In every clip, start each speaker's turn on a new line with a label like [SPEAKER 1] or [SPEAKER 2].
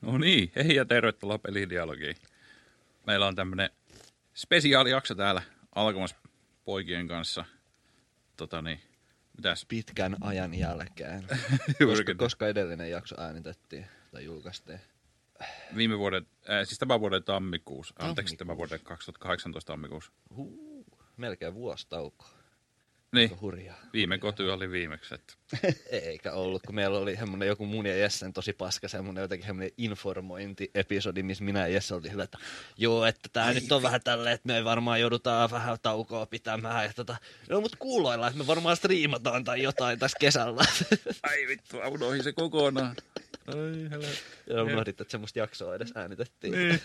[SPEAKER 1] No niin, hei ja tervetuloa Pelidialogiin. Meillä on tämmönen spesiaalijakso täällä alkamassa poikien kanssa. Tota niin, mitäs?
[SPEAKER 2] pitkän ajan jälkeen, koska,
[SPEAKER 1] Juurikin
[SPEAKER 2] koska edellinen jakso äänitettiin tai julkaistiin.
[SPEAKER 1] Viime vuoden, äh, siis tämän vuoden tammikuussa, anteeksi
[SPEAKER 2] Tammikuussa.
[SPEAKER 1] tämän vuoden 2018 tammikuussa.
[SPEAKER 2] Huu, melkein vuosi tauko.
[SPEAKER 1] Niin,
[SPEAKER 2] Aika hurjaa.
[SPEAKER 1] viime koty oli viimeksi. Että.
[SPEAKER 2] Eikä ollut, kun meillä oli semmoinen joku mun ja Jessen tosi paska semmoinen jotenkin semmoinen informointiepisodi, missä minä ja Jesse oli hyvä, että joo, että tää nyt on vähän tälleen, että me varmaan joudutaan vähän taukoa pitämään. Ja tota, no mut kuuloillaan, että me varmaan striimataan tai jotain tässä kesällä.
[SPEAKER 1] Ai vittu, mä unohdin se kokonaan. Ai helä.
[SPEAKER 2] ja unohdit, että semmoista jaksoa edes äänitettiin.
[SPEAKER 1] Niin.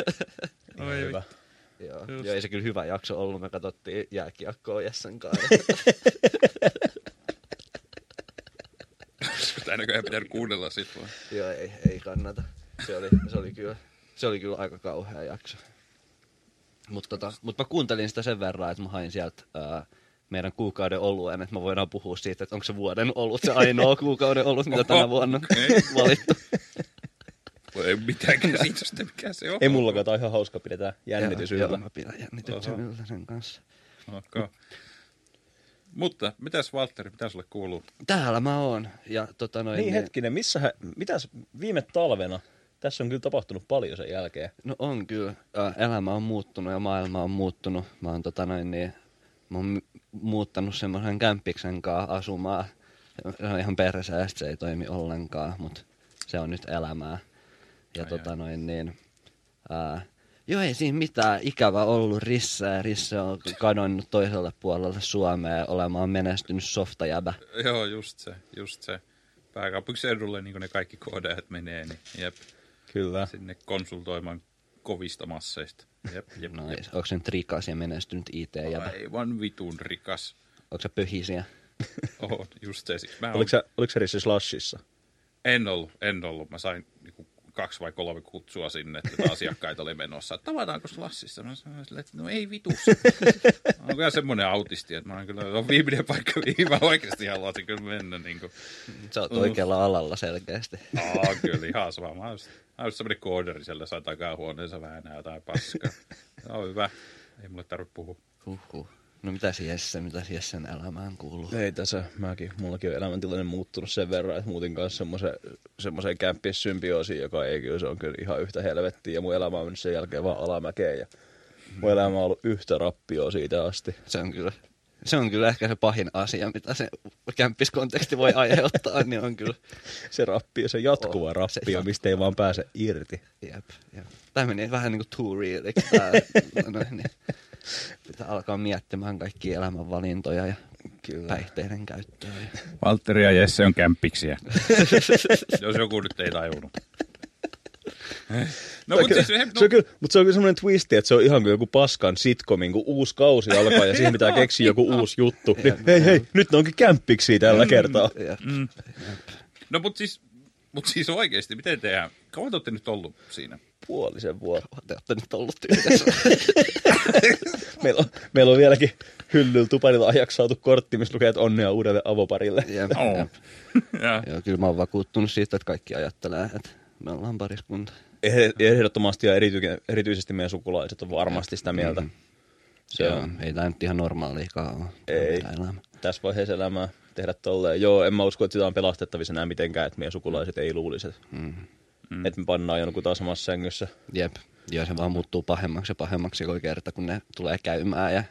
[SPEAKER 3] Ihan
[SPEAKER 1] Ai
[SPEAKER 3] hyvä.
[SPEAKER 1] vittu.
[SPEAKER 2] Joo.
[SPEAKER 1] Just.
[SPEAKER 2] Joo, ei se kyllä hyvä jakso ollut. Me katsottiin jääkiekkoa Jessen kanssa.
[SPEAKER 1] Tää näköjään pitää kuunnella sit vaan.
[SPEAKER 2] Joo, ei, ei kannata. Se oli, se, oli kyllä, se oli kyllä aika kauhea jakso. Mutta tota, mut mä kuuntelin sitä sen verran, että mä hain sieltä ää, meidän kuukauden oluen, että me voidaan puhua siitä, että onko se vuoden ollut se ainoa kuukauden ollut, mitä
[SPEAKER 1] Oho,
[SPEAKER 2] tänä vuonna
[SPEAKER 1] okei.
[SPEAKER 2] on valittu.
[SPEAKER 1] Voi ei mitään käsitystä, mikä se on.
[SPEAKER 3] Ei mullakaan, tää on ihan hauska, pidetään jännitys
[SPEAKER 2] Joo, joo,
[SPEAKER 3] yllä.
[SPEAKER 2] mä pidän jännityksen
[SPEAKER 1] Oho.
[SPEAKER 2] yllä sen kanssa.
[SPEAKER 1] Okay. Mutta, mitäs Valtteri, mitä sulle kuuluu?
[SPEAKER 2] Täällä mä oon. Ja, tota noin,
[SPEAKER 3] Niin hetkinen, missähän, mitäs viime talvena, tässä on kyllä tapahtunut paljon sen jälkeen.
[SPEAKER 2] No on kyllä. Ä, Elämä on muuttunut ja maailma on muuttunut. Mä oon, tota noin, niin, mä oon my- muuttanut semmoisen kämppiksen kanssa asumaan. Se on ihan perseestä, se ei toimi ollenkaan, mutta se on nyt elämää. Ja
[SPEAKER 1] Ai
[SPEAKER 2] tota noin niin, ää, joo ei siinä mitään ikävä ollut Risse. Risse on kadonnut toiselle puolelle Suomea olemaan menestynyt softajäbä.
[SPEAKER 1] Joo, just se, just se. Pääkaupunkiseudulle niin kuin ne kaikki koodeet menee, niin jep,
[SPEAKER 3] Kyllä.
[SPEAKER 1] sinne konsultoimaan kovista masseista. Jep, jep,
[SPEAKER 2] No,
[SPEAKER 1] jep.
[SPEAKER 2] onko se nyt rikas ja menestynyt IT-jäbä?
[SPEAKER 1] Aivan vitun rikas.
[SPEAKER 2] Onko se pöhisiä?
[SPEAKER 1] Oho, just se. Siis Mä
[SPEAKER 3] Oliko
[SPEAKER 1] oliko
[SPEAKER 3] sä, oliko sä Rissi Slashissa?
[SPEAKER 1] En ollut, en ollut. Mä sain niinku kaksi vai kolme kutsua sinne, että niitä asiakkaita oli menossa. Että tavataanko Slassissa? Mä sanoin sille, että no ei vitussa. Mä oon kyllä semmoinen autisti, että mä oon kyllä, se on viimeinen paikka, mihin mä oikeasti haluaisin kyllä mennä. Niin kuin.
[SPEAKER 2] Sä oot
[SPEAKER 1] Mm.
[SPEAKER 2] oikealla alalla selkeästi.
[SPEAKER 1] Aa, kyllä ihan sama. Mä oon just- mä oon just semmonen kooderi siellä, saa takahuoneensa vähän enää jotain paskaa. Se on hyvä. Ei mulle tarvitse puhua.
[SPEAKER 2] Huhhuh. No mitä Jesse, mitä Jessen elämään kuuluu?
[SPEAKER 3] Ei tässä, mäkin. Mullakin on elämäntilanne muuttunut sen verran, että muutin kanssa semmoiseen, semmoiseen kämppissymbiosiin, joka ei kyllä, se on kyllä ihan yhtä helvettiä. Ja mun elämä on mennyt sen jälkeen vaan alamäkeen ja mun elämä on ollut yhtä rappioa siitä asti.
[SPEAKER 2] Se on kyllä, se on kyllä ehkä se pahin asia, mitä se kämppiskonteksti voi aiheuttaa, niin on kyllä.
[SPEAKER 3] Se rappio, se jatkuva
[SPEAKER 2] Oh, se
[SPEAKER 3] oh, rappio,
[SPEAKER 2] jatkuva.
[SPEAKER 3] mistä ei vaan pääse irti.
[SPEAKER 2] Jep, jep. Tämä meni vähän niin kuin too real, eikö tää? no, niin. Pitää alkaa miettimään kaikkia elämänvalintoja ja kyllä. Mm. päihteiden käyttöä. ja-
[SPEAKER 1] Valtteri ja Jesse on kämpiksiä. Jos joku nyt ei tajunnut. No,
[SPEAKER 3] Tää
[SPEAKER 1] mutta
[SPEAKER 3] kyllä-
[SPEAKER 1] siis, he-
[SPEAKER 3] se
[SPEAKER 1] no,
[SPEAKER 3] on kyllä, mutta se on kyllä semmoinen twisti, että se on ihan kuin joku paskan sitcomin, kun uusi kausi alkaa ja siihen pitää keksiä joku uusi juttu. Niin, hei hei, nyt ne onkin kämppiksi tällä
[SPEAKER 1] Mm.
[SPEAKER 3] kertaa.
[SPEAKER 2] Jep.
[SPEAKER 1] no mutta siis, mut siis oikeasti, miten tehdään? Kauan te olette nyt ollut siinä?
[SPEAKER 3] Puolisen vuotta.
[SPEAKER 2] Te olette nyt ollut yhdessä.
[SPEAKER 3] Meillä on, meillä on vieläkin hyllyllä tuparilla ajaksi saatu kortti, missä lukee, että onnea uudelle avoparille.
[SPEAKER 2] Jep,
[SPEAKER 1] Oh.
[SPEAKER 2] jep.
[SPEAKER 1] Ja,
[SPEAKER 2] Joo, kyllä mä oon vakuuttunut siitä, että kaikki ajattelee, että me ollaan pariskunta.
[SPEAKER 3] Eh- Ehdottomasti ja erity- erityisesti meidän sukulaiset on varmasti sitä mieltä.
[SPEAKER 1] Mm-hmm.
[SPEAKER 3] Se
[SPEAKER 2] Joo,
[SPEAKER 3] on
[SPEAKER 2] ei tämä nyt ihan normaaliikaan ole.
[SPEAKER 3] Ei.
[SPEAKER 2] Tää elämä.
[SPEAKER 3] tässä vaiheessa elämää tehdä tolleen. Joo, en mä usko, että sitä on pelastettavissa enää mitenkään, että meidän sukulaiset ei luulisi, että, mm. että me pannaan jonkun taas samassa sängyssä.
[SPEAKER 2] Jep. Joo, se vaan muuttuu pahemmaksi ja pahemmaksi joka kerta, kun ne tulee käymään ja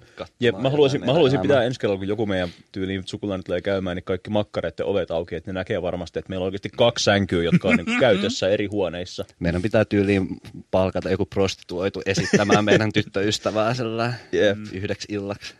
[SPEAKER 2] katsomaan.
[SPEAKER 3] Jep, mä haluaisin,
[SPEAKER 2] ja
[SPEAKER 3] mä haluaisin
[SPEAKER 2] elämää.
[SPEAKER 3] pitää ensi kerralla, kun joku meidän tyyliin sukulainen tulee käymään, niin kaikki makkareiden ovet auki, että ne näkee varmasti, että meillä on oikeasti kaksi sänkyä, jotka on niin käytössä eri huoneissa.
[SPEAKER 2] Meidän pitää tyyliin palkata joku prostituoitu esittämään meidän tyttöystävää sillä
[SPEAKER 3] Jep.
[SPEAKER 2] yhdeksi illaksi.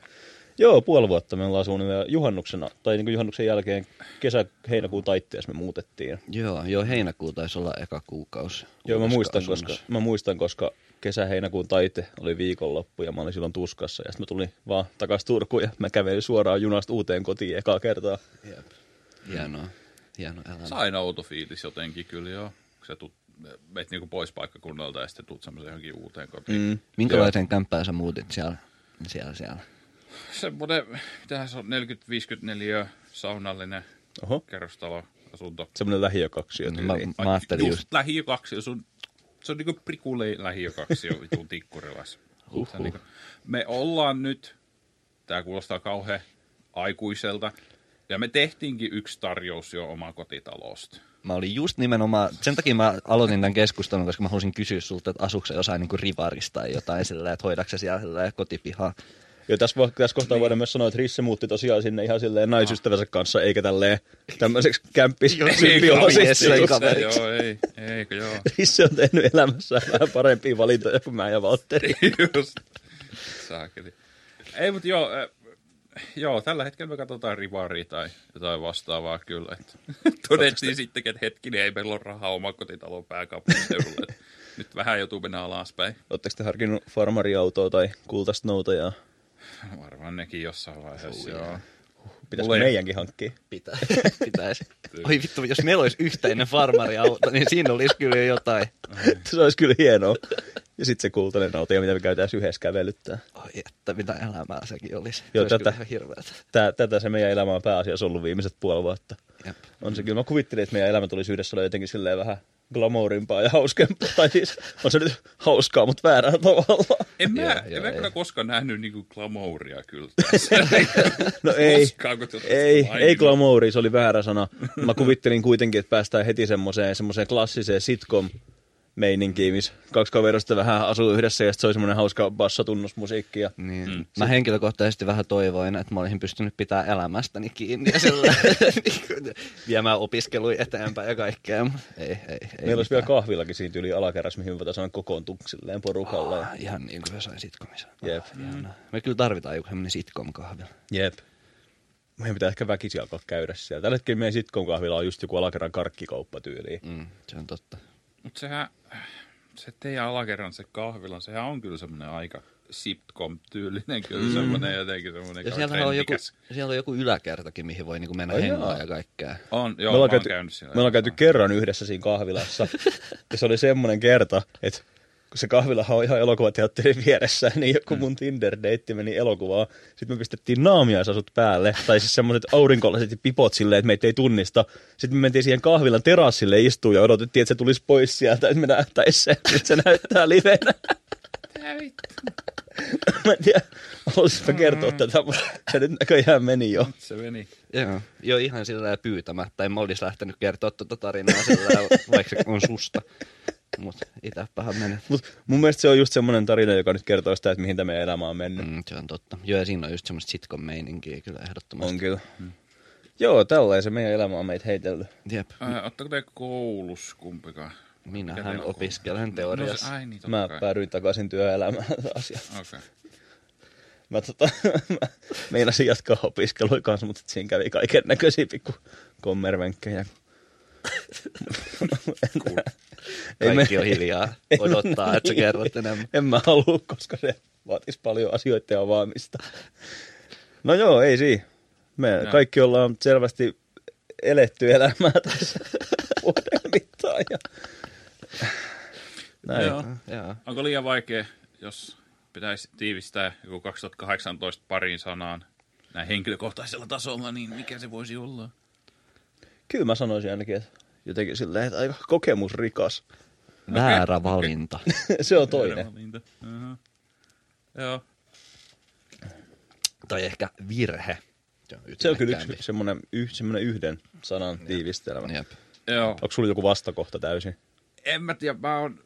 [SPEAKER 3] Joo, puoli vuotta me ollaan suunnilleen juhannuksena, tai niin kuin juhannuksen jälkeen kesä-heinäkuun taitteessa me muutettiin.
[SPEAKER 2] Joo, joo, heinäkuu taisi olla eka kuukausi.
[SPEAKER 3] Joo, mä
[SPEAKER 2] uudessa
[SPEAKER 3] muistan,
[SPEAKER 2] asunnossa.
[SPEAKER 3] koska, mä muistan, koska kesä-heinäkuun taite oli viikonloppu ja mä olin silloin tuskassa. Ja sitten mä tulin vaan takaisin Turkuun ja mä kävelin suoraan junasta uuteen kotiin ekaa kertaa.
[SPEAKER 2] Jep. Hienoa, hieno elämä.
[SPEAKER 1] se on aina outo fiilis jotenkin kyllä joo. Kun sä tuut, meet niinku pois paikkakunnalta ja sitten tuut semmoisen johonkin uuteen kotiin. Mm.
[SPEAKER 2] Minkälaiseen kämppään sä muutit siellä? siellä, siellä?
[SPEAKER 1] Semmoinen, mitähän se on, 40-54 saunallinen
[SPEAKER 3] Oho.
[SPEAKER 1] kerrostalo. asunto.
[SPEAKER 3] Semmoinen lähiökaksio
[SPEAKER 2] Niin, Mä,
[SPEAKER 3] tyyliin.
[SPEAKER 2] mä ajattelin just,
[SPEAKER 1] just lähiökaksio, sun, se on niinku prikule lähiökaksio vitun tikkurilas. Se on Niinku, me ollaan nyt, tää kuulostaa kauhean aikuiselta, ja me tehtiinkin yksi tarjous jo omaa kotitalosta.
[SPEAKER 2] mä olin just nimenomaan, sen takia mä aloitin tämän keskustelun, koska mä halusin kysyä sulta, että asuuko sä jossain niin rivarista tai jotain sillä, että hoidaksä siellä sillä kotipihaa.
[SPEAKER 3] Ja tässä, va- tässä kohtaa niin. voidaan myös sanoa, että Risse muutti tosiaan sinne ihan silleen naisystävänsä kanssa, eikä tälleen tämmöiseksi
[SPEAKER 1] niin,
[SPEAKER 3] kämppisymbiosiksi.
[SPEAKER 2] Ei,
[SPEAKER 1] Se,
[SPEAKER 2] kaveriksi.
[SPEAKER 1] joo, ei, eikö joo.
[SPEAKER 3] Risse on tehnyt elämässään vähän parempia valintoja kuin mä ja Valtteri.
[SPEAKER 1] Just. Saakeli. Ei, mutta joo, äh, joo, tällä hetkellä me katsotaan rivaria tai jotain vastaavaa kyllä. Että todettiin sittenkin, että hetkinen, ei meillä ole rahaa omakotitalon pääkaupunkiseudulle. että Nyt vähän joutuu mennä alaspäin.
[SPEAKER 3] Oletteko te harkinnut farmariautoa tai kultaista noutajaa?
[SPEAKER 1] Varmaan nekin jossain vaiheessa, joo.
[SPEAKER 3] Pitäisikö
[SPEAKER 1] Mulla ei-
[SPEAKER 3] meidänkin hankkia?
[SPEAKER 2] Pitää, pitäisi. Oi vittu, jos meillä olisi yhteinen farmariauto, niin siinä olisi kyllä jo jotain.
[SPEAKER 3] Se olisi kyllä hienoa. Ja sitten se kultainen nautaja, mitä me käytetään yhdessä kävelyttää.
[SPEAKER 2] Oi, että mitä elämää sekin olisi.
[SPEAKER 3] Joo,
[SPEAKER 2] se olisi
[SPEAKER 3] tätä.
[SPEAKER 2] kyllä ihan hirveätä.
[SPEAKER 3] Tää, tätä se meidän elämä on pääasiassa ollut viimeiset puoli vuotta.
[SPEAKER 2] Jep.
[SPEAKER 3] On se kyllä. Mä kuvittelin, että meidän elämä tulisi yhdessä olla jotenkin silleen vähän glamourimpaa ja hauskempaa. Tai siis on se nyt hauskaa, mutta väärällä tavalla.
[SPEAKER 1] En mä,
[SPEAKER 2] Joo,
[SPEAKER 1] en
[SPEAKER 2] joo,
[SPEAKER 1] mä
[SPEAKER 2] ei.
[SPEAKER 1] kyllä koskaan nähnyt niinku glamouria kyllä. tässä.
[SPEAKER 3] No ei,
[SPEAKER 1] Koskaan, kun te olette
[SPEAKER 3] ei,
[SPEAKER 1] sitä
[SPEAKER 3] ei
[SPEAKER 1] maininnut.
[SPEAKER 3] glamouri, se oli väärä sana. Mä kuvittelin kuitenkin, että päästään heti semmoiseen, semmoiseen klassiseen sitcom meininkiin, missä kaksi kaverista vähän asuu yhdessä ja sit se oli semmoinen hauska bassatunnusmusiikki. Ja...
[SPEAKER 2] Niin. Mm. Mä henkilökohtaisesti vähän toivoin, että mä olisin pystynyt pitää elämästäni kiinni ja sillä niinku viemään opiskeluja eteenpäin ja kaikkea. mut Ei, ei, ei
[SPEAKER 3] Meillä olisi vielä
[SPEAKER 2] mitään.
[SPEAKER 3] kahvillakin siinä yli alakerrassa, mihin me voitaisiin aina kokoontua silleen porukalla. Ja...
[SPEAKER 2] Ah, ihan niin kuin jossain sitcomissa.
[SPEAKER 3] niinku Jep.
[SPEAKER 2] Mm. Me kyllä tarvitaan joku semmoinen sitcom-kahvila.
[SPEAKER 3] Jep. Meidän pitää ehkä väkisin alkaa käydä siellä. Tällä hetkellä meidän sitcom kahvilla on just joku alakerran karkkikauppa tyyliin.
[SPEAKER 2] Mm, se on totta.
[SPEAKER 1] Mutta sehän, se teidän alakerran se kahvila, sehän on kyllä semmoinen aika sitcom-tyylinen, kyllä mm. semmoinen jotenkin semmoinen.
[SPEAKER 2] Ja
[SPEAKER 1] kai
[SPEAKER 2] siellä on, joku,
[SPEAKER 1] trendikäs.
[SPEAKER 2] siellä on joku yläkertakin, mihin voi niinku mennä
[SPEAKER 3] Ai
[SPEAKER 2] hengaan
[SPEAKER 3] jaa.
[SPEAKER 2] ja kaikkea.
[SPEAKER 1] On, joo,
[SPEAKER 3] me ollaan
[SPEAKER 1] mä oon
[SPEAKER 3] käyty,
[SPEAKER 1] käynyt siellä.
[SPEAKER 3] me ollaan käyty kerran yhdessä siinä kahvilassa. ja se oli semmoinen kerta, että kun se kahvilahan on ihan elokuvateatterin vieressä, niin
[SPEAKER 1] Mm.
[SPEAKER 3] joku mun Tinder-deitti meni elokuvaan. Sitten me pistettiin naamiaisasut päälle, tai siis semmoiset aurinkolasit ja pipot silleen, että meitä ei tunnista. Sitten me mentiin siihen kahvilan terassille istuun ja odotettiin, että se tulisi pois sieltä, että me nähtäis se. Nyt se näyttää livenä.
[SPEAKER 1] Tää vittu.
[SPEAKER 3] Mä en tiedä, haluaisinpa kertoa tätä, mutta se nyt näköjään meni jo.
[SPEAKER 1] Se meni.
[SPEAKER 2] Joo. Joo, ihan sillä lailla pyytämättä. En mä olisi lähtenyt kertoa tuota tarinaa sillä lailla, vaikka se on susta. Mutta itäpähän menet.
[SPEAKER 3] Mut mun mielestä se on just semmoinen tarina, joka nyt kertoo sitä, että mihin tämä meidän elämä on mennyt.
[SPEAKER 2] Mm, se on totta. Joo, ja siinä on just semmoista sitcom-meininkiä kyllä ehdottomasti.
[SPEAKER 3] On kyllä. Joo, tällaisen meidän elämä on meitä heitellyt.
[SPEAKER 2] Jep.
[SPEAKER 1] Äh, Ottako te koulus kumpikaan? Mikä
[SPEAKER 2] Minähän
[SPEAKER 1] teillä on?
[SPEAKER 2] opiskelen
[SPEAKER 1] No se,
[SPEAKER 2] teoriassa.
[SPEAKER 1] ai niin, totta
[SPEAKER 3] Mä
[SPEAKER 1] kai.
[SPEAKER 3] päädyin takaisin työelämään taas. Ja
[SPEAKER 1] Okei.
[SPEAKER 3] mä, tota, mä meinasin jatkaa opiskeluja kanssa, mutta siinä kävi kaiken näköisiä pikku kommervenkkejä. Ei
[SPEAKER 2] Kaikki on hiljaa. Odottaa, että sä kerrot enemmän.
[SPEAKER 3] En mä halua, koska se vaatisi paljon asioiden avaamista. No joo, ei siinä. Me
[SPEAKER 1] No.
[SPEAKER 3] kaikki ollaan selvästi eletty elämää tässä vuoden mittaan. Ja... Näin.
[SPEAKER 1] Joo.
[SPEAKER 2] Joo.
[SPEAKER 1] Onko liian vaikea, jos pitäisi tiivistää joku 2018 pariin sanaan näin henkilökohtaisella tasolla, niin mikä se voisi olla?
[SPEAKER 3] Kyllä mä sanoisin ainakin, että jotenkin silleen, että aika kokemusrikas.
[SPEAKER 2] Väärä valinta.
[SPEAKER 3] se on toinen.
[SPEAKER 1] Valinta. Aha. Joo.
[SPEAKER 2] tai ehkä virhe.
[SPEAKER 3] Se on kyllä
[SPEAKER 2] ytimekkäämpi.
[SPEAKER 3] yksi semmoinen, yh, semmoinen yhden sanan tiivistelmä.
[SPEAKER 2] Jep.
[SPEAKER 1] Joo.
[SPEAKER 3] Onko sulla joku vastakohta täysin?
[SPEAKER 1] En mä tiedä, mä oon...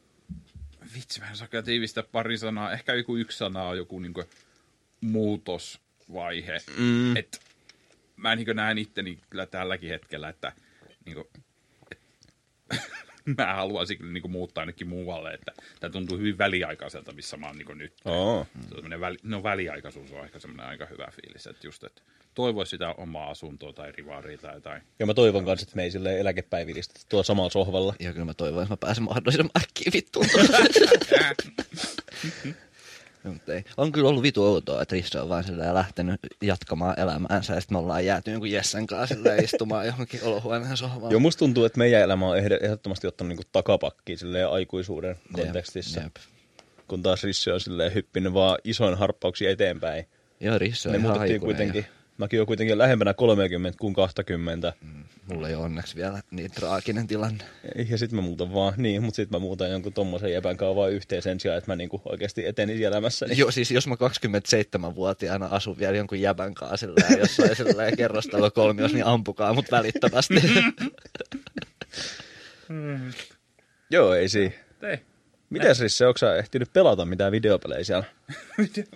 [SPEAKER 1] Vitsi, mä en saa kyllä tiivistää pari sanaa. Ehkä joku yksi sana on joku niinku muutosvaihe. Mm. Et mä niinku näen itteni kyllä tälläkin hetkellä, että niinku, et, mä haluaisin kyllä niinku muuttaa ainakin muualle. Että tää tuntuu hyvin väliaikaiselta, missä mä oon niinku nyt.
[SPEAKER 3] Oo.
[SPEAKER 1] Se on semmoinen väli, no väliaikaisuus on ehkä semmoinen aika hyvä fiilis, että just, että toivoisi sitä omaa asuntoa tai rivaaria tai jotain.
[SPEAKER 3] Ja mä toivon kanssa, että me ei silleen eläkepäivillä istuta tuolla samalla sohvalla.
[SPEAKER 2] Ja kyllä mä toivon, että mä pääsen mahdollisimman äkkiä vittuun. Mut ei. On kyllä ollut vitu outoa, että Rissa on vaan sillä lähtenyt jatkamaan elämäänsä ja sitten me ollaan jääty jonkun Jessen kanssa sillä istumaan johonkin olohuoneen sohvalle.
[SPEAKER 3] Joo, musta tuntuu, että meidän elämä on ehd- ehdottomasti ottanut niinku takapakkiin silleen aikuisuuden
[SPEAKER 2] Jep,
[SPEAKER 3] kontekstissa.
[SPEAKER 2] jep.
[SPEAKER 3] Kun taas Risse on silleen hyppinyt vaan isoin harppauksia eteenpäin.
[SPEAKER 2] Joo, Rissa on
[SPEAKER 3] Me
[SPEAKER 2] ihan
[SPEAKER 3] muutettiin
[SPEAKER 2] aikuinen
[SPEAKER 3] kuitenkin
[SPEAKER 2] ja
[SPEAKER 3] Mäkin olen kuitenkin lähempänä 30 kuin 20.
[SPEAKER 2] Mulla ei ole onneksi vielä niin traaginen tilanne.
[SPEAKER 3] Ja sit mä muutan vaan, niin, mutta sit mä muutan jonkun tommosen jäbän kanssa vaan yhteen sen sijaan, että mä niinku oikeasti etenisin elämässäni.
[SPEAKER 2] Joo, siis jos mä 27-vuotiaana asun vielä jonkun jäbän kanssa silleen, jossain silleen kerrostalo kolmios, niin ampukaa mut välittömästi. Niin,
[SPEAKER 3] Joo, ei siinä.
[SPEAKER 1] Ei.
[SPEAKER 3] Mitäs Risse, onko sä ehtinyt pelata mitään videopelejä siellä?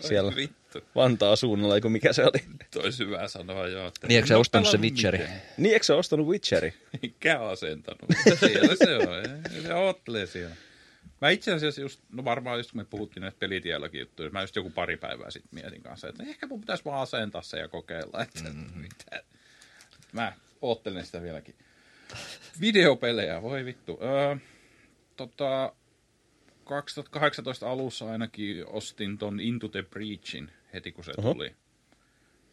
[SPEAKER 3] Siellä.
[SPEAKER 1] Vittu.
[SPEAKER 3] Vantaa suunnalla, eiku mikä se oli?
[SPEAKER 1] Toi olisi hyvä sanoa, joo. että-
[SPEAKER 2] niin, eikö sä
[SPEAKER 1] No,
[SPEAKER 2] ostanut se
[SPEAKER 1] pelannut
[SPEAKER 2] Witcheri?
[SPEAKER 1] mitään.
[SPEAKER 3] Niin, eikö sä ostanut Witcheri?
[SPEAKER 1] Eikä asentanut. Siellä se on. ei- Se ottelee siellä. Mä itse asiassa just, no varmaan just kun me puhuttiin näistä pelitielläkin juttuja, mä just joku pari päivää sitten mietin kanssa, että ehkä mun pitäisi vaan asentaa se ja kokeilla, että
[SPEAKER 2] Mm-hmm.
[SPEAKER 1] mitä. Mä oottelen sitä vieläkin. Videopelejä, voi vittu. Öö, tota, 2018 alussa ainakin ostin ton Into the Breachin heti kun se
[SPEAKER 3] Oho.
[SPEAKER 1] tuli.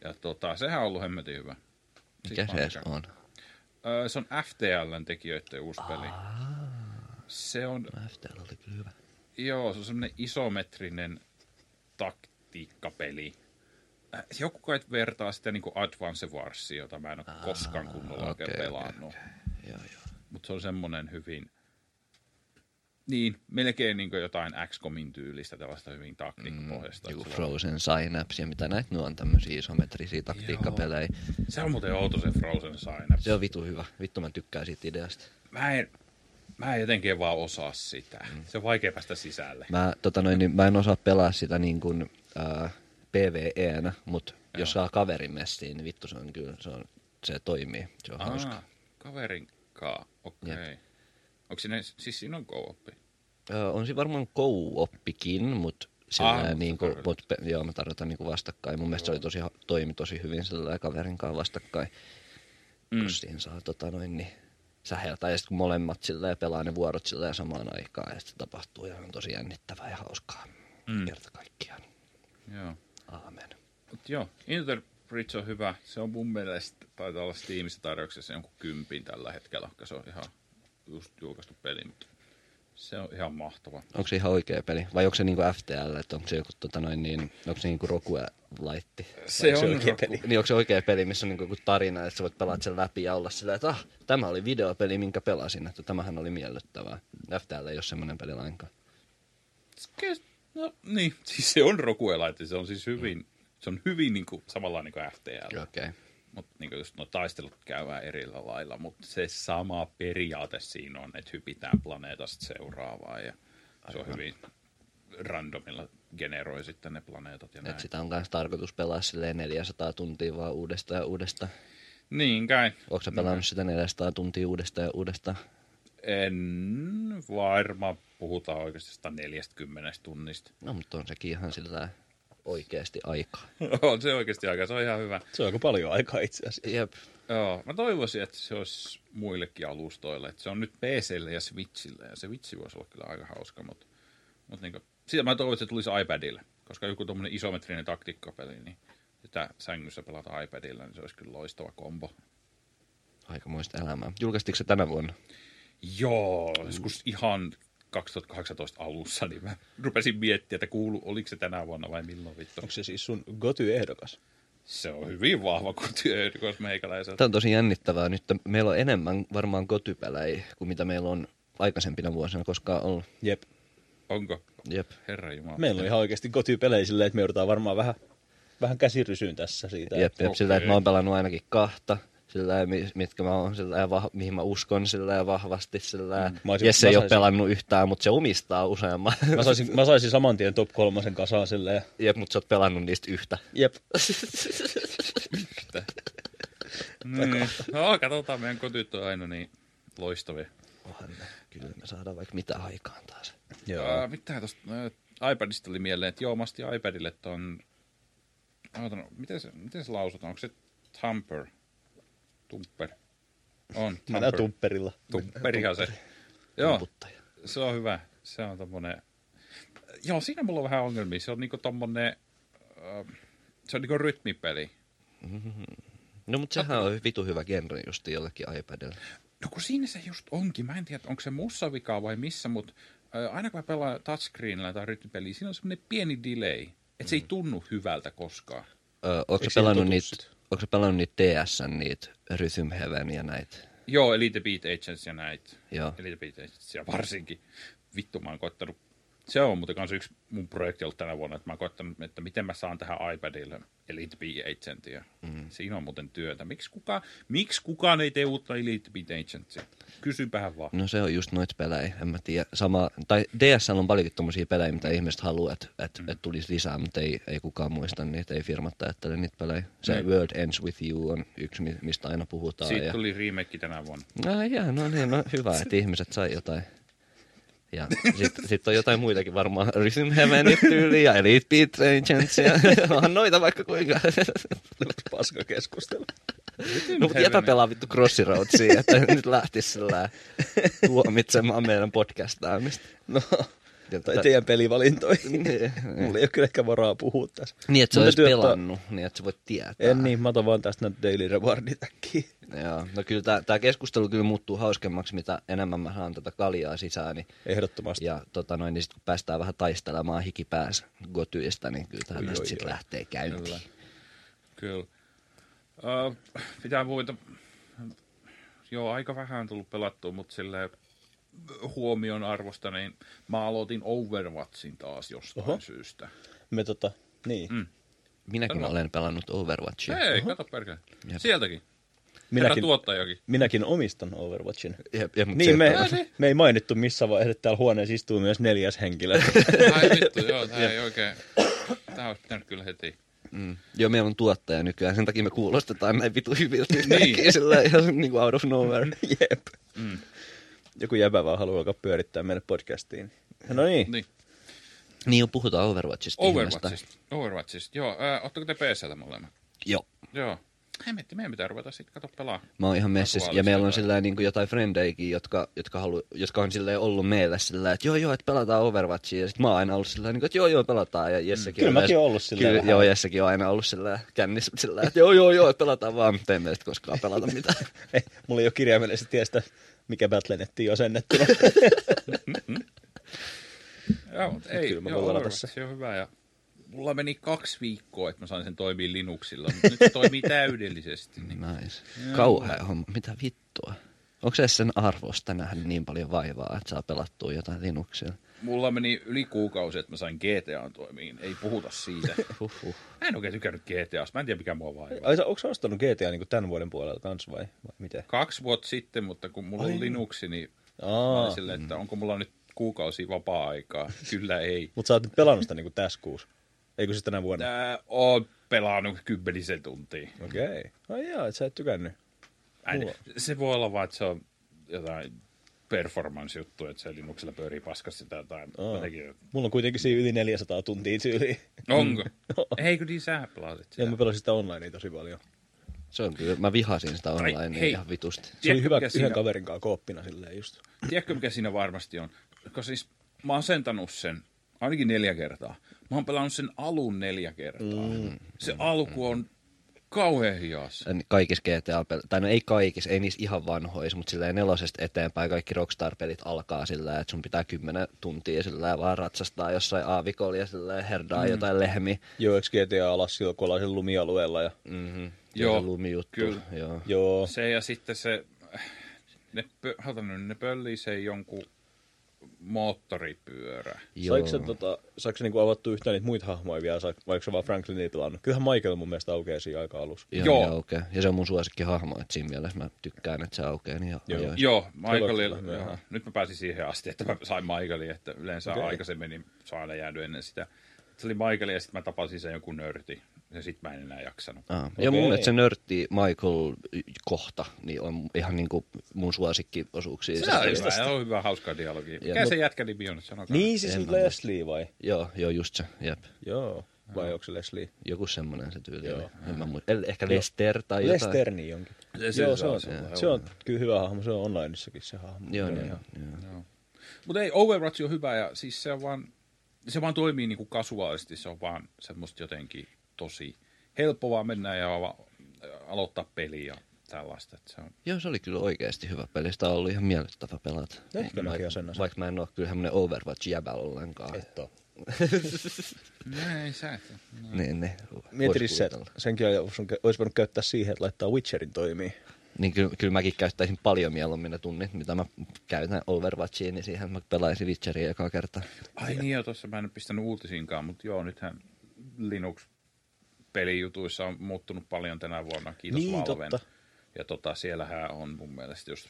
[SPEAKER 1] Ja tota, sehän on ollut hemmetin hyvä.
[SPEAKER 2] Mikä
[SPEAKER 1] Siitä mä
[SPEAKER 2] se
[SPEAKER 3] Siis
[SPEAKER 2] edes
[SPEAKER 1] tykkään.
[SPEAKER 2] on?
[SPEAKER 1] Öö, se on FTLn tekijöiden uusi peli. Se on,
[SPEAKER 2] No, FTL oli kyllä hyvä.
[SPEAKER 1] joo, se on semmoinen isometrinen taktiikkapeli. Äh, Joku kai vertaa sitä niinku Advance Warsia, jota mä en ole koskaan kunnolla
[SPEAKER 2] okei,
[SPEAKER 1] oikein
[SPEAKER 2] okei,
[SPEAKER 1] pelannut.
[SPEAKER 2] Joo, joo.
[SPEAKER 1] Mutta se on semmoinen hyvin, niin, melkein niinku jotain XCOMin tyylistä, tällaista hyvin taktiikkapohjasta.
[SPEAKER 2] Joku
[SPEAKER 1] Sulla-
[SPEAKER 2] Frozen Synapse ja mitä näitä nyt on tämmöisiä isometrisiä taktiikkapelejä.
[SPEAKER 1] se on muuten outo se Frozen Synapse.
[SPEAKER 2] Se on vitu hyvä. Vittu mä tykkään siitä ideasta.
[SPEAKER 1] Mä en, mä en jotenkin vaan osaa sitä.
[SPEAKER 2] Mm.
[SPEAKER 1] Se on vaikea päästä sisälle.
[SPEAKER 2] Mä, tota noin, niin mä en osaa pelaa sitä niin kuin, äh, PvE-nä, mutta jos saa kaverin messiin, niin vittu se on kyllä, se, on, se toimii. Se on hauskaa.
[SPEAKER 1] Aa, kaverin kaa, okei. Okay. Onko siinä, siis siinä on co-oppi?
[SPEAKER 2] Ö, on siinä varmaan co-oppikin, mutta
[SPEAKER 1] Ah,
[SPEAKER 2] sillä
[SPEAKER 1] mutta
[SPEAKER 2] niin kuin,
[SPEAKER 1] tarkoitat.
[SPEAKER 2] mut, pe- joo, mä tarkoitan niin kuin vastakkain. Mun mielestä se oli tosi, ha- toimi tosi hyvin sillä kaverin kanssa vastakkain. Mm. Kun siihen saa tota noin, niin säheltää ja sitten kun molemmat sillä pelaa ne vuorot sillä samaan aikaan ja sitten tapahtuu ja on tosi jännittävää ja hauskaa. Mm. Kerta kaikkiaan.
[SPEAKER 1] Joo.
[SPEAKER 2] Aamen.
[SPEAKER 1] Mut joo, Interbridge on hyvä. Se on mun mielestä, taitaa olla Steamissa tarjouksessa jonkun kympin tällä hetkellä, koska se on ihan just julkaistu peli, mutta se on ihan mahtava.
[SPEAKER 2] Onko se ihan oikea peli? Vai onko se niinku FTL, että onko se joku tota noin, niin, onko se niinku Rokue-laitti?
[SPEAKER 1] Se
[SPEAKER 3] on
[SPEAKER 1] on
[SPEAKER 3] oikea peli?
[SPEAKER 2] Niin onko se oikea peli, missä on niinku joku tarina, että sä voit pelata sen läpi ja olla sillä, että ah, tämä oli videopeli, minkä pelasin, että tämähän oli miellyttävää. FTL ei ole semmoinen peli lainkaan.
[SPEAKER 1] Ke- No niin, siis se on rokuelaite, se on siis hyvin, se on hyvin niinku, samanlainen kuin FTL.
[SPEAKER 2] Okei. Okay.
[SPEAKER 1] Mutta niinku just no taistelut käydään erillä lailla, mutta se sama periaate siinä on, että hypitään planeetasta seuraavaan ja se on hyvin randomilla generoi sitten ne planeetat ja näin.
[SPEAKER 2] Et sitä on myös tarkoitus pelaa silleen 400 tuntia vaan uudestaan ja uudestaan.
[SPEAKER 1] Niin kai.
[SPEAKER 2] Onko sä pelannut sitä 400 tuntia uudestaan ja uudestaan?
[SPEAKER 1] En varma, puhutaan oikeasti 140 tunnista.
[SPEAKER 2] No, mutta on sekin ihan sillä oikeasti aikaa.
[SPEAKER 1] on se oikeasti aika, se on ihan hyvä.
[SPEAKER 3] Se on aika paljon aikaa itse asiassa.
[SPEAKER 2] Jep.
[SPEAKER 1] Joo, mä toivoisin, että se olisi muillekin alustoille. Että se on nyt PClle ja Switchille, ja se Switch voisi olla kyllä aika hauska, mutta, mutta niin kuin, sitä mä toivoisin, että tulisi iPadille, koska joku tuommoinen isometrinen taktiikkapeli, niin sitä sängyssä pelata iPadilla, niin se olisi kyllä loistava kombo.
[SPEAKER 2] Aikamoista elämää. Julkaistiinko se tänä vuonna?
[SPEAKER 1] Joo, joskus ihan 2018 alussa, niin mä rupesin miettimään, että kuulu, oliko se tänä vuonna vai milloin vittu.
[SPEAKER 3] Onko se siis sun goty-ehdokas?
[SPEAKER 1] Se on hyvin vahva kotiöyrikos meikäläiseltä.
[SPEAKER 2] Tämä on tosi jännittävää nyt. että Meillä on enemmän varmaan kotypelejä kuin mitä meillä on aikaisempina vuosina koskaan ollut.
[SPEAKER 3] Jep.
[SPEAKER 1] Onko?
[SPEAKER 2] Jep.
[SPEAKER 1] Herra Jumala.
[SPEAKER 3] Meillä on ihan oikeasti goty-pelejä silleen, että me joudutaan varmaan vähän, vähän käsirysyyn tässä siitä.
[SPEAKER 2] Jep, jep sillä
[SPEAKER 1] Okei.
[SPEAKER 2] että mä oon pelannut ainakin kahta, sillä mi- mitkä mä oon, sillä ja vah- mihin mä uskon sillä ja vahvasti. Sillä mm.
[SPEAKER 3] Mä olisin-
[SPEAKER 2] Jesse
[SPEAKER 3] mä
[SPEAKER 2] ei ole
[SPEAKER 3] saisin-
[SPEAKER 2] pelannut yhtään, mutta se omistaa useamman.
[SPEAKER 3] Mä saisin, mä saisin saman tien top kolmosen kasaan silleen. ja-
[SPEAKER 2] Jep, mutta sä oot pelannut niistä yhtä.
[SPEAKER 3] Jep.
[SPEAKER 1] Niin. No, katsotaan, meidän kotit on aina niin loistavia.
[SPEAKER 2] Onhan ne. Kyllä me saadaan vaikka mitä aikaan taas.
[SPEAKER 1] Joo. Äh, mitä tuosta äh, iPadista oli mieleen, että joo, mä astin iPadille ton... Ootan, miten, se, miten se lausutaan? Onko se Tumper? Tumper. On,
[SPEAKER 3] Mennään
[SPEAKER 1] Tumper.
[SPEAKER 3] tumperilla.
[SPEAKER 1] Tumperihan se. Joo,
[SPEAKER 2] Puttaja.
[SPEAKER 1] se on hyvä. Se on tommonen... Joo, siinä mulla on vähän ongelmia. Se on niinku tommonen... Äh, se on niinku rytmipeli.
[SPEAKER 2] No mutta sehän on vitu hyvä genre just jollekin iPadille.
[SPEAKER 1] No kun siinä se just onkin. Mä en tiedä, onko se mussa vikaa vai missä, mutta ö, aina kun mä pelaan touchscreenillä tai rytmipeliä,
[SPEAKER 2] Mm.
[SPEAKER 1] siinä on semmoinen pieni delay. Että se ei tunnu hyvältä koskaan.
[SPEAKER 2] Öö, onko
[SPEAKER 3] Eikö
[SPEAKER 2] sä pelannut
[SPEAKER 3] siinä
[SPEAKER 2] niitä
[SPEAKER 3] totu
[SPEAKER 2] onko se pelannut niitä DS, niitä Rhythm Heaven ja näitä?
[SPEAKER 1] Joo, Elite Beat Agents ja näitä.
[SPEAKER 2] Joo.
[SPEAKER 1] Elite Beat Agents ja varsinkin. Vittu, mä oon koittanut. Se on muuten kanssa yksi mun projekti ollut tänä vuonna, että mä oon koittanut, että miten mä saan tähän iPadille Elite Beat Agentia. Mm. Siinä on muuten työtä. Miksi kukaan, miksi kukaan ei tee uutta Elite Beat Agentia? Kysypähän vaan.
[SPEAKER 2] No se on just noita pelejä, en mä tiedä. Sama, tai DSL on paljonkin tommosia pelejä, mitä ihmiset haluaa, että et, mm. et tulisi lisää, mutta ei, ei kukaan muista niitä, ei firmat ajattele niitä pelejä. Se
[SPEAKER 1] Niin.
[SPEAKER 2] World Ends With You on yksi, mi- mistä aina puhutaan.
[SPEAKER 1] Siitä
[SPEAKER 2] ja...
[SPEAKER 1] tuli remake tänä vuonna.
[SPEAKER 2] No, jaa, no niin, no hyvä, että ihmiset sai jotain. Ja sitten sit on jotain muitakin varmaan, Rhythm Heavenit tyyli ja Elite Beat Agents ja onhan noita vaikka kuinka.
[SPEAKER 3] Paska keskustelu.
[SPEAKER 2] No mutta jäpä pelaa vittu Crossroadsia, että nyt lähtisi sillä tuomitsemaan meidän podcastaamista. tota,
[SPEAKER 3] No,
[SPEAKER 2] Jotta-
[SPEAKER 3] tai teidän pelivalintoihin.
[SPEAKER 2] Niin, niin.
[SPEAKER 3] Mulla ei ole kyllä ehkä varaa puhua tässä.
[SPEAKER 2] Niin, että sä
[SPEAKER 3] Mun
[SPEAKER 2] olis
[SPEAKER 3] täytyy ottaa-
[SPEAKER 2] pelannut, niin että sä voit tietää.
[SPEAKER 3] En niin, mä otan vaan tästä näitä daily rewardit äkkiä.
[SPEAKER 2] Joo. No kyllä tää, tää keskustelu kyllä muuttuu hauskemmaksi, mitä enemmän mä saan tätä kaljaa sisään. Niin,
[SPEAKER 3] Ehdottomasti.
[SPEAKER 2] ja tota noin, niin sit kun päästään vähän taistelemaan hikipäässä gotyistä, niin kyllä tää
[SPEAKER 3] Oi,
[SPEAKER 2] tästä
[SPEAKER 3] oi,
[SPEAKER 2] sit
[SPEAKER 3] oi.
[SPEAKER 2] lähtee käyntiin.
[SPEAKER 1] Kyllä. Ö, pitää muita. Joo, aika vähän on tullut pelattua, mutta sille huomion arvosta, niin mä aloitin Overwatchin taas jostain Oho.
[SPEAKER 3] Oho.
[SPEAKER 1] syystä.
[SPEAKER 3] Me tota, niin. Mm.
[SPEAKER 2] Minäkin olen pelannut Overwatchia.
[SPEAKER 1] Hei, kato perkele.
[SPEAKER 2] Jep.
[SPEAKER 1] Sieltäkin. Minäkin. Herra
[SPEAKER 3] Minäkin,
[SPEAKER 1] tuottajakin.
[SPEAKER 3] minäkin omistan Overwatchin.
[SPEAKER 2] Ja, ja, mut
[SPEAKER 3] Niin, me,
[SPEAKER 1] Ai niin.
[SPEAKER 3] me ei mainittu missä vaiheessa, että täällä huoneessa istuu myös neljäs henkilö.
[SPEAKER 1] Ai vittu, joo, tää ei oikein. Tää olisi pitänyt kyllä heti.
[SPEAKER 2] Mm. Joo, meillä on tuottaja nykyään, sen takia me kuulostetaan näin vitu hyviltä.
[SPEAKER 1] Niin.
[SPEAKER 2] niin. Sillä ihan niin kuin out of
[SPEAKER 3] Mm.
[SPEAKER 2] nowhere.
[SPEAKER 3] Jep. Joku jäbä vaan haluaa alkaa pyörittää meille podcastiin. No niin,
[SPEAKER 1] Niin,
[SPEAKER 2] niin jo puhutaan Overwatchista. ihmeestä.
[SPEAKER 1] Overwatchista. Overwatchista. Joo, äh, ootteko te PC-tä molemmat?
[SPEAKER 2] Joo.
[SPEAKER 1] Joo. Hemmetti, meidän pitää ruveta sitten kato pelaa.
[SPEAKER 2] Mä oon ihan messissä. Ja meillä on
[SPEAKER 1] jotain.
[SPEAKER 2] sillä niin kuin jotain frendeikin, jotka, jotka, halu, jotka on silleen ollut meillä sillä että joo joo, että pelataan Overwatchia. Ja sit mä oon aina ollut sillä niin että joo joo, pelataan. Ja Jessekin
[SPEAKER 3] Mm. Kyllä
[SPEAKER 2] on
[SPEAKER 3] mäkin
[SPEAKER 2] yleensä-
[SPEAKER 3] oon ollut sillä
[SPEAKER 2] Kyllä,
[SPEAKER 3] vähän.
[SPEAKER 2] joo, Jessekin on aina ollut sillä kännissä sillä että joo joo joo, että pelataan vaan, mutta ei meistä koskaan pelata mitään.
[SPEAKER 3] ei, mulla ei ole kirjaimellisesti tiestä, mikä Battle.netti on asennettuna.
[SPEAKER 1] Joo, mutta ei.
[SPEAKER 3] kyllä mä
[SPEAKER 1] joo,
[SPEAKER 3] voin ladata
[SPEAKER 1] Overwatch,
[SPEAKER 3] se.
[SPEAKER 1] Se on hyvä ja mulla meni kaksi viikkoa, että mä sain sen toimii Linuxilla, mutta nyt se toimii täydellisesti. Niin.
[SPEAKER 2] Nice. Kauhea homma, mitä vittua. Onko se edes sen arvosta nähdä niin paljon vaivaa, että saa pelattua jotain Linuxilla?
[SPEAKER 1] Mulla meni yli kuukausi, että mä sain GTAn toimiin. Ei puhuta siitä.
[SPEAKER 2] Huhhuh.
[SPEAKER 1] Mä en oikein tykännyt GTAsta. Mä en tiedä, mikä mua vaivaa.
[SPEAKER 3] Ai, sä- onko sä ostanut GTA niin tämän vuoden puolella kans vai, vai miten?
[SPEAKER 1] Kaksi vuotta sitten, mutta kun mulla on Linuxi, niin mä olin
[SPEAKER 3] Aa,
[SPEAKER 1] silleen, että onko mulla nyt kuukausi vapaa-aikaa. Kyllä ei.
[SPEAKER 3] mutta sä oot nyt pelannut sitä niin kuin tässä kuussa. Eikö siis tänä vuonna?
[SPEAKER 1] Tää on pelannut kymmenisen tuntia.
[SPEAKER 3] Okei. Okay. Ai jaa, et sä et tykännyt.
[SPEAKER 1] Ai, niin.
[SPEAKER 3] Mulla-
[SPEAKER 1] se voi olla vaan, että se on jotain performance-juttu, että se Linuxilla pyörii paskassa sitä jotain.
[SPEAKER 3] Aa.
[SPEAKER 1] Jotenkin,
[SPEAKER 3] Mulla on kuitenkin siinä yli 400 tuntia tyyliin.
[SPEAKER 1] Onko? Eikö niin sä pelasit
[SPEAKER 3] Ja
[SPEAKER 1] sitä?
[SPEAKER 3] mä pelasin sitä online tosi paljon.
[SPEAKER 2] Se on kyllä, mä vihasin sitä online
[SPEAKER 1] hei.
[SPEAKER 2] ihan vitusti.
[SPEAKER 3] Se oli
[SPEAKER 1] Tiedätkö,
[SPEAKER 3] hyvä
[SPEAKER 1] mikä siinä-
[SPEAKER 3] yhden kaverin kanssa kooppina silleen just.
[SPEAKER 1] Tiedätkö, mikä siinä varmasti on? Koska siis mä oon asentanut sen ainakin neljä kertaa. Mä oon pelannut sen alun neljä kertaa. Mm. Se alku on kauhean hias.
[SPEAKER 2] kaikissa GTA, tai no ei kaikissa, ei niissä ihan vanhoissa, mutta silleen nelosesta eteenpäin kaikki Rockstar-pelit alkaa sillä että sun pitää kymmenen tuntia sillä vaan ratsastaa jossain aavikolla ja sillä herdaa mm. jotain lehmiä.
[SPEAKER 3] Joo, eikö GTA alas silloin, kun ollaan siellä lumialueella ja...
[SPEAKER 1] Mm.
[SPEAKER 2] Mm-hmm.
[SPEAKER 1] Joo,
[SPEAKER 2] lumijuttu.
[SPEAKER 1] kyllä.
[SPEAKER 2] Joo.
[SPEAKER 3] Joo,
[SPEAKER 1] Se ja sitten se, ne, pö, hauta nyt, ne pöllii sen jonkun moottoripyörä.
[SPEAKER 2] Joo.
[SPEAKER 3] Saiko se, tota, saiko se niinku avattu yhtään niitä muita hahmoja vielä, saiko, vai onko se vaan Franklinia tilannut? Kyllähän Michael mun mielestä aukeaa siinä aika alussa.
[SPEAKER 2] Joo,
[SPEAKER 1] Joo.
[SPEAKER 2] joo. aukeaa. Ja se on mun suosikkihahmo, että siinä mielessä mä tykkään, että se aukeaa niin
[SPEAKER 3] Joo.
[SPEAKER 2] ajoissa.
[SPEAKER 1] Joo,
[SPEAKER 3] kyllä
[SPEAKER 1] Michaelilla.
[SPEAKER 3] myöhään.
[SPEAKER 1] Joo. Nyt mä pääsin siihen asti, että mä sain Michaelin, että yleensä okay.
[SPEAKER 3] Okei.
[SPEAKER 1] aikaisemmin niin se on aina jäänyt ennen sitä. Se oli Michael ja sitten mä tapasin sen joku nörti. Ja sitten mä en enää jaksanut.
[SPEAKER 2] Ah, okay. Ja mun
[SPEAKER 3] Okei.
[SPEAKER 2] mielestä se nörtti Michael y- kohta niin on ihan niin kuin mun suosikkiosuuksia. siis
[SPEAKER 1] Se on
[SPEAKER 2] Se-
[SPEAKER 1] hyvä, se on hyvä hauskaa dialogia. Mikä
[SPEAKER 2] mut-
[SPEAKER 1] se jätkä nimi on, sanokaa.
[SPEAKER 3] Niin, siis
[SPEAKER 2] En
[SPEAKER 3] nyt
[SPEAKER 2] mä
[SPEAKER 3] Leslie vai?
[SPEAKER 2] Joo, joo, just se, jep.
[SPEAKER 3] Joo. Vai onko se Leslie?
[SPEAKER 2] Joku semmoinen se tyyli.
[SPEAKER 3] Joo.
[SPEAKER 2] Joo. En mä muista. El- Ehkä Lester tai jotain.
[SPEAKER 3] Lesterni jonkin.
[SPEAKER 1] Se-
[SPEAKER 3] Joo,
[SPEAKER 1] se
[SPEAKER 3] se on,
[SPEAKER 1] on
[SPEAKER 3] se,
[SPEAKER 1] se,
[SPEAKER 3] on,
[SPEAKER 1] joo.
[SPEAKER 3] se on kyllä hyvä hahmo, se on onlineissakin se hahmo.
[SPEAKER 2] Joo,
[SPEAKER 3] Joo,
[SPEAKER 2] joo,
[SPEAKER 3] joo.
[SPEAKER 2] joo.
[SPEAKER 1] Mutta ei, Overwatch on hyvä ja siis se on vaan, se vaan toimii niinku kasuaalisti. Se on vaan semmoista jotenkin tosi helppo vaan mennä ja va- aloittaa peli ja tällaista. Että se on
[SPEAKER 2] Joo, se oli kyllä oikeasti hyvä peli. Sitä on ollut ihan miellyttävä pelata.
[SPEAKER 3] Ehkä mäkin
[SPEAKER 2] Vaikka-
[SPEAKER 3] asennan sen.
[SPEAKER 2] Vaikka mä en ole kyllä semmoinen Overwatch-jäbä ollenkaan.
[SPEAKER 3] Et oo.
[SPEAKER 1] Näin sä et. No.
[SPEAKER 2] niin, niin.
[SPEAKER 3] Mieti
[SPEAKER 2] Voisi
[SPEAKER 3] se,
[SPEAKER 2] kuvitella.
[SPEAKER 3] senkin ajan olisi voinut käyttää siihen, että laittaa Witcherin toimii.
[SPEAKER 2] Niin kyllä, kyllä mäkin käyttäisin paljon mieluummin ne tunnit, mitä mä käytän Overwatchiin, niin siihen mä pelaisin Witcheria joka kerta.
[SPEAKER 1] Ai niin joo, tuossa mä en ole pistänyt uutisiinkaan, mutta joo, nythän Linux pelijutuissa on muuttunut paljon tänä vuonna, kiitos
[SPEAKER 3] Niin,
[SPEAKER 1] Valven.
[SPEAKER 3] totta.
[SPEAKER 1] Ja tota, siellähän on mun mielestä, jos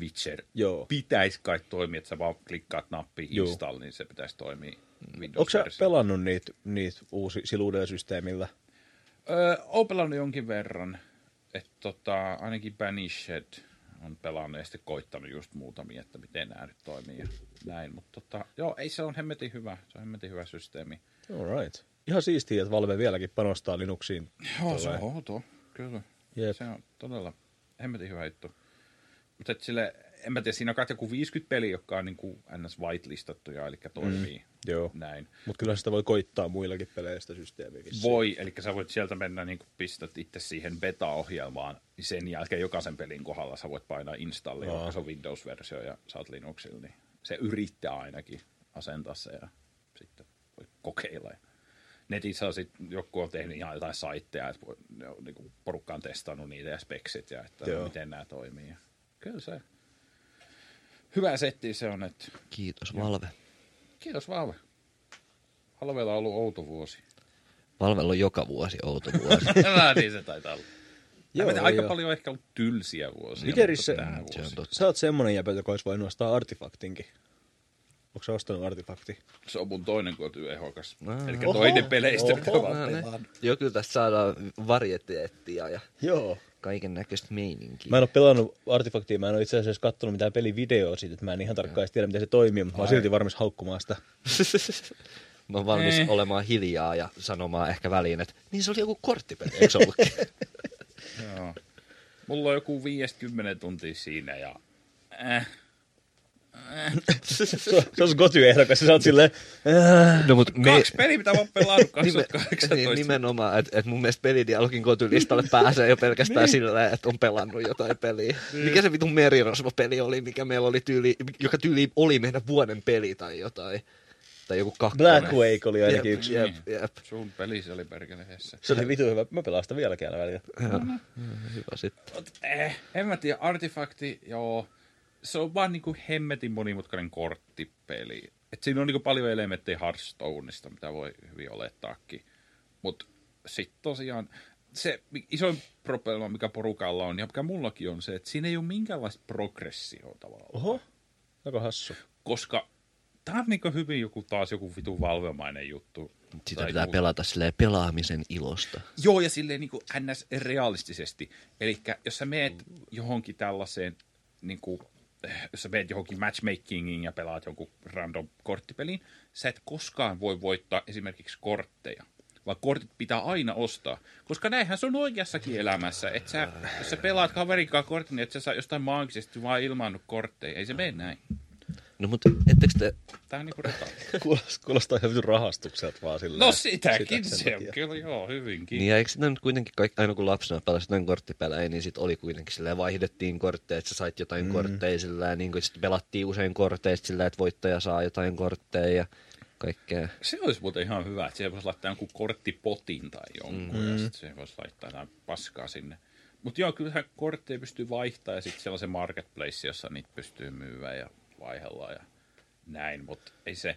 [SPEAKER 1] Witcher
[SPEAKER 3] Joo.
[SPEAKER 1] pitäisi kai toimia, että sä vaan klikkaat nappi
[SPEAKER 3] Joo.
[SPEAKER 1] install, niin se pitäisi toimia
[SPEAKER 3] Onko sä
[SPEAKER 1] Windows-versiossa.
[SPEAKER 3] pelannut niitä, niitä uusi, sillä uudella systeemillä?
[SPEAKER 1] Öö, oon pelannut jonkin verran. Et tota, ainakin Banished on pelannut ja sitten koittanut just muutamia, että miten nämä nyt toimii ja näin. Mutta tota, joo, ei se on hemmetin hyvä. Se on hemmetin hyvä systeemi.
[SPEAKER 3] All right. Ihan siistiä, että Valve vieläkin panostaa Linuxiin.
[SPEAKER 1] Joo, se
[SPEAKER 3] Tulee.
[SPEAKER 1] on outo. Kyllä.
[SPEAKER 3] Jep.
[SPEAKER 1] Se on todella hemmetin hyvä juttu. Mutta sille, en mä tiedä, siinä on kai joku 50 peli, jotka on niin kuin ns. whitelistattuja, eli toimii mm,
[SPEAKER 3] joo.
[SPEAKER 1] näin.
[SPEAKER 3] Mutta kyllähän sitä voi koittaa muillakin peleistä systeemiä vissiin.
[SPEAKER 1] Voi, eli sä voit sieltä mennä, niin kun pistät itse siihen beta-ohjelmaan, niin sen jälkeen jokaisen pelin kohdalla sä voit painaa installe,
[SPEAKER 3] Aa.
[SPEAKER 1] joka se on Windows-versio ja sä oot Linuxilla, niin se yrittää ainakin asentaa se ja sitten voi kokeilla. Ja Netissä on sit, joku on tehnyt ihan jotain saitteja, että voi, ne on, niin kuin porukka on testannut niitä ja speksit ja että
[SPEAKER 3] Joo.
[SPEAKER 1] miten nämä toimii. Ja Kyllä se hyvä setti se on, että
[SPEAKER 2] Kiitos Valve.
[SPEAKER 1] kiitos Valve. Valvella on ollut outo vuosi.
[SPEAKER 2] Valvella on joka vuosi outo vuosi.
[SPEAKER 1] Älä niin se taitaa olla. Joo,
[SPEAKER 3] Joo,
[SPEAKER 1] joo, aika
[SPEAKER 3] joo.
[SPEAKER 1] paljon on ehkä ollut tylsiä vuosia.
[SPEAKER 3] Miten
[SPEAKER 1] mutta
[SPEAKER 3] se-
[SPEAKER 1] tää
[SPEAKER 2] se on
[SPEAKER 1] vuosi.
[SPEAKER 2] totta.
[SPEAKER 3] Sä oot semmonen jäpä, joka olisi voinut ostaa artefaktinkin. Onko sä ostanut artefakti?
[SPEAKER 1] se on mun toinen kotyehokas.
[SPEAKER 2] Ah.
[SPEAKER 1] Eli toinen peleistä,
[SPEAKER 3] Oho.
[SPEAKER 1] mitä mä oon
[SPEAKER 2] No niin.
[SPEAKER 3] Pelaan.
[SPEAKER 2] Joo, kyllä tästä saadaan varjeteettia ja
[SPEAKER 3] Joo.
[SPEAKER 2] kaiken näköistä meininkiä.
[SPEAKER 3] Mä en ole pelannut artefaktia, mä en ole itse asiassa katsonut mitään pelivideoa siitä, että mä en ihan tarkkaan edes tiedä, miten se toimii, mutta mä oon silti varmis haukkumaan sitä.
[SPEAKER 2] Mä oon valmis
[SPEAKER 1] Ei.
[SPEAKER 2] olemaan hiljaa ja sanomaan ehkä väliin, että niin se oli joku korttipeli, eikö se ollutkin?
[SPEAKER 1] Joo. Mulla on joku 50 tuntia siinä ja... Äh.
[SPEAKER 3] Se on- se on sun kotyehdokas, ja sä oot silleen, "Äh,
[SPEAKER 2] no, mut me...
[SPEAKER 1] Kaksi peliä, mitä mä oon pelannut
[SPEAKER 2] Niin,
[SPEAKER 1] 2018.
[SPEAKER 2] nimenomaan, että et mun mielestä pelidialogin kotylistalle pääsee jo pelkästään niin. sillä, että on pelannut jotain peliä. Mikä se vitun merirosvo-peli oli, mikä meillä oli tyyli, joka tyyli oli meidän vuoden peli tai jotain. Tai joku kakkonen.
[SPEAKER 3] Black Wake oli ainakin
[SPEAKER 2] Jep,
[SPEAKER 3] yksi.
[SPEAKER 2] Jep, jep.
[SPEAKER 1] Sun peli se oli perkeleessä.
[SPEAKER 3] Se oli vitu hyvä. Mä pelaan sitä vieläkin aina välillä.
[SPEAKER 2] Niin. Hyvä sitten.
[SPEAKER 1] Eh, en mä tiedä, artifakti, joo. Se on vaan niinku hemmetin monimutkainen korttipeli. Et siinä on niinku paljon elementtejä Hearthstoneista, mitä voi hyvin olettaakin. Mut sit tosiaan, se mi- isoin probleema, mikä porukalla on, ja mikä mullakin on se, että siinä ei ole minkäänlaista progressiota tavallaan.
[SPEAKER 3] Oho. Aika hassu.
[SPEAKER 1] Koska tää on niinku hyvin joku taas joku vitu valvemainen juttu.
[SPEAKER 2] Sitä
[SPEAKER 1] Tai
[SPEAKER 2] pitää
[SPEAKER 1] joku-
[SPEAKER 2] pelata silleen pelaamisen ilosta.
[SPEAKER 1] Joo, ja silleen niin kuin ns. realistisesti. Eli jos sä meet johonkin tällaiseen, niin kuin, jos sä meet johonkin matchmakingiin ja pelaat jonkun random korttipeliin, sä et koskaan voi voittaa esimerkiksi kortteja. Vaan kortit pitää aina ostaa. Koska näinhän se on oikeassakin elämässä. Et sä, jos sä pelaat kaverin kanssa kortin, niin et sä saa jostain maagisesti vaan ilmaannut kortteja. Ei se mene näin.
[SPEAKER 2] No mutta ettekö te...
[SPEAKER 1] Tää on niinku reta.
[SPEAKER 3] Kuulostaa, kuulostaa ihan vitun rahastukselta vaan silleen.
[SPEAKER 1] No sitäkin
[SPEAKER 3] Sitä sen
[SPEAKER 1] se on.
[SPEAKER 3] takia.
[SPEAKER 1] Kyllä joo, hyvinkin.
[SPEAKER 2] Niin ja eikö sitä nyt kuitenkin, kaikki, aina kun lapsena pelasit noin korttipelejä, niin sit oli kuitenkin silleen vaihdettiin kortteja, että sä sait jotain mm. kortteja sillä niin kuin sit pelattiin usein korteista sillä, että voittaja saa jotain kortteja ja kaikkea.
[SPEAKER 1] Se olisi muuten ihan hyvä, että siihen voisi laittaa jonkun korttipotin tai jonkun, mm. ja sitten siihen voisi laittaa jotain paskaa sinne. Mutta joo, kyllähän kortteja pystyy vaihtamaan, ja sitten siellä on se marketplace, jossa niitä pystyy myyä ja vaihdellaan ja näin, mutta ei se...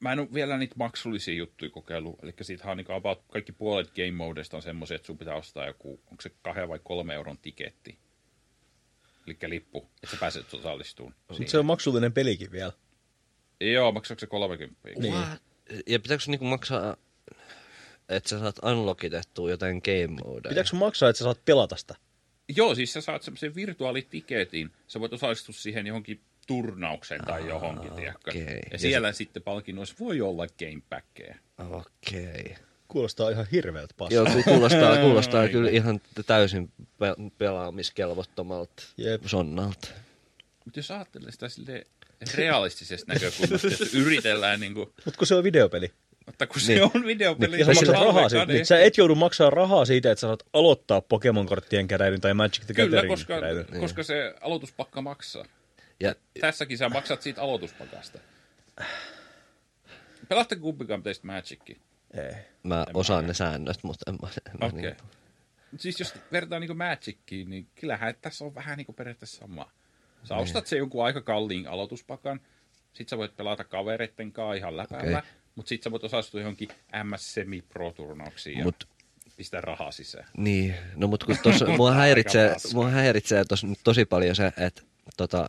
[SPEAKER 1] Mä en ole vielä niitä maksullisia juttuja kokeillut, eli siitähän on niin about kaikki puolet game modesta on semmoisia, että sun pitää ostaa joku, onko se kahden vai kolme euron tiketti, eli lippu, että sä pääset osallistumaan.
[SPEAKER 2] Niin.
[SPEAKER 3] Mut Se on maksullinen pelikin vielä.
[SPEAKER 1] Joo, maksaako se 30?
[SPEAKER 3] Niin.
[SPEAKER 2] What? Ja pitääkö sun niinku maksaa, että sä saat unlockitettua jotain game modea?
[SPEAKER 3] Pitääkö sun maksaa, että sä saat pelata sitä?
[SPEAKER 1] Joo, siis sä saat semmoisen virtuaalitiketin. Sä voit osallistua siihen johonkin turnaukseen tai johonkin, tiedätkö?
[SPEAKER 2] okei.
[SPEAKER 1] Ja
[SPEAKER 2] Ja
[SPEAKER 1] siellä sitten palkinnoissa voi olla gamebackeja.
[SPEAKER 2] Okei. Okay.
[SPEAKER 3] Kuulostaa ihan hirveältä
[SPEAKER 2] Joo,
[SPEAKER 3] paskaa.
[SPEAKER 2] ku- kuulostaa, kuulostaa kyllä ihan täysin pe- pelaamiskelvottomalta
[SPEAKER 3] Jep.
[SPEAKER 2] sonnalta.
[SPEAKER 1] Mutta jos ajattelee sitä sille realistisesta näkökulmasta, että yritellään niin kuin,
[SPEAKER 3] Mut kun se on videopeli.
[SPEAKER 1] mutta kun se
[SPEAKER 2] Niin.
[SPEAKER 1] on videopeli,
[SPEAKER 3] Ja
[SPEAKER 1] se
[SPEAKER 3] sä maksat
[SPEAKER 1] on
[SPEAKER 3] rahaa siitä.
[SPEAKER 1] halvekade.
[SPEAKER 3] Niin. Sä et joudu maksaa rahaa siitä, että sä saat aloittaa Pokemon-korttien keräilyn tai Magic the
[SPEAKER 1] Kyllä,
[SPEAKER 3] Gatheringin
[SPEAKER 1] koska,
[SPEAKER 3] keräilyn.
[SPEAKER 1] koska se aloituspakka maksaa.
[SPEAKER 2] Ja
[SPEAKER 1] Tässäkin sä maksat siitä aloituspakasta. Pelaatte kumpikaan teistä Magicia?
[SPEAKER 3] Ei.
[SPEAKER 2] Mä osaan ne säännöt, mutta en mä... en mä niinku-
[SPEAKER 1] Okei. Niin. Siis jos vertaa niinku Magickiin, niin kyllähän tässä on vähän niinku periaatteessa sama. Sä
[SPEAKER 2] Niin.
[SPEAKER 1] ostat sen jonkun aika kalliin aloituspakan, sit sä voit pelata kavereitten kanssa ihan läpällä, okay.
[SPEAKER 2] Okei.
[SPEAKER 1] mutta sit sä voit osallistua johonkin MS Semi Pro-turnauksiin ja
[SPEAKER 2] Mut-
[SPEAKER 1] pistää rahaa sisään.
[SPEAKER 2] Niin, no mut kun tos, mua häiritsee,
[SPEAKER 1] paska.
[SPEAKER 2] mua häiritsee tos, nyt tosi paljon se, että tota,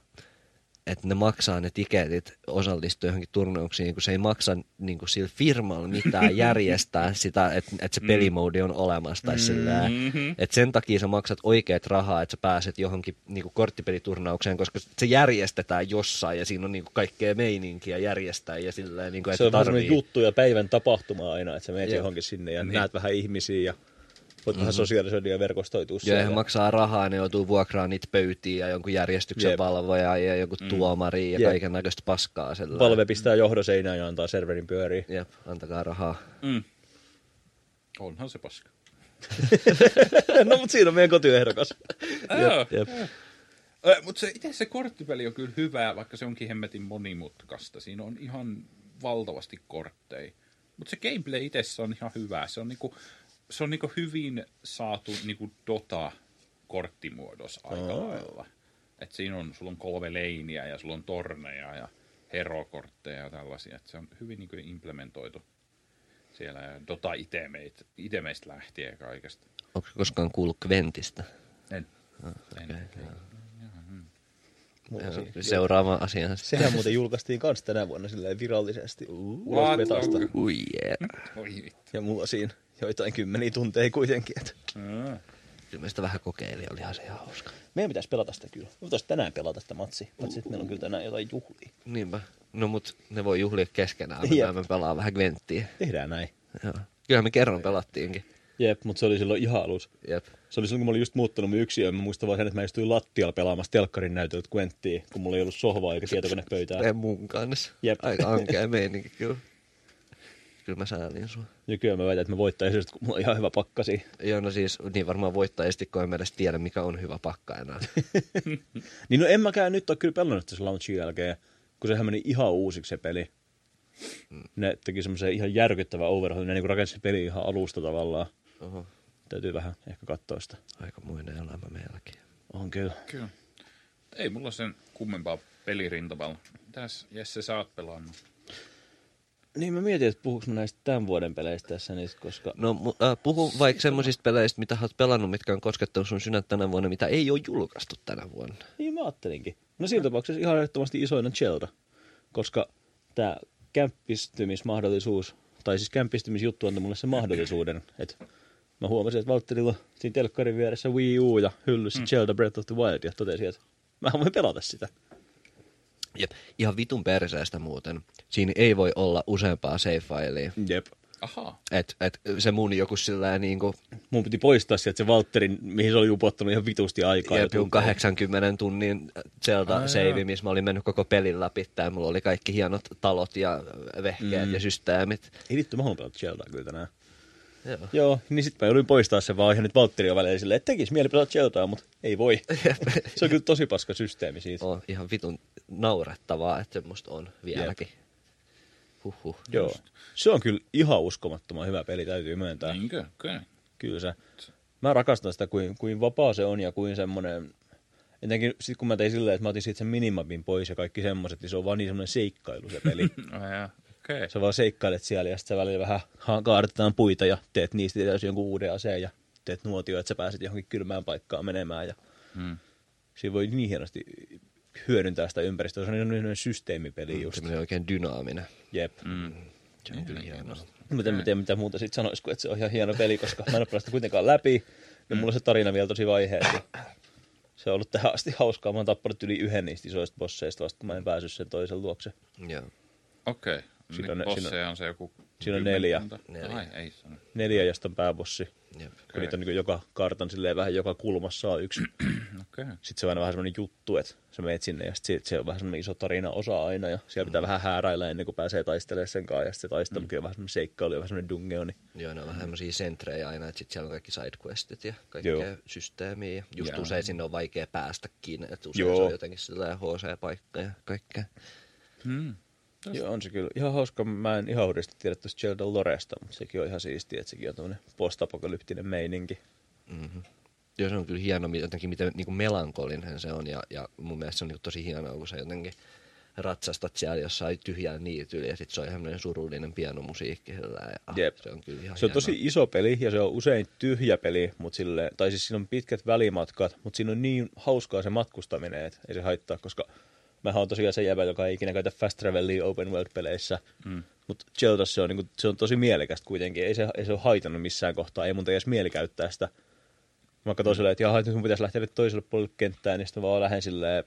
[SPEAKER 2] et ne maksaa ne tiketit osallistua johonkin turnauksiin, kun se ei maksa niin kuin sillä firmalla mitään järjestää sitä, että et se pelimoodi on olemassa tai sillä, et sen takia sä maksat oikeat rahaa, että sä pääset johonkin niin kuin korttipeliturnaukseen, koska se järjestetään jossain ja siinä on niin kuin kaikkea meininkiä järjestää ja sillä niin kuin,
[SPEAKER 3] se
[SPEAKER 2] että
[SPEAKER 3] on vähän semmoinen
[SPEAKER 2] tarvii.
[SPEAKER 3] juttu ja päivän tapahtuma aina, että sä menet
[SPEAKER 2] Jep.
[SPEAKER 3] johonkin sinne ja niin. näet vähän ihmisiä ja voit vähän sosiaalisoida ja verkostoitua
[SPEAKER 2] Mhm. Joo, ja
[SPEAKER 3] siellä.
[SPEAKER 2] he maksaa rahaa, ne joutuu vuokraamaan niitä pöytiä ja jonkun järjestyksen
[SPEAKER 3] Jep.
[SPEAKER 2] valvojaa ja jonkun mm. tuomari ja
[SPEAKER 3] Jep.
[SPEAKER 2] kaiken näköistä paskaa. Sellainen.
[SPEAKER 3] Palve pistää johdon seinään ja antaa serverin pyöriä.
[SPEAKER 2] Jep, antakaa rahaa.
[SPEAKER 1] Mm. Onhan se paska.
[SPEAKER 3] no, mutta siinä on meidän kotiehdokas.
[SPEAKER 1] Jep,
[SPEAKER 2] jep.
[SPEAKER 1] Mutta se, itse se korttipeli on kyllä hyvää, vaikka se onkin hemmetin monimutkaista. Siinä on ihan valtavasti kortteja. Mutta se gameplay itsessä on ihan hyvää. Se on, niinku, se on niinku hyvin saatu niinku Dota-korttimuodossa aika
[SPEAKER 3] Aa.
[SPEAKER 1] lailla. Et siinä on, sulla on kolme leiniä ja sulla on torneja ja herokortteja ja tällaisia. Et se on hyvin niinku implementoitu siellä ja Dota-itemeistä lähtien ja kaikesta.
[SPEAKER 2] Onko koskaan kuullut Kventistä?
[SPEAKER 1] En.
[SPEAKER 2] okei,
[SPEAKER 1] en.
[SPEAKER 3] Mulla on siinä.
[SPEAKER 2] Seuraava asia.
[SPEAKER 3] Sehän muuten julkaistiin kans tänä vuonna silleen virallisesti ulos
[SPEAKER 1] What?
[SPEAKER 3] metasta.
[SPEAKER 2] Ui yeah.
[SPEAKER 1] Oi vittu.
[SPEAKER 3] Ja mulla on siinä joitain kymmeniä tunteja kuitenkin. Että
[SPEAKER 1] Aa.
[SPEAKER 2] Kyllä mä sitä vähän kokeilin, olihan se ihan hauska.
[SPEAKER 3] meidän pitäisi pelata sitä kyllä. Me voitaisiin tänään pelata sitä matsi. Paitsi, että meillä on kyllä tänään jotain juhlia.
[SPEAKER 2] Niinpä. No mut ne voi juhlia keskenään,
[SPEAKER 3] Jep.
[SPEAKER 2] mutta me pelaan vähän Kventtiä.
[SPEAKER 3] Tehdään näin.
[SPEAKER 2] Joo. Kyllähän me kerran pelattiinkin.
[SPEAKER 3] Jep, mutta se oli silloin ihan alus.
[SPEAKER 2] Jep.
[SPEAKER 3] Se oli silloin, kun mä olin just muuttanut mun yksiöön. Mä muistan vaan sen, että mä istuin lattialla pelaamassa telkkarin näytöltä Quenttiä, kun mulla ei ollut sohvaa eikä tietokonepöytää.
[SPEAKER 2] Ei mun kanssa.
[SPEAKER 3] Jep.
[SPEAKER 2] Aika ankea meininki kyllä. Kyllä mä säälin sua.
[SPEAKER 3] Nykyään mä väitän, että mä voittaisin, just, kun mulla on ihan hyvä pakkasi.
[SPEAKER 2] Joo, no siis niin varmaan voittajasti, kun en mä edes tiedä, mikä on hyvä pakka enää.
[SPEAKER 3] Niin no en mäkään nyt ole kyllä pelannut tässä launchin jälkeen, kun sehän meni ihan uusiksi se peli. Ne teki semmoisen ihan järkyttävän overhaulin, ne niin rakensi se peli ihan alusta tavallaan.
[SPEAKER 2] Oho,
[SPEAKER 3] Täytyy vähän ehkä katsoa sitä.
[SPEAKER 2] aikamoinen elämä meilläkin.
[SPEAKER 3] On kyllä.
[SPEAKER 1] Kyllä. Ei mulla sen kummempaa pelirintamalla. Mitäs Jesse sä oot pelannut?
[SPEAKER 3] Niin mä mietin, että puhuks mä näistä tämän vuoden peleistä tässä nyt, koska...
[SPEAKER 2] No mu- äh, puhu vaikka semmoisista peleistä, mitä oot pelannut, mitkä on koskettanut sun sydäntä tänä vuonna, mitä ei ole julkaistu tänä vuonna.
[SPEAKER 3] Niin mä ajattelinkin. No siinä tapauksessa ihan ehdottomasti isoinen Zelda, koska tämä kämppistymismahdollisuus, tai siis kämppistymisjuttu antoi mulle sen mahdollisuuden, että mä huomasin, että Valtterilla on siinä telkkarin vieressä Wii U ja hyllyssä mm. Zelda Breath of the Wild, ja totesin, että mä voin pelata sitä.
[SPEAKER 2] Jep. Ihan vitun perseestä muuten. Siinä ei voi olla useampaa save-filea.
[SPEAKER 3] Jep.
[SPEAKER 1] Ahaa.
[SPEAKER 2] Et, et se mun joku sillä niinku,
[SPEAKER 3] Mun piti poistaa sieltä se Valtterin, mihin se oli upottanut ihan vitusti aikaa.
[SPEAKER 2] jep, joku
[SPEAKER 3] tunteja.
[SPEAKER 2] 80 tunnin Zelda save, missä mä olin mennyt koko pelin läpi. Tää mulla oli kaikki hienot talot ja vehkeet mm. ja systeemit.
[SPEAKER 3] Ei vittu, mä haluan pelata Zeldaa kyllä tänään.
[SPEAKER 2] Joo.
[SPEAKER 3] Joo, niin sit mä joudun poistaa sen vaan ihan nyt Valtteri on välillä silleen, että tekis mieli pelata Zeldaa, mutta ei voi. se on kyllä tosi paska systeemi siitä.
[SPEAKER 2] on ihan vitun naurettavaa, että semmoista on vieläkin. Huhhuh.
[SPEAKER 3] Joo. Se on kyllä ihan uskomattoman hyvä peli, täytyy myöntää. Niin.
[SPEAKER 1] Niinkö? Kyllä.
[SPEAKER 3] Kyllä se. Mä rakastan sitä, kuin, kuin vapaa se on ja kuin semmoinen... Etenkin sit kun mä tein silleen, että mä otin siitä sen minimapin pois ja kaikki semmoiset, niin se on vaan niin semmoinen seikkailu se peli.
[SPEAKER 1] Aja, No Okei. Okay.
[SPEAKER 3] sä vaan seikkailet siellä ja sitten sä välillä vähän ha- kaadetaan puita ja teet niistä täysin jonkun uuden aseen ja teet nuotio, että sä pääset johonkin kylmään paikkaan menemään. Ja
[SPEAKER 1] Hmm.
[SPEAKER 3] siinä voi niin hienosti hyödyntää sitä ympäristöä. Se on niin semmoinen systeemipeli just. Niin,
[SPEAKER 2] Semmoinen oikein dynaaminen.
[SPEAKER 3] Jep.
[SPEAKER 1] Mm.
[SPEAKER 2] Se on kyllä hienoa.
[SPEAKER 3] Mutta en mä tiedä, mitä muuta sitten sanoisi, kun että se on ihan hieno peli, koska mä en ole päästä kuitenkaan läpi. Ja mulla on se tarina vielä tosi vaiheessa. Se on ollut tähän asti hauskaa. Mä oon tappanut yli yhden niistä isoista bosseista vasta, kun mä en päässyt sen toisen luokse.
[SPEAKER 2] Joo.
[SPEAKER 1] Okei.
[SPEAKER 3] Siinä
[SPEAKER 1] Okay.
[SPEAKER 3] on ne-
[SPEAKER 1] Niin
[SPEAKER 3] siinä
[SPEAKER 1] bosseja on se joku...
[SPEAKER 3] siinä on neljä.
[SPEAKER 1] kymmenkunta.
[SPEAKER 2] Neljä.
[SPEAKER 1] Ai, ei sano.
[SPEAKER 3] Neljä, josta on pääbossi.
[SPEAKER 2] Jep.
[SPEAKER 3] Kun niitä on niin joka kartan silleen vähän joka kulmassa on yksi.
[SPEAKER 1] Okei. Okay.
[SPEAKER 3] Sitten se on aina vähän semmoinen juttu, että sä meet sinne ja sitten se on vähän semmoinen iso tarina osa aina. Ja siellä pitää vähän hääräillä ennen kuin pääsee taistelemaan sen kanssa. Ja sit se taistelukin on vähän semmoinen seikkailu ja vähän semmoinen dungeoni.
[SPEAKER 2] Joo, ne on
[SPEAKER 3] Mm.
[SPEAKER 2] vähän semmoisia sentrejä aina, että sit siellä on kaikki sidequestit ja kaikkea
[SPEAKER 3] Joo.
[SPEAKER 2] systeemiä. Ja just
[SPEAKER 1] Joo.
[SPEAKER 2] usein sinne on vaikea päästäkin, että usein
[SPEAKER 3] Joo.
[SPEAKER 2] Joo. se on jotenkin sillä HC-paikka ja kaikkea.
[SPEAKER 1] Hmm.
[SPEAKER 3] Joo, on No se kyllä. Ihan hauska, mä en ihan uudesti tiedä tuosta Sheldon Loresta, mutta sekin on ihan siistiä, että sekin on tämmöinen postapokalyptinen meininki.
[SPEAKER 2] Joo, se on kyllä hieno, mi- jotenkin miten niin kuin melankolinen se on, ja, ja mun mielestä se on niin tosi hienoa, kun sä jotenkin ratsastat siellä jossain tyhjään niityllä, ja sitten se on ihan semmoinen surullinen pianomusiikki sillä, ja ah,
[SPEAKER 3] Jep.
[SPEAKER 2] se on kyllä ihan
[SPEAKER 3] Se on
[SPEAKER 2] hienoa.
[SPEAKER 3] tosi iso peli ja se on usein tyhjä peli, mutta sille, tai siis siinä on pitkät välimatkat, mutta siinä on niin hauskaa se matkustaminen, että ei se haittaa, koska mä oon tosiaan se jäbä, joka ei ikinä käytä fast travelia open world-peleissä, mm. mutta Zelda se on, niin kuin, se on tosi mielekästä kuitenkin, ei se, ei se ole haitannut missään kohtaa, ei mun edes mieli käyttää sitä. Mä katsoin silleen, että jaha, nyt mun pitäisi lähteä nyt toiselle puolelle kenttää, niin sitten mä vaan lähden silleen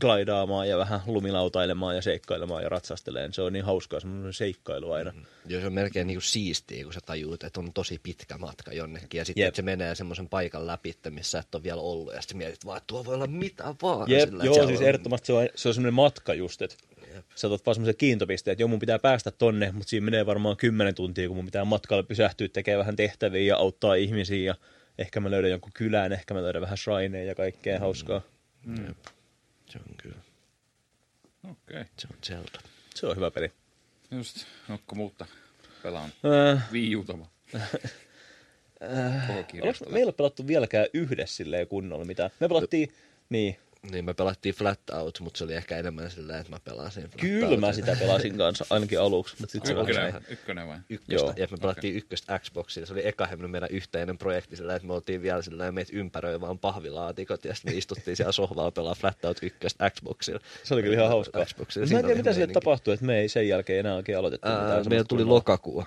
[SPEAKER 3] glaidaamaan ja vähän lumilautailemaan ja seikkailemaan ja ratsasteleen. Se on niin hauskaa, semmoinen seikkailu aina. Mm.
[SPEAKER 2] Joo, se on melkein niin kuin siistiä, kun sä tajuut, että on tosi pitkä matka jonnekin, ja sitten
[SPEAKER 3] Jep.
[SPEAKER 2] että se menee semmoisen paikan läpi, missä et ole vielä ollut, ja sitten mietit vaan, että tuo voi olla mitä vaan.
[SPEAKER 3] Jep,
[SPEAKER 2] sillä, että
[SPEAKER 3] joo,
[SPEAKER 2] siellä
[SPEAKER 3] siis
[SPEAKER 2] on-
[SPEAKER 3] ehdottomasti se on, se on semmoinen matka just, että sä otat vaan semmoisen kiintopisteen, että joo, mun pitää päästä tonne, mutta siinä menee varmaan 10 tuntia, kun mun pitää matkalla pysähtyä, tekee vähän tehtäviä ja auttaa ihmisiä ja ehkä mä löydän jonkun kylän, ehkä mä löydän vähän shrineja ja kaikkea mm. hauskaa.
[SPEAKER 2] Se on kyllä,
[SPEAKER 1] Okei, okay.
[SPEAKER 2] se on Zelda.
[SPEAKER 3] Se on hyvä peli.
[SPEAKER 1] just. Onko muuta? Pelaan
[SPEAKER 3] Öö,
[SPEAKER 1] viiutama.
[SPEAKER 3] Äh.
[SPEAKER 1] Koko
[SPEAKER 3] Onko
[SPEAKER 1] kirjastolla.
[SPEAKER 3] meillä pelattu vieläkään yhdessä silleen kunnolla mitään? Me pelattiin, niin,
[SPEAKER 2] Niin me pelattiin Flat Out, mutta se oli ehkä enemmän sillä, että mä pelasin Flat
[SPEAKER 3] kyllä
[SPEAKER 2] Outin.
[SPEAKER 3] mä sitä pelasin kanssa ainakin aluksi, mutta sitten se vähän jäi.
[SPEAKER 1] Ykkönen, ykkönen vai?
[SPEAKER 2] ykköstä,
[SPEAKER 3] Joo.
[SPEAKER 2] ja me pelattiin ykköstä Xboxilla. Se oli eka hemminen meidän yhteinen projekti sillä, että me oltiin vielä sillä, että meitä ympäröi vaan pahvilaatikot, ja sitten me istuttiin siellä sohvalla pelaa Flat Out ykköstä Xboxilla.
[SPEAKER 3] Se oli kyllä ihan hauskaa.
[SPEAKER 2] Xboxilla.
[SPEAKER 3] Mä
[SPEAKER 2] Siinä
[SPEAKER 3] en
[SPEAKER 2] oli
[SPEAKER 3] tiedä, mitä sille
[SPEAKER 2] meininki.
[SPEAKER 3] tapahtui, että me ei sen jälkeen enää oikein aloitettu. mitään
[SPEAKER 2] Ää, meillä
[SPEAKER 3] semmoista
[SPEAKER 2] tuli
[SPEAKER 3] kunnolla.
[SPEAKER 2] lokakuu.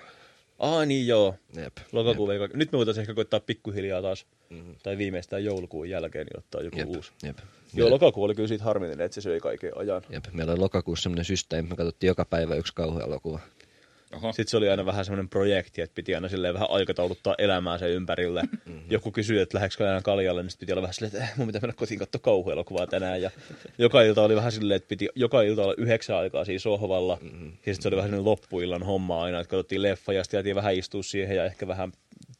[SPEAKER 3] Aa, niin joo.
[SPEAKER 2] Jep.
[SPEAKER 3] Lokakuu vai Nyt me voitaisiin ehkä koittaa pikkuhiljaa taas, mm-hmm. tai viimeistään joulukuun jälkeen, niin ottaa joku
[SPEAKER 2] Jep.
[SPEAKER 3] uusi.
[SPEAKER 2] Jep.
[SPEAKER 3] Joo, lokakuu oli kyllä siitä harmillinen, että se söi kaiken ajan.
[SPEAKER 2] Jep. Meillä oli lokakuussa semmoinen systeemi, me katsottiin joka päivä yksi kauhuelokuva.
[SPEAKER 1] Oho,
[SPEAKER 3] Sitten se oli aina vähän semmoinen projekti, että piti aina silleen vähän aikatauluttaa elämää sen ympärille.
[SPEAKER 2] Mhm.
[SPEAKER 3] Joku kysyi, että lähdekö aina kaljalle, niin sitten piti olla vähän silleen, että eh, mun pitää mennä kotiin katsoa kauhuelokuvaa tänään. Ja joka ilta oli vähän silleen, että piti joka ilta olla yhdeksän aikaa siinä sohvalla.
[SPEAKER 2] Mhm.
[SPEAKER 3] Mm-hmm. Ja sitten se oli vähän semmoinen loppuillan homma aina, että katsottiin leffa ja sitten jäätiin vähän istua siihen ja ehkä vähän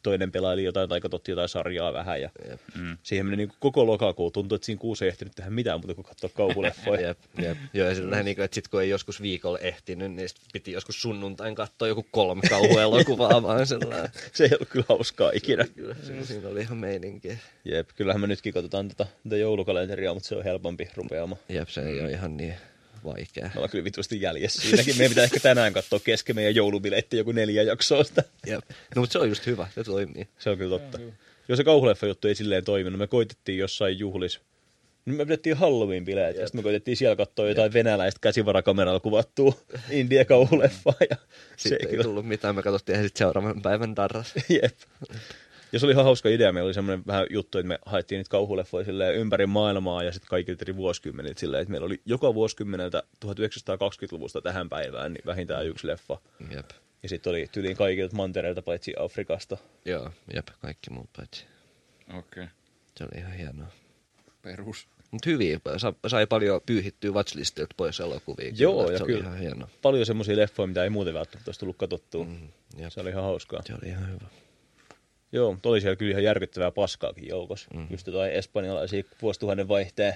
[SPEAKER 3] toinen pelaili jotain tai katsottiin jotain sarjaa vähän. Ja
[SPEAKER 2] Jep.
[SPEAKER 3] mm. Siihen meni niin koko lokakuu. Tuntui, että siinä kuusi ei ehtinyt tehdä mitään muuta kuin katsoa kauhuleffoja.
[SPEAKER 2] Jep, jep. Joo, ja sillä niin kuin, että sit kun ei joskus viikolla ehtinyt, niin sit piti joskus sunnuntain katsoa joku kolme kauhuelokuvaa vaan sellainen.
[SPEAKER 3] se ei ollut kyllä hauskaa ikinä.
[SPEAKER 2] Kyllä, se- siinä oli ihan meininkiä.
[SPEAKER 3] Jep, kyllähän me nytkin katsotaan tätä, tätä joulukalenteria, mutta se on helpompi rupeamaan.
[SPEAKER 2] Jep, se ei ole ihan niin vaikea.
[SPEAKER 3] Me ollaan kyllä vitusti jäljessä siinäkin. Meidän pitää ehkä tänään katsoa kesken meidän joulubiletti joku neljä jaksoa sitä.
[SPEAKER 2] Jep. No, mutta se on just hyvä, se toimii.
[SPEAKER 3] Se on kyllä totta. Jos se kauhuleffa juttu ei silleen toiminut, me koitettiin jossain juhlis. Niin me pidettiin Halloween-bileet ja sitten me koitettiin siellä katsoa jotain venäläistä käsivarakameralla kuvattua India kauhuleffaa. Ja se
[SPEAKER 2] Sitten ei
[SPEAKER 3] kyllä,
[SPEAKER 2] tullut mitään, me katsottiin sitten seuraavan päivän tarras.
[SPEAKER 3] jep. Ja se oli ihan hauska idea. Meillä oli semmoinen vähän juttu, että me haettiin niitä kauhuleffoja silleen ympäri maailmaa ja sitten kaikilta eri vuosikymmeniltä silleen, että meillä oli joka vuosikymmeneltä 1920-luvusta tähän päivään niin vähintään yksi leffa.
[SPEAKER 2] Jep.
[SPEAKER 3] Ja sitten oli tyyliin kaikilta mantereilta paitsi Afrikasta.
[SPEAKER 2] Joo, jep, kaikki muut paitsi.
[SPEAKER 1] okei. Okay.
[SPEAKER 2] Se oli ihan hienoa.
[SPEAKER 1] Perus.
[SPEAKER 2] Mutta hyviä, sa- sai paljon pyyhittyä watchlistilta pois elokuvia.
[SPEAKER 3] Joo,
[SPEAKER 2] että
[SPEAKER 3] ja
[SPEAKER 2] se
[SPEAKER 3] kyllä.
[SPEAKER 2] Oli ihan hienoa.
[SPEAKER 3] Paljon semmoisia leffoja, mitä ei muuten välttämättä olisi tullut katsottua. Mm,
[SPEAKER 2] jep.
[SPEAKER 3] se oli ihan hauskaa.
[SPEAKER 2] Se oli ihan hyvä.
[SPEAKER 3] Joo, mutta oli siellä kyllä ihan järkyttävää paskaakin joukossa. Mm. Just jotain espanjalaisia vuosituhannen vaihteen.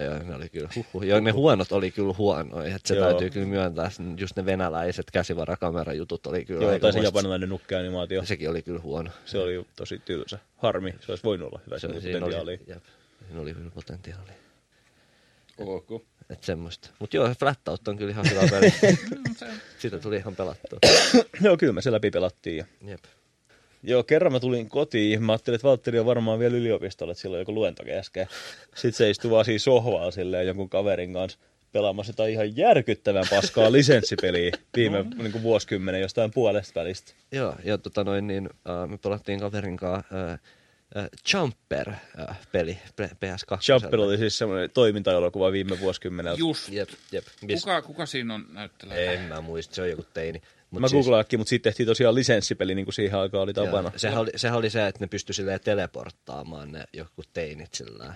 [SPEAKER 2] Joo, ne oli kyllä, huhhuh. Joo, ne huonot oli kyllä huonoja, että se
[SPEAKER 3] Joo.
[SPEAKER 2] täytyy kyllä myöntää. Just ne venäläiset käsivarakamerajutut oli kyllä
[SPEAKER 3] Joo, tai se
[SPEAKER 2] aikamoista.
[SPEAKER 3] japanilainen nukkeanimaatio. Se,
[SPEAKER 2] Sekin oli kyllä huono.
[SPEAKER 3] se oli tosi tylsä. Harmi, se olisi voinut olla hyvä. Se, oli
[SPEAKER 2] siinä
[SPEAKER 3] potentiaalia.
[SPEAKER 2] oli, jep, siinä oli kyllä potentiaalia.
[SPEAKER 1] Ok.
[SPEAKER 2] Et semmoista. Mut joo, Flat Out on kyllä ihan hyvä peli. Sitä tuli ihan pelattua.
[SPEAKER 3] Joo, kyllä me se läpi pelattiin. ja-
[SPEAKER 2] Jep.
[SPEAKER 3] Joo, kerran mä tulin kotiin. Mä ajattelin, että Valtteri on varmaan vielä yliopistolla, että sillä on joku luento kesken. Sitten se istui vaan siinä sohvalla silleen jonkun kaverin kanssa pelaamassa jotain ihan järkyttävän paskaa lisenssipeliä viime no. niin kuin vuosikymmenen jostain puolesta välistä.
[SPEAKER 2] Joo, ja tota noin, niin äh, me pelattiin kaverin kanssa äh, äh, Jumper-peli PS2.
[SPEAKER 3] Jumper oli siis semmoinen toimintaelokuva viime vuosikymmeneltä.
[SPEAKER 1] Just.
[SPEAKER 2] Jep, jep. Miss-
[SPEAKER 1] Kuka, kuka siinä on näyttelee?
[SPEAKER 2] En mä muista, se on joku teini. Mut siis-
[SPEAKER 3] Mä googlaakin, mutta siitä tehtiin tosiaan lisenssipeli, niin kuin siihen aikaan oli tapana.
[SPEAKER 2] Joo, sehän, oli, sehän oli se, että ne pystyi silleen teleporttaamaan ne joku teinit sillä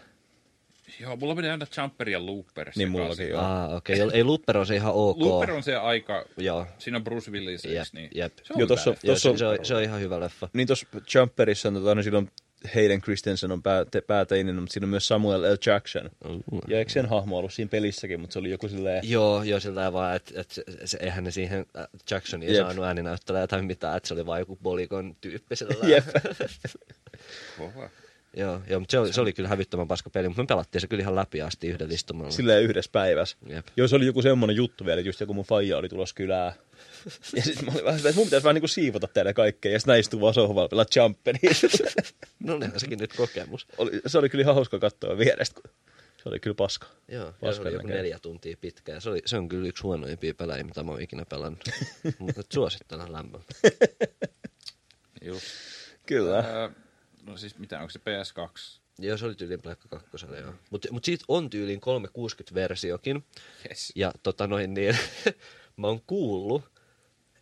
[SPEAKER 1] Joo, mulla menee aina Jumper ja Looper.
[SPEAKER 3] Niin
[SPEAKER 1] sekaisin.
[SPEAKER 3] mullakin joo.
[SPEAKER 2] Ah, okei. Okay. Ei, Looper on se ihan ok.
[SPEAKER 1] Looper on se aika,
[SPEAKER 2] Joo.
[SPEAKER 1] siinä on Bruce Willis,
[SPEAKER 2] Jep,
[SPEAKER 1] eiks niin?
[SPEAKER 2] jep.
[SPEAKER 1] Se on
[SPEAKER 3] Joo,
[SPEAKER 1] hyvä
[SPEAKER 3] tossa-
[SPEAKER 1] leffa.
[SPEAKER 2] Joo,
[SPEAKER 3] Tossa
[SPEAKER 2] se,
[SPEAKER 3] on-
[SPEAKER 2] se, on, se on ihan hyvä leffa.
[SPEAKER 3] Niin tuossa Jumperissa on tota, niin silloin Hayden Christensen on pää, te, pääteinen, mutta siinä on myös Samuel L. Jackson.
[SPEAKER 2] Oh,
[SPEAKER 3] Ja eikö sen hahmo ollut siinä pelissäkin, mutta se oli joku silleen...
[SPEAKER 2] Joo, joo, sillä vaan, että et, se, se, eihän ne siihen äh, Jacksoniin
[SPEAKER 3] Jep.
[SPEAKER 2] saanut ääninäyttelijää tai mitään, että se oli vaan joku bolikon tyyppi sillä
[SPEAKER 3] Jep.
[SPEAKER 1] Kova.
[SPEAKER 2] Joo, joo, mutta se oli, se oli kyllä hävittömän paska peli, mutta me pelattiin se kyllä ihan läpi asti yhdellä istumalla.
[SPEAKER 3] Silleen yhdessä päivässä.
[SPEAKER 2] Jep.
[SPEAKER 3] Joo, se oli joku semmoinen juttu vielä, että just joku mun faija oli tulossa kylää. Ja sitten mä olin vähän sitä, että mun pitäisi vähän niin kuin siivota täällä kaikkea. Ja sitten istuu vaan sohvalla pelaa jumpenia.
[SPEAKER 2] No ne on sekin nyt kokemus.
[SPEAKER 3] Oli- se oli kyllä ihan hauska katsoa vierestä. kun Se oli kyllä paska.
[SPEAKER 2] Joo, ja se
[SPEAKER 3] Paskan
[SPEAKER 2] oli joku
[SPEAKER 3] näköinen.
[SPEAKER 2] neljä tuntia pitkä. ja Se, oli, se on kyllä yksi huonoimpia pelejä, mitä mä oon ikinä pelannut. mutta suosittelen lämmöllä.
[SPEAKER 1] Just.
[SPEAKER 3] Kyllä.
[SPEAKER 1] Ää, no siis mitä, onko se PS2?
[SPEAKER 2] Joo, se oli tyyliin Black 2, joo. Mutta mut siitä on tyyliin 360-versiokin.
[SPEAKER 1] Yes.
[SPEAKER 2] Ja tota noin niin, mä oon kuullut,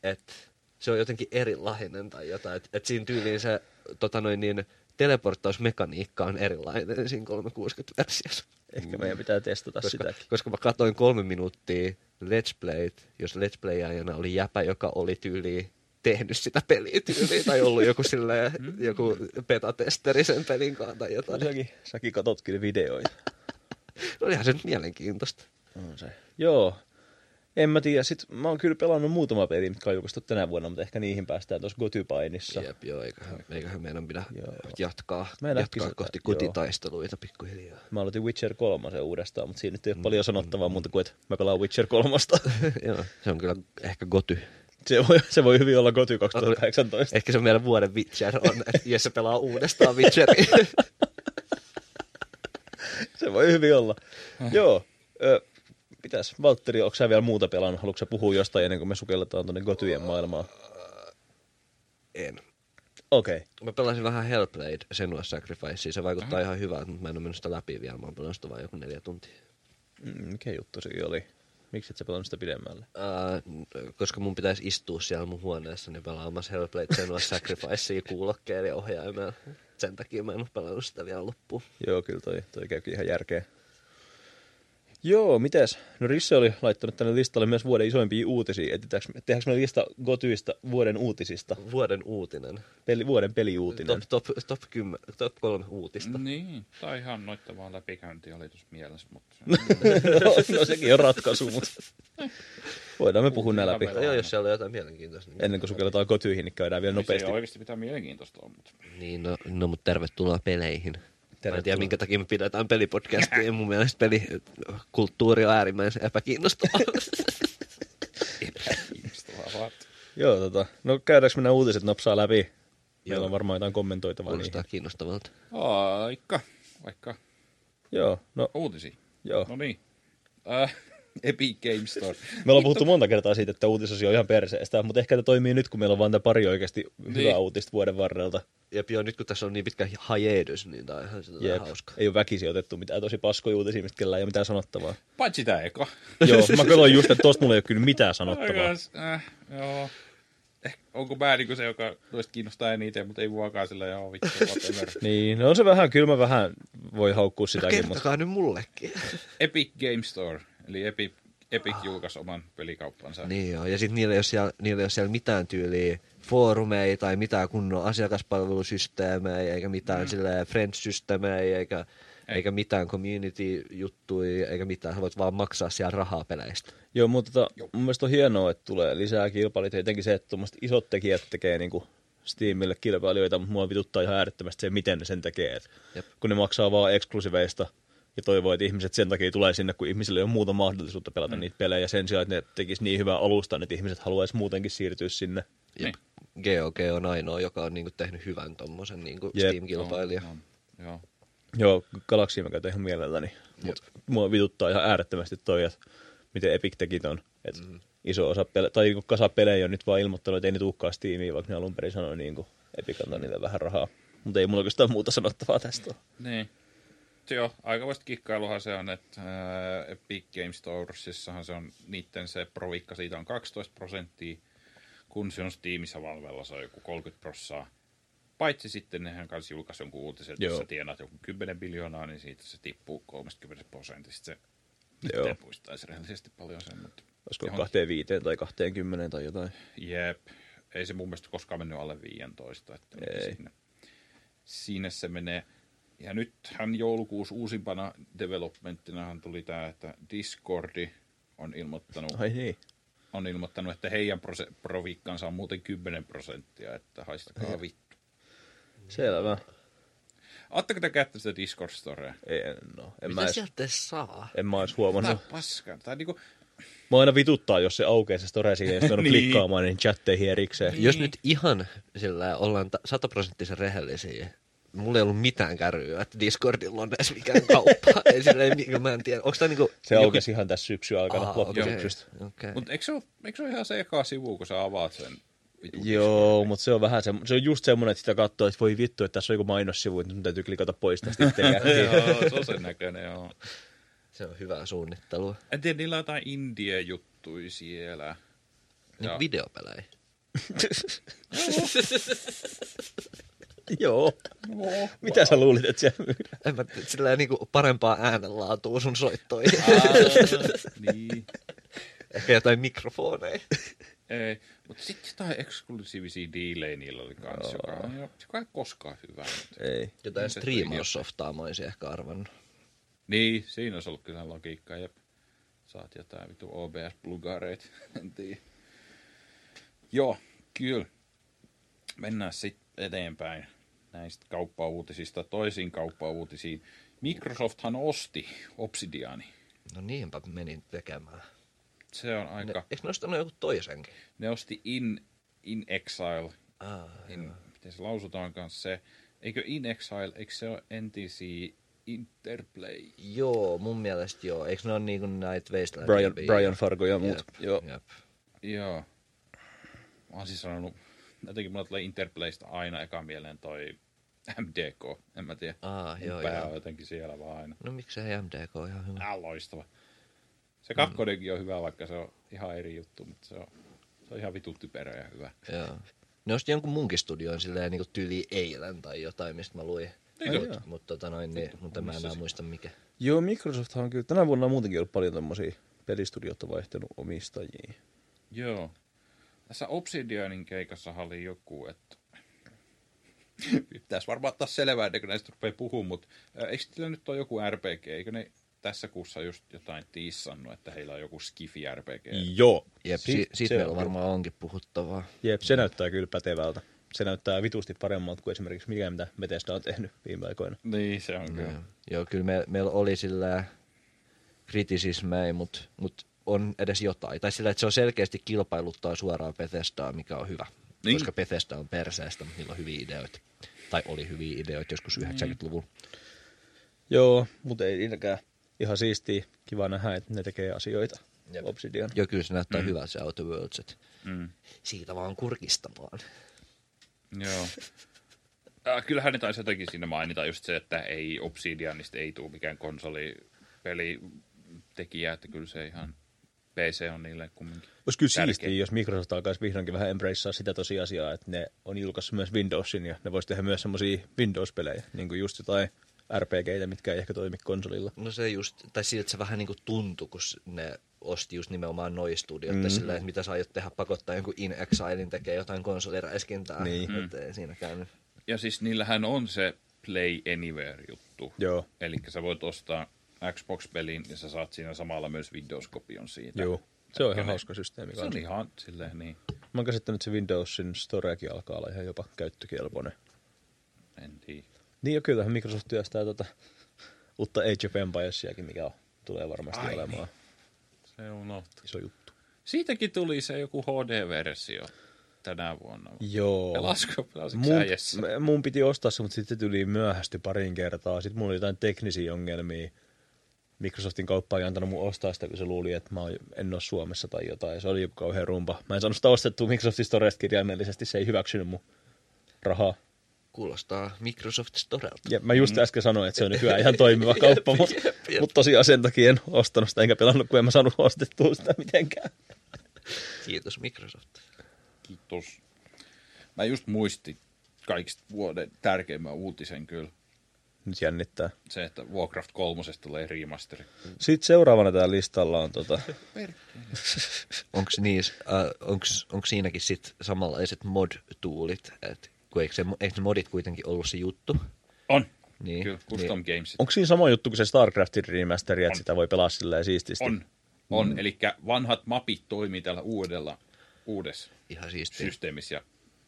[SPEAKER 2] että se on jotenkin erilainen tai jotain. Että et siinä tyyliin se tota noin niin, teleporttausmekaniikka on erilainen siinä 360-versiossa.
[SPEAKER 3] Ehkä meidän pitää testata
[SPEAKER 2] Koska,
[SPEAKER 3] sitäkin.
[SPEAKER 2] koska mä katsoin kolme minuuttia Let's Playt, jos Let's Playajana oli jäpä, joka oli tyyliin tehnyt sitä peliä tyyliin, tai ollut joku, silleen, joku beta-testeri sen pelin kanssa tai jotain.
[SPEAKER 3] Säkin, säkin katot kyllä videoita.
[SPEAKER 2] No olihan se nyt mielenkiintoista.
[SPEAKER 3] On se. Joo. En mä tiedä. Sit mä oon kyllä pelannut muutama peli, mitkä on julkaistu tänä vuonna, mutta ehkä niihin päästään tuossa Gotypainissa.
[SPEAKER 2] Jep, joo, eiköhän, eiköhän meidän pidä
[SPEAKER 3] Joo.
[SPEAKER 2] jatkaa,
[SPEAKER 3] Meidän
[SPEAKER 2] jatkaa
[SPEAKER 3] pitää-
[SPEAKER 2] kohti
[SPEAKER 3] joo.
[SPEAKER 2] kotitaisteluita pikkuhiljaa.
[SPEAKER 3] Mä aloitin Witcher 3 uudestaan, mutta siinä nyt ei ole paljon sanottavaa muuta kuin, että mä pelaan Witcher 3.
[SPEAKER 2] joo, se on kyllä ehkä goty.
[SPEAKER 3] Se voi, se voi hyvin olla Goty 2018.
[SPEAKER 2] Ehkä se on meidän vuoden Witcher on, että jos se pelaa uudestaan niin- Witcheria.
[SPEAKER 3] Se voi hyvin olla. Joo. Ö, mitäs, Valtteri, onko sä vielä muuta pelannut? Haluatko sä puhua jostain ennen kuin me sukelletaan tuonne Gotyjen maailmaan?
[SPEAKER 2] en.
[SPEAKER 3] Okei. Okay.
[SPEAKER 2] Mä pelasin vähän Hellblade, Senua Sacrificea, se vaikuttaa ihan hyvältä, mutta mä en ole mennyt sitä läpi vielä, mä oon pelannut sitä vain joku neljä tuntia.
[SPEAKER 3] Mm, Mikä juttu sekin oli? Miksi et sä pelannut sitä pidemmälle?
[SPEAKER 2] Ää, koska mun pitäisi istua siellä mun huoneessa niin pelaamassa Hellblade Senua Sacrificea kuulokkeella ja ohjaimella. Sen takia mä en ole pelannut sitä vielä loppuun.
[SPEAKER 3] Joo, kyllä toi, toi käykin ihan järkeä. Joo, mitäs? No Risse oli laittanut tänne listalle myös vuoden isoimpia uutisia. Etsitäänkö me- Tehdäänkö me lista Gotyista vuoden uutisista?
[SPEAKER 2] Vuoden uutinen.
[SPEAKER 3] Peli, vuoden peliuutinen.
[SPEAKER 2] Top, top, top, 10, top kolme uutista.
[SPEAKER 1] Niin, tai ihan noitta vaan läpikäynti oli tuossa mielessä, mutta
[SPEAKER 3] no, no, sekin on ratkaisu, mutta voidaan me puhua nää läpi.
[SPEAKER 1] Uutinen
[SPEAKER 2] Joo, jos siellä on jotain mielenkiintoista. Niin,
[SPEAKER 3] Ennen kuin sukelletaan Gotyihin, niin käydään vielä
[SPEAKER 1] se ei
[SPEAKER 3] nopeasti.
[SPEAKER 1] oikeasti mitään mielenkiintoista on, mutta
[SPEAKER 2] niin no, no mutta tervetuloa peleihin. Tervetuloa. Mä en
[SPEAKER 3] Tervetuloa.
[SPEAKER 2] tiedä, minkä takia me pidetään pelipodcastia. Mun mielestä pelikulttuuri on äärimmäisen epäkiinnostavaa. niin.
[SPEAKER 1] kiinnostavaa vaan. että
[SPEAKER 3] Joo, tota. No käydäänkö mennä uutiset napsaa läpi? Meillä
[SPEAKER 2] Joo.
[SPEAKER 3] on varmaan jotain kommentoitavaa.
[SPEAKER 2] Kuulostaa kiinnostavalta.
[SPEAKER 1] Vaikka, vaikka
[SPEAKER 3] niihin. Joo, no
[SPEAKER 1] uutisia.
[SPEAKER 3] joo.
[SPEAKER 1] No niin. Äh, Epic Game Store.
[SPEAKER 3] Me ollaan puhuttu monta kertaa siitä, että uutisosio on ihan perseestä, mutta ehkä tämä toimii nyt, kun meillä on vaan tämä pari oikeasti
[SPEAKER 1] Niin.
[SPEAKER 3] niin. hyvää uutista vuoden varrelta.
[SPEAKER 2] Jep, joo, nyt kun tässä on niin pitkä hiatus, niin tää on ihan
[SPEAKER 3] Jep.
[SPEAKER 2] sellainen hauska.
[SPEAKER 3] Ei ole väkisin otettu mitään tosi paskoja uutisia, mistä kellään ei ole mitään sanottavaa.
[SPEAKER 1] Paitsi tää eka.
[SPEAKER 3] Joo, mä katsoin just, että tosta mulla ei ole kyllä mitään sanottavaa.
[SPEAKER 1] Aikas, äh, joo. Eh, onko mä niinku se, joka noista kiinnostaa eniten, mutta ei muakaan sillä joo vittu, whatever.
[SPEAKER 3] Niin, no on se vähän, kyllä mä vähän voi haukkua sitäkin, mutta
[SPEAKER 2] No, Kertokaa nyt mullekin.
[SPEAKER 1] Epic Game Store, eli Epic, Epic julkaisi oman pelikauppansa.
[SPEAKER 2] Niin joo, ja sitten niillä, ei ole siellä- niillä ei ole siellä mitään tyyliä foorumeja tai mitään kunnon asiakaspalvelusysteemejä, eikä mitään mm. sillä friends-systeemejä, eikä, eikä mitään community-juttuja, eikä mitään. Sä voit vaan maksaa siellä rahaa peleistä.
[SPEAKER 3] Joo, mutta tota,
[SPEAKER 1] Joo.
[SPEAKER 3] mun mielestä on hienoa, että tulee lisää kilpailijoita. Jotenkin se, että tuommoiset isot tekijät tekee niin kuin Steamille kilpailijoita, mutta mua vituttaa ihan äärettömästi se, miten ne sen tekee. Et
[SPEAKER 2] Jep.
[SPEAKER 3] Kun ne maksaa vaan eksklusiveista ja toivoo, että ihmiset sen takia tulee sinne, kun ihmisillä ei ole muuta mahdollisuutta pelata mm. niitä pelejä. Sen sijaan, että ne tekisi niin hyvää alustan, että ihmiset haluaisi muutenkin siirtyä sinne.
[SPEAKER 1] Niin.
[SPEAKER 2] GOG on ainoa, joka on niinku tehnyt hyvän tommosen niinku
[SPEAKER 3] Jep. No,
[SPEAKER 2] Steam-kilpailija.
[SPEAKER 1] On, on, joo.
[SPEAKER 3] Joo, Galaxia mä käytän ihan mielelläni, mutta mua vituttaa ihan äärettömästi toi, että miten Epic teki ton. Et mm. iso osa pele- tai niinku kasa pelejä on nyt vaan ilmoittanut, että ei ne tulekaan Steamiin, vaikka ne alun perin sanoi niin kuin Epic antoi niille vähän rahaa. Mutta ei mulla oikeastaan muuta sanottavaa tästä ole.
[SPEAKER 1] Niin. Se Joo, aikamoista kikkailuhan se on, että ää, Epic Games Storesissahan se on, niitten se provikka siitä on 12 prosenttia, kun se on Steamissa valvella se on joku 30 prossaa. Paitsi sitten nehän kanssa julkaisi jonkun uutisen, että jos
[SPEAKER 3] Joo.
[SPEAKER 1] sä tienaat joku 10 biljoonaa, niin siitä se tippuu 30 prosentista. Se
[SPEAKER 3] Joo.
[SPEAKER 1] Joo. puistaisi rehellisesti paljon sen, mutta
[SPEAKER 3] Olisiko
[SPEAKER 1] Joo.
[SPEAKER 3] kahteen viiteen tai kahteen kymmeneen tai jotain.
[SPEAKER 1] jep, ei se mun mielestä koskaan mennyt alle 15, että ei.
[SPEAKER 3] Ei.
[SPEAKER 1] Sinne. Siinä se menee. Ja nythän joulukuussa uusimpana developmenttinahan tuli tämä, että Discordi on ilmoittanut,
[SPEAKER 3] Ai niin.
[SPEAKER 1] on ilmoittanut että heidän prose- proviikkansa on muuten 10 prosenttia, että haistakaa vittu.
[SPEAKER 3] Selvä.
[SPEAKER 1] Oletteko te käyttänyt sitä Discord Storea?
[SPEAKER 3] En, no, en mä,
[SPEAKER 2] Mitä
[SPEAKER 3] edes,
[SPEAKER 2] sieltä edes saa?
[SPEAKER 3] en mä edes
[SPEAKER 1] Tämä
[SPEAKER 3] huomannut.
[SPEAKER 1] on paskaa. Tämä on niinku,
[SPEAKER 3] Mä aina vituttaa, jos se aukeaa se store siinä, ja sitten
[SPEAKER 1] Niin.
[SPEAKER 3] niin. klikkaamaan niihin chatteihin erikseen.
[SPEAKER 2] Eh, Jos nyt ihan sillä ollaan ta- sataprosenttisen rehellisiä, mulla ei ollut mitään kärryä, että Discordilla on edes mikään kauppa. ei sillä ei, mikä- mä en tiedä. Onko tämä niinku...
[SPEAKER 3] Se aukesi ihan tässä syksyn aikana,
[SPEAKER 2] Aa,
[SPEAKER 3] loppusyksystä.
[SPEAKER 2] okei, okei.
[SPEAKER 1] mutta eikö se ole, eikö se ole ihan se eka sivu, kun sä avaat sen? vitun
[SPEAKER 3] Joo, mutta se on vähän se, se on just semmoinen, että sitä katsoo, että voi vittu, että tässä on joku mainossivu, että nyt mun täytyy klikata pois tästä itse
[SPEAKER 1] Joo, se on sen näköinen, joo.
[SPEAKER 2] Se on hyvää suunnittelua.
[SPEAKER 1] En tiedä, niillä on jotain indie-juttuja siellä.
[SPEAKER 2] Niin
[SPEAKER 1] Joo.
[SPEAKER 2] videopelejä.
[SPEAKER 3] Joo.
[SPEAKER 1] No,
[SPEAKER 3] Mitä sä luulit, että siellä myydään?
[SPEAKER 2] En mä tiedä, sillä ei niinku parempaa äänenlaatua sun soittoihin.
[SPEAKER 1] niin.
[SPEAKER 2] Ehkä jotain mikrofoneja.
[SPEAKER 1] Ei, mutta sitten jotain eksklusiivisia diilejä niillä oli kanssa, joka, on- joka ei koskaan hyvä. Mutta.
[SPEAKER 3] Ei.
[SPEAKER 2] Jotain
[SPEAKER 1] Niin se
[SPEAKER 2] striimaussoftaa mä olisin ehkä arvannut.
[SPEAKER 1] Niin, siinä olisi ollut kyllä logiikkaa, jep. Saat jotain vitu OBS-plugareita, en tiedä. Joo, kyllä. Mennään sitten eteenpäin näistä kauppauutisista toisiin kauppauutisiin. Microsofthan osti Obsidiani.
[SPEAKER 2] No niinpä menin tekemään.
[SPEAKER 1] Se on aika...
[SPEAKER 2] Ne, eikö ne ostanut joku toisenkin?
[SPEAKER 1] Ne osti In, in Exile.
[SPEAKER 2] Ah,
[SPEAKER 1] In, miten se lausutaankaan se? Eikö In Exile, eikö se ole entisiä Interplay?
[SPEAKER 2] joo, mun mielestä joo. Eikö ne ole niinku näitä Wasteland
[SPEAKER 3] Brian, Brian Fargo ja muut.
[SPEAKER 2] Jep,
[SPEAKER 3] Joo.
[SPEAKER 2] jep.
[SPEAKER 1] Joo. Mä oon siis sanonut, jotenkin mulla tulee Interplaystä aina eka mieleen toi MDK, en mä tiedä.
[SPEAKER 2] Ah,
[SPEAKER 1] Mun
[SPEAKER 2] joo,
[SPEAKER 1] Pää
[SPEAKER 2] joo.
[SPEAKER 1] on jotenkin siellä vaan aina.
[SPEAKER 2] No miksei MDK on ihan hyvä.
[SPEAKER 1] Äh, loistava. Se kakkonenkin on hyvä, vaikka se on ihan eri juttu, mutta se on, se on ihan vitu typerä ja hyvä.
[SPEAKER 2] Joo. Ne osti jonkun munkin studion silleen niinku tyyli eilen tai jotain, mistä mä luin.
[SPEAKER 1] Eikö?
[SPEAKER 2] Mut- Mut, tota noin, niin, mutta mä enää muista mikä.
[SPEAKER 3] Joo, Microsoft on kyllä, tänä vuonna on muutenkin ollut paljon tommosia pelistudioita vaihtanut omistajiin.
[SPEAKER 1] Joo. Tässä Obsidianin keikassa oli joku, että... Pitäisi varmaan ottaa selvää, ennen kuin näistä rupeaa puhumaan, mutta ää, eikö sillä nyt ole joku RPG? Eikö ne tässä kuussa just jotain tiissannut, että heillä on joku Skifi-RPG?
[SPEAKER 3] Joo.
[SPEAKER 2] Jep, si-
[SPEAKER 3] Sit-
[SPEAKER 2] siitä
[SPEAKER 3] se
[SPEAKER 2] meillä
[SPEAKER 3] on
[SPEAKER 2] varmaan onkin puhuttavaa.
[SPEAKER 3] Jep, se näyttää kyllä pätevältä. Se näyttää vitusti paremmalta kuin esimerkiksi mikään, mitä Bethesda on tehnyt viime aikoina.
[SPEAKER 1] Niin, se on kyllä.
[SPEAKER 2] Joo, joo kyllä me, meillä oli sillä kritisismejä, mutta mut on edes jotain. Tai sillä, että se on selkeästi kilpailuttaa suoraan Bethesdaa, mikä on hyvä.
[SPEAKER 1] Niin.
[SPEAKER 2] Niin. Koska Bethesda on perseestä, mutta niillä on hyviä ideoita. Tai oli hyviä ideoita joskus 90-luvulla.
[SPEAKER 3] Joo, mutta ei niitäkään. Ihan siistiä. Kiva nähdä, että ne tekee asioita.
[SPEAKER 2] Jep.
[SPEAKER 3] Obsidian.
[SPEAKER 2] Joo, kyllä se näyttää mm. hyvältä se Outer Worlds. et
[SPEAKER 1] Mm.
[SPEAKER 2] Siitä vaan kurkistamaan.
[SPEAKER 1] Joo. Äh, kyllähän ne taisi jotenkin siinä mainita just se, että ei Obsidianista ei tule mikään konsolipelitekijä, että kyllä se ihan PC on niille kumminkin.
[SPEAKER 3] Olisi kyllä
[SPEAKER 1] Tärkeä.
[SPEAKER 3] siistiä, jos Microsoft alkaisi vihdoinkin vähän embracea sitä tosiasiaa, että ne on julkaissut myös Windowsin ja ne voisi tehdä myös semmoisia Windows-pelejä, niin kuin just jotain RPGitä, mitkä ei ehkä toimi konsolilla.
[SPEAKER 2] No se just, tai siltä se vähän niinku tuntui, kun s- ne osti just nimenomaan noi studiot, mm. sillä, että mitä sä aiot tehdä, pakottaa jonkun In Exilein tekee jotain konsoliräiskintää,
[SPEAKER 3] Niin.
[SPEAKER 2] niin. että ei siinä käynyt.
[SPEAKER 1] Ja siis niillähän on se Play Anywhere-juttu.
[SPEAKER 3] Joo.
[SPEAKER 1] Eli sä voit ostaa Xbox-pelin ja sä saat siinä samalla myös Windows-kopion siitä.
[SPEAKER 3] Joo. Se on
[SPEAKER 1] Ehkä
[SPEAKER 3] ihan
[SPEAKER 1] ne-
[SPEAKER 3] hauska systeemi.
[SPEAKER 1] Se on ihan silleen niin,
[SPEAKER 3] Mä oon käsittänyt, että se Windowsin storeakin alkaa olla ihan jopa käyttökelpoinen.
[SPEAKER 1] en tiedä.
[SPEAKER 3] Niin jo kyllähän Microsoft työstää tota uutta Age of Empiresiakin, mikä on, tulee varmasti
[SPEAKER 1] Ai niin.
[SPEAKER 3] olemaan
[SPEAKER 1] Se unohtui.
[SPEAKER 3] iso juttu.
[SPEAKER 1] Siitäkin tuli se joku HD-versio tänä vuonna.
[SPEAKER 3] Joo.
[SPEAKER 1] Pelasko, pelasitko
[SPEAKER 3] Mun,
[SPEAKER 1] sä Jesse?
[SPEAKER 3] mä- mun piti ostaa se, mutta sitten tuli myöhästy pariin kertaa. Sitten mulla oli jotain teknisiä ongelmia. Microsoftin kauppa ei antanut mun ostaa sitä, kun se luuli, että mä oon- en ole Suomessa tai jotain. Se oli joku kauhean rumpa. Mä en saanut sitä ostettua Microsoftin storesta kirjaimellisesti. Se ei hyväksynyt mun rahaa.
[SPEAKER 2] Kuulostaa Microsoft Storelta.
[SPEAKER 3] Ja mä just äsken sanoin, että se on nykyään ihan toimiva kauppa, mutta
[SPEAKER 2] Mm. jep, jep.
[SPEAKER 3] mut tosiaan sen takia en ostanut sitä, enkä pelannut, kun en mä saanut ostettua sitä mitenkään.
[SPEAKER 2] Kiitos Microsoft.
[SPEAKER 1] Kiitos. Mä just muistin kaikista vuoden tärkeimmän uutisen kyllä.
[SPEAKER 3] Nyt jännittää.
[SPEAKER 1] Se, että Warcraft 3 tulee remasteri.
[SPEAKER 3] Sitten seuraavana täällä listalla on tota,
[SPEAKER 2] Onko niis, äh, onks, onks siinäkin sit samanlaiset mod-tuulit, että kun eikö, se, eikö ne modit kuitenkin ollut se juttu?
[SPEAKER 1] On.
[SPEAKER 2] Niin,
[SPEAKER 1] Kyllä, Custom Games
[SPEAKER 3] Onko siinä sama juttu kuin se StarCraftin remasteri, että sitä voi pelaa silleen siististi?
[SPEAKER 1] on. On, mm. eli vanhat mapit toimii tällä uudella, uudessa
[SPEAKER 2] Ihan siistiä.
[SPEAKER 1] systeemissä ja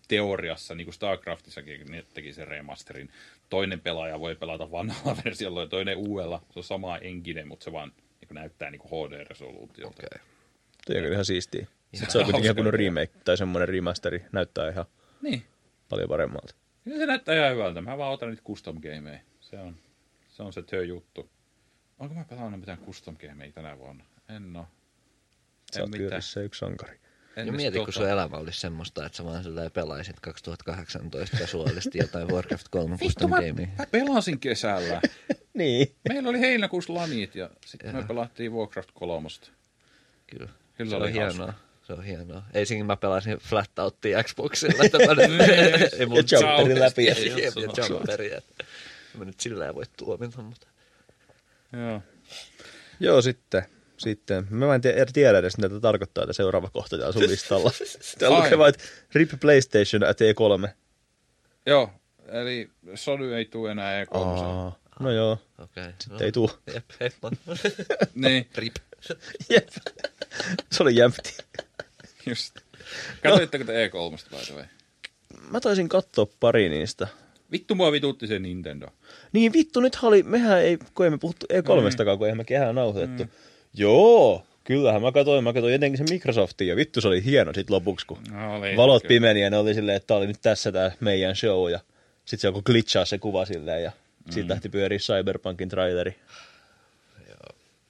[SPEAKER 1] teoriassa, niin kuin StarCraftissakin kun ne teki sen remasterin, toinen pelaaja voi pelata vanhalla versiolla ja toinen uudella. Se on sama engine, mutta se vaan niin kuin näyttää niin HD-resoluutiolta. Okay.
[SPEAKER 3] Tuo on kyllä ihan siistiä. Sitten
[SPEAKER 1] Ihan
[SPEAKER 3] se on kuitenkin
[SPEAKER 1] hauska
[SPEAKER 3] ihan kunnon
[SPEAKER 1] idea.
[SPEAKER 3] remake tai semmoinen remasteri. Näyttää ihan
[SPEAKER 1] Niin,
[SPEAKER 3] paljon paremmalta.
[SPEAKER 1] Kyllä se näyttää ihan hyvältä. Mä vaan otan niitä custom gameja. Se on se, on se työjuttu. Onko mä pelannut mitään custom gameja tänä vuonna? En oo.
[SPEAKER 3] Sä
[SPEAKER 1] En
[SPEAKER 3] oot kyllä
[SPEAKER 1] mitään.
[SPEAKER 3] se yksi sankari.
[SPEAKER 1] En
[SPEAKER 2] Ja
[SPEAKER 1] edes
[SPEAKER 2] mieti, kun
[SPEAKER 1] tota-
[SPEAKER 2] sun elämä olisi semmoista, että sä vaan sillä pelaisit 2018 kasuaalisti jotain Warcraft 3
[SPEAKER 1] Vittu,
[SPEAKER 2] custom
[SPEAKER 1] mä,
[SPEAKER 2] gamea.
[SPEAKER 1] mä pelasin kesällä.
[SPEAKER 3] Niin.
[SPEAKER 1] Meillä oli heinäkuussa lanit ja sitten me pelattiin Warcraft 3.
[SPEAKER 2] Kyllä.
[SPEAKER 1] Kyllä
[SPEAKER 2] se
[SPEAKER 1] oli
[SPEAKER 2] on
[SPEAKER 1] hauska.
[SPEAKER 2] hienoa. Se on hienoa. Ensinnäkin mä pelasin flat outtia Xboxilla. tämmönen- ei mun
[SPEAKER 3] Ja jumperin läpi.
[SPEAKER 2] Ei, jep,
[SPEAKER 1] Jep,
[SPEAKER 2] ja jumperia. että Mä nyt sillä ei voi tuomita, mutta...
[SPEAKER 1] Joo.
[SPEAKER 3] Joo, sitten. Sitten. Mä en tiedä, tiedä edes, mitä tämä tarkoittaa, että seuraava kohta täällä sun listalla. Täällä
[SPEAKER 1] Ai.
[SPEAKER 3] lukee vaan, että RIP PlayStation at E E3.
[SPEAKER 1] Joo, eli Sony ei tule enää E E3.
[SPEAKER 3] Aa, no joo.
[SPEAKER 2] Okei. Okay.
[SPEAKER 3] Sitten ei tuu.
[SPEAKER 2] Jep, heppa.
[SPEAKER 1] Niin,
[SPEAKER 2] Rip.
[SPEAKER 3] Jep. Se oli jämpti.
[SPEAKER 1] just. Katsoitteko te E3 by the way?
[SPEAKER 3] Mä taisin katsoa pari niistä.
[SPEAKER 1] Vittu mua vitutti se Nintendo.
[SPEAKER 3] Niin vittu, nythän oli, mehän ei, kun ei me puhuttu E3stakaan, kun eihän me kehään nauhoitettu. Mm. Joo, kyllähän mä katsoin, mä katsoin jotenkin sen Microsoftin ja vittu se oli hieno sit lopuksi, kun
[SPEAKER 1] No oli,
[SPEAKER 3] valot
[SPEAKER 1] kyllä.
[SPEAKER 3] pimeni ja ne oli silleen, että tää oli nyt tässä tää meidän show ja sit se joku glitchaa se kuva silleen ja siitä lähti pyörii Cyberpunkin traileri.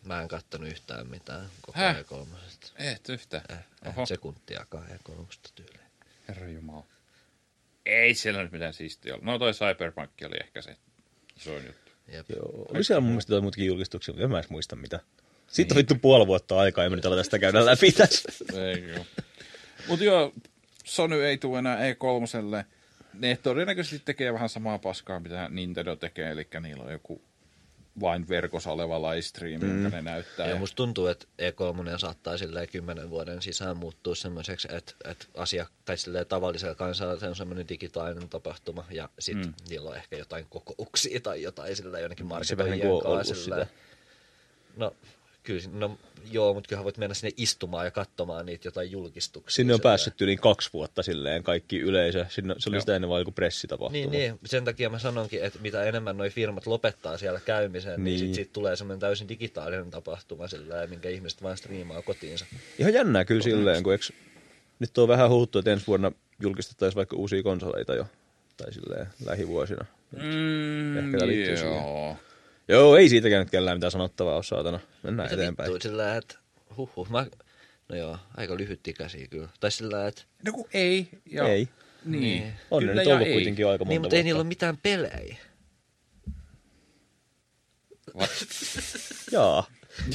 [SPEAKER 2] Mä en kattonut yhtään mitään koko E
[SPEAKER 1] Häh?
[SPEAKER 2] ajan kolmosesta.
[SPEAKER 1] Et yhtään.
[SPEAKER 2] En
[SPEAKER 1] Oho.
[SPEAKER 2] eh, sekuntiakaan ajan kolmosta tyyliin.
[SPEAKER 1] Herra Jumala. Ei siellä nyt mitään siistiä ollut. No toi Cyberpunk oli ehkä se isoin juttu.
[SPEAKER 2] Jep.
[SPEAKER 3] Joo, oli siellä mun mielestä jotain muitakin julkistuksia, mutta en mä edes muista mitä. Sitten on vittu puoli vuotta aikaa, ja me nyt ala tästä käydä läpi tässä.
[SPEAKER 1] Ei joo. Mut joo, Sony ei tule enää E3. Ne todennäköisesti tekee vähän samaa paskaa, mitä Nintendo tekee, eli niillä on joku vain verkossa oleva livestream, mm. jonka ne näyttää.
[SPEAKER 2] Ja musta tuntuu, että E3 saattaa silleen kymmenen vuoden sisään muuttua semmoiseksi, että, että asia, tai silleen tavallisella kansalla se on semmoinen digitaalinen tapahtuma, ja sit mm. niillä on ehkä jotain kokouksia tai jotain silleen jonnekin
[SPEAKER 3] Se vähän
[SPEAKER 2] markkinoijien
[SPEAKER 3] niin kuin on ollut
[SPEAKER 2] kanssa.
[SPEAKER 3] sitä.
[SPEAKER 2] Silleen. No, kyllä, si- no joo, mutta kyllähän voit mennä sinne istumaan ja katsomaan niitä jotain julkistuksia.
[SPEAKER 3] Sinne on
[SPEAKER 2] silleen.
[SPEAKER 3] päässyt yli kaksi vuotta silleen kaikki yleisö. Sinne, se oli sitä ennen vaan joku pressitapahtuma.
[SPEAKER 2] Niin, niin, sen takia mä sanonkin, että mitä enemmän noi firmat lopettaa siellä käymisen, niin, niin
[SPEAKER 3] Niin.
[SPEAKER 2] sit siitä tulee semmoinen täysin digitaalinen tapahtuma sillä minkä ihmiset vaan striimaa kotiinsa.
[SPEAKER 3] Ihan jännää kyllä silleen, kun eks, nyt on vähän huuttu, että ensi vuonna julkistettaisiin vaikka uusia konsoleita jo. Tai silleen lähivuosina.
[SPEAKER 1] Mm,
[SPEAKER 3] Ehkä tää liittyy
[SPEAKER 1] joo.
[SPEAKER 3] Joo, ei siitäkään nyt kellään mitään sanottavaa ole saatana. Mennään
[SPEAKER 2] Mitä
[SPEAKER 3] eteenpäin.
[SPEAKER 2] vittua, sillä että huhhuh, mä... No joo, aika lyhyt ikäisiä kyllä. Tai sillä että...
[SPEAKER 1] No kun ei. Ja...
[SPEAKER 3] Ei.
[SPEAKER 1] Niin.
[SPEAKER 2] Niin.
[SPEAKER 3] On ne
[SPEAKER 1] Kyllä
[SPEAKER 3] nyt
[SPEAKER 1] ja
[SPEAKER 3] ollut
[SPEAKER 1] ei.
[SPEAKER 3] kuitenkin jo aika monta
[SPEAKER 2] Niin, mutta ei niillä
[SPEAKER 3] vuotta.
[SPEAKER 2] ole mitään pelejä.
[SPEAKER 3] Jaa.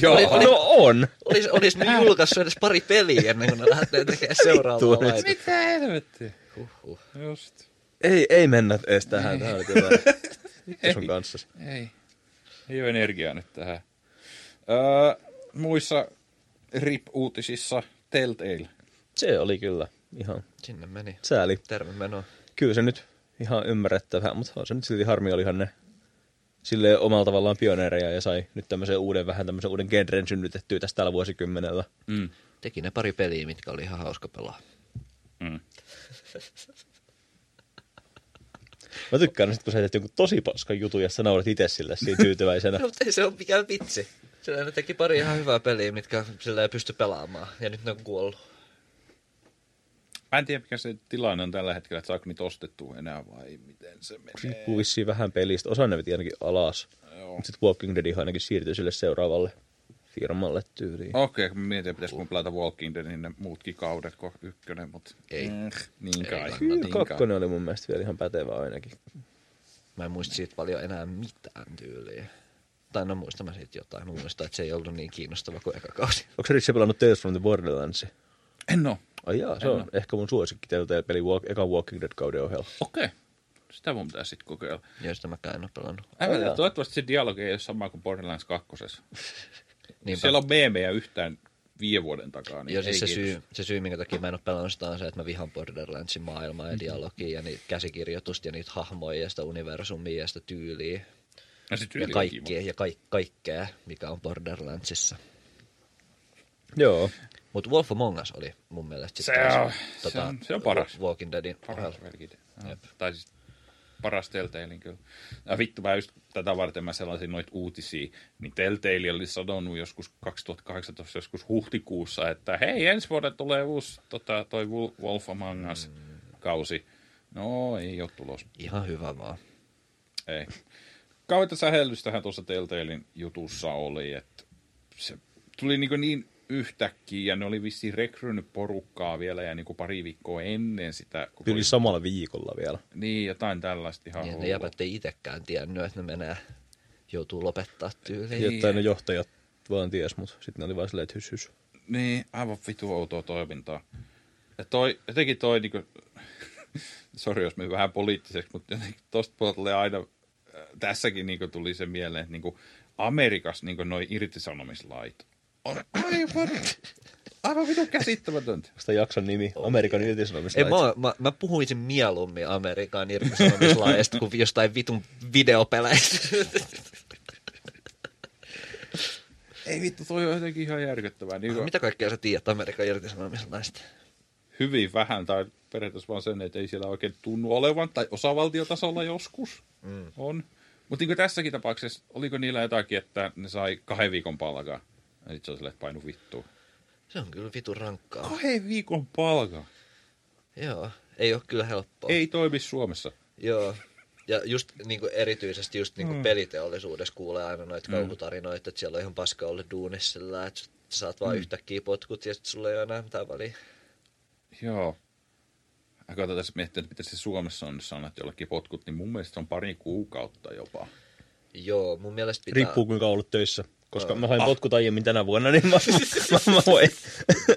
[SPEAKER 1] Joo.
[SPEAKER 2] Oli- oli-
[SPEAKER 3] No on.
[SPEAKER 2] Olis, olis nyt julkaissut edes pari peliä ennen kuin ne lähtee tekemään seuraavaa
[SPEAKER 3] Vittu, nyt.
[SPEAKER 2] laita.
[SPEAKER 1] Mitä helvettiä?
[SPEAKER 2] Huhhuh.
[SPEAKER 1] Just.
[SPEAKER 3] Ei, ei mennä edes tähän. Tämä oli kyllä vittu sun kanssa.
[SPEAKER 1] Ei. Ei ole energiaa nyt tähän. Öö, muissa RIP-uutisissa Telltale.
[SPEAKER 3] Se oli kyllä ihan
[SPEAKER 2] Sinne meni.
[SPEAKER 3] sääli.
[SPEAKER 2] Terve meno.
[SPEAKER 3] Kyllä se nyt ihan ymmärrettävää, mutta on se nyt silti harmi, olihan ne sille omalla tavallaan pioneereja ja sai nyt tämmöisen uuden, vähän tämmöisen uuden genren synnytettyä tässä tällä vuosikymmenellä.
[SPEAKER 1] Mm.
[SPEAKER 2] Teki ne pari peliä, mitkä oli ihan hauska pelaa.
[SPEAKER 1] Mm.
[SPEAKER 3] Mä tykkään sitten, kun sä teet jonkun tosi paskan jutun ja sä naurat itse sille siinä tyytyväisenä.
[SPEAKER 2] No, mutta ei se ole mikään vitsi. Sillä ne teki pari ihan hyvää peliä, mitkä sillä ei pysty pelaamaan. Ja nyt ne on kuollut.
[SPEAKER 1] Mä en tiedä, mikä se tilanne on tällä hetkellä, että saako niitä ostettua enää vai miten se menee.
[SPEAKER 3] Riippuu vissiin vähän pelistä. Osa ne veti ainakin alas.
[SPEAKER 1] Joo.
[SPEAKER 3] Mutta sitten Walking Dead ainakin siirtyi sille seuraavalle firmalle tyyliin.
[SPEAKER 1] Okei, okay, kun mä mietin, pitäisikö mun pelata Walking Dead, niin ne muutkin kaudet kuin ykkönen, mutta...
[SPEAKER 2] Ei.
[SPEAKER 1] Eh, niin kai.
[SPEAKER 2] kannata.
[SPEAKER 1] niin
[SPEAKER 3] Kyllä
[SPEAKER 1] kai.
[SPEAKER 3] kakkonen oli mun mielestä vielä ihan pätevä ainakin.
[SPEAKER 2] Mä en muista siitä paljon enää mitään tyyliä. Tai no muistan mä siitä jotain. Mä muistan, että se ei ollut niin kiinnostava kuin eka kausi.
[SPEAKER 3] Onko Ritsi pelannut Tales from the Borderlands?
[SPEAKER 1] En oo.
[SPEAKER 3] Ai jaa, se
[SPEAKER 1] En
[SPEAKER 3] on
[SPEAKER 1] oo.
[SPEAKER 3] ehkä mun suosikki tältä peli walk, ekan Walking Dead kauden ohella.
[SPEAKER 1] Okei. Okay. Sitä mun pitää sitten kokeilla.
[SPEAKER 2] Ja sitä mäkään en ole pelannut.
[SPEAKER 1] Äh,
[SPEAKER 3] Joo.
[SPEAKER 1] toivottavasti se dialogi ei ole sama kuin Borderlands 2.
[SPEAKER 2] Niinpä.
[SPEAKER 1] Siellä on meemejä yhtään viiden vuoden takaa, niin
[SPEAKER 2] Joo, siis se
[SPEAKER 1] ei
[SPEAKER 2] syy,
[SPEAKER 1] kiitos.
[SPEAKER 2] se syy, minkä takia mä en ole pelannut sitä, on se, että mä vihaan Borderlandsin maailmaa
[SPEAKER 1] Mm-hmm.
[SPEAKER 2] ja dialogia ja niitä käsikirjoitusta ja niitä hahmoja ja sitä universumia ja sitä tyyliä.
[SPEAKER 1] Ja, se tyyli
[SPEAKER 2] Ja
[SPEAKER 1] on
[SPEAKER 2] kaikkea,
[SPEAKER 1] kiva.
[SPEAKER 2] ja kaik, kaikkea, mikä on Borderlandsissa.
[SPEAKER 3] Joo.
[SPEAKER 2] Mutta Wolf Among Us oli mun mielestä sit
[SPEAKER 1] Se
[SPEAKER 2] taas, tota,
[SPEAKER 1] on- se on- se on paras.
[SPEAKER 2] Walking Deadin
[SPEAKER 1] Paras
[SPEAKER 2] ohella.
[SPEAKER 1] velkite.
[SPEAKER 2] Jep.
[SPEAKER 1] Tai siis paras Telltalein kyllä. Ja vittu, mä just tätä varten mä sellaisin noita uutisia, niin Telltale oli sanonut joskus 2018, joskus huhtikuussa, että hei, ensi vuonna tulee uusi tota, toi Wol- Wolf Among Us
[SPEAKER 2] Mm.
[SPEAKER 1] kausi. No, ei ole tulos.
[SPEAKER 2] Ihan hyvä vaan.
[SPEAKER 1] Ei. Kauheita sähellystähän tuossa Telltalein jutussa oli, että se tuli niin, niin yhtäkkiä, ja ne oli vissiin rekrynyt porukkaa vielä ja niin pari viikkoa ennen sitä. Koko
[SPEAKER 3] Yli samalla viikolla vielä.
[SPEAKER 1] Niin, jotain tällaista ihan
[SPEAKER 2] Niin, ne
[SPEAKER 1] hullua.
[SPEAKER 2] jäbät ei itsekään tiennyt, että ne menee, joutuu lopettaa tyyliin.
[SPEAKER 3] Niin. Jotain ne johtajat vaan ties, mutta sitten ne oli vaan silleen, että hys, hys.
[SPEAKER 1] Niin, aivan vitu outoa toimintaa. Ja toi, jotenkin toi, niinku, sori jos meni vähän poliittiseksi, mutta jotenkin tosta puolelta tulee aina, äh, tässäkin niinku tuli se mieleen, että niinku Amerikassa niinku noi irtisanomislait on aivan, aivan vitu käsittämätöntä.
[SPEAKER 3] Sitä jakson nimi, Amerikan irtisanomislait.
[SPEAKER 2] Ei, mä, mä, mä, puhuisin mieluummin Amerikan irtisanomislaista kuin jostain vitun videopeleistä.
[SPEAKER 1] Ei vittu, toi on jotenkin ihan järkyttävää. Niinku,
[SPEAKER 2] Mitä kaikkea sä tiedät Amerikan irtisanomislaista?
[SPEAKER 1] hyvin vähän, tai periaatteessa vaan sen, että ei siellä oikein tunnu olevan, tai osavaltiotasolla joskus mm. on. Mutta niin tässäkin tapauksessa, oliko niillä jotakin, että ne sai kahden viikon palkaa? Ja sit se on silleen, että painu vittuun.
[SPEAKER 2] Se on kyllä vitun rankkaa.
[SPEAKER 1] Kahden viikon palkaa?
[SPEAKER 2] Joo, ei ole kyllä helppoa.
[SPEAKER 1] Ei toimi Suomessa.
[SPEAKER 2] Joo. Ja just niin kuin erityisesti just niin kuin mm. peliteollisuudessa kuulee aina noita mm. kauhutarinoita, että siellä on ihan paska olla duunissa sillä, että sä saat vaan mm. yhtäkkiä potkut ja sit sulla ei ole enää mitään väliä.
[SPEAKER 1] Joo. Mä koitan tässä miettiä, että miten se Suomessa on, jos sanat jollekin potkut, niin mun mielestä on pari kuukautta jopa.
[SPEAKER 2] Joo, mun mielestä pitää... Ah.
[SPEAKER 3] Riippuu kuinka ollut töissä. Koska mä sain potkut aiemmin tänä vuonna, niin mä, mä, mä, voin,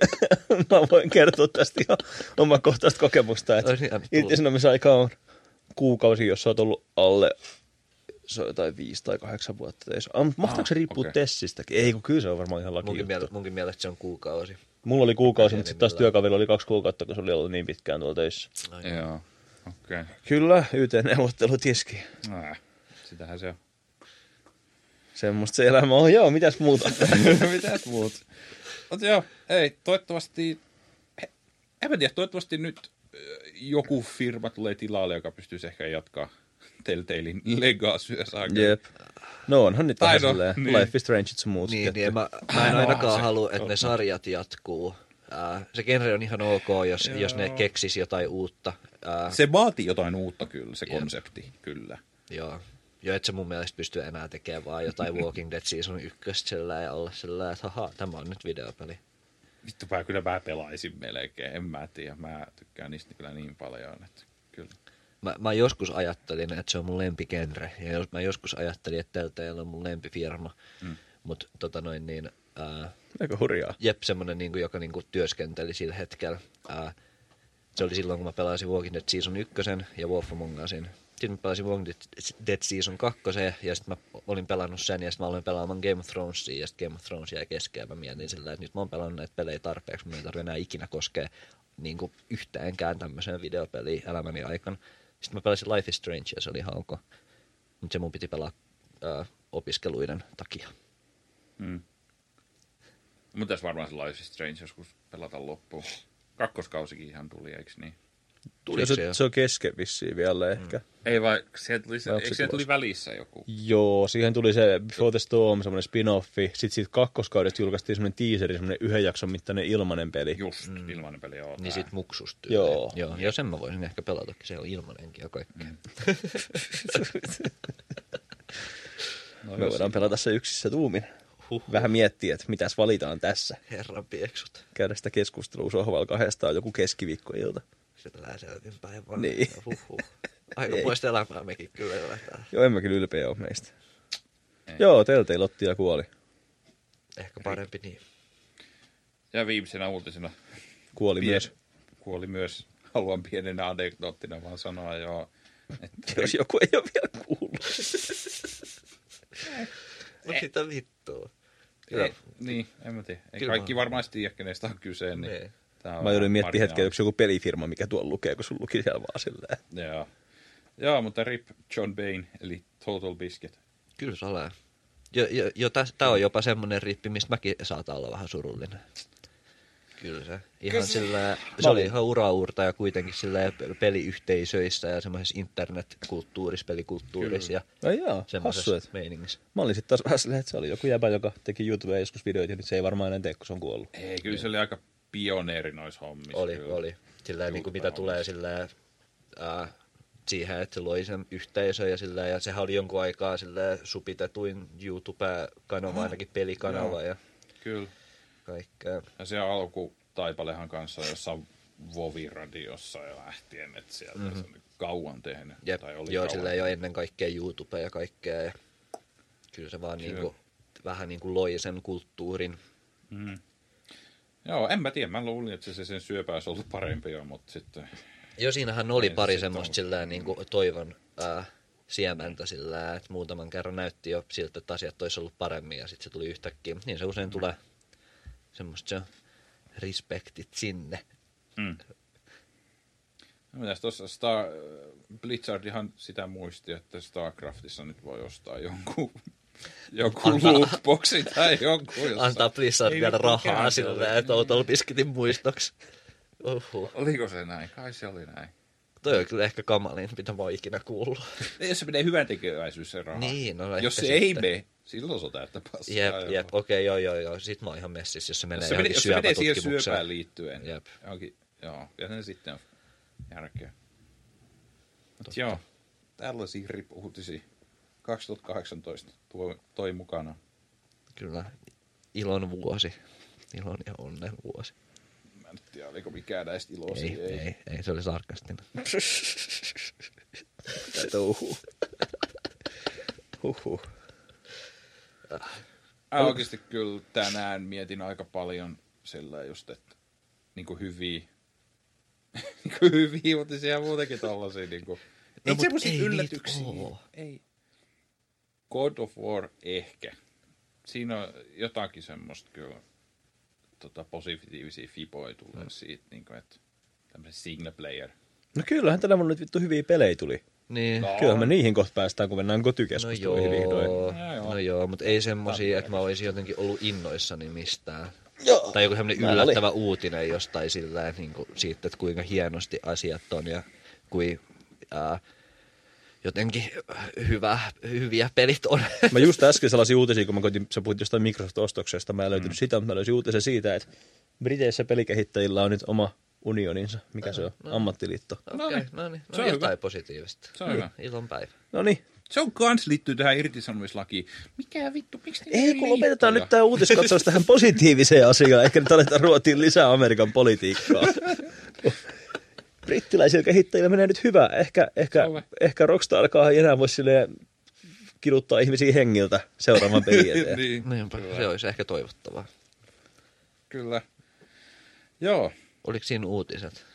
[SPEAKER 3] mä voin kertoa tästä ihan omakohtaista kokemusta. Että
[SPEAKER 2] Olisi niin ihan tullut.
[SPEAKER 3] irtisanomisaika on kuukausi, jos sä oot ollut alle se on jotain viisi tai kahdeksan vuotta töissä. Ah, mutta mahtaako se
[SPEAKER 1] Ah,
[SPEAKER 3] riippua
[SPEAKER 1] okei.
[SPEAKER 3] okay. tessistäkin? Ei, kun kyllä se on varmaan ihan laki
[SPEAKER 2] munkin, miel,
[SPEAKER 3] juttu.
[SPEAKER 2] munkin mielestä se on kuukausi.
[SPEAKER 3] Mulla oli kuukausi,
[SPEAKER 2] Ei niin
[SPEAKER 3] mutta sitten taas
[SPEAKER 2] millään.
[SPEAKER 3] työkaverilla oli kaksi kuukautta, kun se oli ollut niin pitkään tuolla töissä.
[SPEAKER 1] Ai. Joo. Okei. Okay.
[SPEAKER 3] Kyllä, YT-neuvottelut iski.
[SPEAKER 1] Äh. Sitähän se on.
[SPEAKER 3] Semmosta se elämä on. Joo, mitäs muuta?
[SPEAKER 1] No, Mitäs muut? Mutta joo, ei, toivottavasti, he- en mä tiedä, toivottavasti nyt ö, joku firma tulee tilalle, joka pystyisi ehkä jatkaa Telltalein legacyä saakka.
[SPEAKER 3] Jep. No onhan nyt
[SPEAKER 1] Tai
[SPEAKER 3] vähän
[SPEAKER 1] no,
[SPEAKER 3] silleen.
[SPEAKER 1] niin.
[SPEAKER 3] Niin. Life is Strange ja muut.
[SPEAKER 2] Niin,
[SPEAKER 3] kettu.
[SPEAKER 2] niin en mä, mä en
[SPEAKER 1] No,
[SPEAKER 2] ainakaan
[SPEAKER 1] se-
[SPEAKER 2] halua, että ne sarjat jatkuu. Ää, se genre on ihan ok, jos, jos ne keksis jotain uutta. Äh, Ää,
[SPEAKER 1] Se vaatii jotain uutta kyllä, se konsepti, kyllä.
[SPEAKER 2] Joo. Ja et sä mun mielestä pysty enää tekemään vaan jotain Walking Dead Season 1 sillä ja olla sillä että haha, tämä on nyt videopeli.
[SPEAKER 1] Vittu, mä kyllä mä pelaisin melkein, en mä tiedä, mä tykkään niistä kyllä niin paljon, että kyllä.
[SPEAKER 2] Mä, mä joskus ajattelin, että se on mun lempigenre, ja jos, mä joskus ajattelin, että Telltale on mun lempifirma, mm. mutta tota noin niin, ää,
[SPEAKER 3] Aika hurjaa.
[SPEAKER 2] jep, semmonen niinku, joka niinku työskenteli sillä hetkellä. Ää, se oli silloin, kun mä pelasin Walking Dead Season 1 ja Wolf Among Usin. Sitten mä pelasin Walking Dead- Dead Season 2 ja sitten mä olin pelannut sen ja sitten mä aloin pelaamaan Game of Thronesia ja sitten Game of Thrones jäi kesken ja mä mietin sillä, että nyt mä oon pelannut näitä pelejä tarpeeksi, mä en tarvitse enää ikinä koskea niin kuin yhtäänkään tämmöiseen videopeliin elämäni aikana. Sitten mä pelasin Life is Strange ja se oli ihan ok. Mutta se mun piti pelaa ää, opiskeluiden takia.
[SPEAKER 1] Mm. Mun tässä varmaan se Life is Strange joskus pelata loppuun. Kakkoskausikin ihan tuli, eikö niin?
[SPEAKER 2] Tuliko
[SPEAKER 3] se,
[SPEAKER 2] se jo?
[SPEAKER 3] se, se on kesken vissiin vielä ehkä. Mm.
[SPEAKER 1] Ei vai, siihen tuli, se,
[SPEAKER 3] Vai onko se
[SPEAKER 1] eikö siihen tuli
[SPEAKER 3] tulossa?
[SPEAKER 1] välissä joku?
[SPEAKER 3] Joo, siihen tuli se Before the Storm, semmoinen spin-offi. Sitten siitä kakkoskaudesta julkaistiin semmoinen teaseri, semmoinen yhden jakson mittainen ilmanen peli.
[SPEAKER 1] Just, mm. ilmainen peli on
[SPEAKER 2] Niin
[SPEAKER 1] tää.
[SPEAKER 2] sit muksusta.
[SPEAKER 3] Joo.
[SPEAKER 2] Joo, ja sen mä voisin ehkä pelata, kun se on ilmanenkin ja kaikkea. Mm.
[SPEAKER 1] No,
[SPEAKER 3] Me
[SPEAKER 1] jos-
[SPEAKER 3] voidaan pelata se yksissä tuumin.
[SPEAKER 2] Huhhuh.
[SPEAKER 3] Vähän miettiä, että mitäs valitaan tässä.
[SPEAKER 2] Herran pieksut.
[SPEAKER 3] Käydä sitä keskustelua sohvalla kahdestaan joku keskiviikkoilta.
[SPEAKER 2] Sillä selvinpäin vaan.
[SPEAKER 3] Niin.
[SPEAKER 2] Huhhuh. Aikamoista elämää mekin kyllä eletään.
[SPEAKER 3] Joo, en mä kyllä ylpeä ole meistä.
[SPEAKER 1] Ei.
[SPEAKER 3] Joo, teiltä lotti ja kuoli.
[SPEAKER 2] Ehkä parempi niin.
[SPEAKER 1] Ja viimeisenä uutisena
[SPEAKER 3] Kuoli
[SPEAKER 1] pie-
[SPEAKER 3] myös.
[SPEAKER 1] kuoli myös, haluan pienenä anekdoottina vaan sanoa, joo, että
[SPEAKER 3] Jos joku ei ole vielä kuullut.
[SPEAKER 2] Eh. Mut sitä vittua. Joo.
[SPEAKER 1] Ei, niin, en mä tiedä. Ei
[SPEAKER 2] Kyllä
[SPEAKER 1] kaikki
[SPEAKER 2] mä-
[SPEAKER 1] varmaan edes tiedä, kenestä on kyse. Niin
[SPEAKER 2] Niin.
[SPEAKER 1] tää on
[SPEAKER 3] Mä joudun
[SPEAKER 1] vähän
[SPEAKER 3] miettimään hetken,
[SPEAKER 1] marginaali.
[SPEAKER 3] onko se joku pelifirma, mikä tuolla lukee, kun sun luki siellä vaan silleen.
[SPEAKER 1] Joo. Joo, mutta Rip John Bain, eli Total Biscuit.
[SPEAKER 2] Kyllä se ole. Jo, jo, jo tämä on jopa semmoinen rippi, mistä mäkin saatan olla vähän surullinen. Kyllä se. Ihan sillä, se oli ihan uraurta ja kuitenkin sillä peliyhteisöissä ja semmoisessa internetkulttuurissa, pelikulttuurissa ja
[SPEAKER 3] No joo, hassu,
[SPEAKER 2] semmoisessa
[SPEAKER 3] et.
[SPEAKER 2] meiningissä.
[SPEAKER 3] Mä olin sitten taas vähän silleen, että se oli joku jäbä, joka teki YouTubeen joskus videoita, ja nyt se ei varmaan enää tee, kun se on kuollut.
[SPEAKER 1] Ei, kyllä se oli aika pioneeri noissa hommissa.
[SPEAKER 2] Oli,
[SPEAKER 1] kyllä.
[SPEAKER 2] oli. Sillä niin kuin mitä
[SPEAKER 1] Julkaisu.
[SPEAKER 2] tulee sillä äh, siihen, että se loi sen yhteisön ja sillä ja sehän oli jonkun aikaa sillä supitetuin YouTube-kanava, ainakin pelikanava ja
[SPEAKER 1] Kyllä.
[SPEAKER 2] kaikkea.
[SPEAKER 1] Ja se alku Taipalehan kanssa jossain Vovi-radiossa ja lähtien, että sieltä mm-hmm. se on kauan tehnyt.
[SPEAKER 2] Jep,
[SPEAKER 1] tai oli
[SPEAKER 2] joo,
[SPEAKER 1] kauan.
[SPEAKER 2] sillä jo ennen kaikkea YouTubea ja kaikkea. Ja kyllä se vaan
[SPEAKER 1] Kyllä.
[SPEAKER 2] Niinku, vähän niin kuin loi sen kulttuurin.
[SPEAKER 1] Joo, en mä tiedä. Mä luulin, että se sen syöpä olisi ollut parempi jo, mutta sitten...
[SPEAKER 2] Jo siinähän oli
[SPEAKER 1] Ei se
[SPEAKER 2] pari
[SPEAKER 1] sit
[SPEAKER 2] semmoista
[SPEAKER 1] ollut.
[SPEAKER 2] sillä niin kuin toivon ää, siementä sillä, että muutaman kerran näytti jo siltä, että asiat olisi ollut paremmin ja sitten se tuli yhtäkkiä. Niin se
[SPEAKER 1] Mm.
[SPEAKER 2] usein tulee semmoista se on, respektit sinne.
[SPEAKER 1] Mm. No mitäs tuossa Star... Blizzard ihan sitä muisti, että StarCraftissa nyt voi ostaa jonkun joku
[SPEAKER 2] Antaa-
[SPEAKER 1] lootboxi tai jonkun. jossa-
[SPEAKER 2] Antaa Blizzard
[SPEAKER 1] Ei
[SPEAKER 2] vielä
[SPEAKER 1] vittu
[SPEAKER 2] rahaa
[SPEAKER 1] käänteellä.
[SPEAKER 2] sillä, että Total Biscuitin muistoksi. Uhuh.
[SPEAKER 1] Oliko se näin? Kai se oli näin.
[SPEAKER 2] Toi on kyllä ehkä kamalin, mitä mä oon ikinä kuullut.
[SPEAKER 1] Jos se menee hyvän tekeväisyys se raha.
[SPEAKER 2] Niin, no ehkä
[SPEAKER 1] Jos se ei
[SPEAKER 2] sitten.
[SPEAKER 1] mene, silloin se on täyttä paskaa.
[SPEAKER 2] Jep,
[SPEAKER 1] jopa.
[SPEAKER 2] jep, okei, joo, joo, joo. Sit mä oon ihan messissä, jos se menee
[SPEAKER 1] Jos se menee, jos se menee siihen syöpään
[SPEAKER 2] syöpään
[SPEAKER 1] liittyen.
[SPEAKER 2] Jep.
[SPEAKER 1] Johonkin, joo, ja sen sitten on järkeä. Mut joo, tällaisia ripuutisia. 2018 tuo, toi mukana.
[SPEAKER 2] Kyllä, ilon vuosi. Ilon ja onnen vuosi.
[SPEAKER 1] Mä en tiedä, oliko mikään näistä iloisia.
[SPEAKER 2] Ei, ei, ei, ei, se oli sarkastinen.
[SPEAKER 3] Tätä uhu. Huhhuh.
[SPEAKER 1] Mä oikeasti kyllä tänään mietin aika paljon sillä just, että niinku hyviä, niinku hyviä uutisia ja muutenkin tollasia. Niinku. No,
[SPEAKER 2] mut
[SPEAKER 1] ei semmosia
[SPEAKER 2] ei
[SPEAKER 1] ei
[SPEAKER 2] niitä
[SPEAKER 1] yllätyksiä.
[SPEAKER 2] oo.
[SPEAKER 1] Ei. God of War ehkä. Siinä on jotakin semmoista kyllä tota, positiivisia fiboja tulee mm. siitä, niinku, että tämmöisen single player.
[SPEAKER 3] No kyllähän tänä vuonna nyt vittu hyviä pelejä tuli.
[SPEAKER 2] Niin.
[SPEAKER 1] No.
[SPEAKER 3] Kyllähän me niihin kohta päästään, kun mennään
[SPEAKER 2] No
[SPEAKER 3] kotikeskusteluihin vihdoin.
[SPEAKER 2] joo,
[SPEAKER 1] No joo.
[SPEAKER 2] no joo, mutta ei semmosia, että mä olisin jotenkin ollut innoissani mistään.
[SPEAKER 3] Joo.
[SPEAKER 2] Tai joku semmoinen
[SPEAKER 3] Mä olin.
[SPEAKER 2] yllättävä uutinen jostain sillä niin kuin siitä, että kuinka hienosti asiat on ja kuin ää, jotenkin hyvä, hyviä pelit on.
[SPEAKER 3] Mä just äsken sellaisia uutisia, kun mä koitin, sä puhuit jostain Microsoft-ostoksesta, mä en löytynyt sitä, mutta mä löysin uutisen siitä, että Briteissä pelikehittäjillä on nyt oma unioninsa, mikä se on, ammattiliitto.
[SPEAKER 2] Okei, okay,
[SPEAKER 1] niin.
[SPEAKER 2] no niin.
[SPEAKER 1] Se
[SPEAKER 2] No
[SPEAKER 1] on
[SPEAKER 2] jotain
[SPEAKER 1] hyvä.
[SPEAKER 2] positiivista.
[SPEAKER 1] Se on hyvä.
[SPEAKER 2] Ilon päivä.
[SPEAKER 3] No niin,
[SPEAKER 1] Se on kans liittyy tähän irtisanomislakiin. Mikä vittu, miksi niitä
[SPEAKER 3] ei kun lopetetaan
[SPEAKER 1] liittoja?
[SPEAKER 3] nyt tämä uutiskatsaus tähän positiiviseen asiaan, eikä nyt aleta ruotiin lisää Amerikan politiikkaa. Brittiläisillä kehittäjillä menee nyt hyvä. Ehkä, ehkä,
[SPEAKER 1] Ole.
[SPEAKER 3] ehkä Rockstarkaan ei enää voi silleen kiduttaa ihmisiä hengiltä seuraavan pelin eteen.
[SPEAKER 1] niin,
[SPEAKER 2] Niinpä, se olisi ehkä toivottavaa.
[SPEAKER 1] kyllä. Joo,
[SPEAKER 2] Oliko siinä uutiset?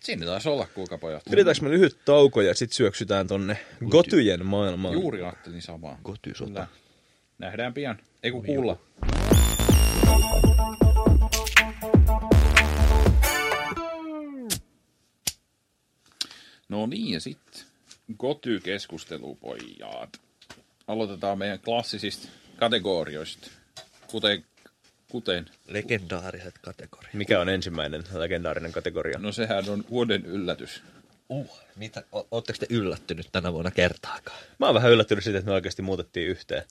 [SPEAKER 1] Siinä taisi olla kuukapojat.
[SPEAKER 3] Pidetäänkö me lyhyt tauko ja sitten syöksytään tonne Gotyjen maailmaan?
[SPEAKER 1] Juuri ajattelin samaa.
[SPEAKER 2] Kotysota.
[SPEAKER 1] Kyllä. Nähdään pian. Ei kun kuulla. No niin, ja sitten Goty-keskustelu, pojat. Aloitetaan meidän klassisista kategorioista. Kuten, kuten,
[SPEAKER 2] Legendaariset kategoriat.
[SPEAKER 3] Mikä on ensimmäinen legendaarinen kategoria?
[SPEAKER 1] no sehän on vuoden yllätys.
[SPEAKER 2] Uh, mitä? O- Ootteko te yllättynyt tänä vuonna kertaakaan?
[SPEAKER 3] Mä oon vähän yllättynyt siitä, että me oikeasti muutettiin yhteen.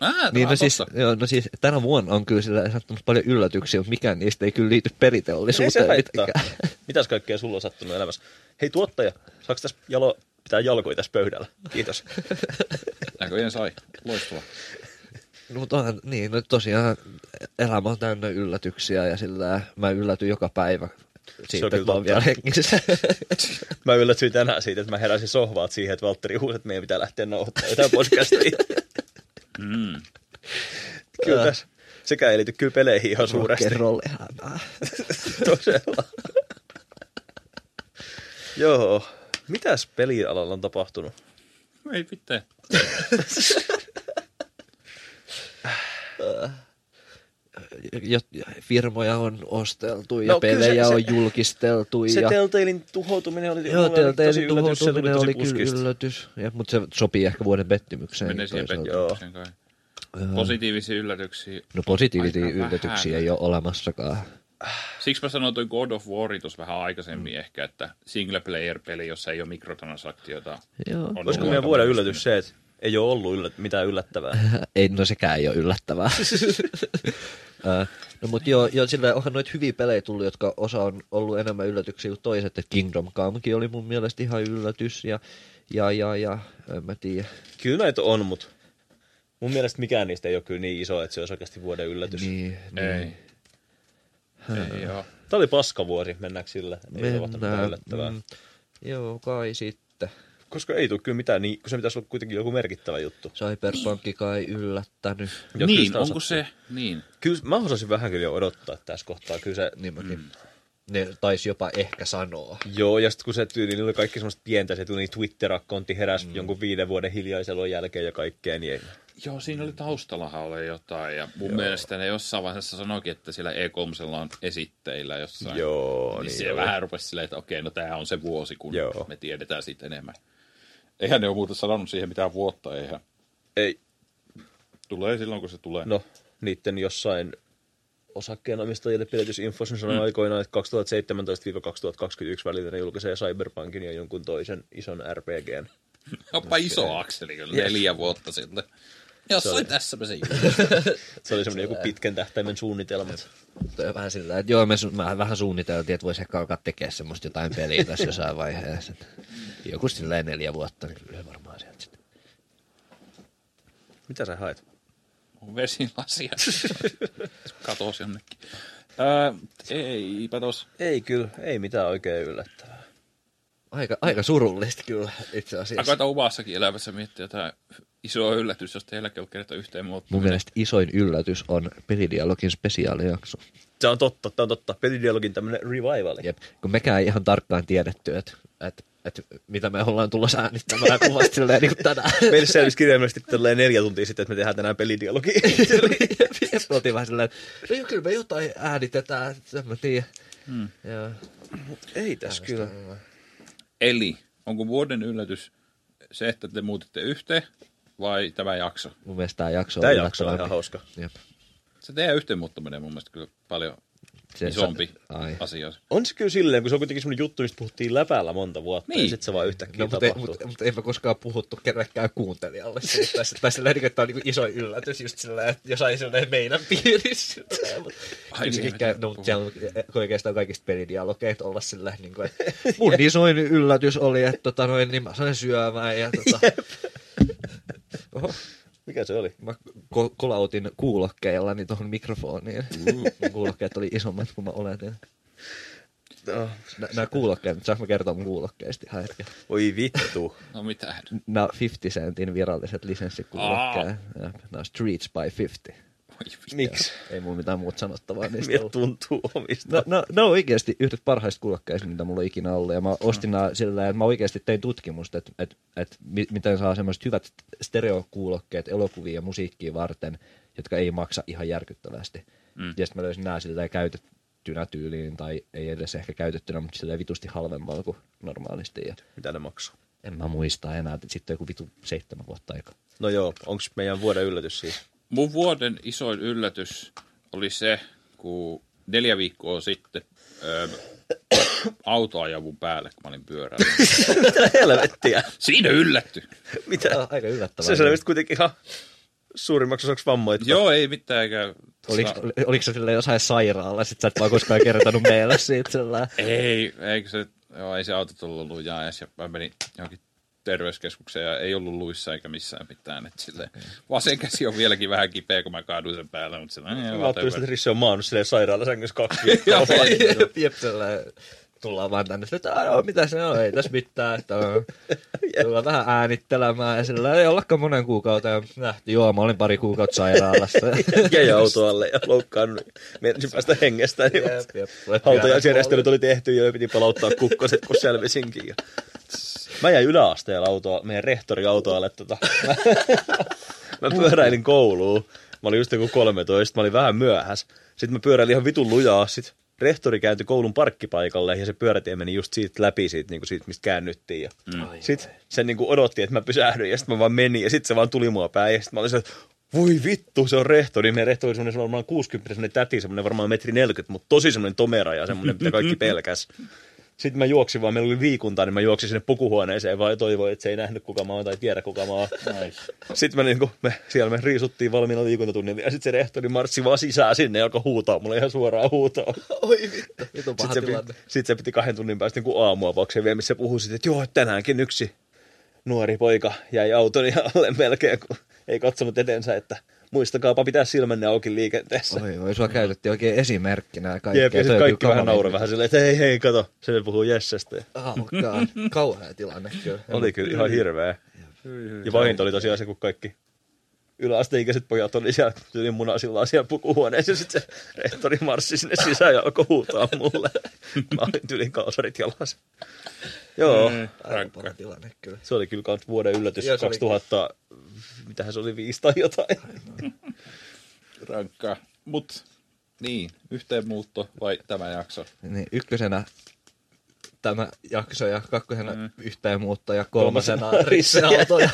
[SPEAKER 1] Ah,
[SPEAKER 2] Niin, no siis, joo, no siis tänä vuonna on kyllä sillä sattunut paljon yllätyksiä, mutta mikään niistä ei kyllä liity
[SPEAKER 3] Ei se
[SPEAKER 2] periteollisuuteen
[SPEAKER 3] haittaa. Mitäs kaikkea sulla on sattunut elämässä? Hei tuottaja, saaks tässä jalo, pitää jalkoja tässä pöydällä? Kiitos.
[SPEAKER 1] Näköjään sai. Loistava.
[SPEAKER 2] No, mutta onhan, niin, no tosiaan elämä on täynnä yllätyksiä ja sillä mä yllätyn joka päivä siitä,
[SPEAKER 3] kyllä
[SPEAKER 2] että mä oon
[SPEAKER 3] totta.
[SPEAKER 2] vielä hengissä.
[SPEAKER 3] Mä yllätyin tänään siitä, että mä heräsin sohvaat siihen, että Valtteri huusi, että meidän pitää lähteä nauhoittamaan jotain podcastia.
[SPEAKER 1] Mm.
[SPEAKER 3] Kyllä
[SPEAKER 2] Äh.
[SPEAKER 3] tässä. Sekä ei liity kyllä peleihin ihan suuresti.
[SPEAKER 2] Rock'n'roll-elämää.
[SPEAKER 3] Todella. Joo. Mitäs pelialalla on tapahtunut?
[SPEAKER 1] Ei pitää.
[SPEAKER 2] jo, firmoja on osteltu ja
[SPEAKER 3] No,
[SPEAKER 2] no,
[SPEAKER 3] kyllä se-
[SPEAKER 2] pelejä
[SPEAKER 3] se-
[SPEAKER 2] se, on julkisteltu.
[SPEAKER 3] Se
[SPEAKER 2] ja...
[SPEAKER 3] Telltalein tuhoutuminen oli
[SPEAKER 2] Joo,
[SPEAKER 3] mulle tosi
[SPEAKER 2] Telltalein
[SPEAKER 3] yllätys, se tuli
[SPEAKER 2] tuhoutuminen
[SPEAKER 3] tosi
[SPEAKER 2] oli kyllä
[SPEAKER 3] puskista.
[SPEAKER 2] yllätys, ja, mutta se sopii ehkä vuoden pettymykseen.
[SPEAKER 1] Menee siihen
[SPEAKER 2] toisaalta.
[SPEAKER 1] pettymykseen kai. Positiivisia yllätyksiä.
[SPEAKER 2] No positiivisia
[SPEAKER 1] Aika vähän.
[SPEAKER 2] yllätyksiä ei ole olemassakaan.
[SPEAKER 1] Siksi mä sanoin toi God of War tuossa vähän aikaisemmin mm. ehkä, että single player peli, jossa ei ole mikrotransaktioita.
[SPEAKER 2] Joo.
[SPEAKER 1] on
[SPEAKER 3] Olisiko
[SPEAKER 1] ollut
[SPEAKER 3] meidän vuoden
[SPEAKER 1] aika-
[SPEAKER 3] yllätys se, että ei ole ollut yllät, mitään yllättävää?
[SPEAKER 2] Ei, no sekään ei ole yllättävää. Ö, no mutta joo, joo sillä onhan noita hyviä pelejä tullut, jotka osa on ollut enemmän yllätyksiä kuin toiset. Et Kingdom Comekin oli mun mielestä ihan yllätys ja, ja, ja, ja en mä tiedä.
[SPEAKER 3] Kyllä näitä on, mutta mun mielestä mikään niistä ei ole kyllä niin iso, että se olisi oikeasti vuoden yllätys. Niin.
[SPEAKER 2] Niin, niin.
[SPEAKER 1] Ei. Ei joo.
[SPEAKER 3] Tämä oli paskavuosi, mennäänkö sillä? Ei Mennään. tapahtunut mitään yllättävää.
[SPEAKER 2] Mm, joo, kai sitten.
[SPEAKER 3] Koska ei tule kyllä mitään, niin, kun se pitäisi olla kuitenkin joku merkittävä juttu.
[SPEAKER 2] Cyberpunkki kai yllättänyt.
[SPEAKER 3] Ja kyllä
[SPEAKER 1] niin,
[SPEAKER 3] sitä
[SPEAKER 1] onko
[SPEAKER 3] osattiin.
[SPEAKER 1] se? Niin.
[SPEAKER 3] Kyllä mä osasin vähän kyllä jo odottaa että tässä kohtaa. Kyllä se,
[SPEAKER 2] Niin mäkin. Mm. Ne taisi jopa ehkä sanoa.
[SPEAKER 3] Joo, ja sitten kun se tyyli, niin niillä oli kaikki semmoista pientä, se tyyli Twitter-akkontti heräsi mm. jonkun viiden vuoden hiljaiselon jälkeen ja kaikkea, niin ei.
[SPEAKER 1] Joo, siinä oli taustallahan oli jotain, ja mun Joo. mielestä ne jossain vaiheessa sanoikin, että sillä e 3 on esitteillä jossain.
[SPEAKER 3] Joo,
[SPEAKER 1] niin,
[SPEAKER 3] niin
[SPEAKER 1] niin se
[SPEAKER 3] oli.
[SPEAKER 1] vähän rupesi silleen, että okei, no tämä on se vuosi, kun
[SPEAKER 3] Joo.
[SPEAKER 1] Joo. me tiedetään siitä enemmän. Eihän ne ole muuten sanonut siihen mitään vuotta, eihän.
[SPEAKER 3] Ei,
[SPEAKER 1] Tulee silloin, kun se tulee.
[SPEAKER 3] no, niiden jossain osakkeenomistajille pidetysinfossa ne sanoi mm. aikoinaan, että 2017-2021 välillä ne julkaisee Cyberpunkin ja jonkun toisen ison RPGn.
[SPEAKER 1] Onpa iso akseli kyllä, neljä vuotta sitten. Jos
[SPEAKER 3] oli-
[SPEAKER 1] oli tässä se
[SPEAKER 3] Se oli semmoinen joku pitkän tähtäimen suunnitelmat.
[SPEAKER 2] Toi Vähän sillä, että joo, me, su- mä vähän suunniteltiin, että voisi ehkä alkaa tekemään semmoista jotain peliä tässä jossain vaiheessa. Joku sillä neljä vuotta, niin kyllä se varmaan sieltä sitten.
[SPEAKER 3] Mitä sä haet?
[SPEAKER 1] vesilasia. Katos jonnekin. Ää, eipä tos.
[SPEAKER 3] Ei kyllä, ei mitään oikein yllättävää.
[SPEAKER 2] Aika, aika surullista kyllä itse
[SPEAKER 1] Mä
[SPEAKER 2] asiassa.
[SPEAKER 1] koitan omassakin elämässä miettiä jotain isoa yllätys, jos teilläkin on kerta yhteen muuta.
[SPEAKER 2] Mun mielestä isoin yllätys on pelidialogin spesiaalijakso.
[SPEAKER 3] Se on totta, tämä on totta. Pelidialogin tämmöinen revival.
[SPEAKER 2] Jep, kun mekään ei ihan tarkkaan tiedetty, että, että, että mitä me ollaan tulossa äänittämään kuvasti silleen niin kuin tänään.
[SPEAKER 3] Meille selvisi kirjaimellisesti tälleen neljä tuntia sitten, että me tehdään tänään pelidialogi.
[SPEAKER 2] Ja me oltiin vähän silleen, no joo, kyllä me jotain äänitetään, että en mä tiedä. Hmm. Joo.
[SPEAKER 3] ei tässä kyllä.
[SPEAKER 1] Eli onko vuoden yllätys se, että te muutitte yhteen vai tämä jakso?
[SPEAKER 2] Mun mielestä tämä jakso
[SPEAKER 3] Tää
[SPEAKER 2] on
[SPEAKER 3] jakso on ihan
[SPEAKER 2] yllättävämpi.
[SPEAKER 3] hauska.
[SPEAKER 2] Jep.
[SPEAKER 1] Se teidän yhteen muuttaminen on mun mielestä kyllä paljon
[SPEAKER 2] Se-
[SPEAKER 1] isompi
[SPEAKER 2] ai.
[SPEAKER 1] asia.
[SPEAKER 3] On se kyllä silleen, kun se on kuitenkin semmoinen juttu, mistä puhuttiin läpällä monta vuotta, niin. ja
[SPEAKER 1] Niin.
[SPEAKER 3] sitten se vaan yhtäkkiä
[SPEAKER 2] No,
[SPEAKER 3] no,
[SPEAKER 2] mutta,
[SPEAKER 3] tapahtuu.
[SPEAKER 2] mutta, mutta ei me koskaan puhuttu kenellekään kuuntelijalle siitä. Tai- Tai silleen, että tämä on niin kuin iso yllätys just silleen, että jos ei silleen meidän piirissä.
[SPEAKER 1] Ai niin,
[SPEAKER 2] Kyllä käy-
[SPEAKER 1] mitä puhuu.
[SPEAKER 2] no, mutta siellä on oikeastaan kaikista pelidialogeista olla silleen, niin kuin, että mun isoin yllätys oli, että tota, noin, niin mä sain syömään ja tota, Oho,
[SPEAKER 3] Mikä se oli?
[SPEAKER 2] mä ko- kolautin kuulokkeillani tuohon mikrofoniin. Mun kuulokkeet oli isommat kuin mä oletin.
[SPEAKER 3] No.
[SPEAKER 2] Nä- Nämä kuulokkeet, saanko mä kertoa mun kuulokkeista ihan hetken?
[SPEAKER 3] Oi vittu.
[SPEAKER 1] No mitä?
[SPEAKER 2] Nämä on 50 Centin viralliset lisenssikuulokkeet. Jep, Nämä on Streets by 50.
[SPEAKER 1] Voi vittu.
[SPEAKER 3] Miksi?
[SPEAKER 2] Ei mulla mitään muuta sanottavaa niistä
[SPEAKER 3] Miltä
[SPEAKER 2] ollut.
[SPEAKER 3] tuntuu omista?
[SPEAKER 2] No, no, ne on oikeasti yhdet parhaista kuulokkeista, mitä mulla on ikinä ollut. Ja mä ostin nämä sillä lailla, että mä oikeasti tein tutkimusta, että, että, että mi- miten saa semmoiset hyvät stereokuulokkeet elokuvia ja musiikkia varten, jotka ei maksa ihan järkyttävästi. Mm. Ja sitten mä löysin nämä sillä lailla käytettynä tyyliin, tai ei edes ehkä käytettynä, mutta sillä lailla vitusti halvemmalla kuin normaalisti. Ja
[SPEAKER 3] Mitä ne maksaa?
[SPEAKER 2] en mä muista enää, että sitten on joku vitu seitsemän vuotta aikaa.
[SPEAKER 3] No joo, onks meidän vuoden yllätys siis?
[SPEAKER 1] Mun vuoden isoin yllätys oli se, kun neljä viikkoa sitten öö, autoajavun päälle, kun mä olin pyörällä.
[SPEAKER 3] Mitä helvettiä?
[SPEAKER 1] Siinä yllätty.
[SPEAKER 2] Tää
[SPEAKER 3] Mitä?
[SPEAKER 2] on aika yllättävää.
[SPEAKER 3] Se selvisi kuitenkin ihan suurimmaksi osaksi vammoittaa.
[SPEAKER 1] Joo, ei mitään. Eikä,
[SPEAKER 2] Oliko,
[SPEAKER 1] tota,
[SPEAKER 2] oli- oliko se sille jossain sairaala, sit sä et vaan koskaan kertonut meille siitä sillä
[SPEAKER 1] Ei, eikö se, joo, ei se auto tullut lujaa edes. Ja mä menin johonkin terveyskeskukseen ja ei ollut luissa eikä missään mitään. Et silleen, vasen käsi on vieläkin vähän kipeä, kun mä kaaduin sen päälle, mutta sillä ei
[SPEAKER 3] Mä ajattelin, että
[SPEAKER 1] whatever.
[SPEAKER 3] Risse on maannut silleen sairaalasängyssä kaksi viikkoa.
[SPEAKER 2] jep, jep, sillä tullaan vaan tänne, että "Aa, joo, mitä se on, ei tässä mitään, että on. tullaan vähän äänittelemään ja sillä ei ollakaan monen kuukauden nähty, joo mä olin pari kuukautta sairaalassa.
[SPEAKER 3] jäi autoalle ja loukkaannut. Meidän päästä hengestään. Niin
[SPEAKER 2] Jep, jep.
[SPEAKER 3] Hautajaisjärjestelyt oli tehty jo ja piti palauttaa kukkoset, kun selvisinkin. Ja... Mä jäin yläasteella autoa, meidän rehtori autoalle. Tota. Mä, mä pyöräilin kouluun. Mä olin just joku 13, mä olin vähän myöhässä. Sitten mä pyöräilin ihan vitun lujaa. Sitten rehtori kääntyi koulun parkkipaikalle ja se pyörätie meni just siitä läpi, siitä, niin kuin siitä mistä käännyttiin. Ja
[SPEAKER 2] Ai
[SPEAKER 3] sitten se niin kuin odotti, että mä pysähdyin ja sitten mä vaan menin ja sitten se vaan tuli mua päin ja sitten mä olin se, että voi vittu, se on rehtori. Meidän rehtori oli semmoinen varmaan 60 semmoinen täti, semmoinen varmaan metri 40, mutta tosi semmoinen tomera ja semmoinen, mitä kaikki pelkäs. Sitten mä juoksin vaan, meillä oli liikuntaa, niin mä juoksin sinne pukuhuoneeseen vaan ja toivoin, että se ei nähnyt kuka mä oon tai tiedä kuka mä oon. Sitten me, niin kuin, me, siellä me riisuttiin valmiina liikuntatunnilla ja sitten se rehtori marssi vaan sisään sinne ja alkoi huutaa mulle ihan suoraan huutoon.
[SPEAKER 2] Oi vittu, nyt on paha
[SPEAKER 3] Sitten se,
[SPEAKER 2] tilanne.
[SPEAKER 3] piti, sit se piti kahden tunnin päästä niin aamuavaukseen vielä, missä puhui sitten, että joo, tänäänkin yksi nuori poika jäi autoni alle melkein, kun ei katsonut etensä, että muistakaapa pitää silmänne auki liikenteessä.
[SPEAKER 2] Oi, oi, sua käytettiin oikein esimerkkinä ja kaikkea.
[SPEAKER 3] Jep, ja
[SPEAKER 2] Toi
[SPEAKER 3] sitten
[SPEAKER 2] on
[SPEAKER 3] kaikki
[SPEAKER 2] kyllä
[SPEAKER 3] vähän
[SPEAKER 2] kauhean-
[SPEAKER 3] nauroi vähän silleen, että hei, hei, kato, se puhuu Jessestä. Ja
[SPEAKER 2] Oh god, kauhea tilanne kyllä.
[SPEAKER 3] Oli kyllä ihan hirveä. Ja vahinta oli tosiaan se, kun kaikki yläasteikäiset pojat oli siellä tyyli munasillaan siellä pukuhuoneessa. Ja sitten se rehtori marssi sinne sisään ja alkoi huutaa mulle. Mä olin tyyli kalsarit jalassa. Joo,
[SPEAKER 2] Aivan paha tilanne kyllä.
[SPEAKER 3] se oli kyllä kans vuoden yllätys.
[SPEAKER 2] Joo, se oli-
[SPEAKER 3] 2000, mitähän se oli, viisi tai jotain.
[SPEAKER 1] Rankkaa. Mut, niin, yhteenmuutto vai tämä jakso?
[SPEAKER 2] Niin, ykkösenä tämä jakso ja kakkosena mm. yhteenmuutto ja kolmasena
[SPEAKER 3] Kolmasena
[SPEAKER 2] risseauto ja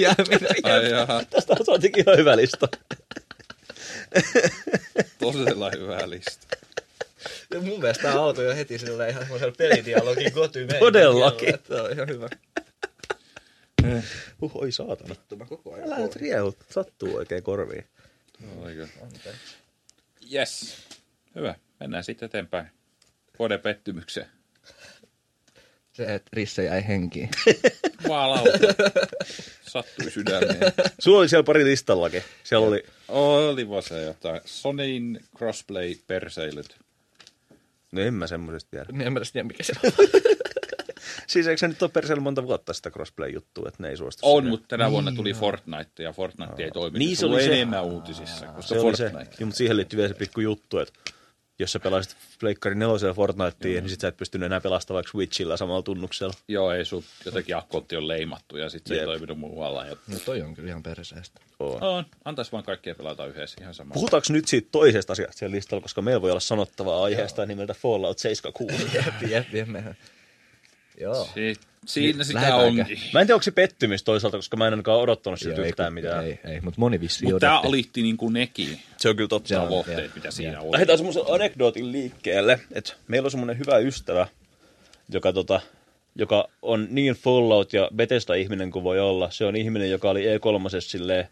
[SPEAKER 2] jääminen.
[SPEAKER 1] Ai jaha,
[SPEAKER 3] Tästä on saatiin ihan hyvä lista.
[SPEAKER 1] todella hyvä lista.
[SPEAKER 2] Ja mun mielestä tämä auto jo heti sillä ihan semmoisella pelidialogin kotymeen.
[SPEAKER 3] Todellakin.
[SPEAKER 2] Tämä on ihan hyvä.
[SPEAKER 1] Eh.
[SPEAKER 3] Huh, oi saatana.
[SPEAKER 2] Vittu, mä koko ajan
[SPEAKER 3] Älä nyt riehut, sattuu oikein korviin.
[SPEAKER 1] Oliko? Yes. Hyvä, mennään sitten eteenpäin. Vuoden pettymykseen.
[SPEAKER 2] Se, että Risse jäi henkiin.
[SPEAKER 1] Maalauta. Sattui sydämeen.
[SPEAKER 3] Sulla oli siellä pari listallakin. Siellä oli
[SPEAKER 1] Oli vaan se jotain. Sonyin crossplay perseilyt.
[SPEAKER 3] No en mä semmoisesta tiedä.
[SPEAKER 2] Niin en mä tästä tiedä, mikä se on.
[SPEAKER 3] Siis eikö se nyt ole perseellä monta vuotta sitä crossplay-juttua, että ne ei suostu
[SPEAKER 1] On,
[SPEAKER 3] siihen?
[SPEAKER 1] mutta tänä vuonna tuli Fortnite ja Fortnite ei toimi.
[SPEAKER 3] Niin,
[SPEAKER 1] Niin
[SPEAKER 3] se
[SPEAKER 1] se
[SPEAKER 3] oli
[SPEAKER 1] oli
[SPEAKER 3] se.
[SPEAKER 1] enemmän uutisissa, koska
[SPEAKER 3] se oli se.
[SPEAKER 1] Fortnite.
[SPEAKER 3] Joo, mutta siihen liittyy vielä se pikku juttu, että jos sä pelasit Pleikkari nelosella Fortnitetiin, niin sit sä et pystynyt enää pelastamaan vaikka Switchillä samalla tunnuksella.
[SPEAKER 1] Joo, ei sun jotenkin akkontti on leimattu ja sitten se
[SPEAKER 3] Jep.
[SPEAKER 1] ei toiminut muualla. Ja...
[SPEAKER 2] No toi on kyllä ihan perseestä.
[SPEAKER 3] Oo.
[SPEAKER 1] On. Antais vaan kaikkea pelata yhdessä ihan sama.
[SPEAKER 3] Puhutaanko nyt siitä toisesta asiasta siellä listalla, koska meillä voi olla sanottavaa aiheesta nimeltä Fallout 76.
[SPEAKER 2] Jep, jep, jep. mehän- Joo.
[SPEAKER 1] Si- siinä sitä
[SPEAKER 2] lähdetäänkö?
[SPEAKER 1] onkin.
[SPEAKER 3] Mä en tiedä, onko se pettymys toisaalta, koska mä en ainakaan odottanut siltä
[SPEAKER 2] Joo, ei,
[SPEAKER 3] yhtään
[SPEAKER 2] kun-
[SPEAKER 3] mitään.
[SPEAKER 2] Ei, ei, mutta moni vissi
[SPEAKER 1] Mutta tämä alitti niinku nekin
[SPEAKER 3] Se on kyllä totta.
[SPEAKER 2] Se on. Joo.
[SPEAKER 1] tavoitteet, mitä siinä
[SPEAKER 3] Oi.
[SPEAKER 1] oli.
[SPEAKER 3] Lähdetään semmoisen anekdootin liikkeelle, että meillä on semmoinen hyvä ystävä, joka, tota, joka on niin Fallout ja Bethesda-ihminen kuin voi olla. Se on ihminen, joka oli E3 silleen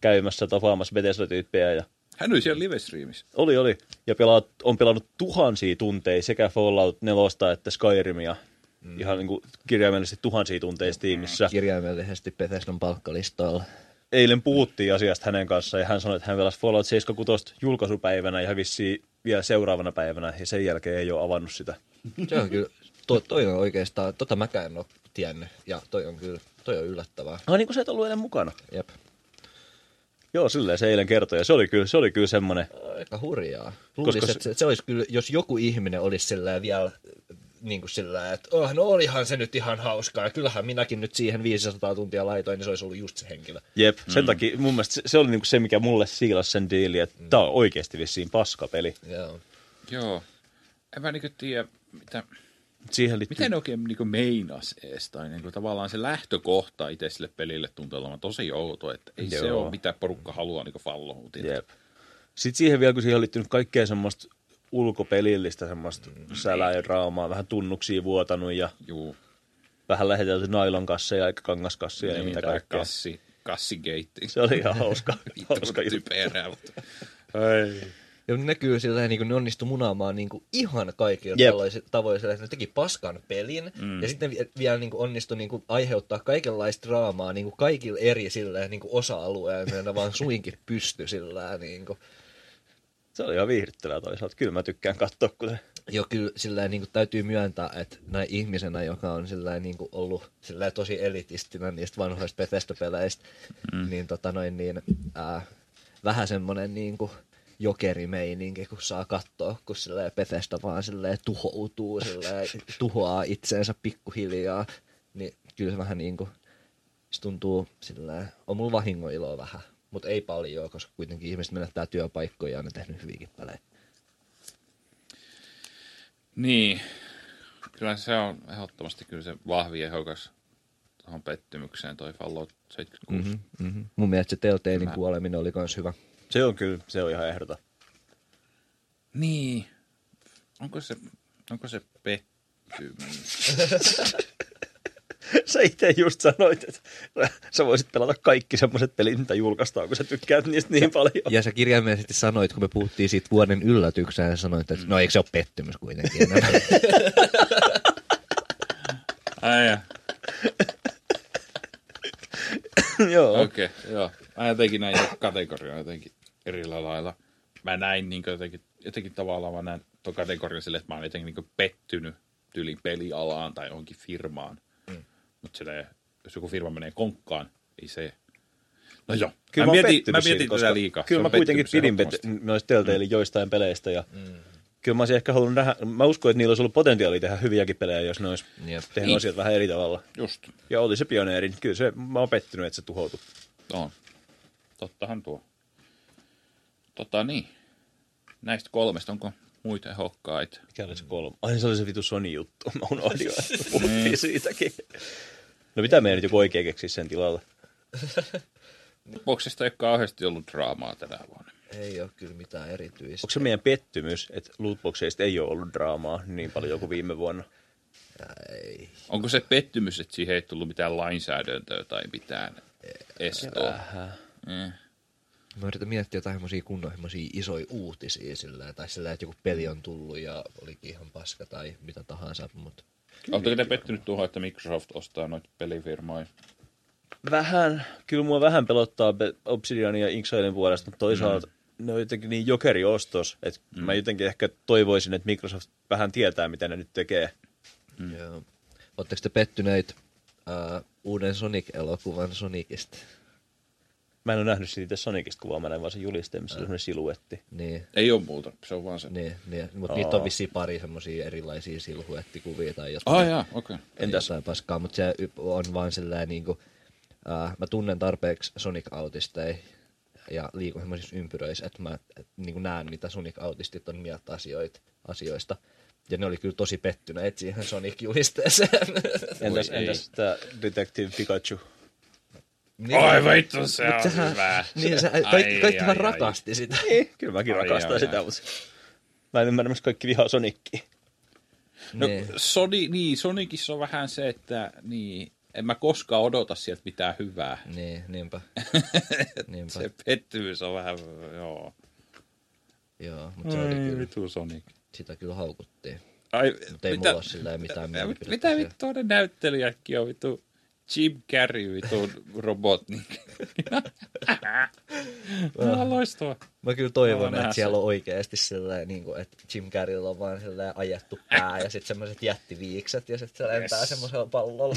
[SPEAKER 3] käymässä tapaamassa Bethesda-tyyppejä ja
[SPEAKER 1] Hän oli siellä livestreamissä.
[SPEAKER 3] oli, oli. Ja pelaa, on pelannut tuhansia tunteja sekä Fallout 4 että Skyrimia. Mm. Ihan niin kuin kirjaimellisesti tuhansia tunteja tiimissä.
[SPEAKER 2] kirjaimellisesti Bethesdan palkkalistoilla.
[SPEAKER 3] Eilen puhuttiin asiasta hänen kanssaan ja hän sanoi, että hän pelasi Fallout 76 julkaisupäivänä ja vissiin vielä seuraavana päivänä ja sen jälkeen ei ole avannut sitä.
[SPEAKER 2] Se on kyllä, toi, toi on oikeastaan, tota mäkään en ole tiennyt, ja toi on kyllä, toi on yllättävää.
[SPEAKER 3] Ai niin kuin sä et ollut eilen mukana.
[SPEAKER 2] Jep.
[SPEAKER 3] Joo, silleen se eilen kertoi ja se oli kyllä, se oli kyllä semmoinen.
[SPEAKER 2] Aika hurjaa. Luulisin, Koska...
[SPEAKER 3] Koska se-
[SPEAKER 2] että se, se olisi kyllä, jos joku ihminen olisi sillä vielä niin kuin sillä, että oh, no olihan se nyt ihan hauskaa, ja kyllähän minäkin nyt siihen 500 tuntia laitoin, niin se olisi ollut just se henkilö.
[SPEAKER 3] Jep,
[SPEAKER 1] Mm.
[SPEAKER 3] sen takia mun mielestä se, se oli niinku se, mikä mulle siilasi sen diili, että
[SPEAKER 1] Mm.
[SPEAKER 3] tää on oikeasti vissiin paskapeli.
[SPEAKER 2] Joo.
[SPEAKER 1] Joo. En mä niinku tiedä, mitä...
[SPEAKER 3] Mut Siihen liittyy...
[SPEAKER 1] Miten ne oikein niinku meinas ees, tai niinku tavallaan se lähtökohta itse sille pelille tuntuu olevan tosi outo, että ei Joo. se
[SPEAKER 3] Joo.
[SPEAKER 1] ole mitä porukka haluaa niinku falloutilta.
[SPEAKER 3] Jep. Sitten siihen vielä, kun siihen on liittynyt kaikkea semmoista ulkopelillistä semmoista mm. sälää ja draamaa, vähän tunnuksia vuotanut ja
[SPEAKER 1] Juu,
[SPEAKER 3] vähän lähetelty nailon kasseja eikä kangaskasseja ja
[SPEAKER 1] niin,
[SPEAKER 3] mitä
[SPEAKER 1] tää
[SPEAKER 3] kaikkea.
[SPEAKER 1] kassi, kassigeitti.
[SPEAKER 3] Se oli ihan hauska,
[SPEAKER 1] Vittu,
[SPEAKER 3] hauska
[SPEAKER 1] kun
[SPEAKER 3] juttu.
[SPEAKER 1] typerää, mutta... Ei.
[SPEAKER 2] Ja ne kyllä sillä niin kuin ne onnistu munaamaan niin kuin ihan kaikilla
[SPEAKER 3] Jep.
[SPEAKER 2] tavoin- tavoin sillä, että ne teki paskan pelin, mm. ja sitten vi- vielä niin kuin onnistui niin kuin aiheuttaa kaikenlaista draamaa niin kuin kaikilla eri sillä, niin kuin osa-alueilla, ja ne vaan suinkin pysty sillä. Niin kuin.
[SPEAKER 3] Se oli ihan viihdyttävää toisaalta. Kyllä mä tykkään katsoa, kun se
[SPEAKER 2] Jo kyllä sillä niin kuin täytyy myöntää, että näin ihmisenä, joka on sillä niin kuin ollut sillä tosi elitistinä niistä vanhoista Bethesda-peleistä, mm. niin, tota noin, niin ää, vähän semmoinen niin kuin jokerimeininki, kun saa katsoa, kun sillä Bethesda vaan sillä tuhoutuu, sillä tuhoaa itseensä pikkuhiljaa, niin kyllä se vähän niin kuin, se tuntuu sillä on mulla vahingoiloa vähän, mutta ei paljon, koska kuitenkin ihmiset menettää työpaikkoja ja on ne tehnyt hyvinkin pelejä.
[SPEAKER 1] Niin, kyllä se on ehdottomasti kyllä se vahvi ehdokas tuohon pettymykseen toi Fallout 76. Mm-hmm.
[SPEAKER 2] Mm-hmm. Mun mielestä se Telltalein
[SPEAKER 1] Mä-
[SPEAKER 2] kuoleminen oli myös hyvä.
[SPEAKER 3] Se on kyllä, se on ihan ehdota.
[SPEAKER 1] Niin, onko se, onko se pettymys?
[SPEAKER 3] Sä itse just sanoit, että sä voisit pelata kaikki semmoiset pelit, mitä julkaistaan, kun sä tykkäät niistä niin paljon.
[SPEAKER 2] Ja sä kirjaimellisesti sanoit, kun me puhuttiin siitä vuoden yllätykseen, ja sanoit, että no eikö se ole pettymys kuitenkin enää.
[SPEAKER 1] Ai
[SPEAKER 3] Joo.
[SPEAKER 1] okei, okay, joo. Mä jotenkin näin kategoriaa jotenkin eri lailla. Mä näin niin jotenkin, jotenkin tavallaan mä näin tuon kategorian sille, että mä oon jotenkin niin pettynyt tyylin pelialaan tai johonkin firmaan. Mm. Mutta jos joku firma menee konkkaan, ei se... No joo,
[SPEAKER 3] Kyllä
[SPEAKER 1] mä,
[SPEAKER 3] oon
[SPEAKER 1] mietin, mä
[SPEAKER 3] pettynyt
[SPEAKER 1] mietin
[SPEAKER 3] siinä,
[SPEAKER 1] tätä liikaa.
[SPEAKER 3] Kyllä
[SPEAKER 1] Se
[SPEAKER 3] mä
[SPEAKER 1] on
[SPEAKER 3] kuitenkin
[SPEAKER 1] pettymys
[SPEAKER 3] pidin pet-
[SPEAKER 1] ehdottomasti. Mm.
[SPEAKER 3] noista Telltalein joistain peleistä. Ja Kyllä mä olisin ehkä halunnut nähdä, mä uskon, että niillä olisi ollut potentiaalia tehdä hyviäkin pelejä, jos ne olisi
[SPEAKER 2] Jep.
[SPEAKER 3] tehnyt
[SPEAKER 1] Niin.
[SPEAKER 3] asiat vähän eri tavalla.
[SPEAKER 1] Just,
[SPEAKER 3] Ja oli se pioneeri, niin kyllä se, mä oon pettynyt, että se tuhoutui.
[SPEAKER 1] on. Tottahan tuo. Tota niin. Näistä kolmesta onko muita ehokkaita?
[SPEAKER 3] Mikä oli se kolme? Ai se oli se vitu Sony-juttu, mä unohdin jo, että puhuttiin
[SPEAKER 1] Mm.
[SPEAKER 3] siitäkin. No mitä meidän nyt joku oikein keksisi sen tilalle?
[SPEAKER 1] Boksista ei kauheasti ollut draamaa tänä vuonna.
[SPEAKER 2] Ei ole kyllä mitään erityistä.
[SPEAKER 3] Onko se meidän pettymys, että lootboxeista ei ole ollut draamaa niin paljon kuin viime vuonna?
[SPEAKER 2] Ei.
[SPEAKER 1] Onko se pettymys, että siihen ei tullut mitään lainsäädäntöä tai mitään estoa? Eh.
[SPEAKER 2] Mä yritän miettiä jotain semmosia kunnohimoisia isoja uutisia sillä tai sillä että joku peli on tullut ja olikin ihan paska tai mitä tahansa, mutta
[SPEAKER 1] Oletteko te pettynyt tuohon, että Microsoft ostaa noita pelifirmoja?
[SPEAKER 3] Vähän, kyllä mua vähän pelottaa Be- Obsidianin ja Inxilen puolesta, mutta toisaalta mm. ne on jotenkin niin jokeriostos, että mm. mä jotenkin ehkä toivoisin, että Microsoft vähän tietää, mitä ne nyt tekee.
[SPEAKER 2] mm. joo. Oletteko te pettyneet uh, uuden Sonic-elokuvan Sonicista?
[SPEAKER 3] Mä en ole nähnyt siitä itse Sonicista kuvaa, mä näin vaan sen julisteen, missä oli semmoinen siluetti.
[SPEAKER 2] Niin,
[SPEAKER 1] Ei ole muuta, se on vaan se.
[SPEAKER 2] niin, niin. mutta niitä on vissiin pari semmosia erilaisia silhuettikuvia tai jos
[SPEAKER 1] Ah jaa, okei. Okay.
[SPEAKER 2] Entäs? jotain paskaa, mutta se y- on vaan sellainen niin kuin, äh, mä tunnen tarpeeksi Sonic-autisteja ja liikun semmoisissa ympyröissä, että mä niin kuin näen, mitä Sonic-autistit on mieltä asioita, asioista. Ja ne oli kyllä tosi pettyneet siihen Sonic-julisteeseen.
[SPEAKER 3] Entäs,
[SPEAKER 1] Voi ei.
[SPEAKER 3] entäs tämä Detective Pikachu?
[SPEAKER 1] Ai vittu, se on
[SPEAKER 2] Niin. sehän-
[SPEAKER 1] hyvä.
[SPEAKER 2] niin, se,
[SPEAKER 1] Ai,
[SPEAKER 2] kaikki, kaikki
[SPEAKER 1] ai,
[SPEAKER 2] vaan
[SPEAKER 1] ai.
[SPEAKER 2] rakasti sitä.
[SPEAKER 3] Ei, kyllä mäkin
[SPEAKER 1] Niin. Ai,
[SPEAKER 3] rakastan
[SPEAKER 1] ai,
[SPEAKER 3] sitä,
[SPEAKER 1] ai.
[SPEAKER 3] mutta mä en ymmärrä, miksi kaikki vihaa Sonicia.
[SPEAKER 1] No,
[SPEAKER 2] Niin.
[SPEAKER 1] Sony, niin, Sonicissa on vähän se, että niin, en mä koskaan odota sieltä mitään hyvää.
[SPEAKER 2] Niin, niinpä. niinpä.
[SPEAKER 1] Se pettymys on vähän, joo.
[SPEAKER 2] Joo, mutta se oli kyllä,
[SPEAKER 1] vitu Sonic.
[SPEAKER 2] sitä kyllä haukuttiin.
[SPEAKER 1] Ai,
[SPEAKER 2] Mutta ei
[SPEAKER 1] mitä,
[SPEAKER 2] mulla ole sillä ei mitään
[SPEAKER 1] mitä,
[SPEAKER 2] mielipidettä
[SPEAKER 1] mitä
[SPEAKER 2] siihen.
[SPEAKER 1] vittua ne näyttelijätkin on vittu Jim Carrey vittu niin- robotnik.
[SPEAKER 2] Äh.
[SPEAKER 1] Vähän loistava.
[SPEAKER 2] Mä kyllä
[SPEAKER 1] Haluan
[SPEAKER 2] toivon,
[SPEAKER 1] nähdä
[SPEAKER 2] että siellä
[SPEAKER 1] sen.
[SPEAKER 2] on oikeasti sellainen, niin kuin, että Jim Carreylla on vaan sellainen ajettu pää ja sitten semmoiset jättiviikset ja sitten se lentää
[SPEAKER 1] Yes.
[SPEAKER 2] semmoisella pallolla.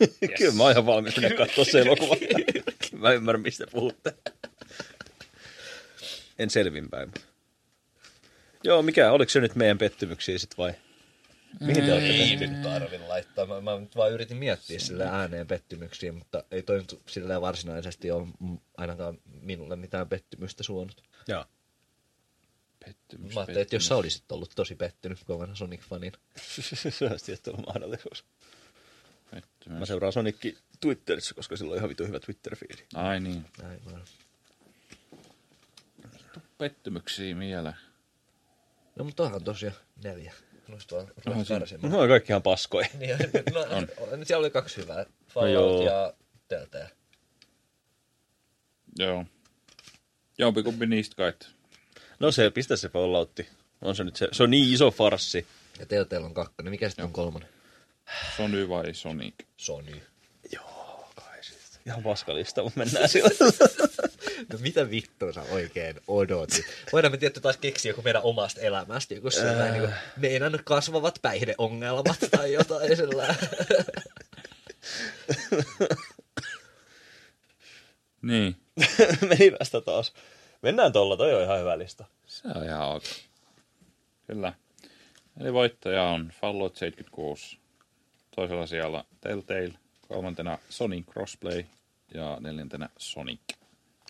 [SPEAKER 3] Yes. Kyllä mä oon ihan valmis mennä katsoa se elokuva. mä en ymmärrä, mistä puhutte. En selvinpäin. mutta- Joo, mikä, oliko se nyt meidän pettymyksiä sit vai? Mihin te olette
[SPEAKER 2] Ei
[SPEAKER 1] Niin.
[SPEAKER 3] pettyneet?
[SPEAKER 2] nyt tarvi laittaa. Mä, mä nyt vaan yritin miettiä sille ääneen pettymyksiä, mutta ei toi nyt sillä varsinaisesti ole m- ainakaan minulle mitään pettymystä suonut.
[SPEAKER 3] Joo.
[SPEAKER 1] Pettymys,
[SPEAKER 2] Mä ajattelin, että jos sä olisit ollut tosi pettynyt kovana Sonic-fanin.
[SPEAKER 3] se olisi tietty ollut mahdollisuus. Mä
[SPEAKER 1] pettymys.
[SPEAKER 3] seuraan Sonicki Twitterissä, koska sillä on ihan vitu hyvä Twitter-fiili.
[SPEAKER 1] Ai niin.
[SPEAKER 2] Aivan.
[SPEAKER 1] Pettymyksiä mieleen.
[SPEAKER 2] No mutta onhan tosiaan neljä. Noista vaan
[SPEAKER 1] Onhan
[SPEAKER 2] ruvetaan
[SPEAKER 1] siinä.
[SPEAKER 2] karsimaan.
[SPEAKER 3] No on kaikki ihan paskoja.
[SPEAKER 2] Niin, no, on. siellä oli kaksi
[SPEAKER 1] No
[SPEAKER 2] hyvää. Fallout
[SPEAKER 3] joo.
[SPEAKER 2] ja Telltale.
[SPEAKER 1] Joo. Jompikumpi niistä kai.
[SPEAKER 3] No se, pistä se falloutti. On se nyt se, se on niin iso farsi.
[SPEAKER 2] Ja Telltale on kakkonen. Mikä sitten on kolmonen?
[SPEAKER 1] Sony vai Sonic?
[SPEAKER 2] Sony.
[SPEAKER 3] Joo, kai siis. Ihan paskalista, mutta mennään sillä.
[SPEAKER 2] No mitä vittua sä oikein odotit? Voidaan me tietty taas keksiä joku meidän omasta elämästä, joku sellainen niin kuin, meidän kasvavat päihdeongelmat tai jotain sellainen.
[SPEAKER 1] Niin.
[SPEAKER 3] Meni vasta taas. Mennään tolla, toi on ihan hyvä lista.
[SPEAKER 1] Se on ihan ok. Kyllä. Eli voittaja on Fallout 76, toisella sijalla Telltale, kolmantena Sonic Crossplay ja neljäntenä Sonic.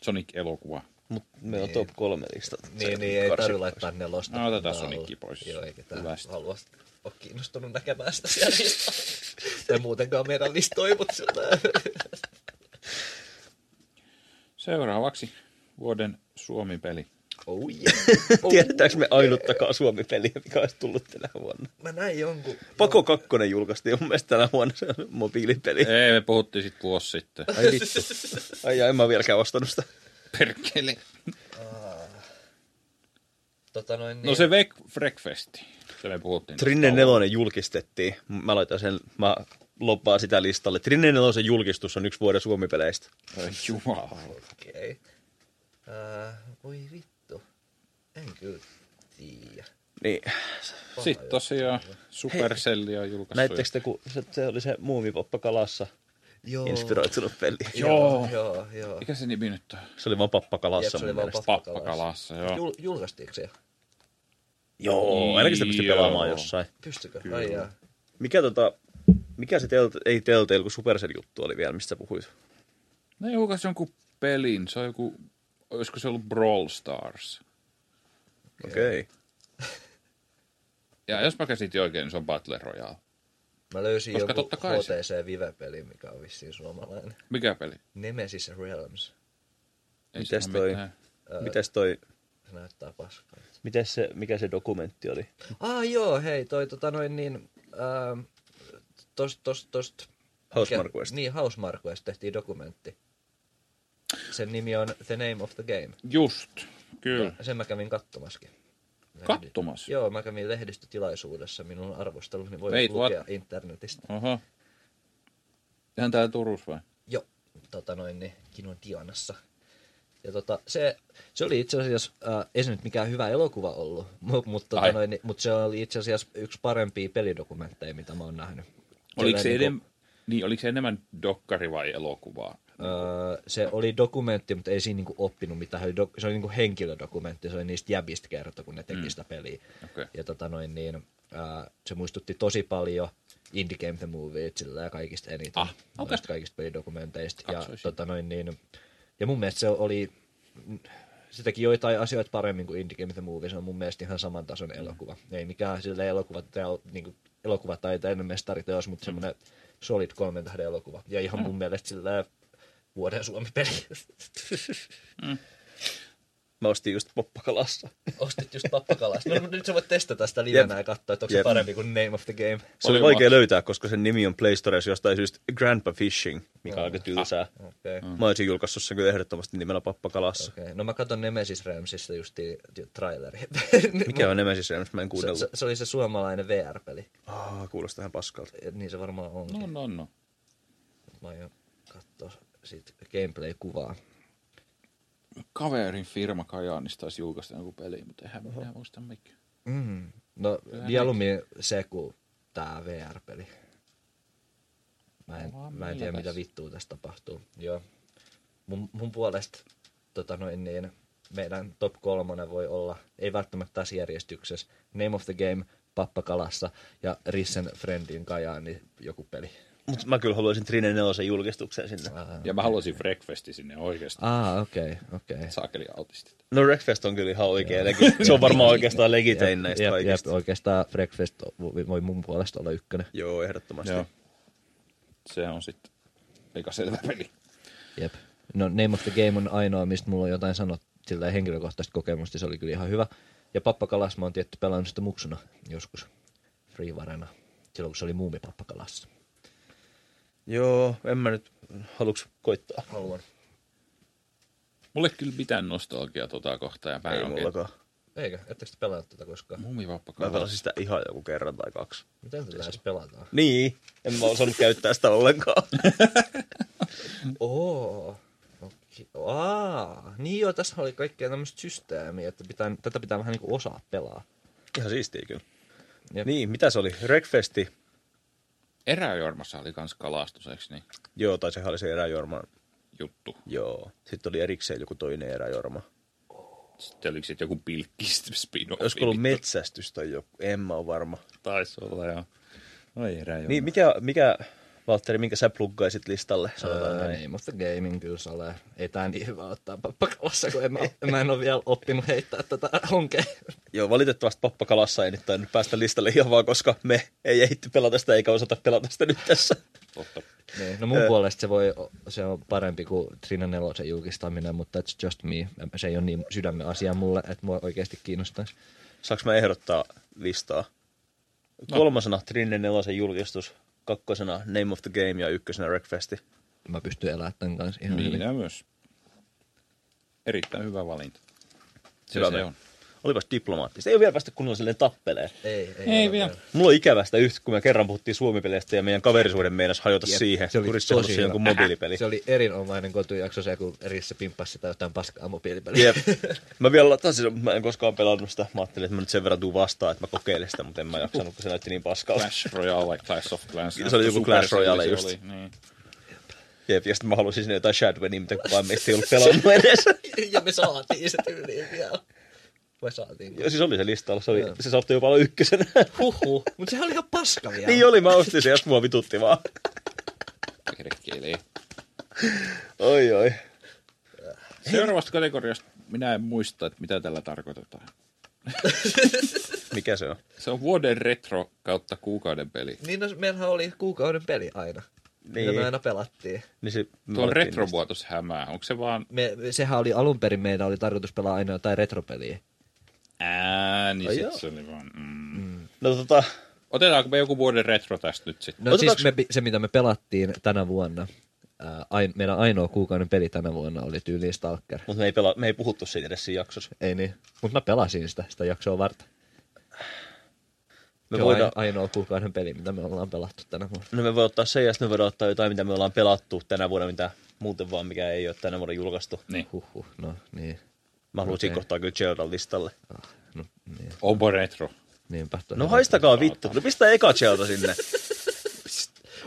[SPEAKER 1] Sonic-elokuva.
[SPEAKER 3] Mutta meillä on top kolme listat. Se
[SPEAKER 2] Niin, niin ei
[SPEAKER 3] karsi-
[SPEAKER 2] tarvitse laittaa nelosta.
[SPEAKER 1] No, otetaan
[SPEAKER 2] Mä
[SPEAKER 1] Sonicki
[SPEAKER 2] haluan-
[SPEAKER 1] pois
[SPEAKER 2] Joo, eikä tämä
[SPEAKER 1] hyvästä.
[SPEAKER 2] halua ole kiinnostunut näkemään sitä siellä listalla. Tai muutenkaan meidän listoja, mutta sillä
[SPEAKER 1] Seuraavaksi vuoden Suomi-peli.
[SPEAKER 2] Oh yeah. Oh,
[SPEAKER 3] Tiedetäänkö me ainuttakaan Suomi-peliä, mikä olisi tullut tänä vuonna?
[SPEAKER 2] Mä näin jonkun.
[SPEAKER 3] Pako 2 julkaistiin mun mielestä tänä vuonna se mobiilipeli.
[SPEAKER 1] Ei, me puhuttiin sit vuosi sitten.
[SPEAKER 3] Ai vittu. Ai jaa, en mä vieläkään ostanut sitä.
[SPEAKER 1] Perkele.
[SPEAKER 2] Tota noin, niin.
[SPEAKER 1] No se Wake Breakfasti. Se me puhuttiin.
[SPEAKER 3] Trinne nelonen julkistettiin. Mä laitan sen, mä loppaan sitä listalle. Trinne nelosen julkistus on yksi vuoden Suomi-peleistä.
[SPEAKER 1] Ai Jumala.
[SPEAKER 2] Okei. Äh, voi vittu. En kyllä tiedä.
[SPEAKER 3] Niin.
[SPEAKER 1] Sitten tosiaan Supercelli on julkaissut.
[SPEAKER 3] Näittekö te, kun se, se oli se muumipoppa kalassa
[SPEAKER 2] Joo.
[SPEAKER 3] inspiroitunut peli?
[SPEAKER 2] Joo. Joo, joo.
[SPEAKER 1] Mikä se nimi nyt on?
[SPEAKER 3] Se oli vaan pappa kalassa mun mielestä.
[SPEAKER 1] Pappakalassa, joo.
[SPEAKER 2] Jul, julkaistiinko se?
[SPEAKER 3] Joo, ainakin sitä pystyi
[SPEAKER 1] Joo.
[SPEAKER 3] pelaamaan jossain.
[SPEAKER 2] Pystykö? Ai jaa.
[SPEAKER 3] Mikä tota, mikä se telt, ei Telltale, kun Supercell juttu oli vielä, mistä sä puhuit?
[SPEAKER 1] Ne julkaisi jonkun pelin. Se on joku, olisiko se ollut Brawl Stars.
[SPEAKER 3] Okei. Okay.
[SPEAKER 1] Ja jos mä käsitin oikein, niin se on Battle Royale.
[SPEAKER 2] Mä löysin
[SPEAKER 1] Koska
[SPEAKER 2] joku
[SPEAKER 1] totta kai se-
[SPEAKER 2] HTC Vive-peli, mikä on vissiin suomalainen.
[SPEAKER 1] Mikä peli?
[SPEAKER 2] Nemesis Realms.
[SPEAKER 1] Ei
[SPEAKER 3] Mites
[SPEAKER 1] siinä
[SPEAKER 3] toi?
[SPEAKER 1] mitään.
[SPEAKER 3] Mites toi,
[SPEAKER 2] Se näyttää paskalta.
[SPEAKER 3] mites se, mikä se dokumentti oli?
[SPEAKER 2] Ah joo, hei, toi tota noin niin... Ähm, tost, tost, tost.
[SPEAKER 3] Housemarque West.
[SPEAKER 2] Niin, Housemarque West tehtiin dokumentti. Sen nimi on The Name of the Game.
[SPEAKER 1] Just, kyllä.
[SPEAKER 2] Sen mä kävin kattomaskin.
[SPEAKER 1] Kattomassa.
[SPEAKER 2] Joo, mä kävin lehdistötilaisuudessa. Minun arvosteluni voi
[SPEAKER 1] Wait,
[SPEAKER 2] lukea
[SPEAKER 1] what?
[SPEAKER 2] internetistä.
[SPEAKER 1] Oho. Ihan täällä Turussa vai?
[SPEAKER 2] Joo, tota noin, niin, Kinon Dianassa. Ja tota, se, se oli itse asiassa, äh, ei se nyt mikään hyvä elokuva ollut, mutta mut, tota
[SPEAKER 1] Ai.
[SPEAKER 2] noin, niin, mut se oli itse asiassa yksi parempia pelidokumentteja, mitä mä oon nähnyt.
[SPEAKER 1] Oliko se,
[SPEAKER 2] niinku-
[SPEAKER 1] enem... niin, oliko se enemmän dokkari vai elokuvaa?
[SPEAKER 2] Öö, se oli dokumentti, mutta ei siinä niinku oppinut mitään. Se oli, dok- se oli niinku henkilödokumentti, se oli niistä jäbistä kertoi, kun ne teki mm. sitä peliä.
[SPEAKER 1] Okei.
[SPEAKER 2] Ja tota noin, niin, öö, se muistutti tosi paljon Indie Game The Movie sillä ja kaikista eniten.
[SPEAKER 1] Ah, okei.
[SPEAKER 2] Noista kaikista pelidokumenteista. Ja,
[SPEAKER 1] Katsoisin.
[SPEAKER 2] tota noin, niin, ja mun mielestä se oli, se teki joitain asioita paremmin kuin Indie Game The Movie. Se on mun mielestä ihan saman tason elokuva. Ei mikään sille elokuva, niin elokuvataiteen mestariteos, mutta mm. semmoinen solid kolmen tähden elokuva. Ja ihan mun mielestä sillä vuoden Suomi-peli.
[SPEAKER 3] Mä ostin just pappa kalassa.
[SPEAKER 2] Ostit just pappakalasta. No, mutta nyt sä voit testata sitä livenä
[SPEAKER 3] Jep.
[SPEAKER 2] ja katsoa, että onko se
[SPEAKER 3] Jep.
[SPEAKER 2] parempi kuin Name of the Game.
[SPEAKER 3] Se oli
[SPEAKER 1] Oli
[SPEAKER 3] vaikea
[SPEAKER 1] vaan-
[SPEAKER 3] löytää, koska sen nimi on Play Storessa jostain syystä Grandpa Fishing, mikä on aika
[SPEAKER 2] Mm.
[SPEAKER 3] tylsää.
[SPEAKER 2] Okei.
[SPEAKER 3] Mä olisin julkaissut sen kyllä ehdottomasti nimellä pappakalassa.
[SPEAKER 2] Ah, mm. Okei. No mä katson Nemesis Ramsista just traileri.
[SPEAKER 3] Mikä on Nemesis Realms? Mä en
[SPEAKER 2] se,
[SPEAKER 3] kuunnellut.
[SPEAKER 2] se, se, oli se suomalainen VR-peli.
[SPEAKER 3] Ah, kuulostaa ihan paskalta.
[SPEAKER 2] Niin se varmaan onkin.
[SPEAKER 1] No, no, no.
[SPEAKER 2] Mä aion katsoa siitä gameplay-kuvaa.
[SPEAKER 1] Kaverin firma Kajaanista olisi julkaista joku peli, mutta eihän minä muista mikä.
[SPEAKER 2] Mm. No, mieluummin se kuin tää VR-peli. Mä en,
[SPEAKER 1] Vaan
[SPEAKER 2] mä en tiedä,
[SPEAKER 1] millapäs.
[SPEAKER 2] mitä vittua tässä tapahtuu. Joo. Mun, mun puolesta tota noin, niin, meidän top kolmonen voi olla, ei välttämättä tässä järjestyksessä, Name of the Game, Pappakalassa ja Rissen Friendin Kajaani joku peli.
[SPEAKER 3] Mutta mä kyllä haluaisin Trine Nelosen julkistuksen sinne.
[SPEAKER 1] Ja mä haluaisin Breakfasti sinne oikeasti.
[SPEAKER 2] Ah, okei, okei.
[SPEAKER 1] Saakeli autistit.
[SPEAKER 3] No Wreckfest on kyllä ihan oikea. legi- Se on varmaan oikeastaan legitein näistä
[SPEAKER 2] Jep, jep,
[SPEAKER 3] kaikista.
[SPEAKER 2] oikeastaan Breakfast voi voi mun puolesta olla ykkönen.
[SPEAKER 3] Joo, ehdottomasti.
[SPEAKER 1] Joo. Se on sitten aika selvä peli.
[SPEAKER 2] Jep. No Name of the Game on ainoa, mistä mulla on jotain sanot, sillä henkilökohtaista kokemusta, se oli kyllä ihan hyvä. Ja Pappakalas mä oon tietty pelannut sitä muksuna joskus freevarena, silloin kun se oli muumi Pappakalassa.
[SPEAKER 3] Joo, en mä nyt haluks koittaa.
[SPEAKER 2] Haluan.
[SPEAKER 1] Mulle kyllä mitään nostalgiaa tota kohtaa. Ja mä
[SPEAKER 3] Ei
[SPEAKER 1] en oikein-
[SPEAKER 3] mullakaan.
[SPEAKER 2] Eikä, ettekö te pelannut tätä koskaan?
[SPEAKER 1] Mumivappa
[SPEAKER 3] Mä pelasin sitä ihan joku kerran tai kaksi.
[SPEAKER 2] Miten tätä edes pelataan?
[SPEAKER 3] Niin, en mä osannut käyttää sitä ollenkaan.
[SPEAKER 2] Oo. Okay. Aa, niin joo, tässä oli kaikkea tämmöistä systeemiä, että pitää, tätä pitää vähän niinku osaa pelaa.
[SPEAKER 3] Ihan siistiä kyllä.
[SPEAKER 2] Jep.
[SPEAKER 3] Niin, mitä se oli? Wreckfesti?
[SPEAKER 1] Eräjormassa oli kans kalastus, eikö niin?
[SPEAKER 3] Joo, tai sehän oli se eräjorma.
[SPEAKER 1] Juttu.
[SPEAKER 3] Joo. Sitten oli erikseen joku toinen eräjorma.
[SPEAKER 1] Sitten oliko sitten joku pilkkistä spin
[SPEAKER 3] Olisiko ollut metsästys tai joku? En mä ole varma.
[SPEAKER 1] Taisi olla, No joo. Oi eräjorma.
[SPEAKER 3] Niin, mikä, mikä Valtteri, minkä sä pluggaisit listalle? Sanotaan
[SPEAKER 2] Öö,
[SPEAKER 3] näin.
[SPEAKER 2] ei, mutta gaming kyllä sale. Ei tää niin hyvä ottaa pappakalassa, kun en, mä, mä en ole vielä oppinut heittää tätä honkea.
[SPEAKER 3] Joo, valitettavasti pappakalassa ei nyt tainnut päästä listalle ihan vaan, koska me ei ehitty pelata sitä eikä osata pelata sitä nyt tässä.
[SPEAKER 1] Totta.
[SPEAKER 2] Niin, no mun puolesta se, voi, se on parempi kuin Trina Nelosen julkistaminen, mutta it's just me. Se ei ole niin sydämen asia mulle, että mua oikeasti kiinnostaisi.
[SPEAKER 3] Saanko mä ehdottaa listaa?
[SPEAKER 2] No.
[SPEAKER 3] Kolmasena Trinne nelosen julkistus, kakkosena Name of the Game ja ykkösenä Wreckfesti.
[SPEAKER 2] Mä pystyn elämään tämän kanssa ihan hyvin.
[SPEAKER 1] Minä myös. Erittäin hyvä valinta. Se,
[SPEAKER 3] Hyvä
[SPEAKER 1] se
[SPEAKER 3] meni.
[SPEAKER 1] on.
[SPEAKER 3] Olipas diplomaattista. Ei ole vielä päästy kunnolla silleen tappeleen.
[SPEAKER 2] Ei, ei,
[SPEAKER 1] Ei vielä.
[SPEAKER 3] Mulla on ikävästä yhtä, kun me kerran puhuttiin suomipeleistä ja meidän kaverisuuden meinas hajota
[SPEAKER 2] Jep,
[SPEAKER 3] siihen.
[SPEAKER 2] se oli
[SPEAKER 3] Turissi
[SPEAKER 2] tosi
[SPEAKER 3] halusi
[SPEAKER 2] hyvä.
[SPEAKER 3] jonkun mobiilipeli.
[SPEAKER 2] Se oli erinomainen kotujakso se, kun Risse pimppasi sitä jotain paskaa mobiilipeliä.
[SPEAKER 3] Jep. Mä vielä latasin, sen, mutta mä en koskaan pelannut sitä. Mä ajattelin, että mä nyt sen verran tuun vastaan, että mä kokeilen sitä, mutta en mä jaksanut, kun se näytti niin paskalta.
[SPEAKER 1] Clash Royale, Clash of Clans.
[SPEAKER 3] Se oli joku Clash Royale
[SPEAKER 1] Se
[SPEAKER 3] just.
[SPEAKER 1] Oli, niin.
[SPEAKER 3] Jep, ja sitten mä halusin sinne jotain Shadowenia, mitä kukaan meistä ei ollut pelannut edes.
[SPEAKER 2] ja me saatiin se tyyliin vielä. Vai saatiin?
[SPEAKER 3] Joo, siis oli se listalla. Se, oli, se saattoi jopa olla ykkösenä.
[SPEAKER 2] Huhhuh. Mutta sehän oli ihan paska vielä.
[SPEAKER 3] niin oli, mä ostin sen ja sit mua vitutti vaan.
[SPEAKER 1] Kerkeilee.
[SPEAKER 3] Oi, oi.
[SPEAKER 1] Seuraavasta kategoriasta minä en muista, että mitä tällä tarkoitetaan.
[SPEAKER 3] Mikä se on?
[SPEAKER 1] Se on vuoden retro kautta kuukauden peli.
[SPEAKER 2] Niin no, meillähän oli kuukauden peli aina. Niin. Mitä me aina pelattiin.
[SPEAKER 3] Niin se, me
[SPEAKER 1] Tuo on
[SPEAKER 3] valittiin
[SPEAKER 1] retrovuotos hämää. Onko se vaan...
[SPEAKER 2] Me, sehän oli alun perin meidän oli tarkoitus pelaa aina jotain retropeliä.
[SPEAKER 1] Ää, niin
[SPEAKER 3] Ai
[SPEAKER 1] sit
[SPEAKER 3] joo.
[SPEAKER 1] se oli vaan... Mm.
[SPEAKER 3] niistä. No tota,
[SPEAKER 1] Otetaanko me joku vuoden retro tästä nyt sitten?
[SPEAKER 2] No
[SPEAKER 3] Otetaanko-
[SPEAKER 2] siis me, se, mitä me pelattiin tänä vuonna, ää, ai, meidän ainoa kuukauden peli tänä vuonna oli tyyliin Stalker.
[SPEAKER 3] mutta me ei, pela, me ei puhuttu siitä edes siinä jaksossa.
[SPEAKER 2] Ei niin, mutta mä pelasin sitä, sitä jaksoa varten.
[SPEAKER 3] Me
[SPEAKER 2] se
[SPEAKER 3] voidaan,
[SPEAKER 2] on ain- ainoa kuukauden peli, mitä me ollaan pelattu tänä vuonna.
[SPEAKER 3] no me voi ottaa sen ja sitten me voidaan ottaa jotain, mitä me ollaan pelattu tänä vuonna, mitä muuten vaan, mikä ei ole tänä vuonna julkaistu.
[SPEAKER 1] Niin.
[SPEAKER 2] Huhhuh, no niin.
[SPEAKER 3] Mä haluan okay. siinä kohtaa kyllä Zeldan listalle.
[SPEAKER 2] Ah, no, niin.
[SPEAKER 1] Onpa retro.
[SPEAKER 2] Niinpä. toi-
[SPEAKER 3] No haistakaa vittu. No pistä eka Zelda sinne.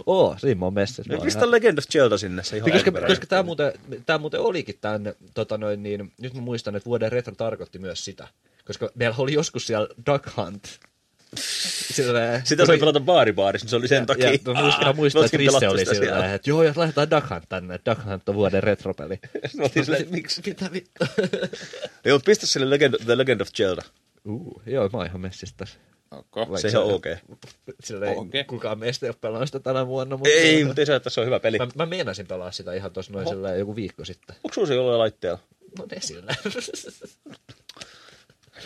[SPEAKER 2] Oo, siinä mä oon messissä. Mä
[SPEAKER 3] No
[SPEAKER 2] oon ihan-
[SPEAKER 3] pistä Legend of Zelda sinne. Se ihan
[SPEAKER 2] Niin, koska,
[SPEAKER 3] alkuperäinen.
[SPEAKER 2] koska tämä, muuten, tämä muuten olikin tämän, tota noin, niin nyt mä muistan, että vuoden retro tarkoitti myös sitä. Koska meillä oli joskus siellä Duck Hunt. Sillä,
[SPEAKER 3] Sitä sai pelata baaribaarissa, niin se oli sen takia.
[SPEAKER 2] Ja, no, mä muistan, mä
[SPEAKER 3] Ah,
[SPEAKER 2] muistan
[SPEAKER 3] me
[SPEAKER 2] että
[SPEAKER 3] oltiin
[SPEAKER 2] Risse
[SPEAKER 3] pelattu
[SPEAKER 2] oli
[SPEAKER 3] sitä
[SPEAKER 2] sillä
[SPEAKER 3] siellä.
[SPEAKER 2] lailla, että joo, jos lähdetään Duck Hunt tänne, että Duck Hunt on vuoden retropeli.
[SPEAKER 3] Sitten me oltiin silleen, että No, siis miksi?
[SPEAKER 2] Mitä vittu?
[SPEAKER 3] Joo, pistä sille Legend, The Legend of Zelda.
[SPEAKER 2] Uu, joo, mä oon ihan messissä tässä.
[SPEAKER 1] Okay.
[SPEAKER 2] Vai-
[SPEAKER 3] Se ihan okei. Okay.
[SPEAKER 2] Sillä ei
[SPEAKER 1] Okei.
[SPEAKER 2] kukaan meistä ei ole pelannut sitä tänä vuonna. Mutta
[SPEAKER 3] Ei, mutta ei saa, että se on hyvä peli.
[SPEAKER 2] Mä, mä meinasin pelaa sitä ihan tuossa noin sillä joku viikko sitten.
[SPEAKER 3] Onko sulla se jollain laitteella?
[SPEAKER 2] No esillä.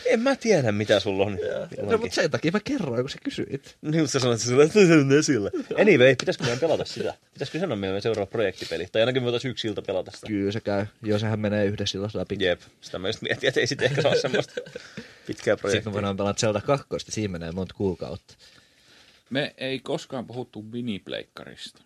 [SPEAKER 3] En mä tiedä, mitä sulla on.
[SPEAKER 2] no, mutta sen takia mä kerroin, kun sä kysyit.
[SPEAKER 3] Niin, mutta sä sanoit sillä, että se on esillä. Anyway, pitäisikö meidän pelata sitä? Pitäisikö sanoa meidän seuraava projektipeli? Tai ainakin me voitaisiin yksi ilta pelata sitä.
[SPEAKER 2] Kyllä se käy. Joo, sehän menee yhdessä silloin läpi.
[SPEAKER 3] Jep, sitä mä just mietin, että ei sit ehkä saa semmoista pitkää
[SPEAKER 2] Sitten me
[SPEAKER 3] projektia.
[SPEAKER 2] voidaan pelata Zelda 2, siinä menee monta kuukautta.
[SPEAKER 1] Me ei koskaan puhuttu minipleikkarista.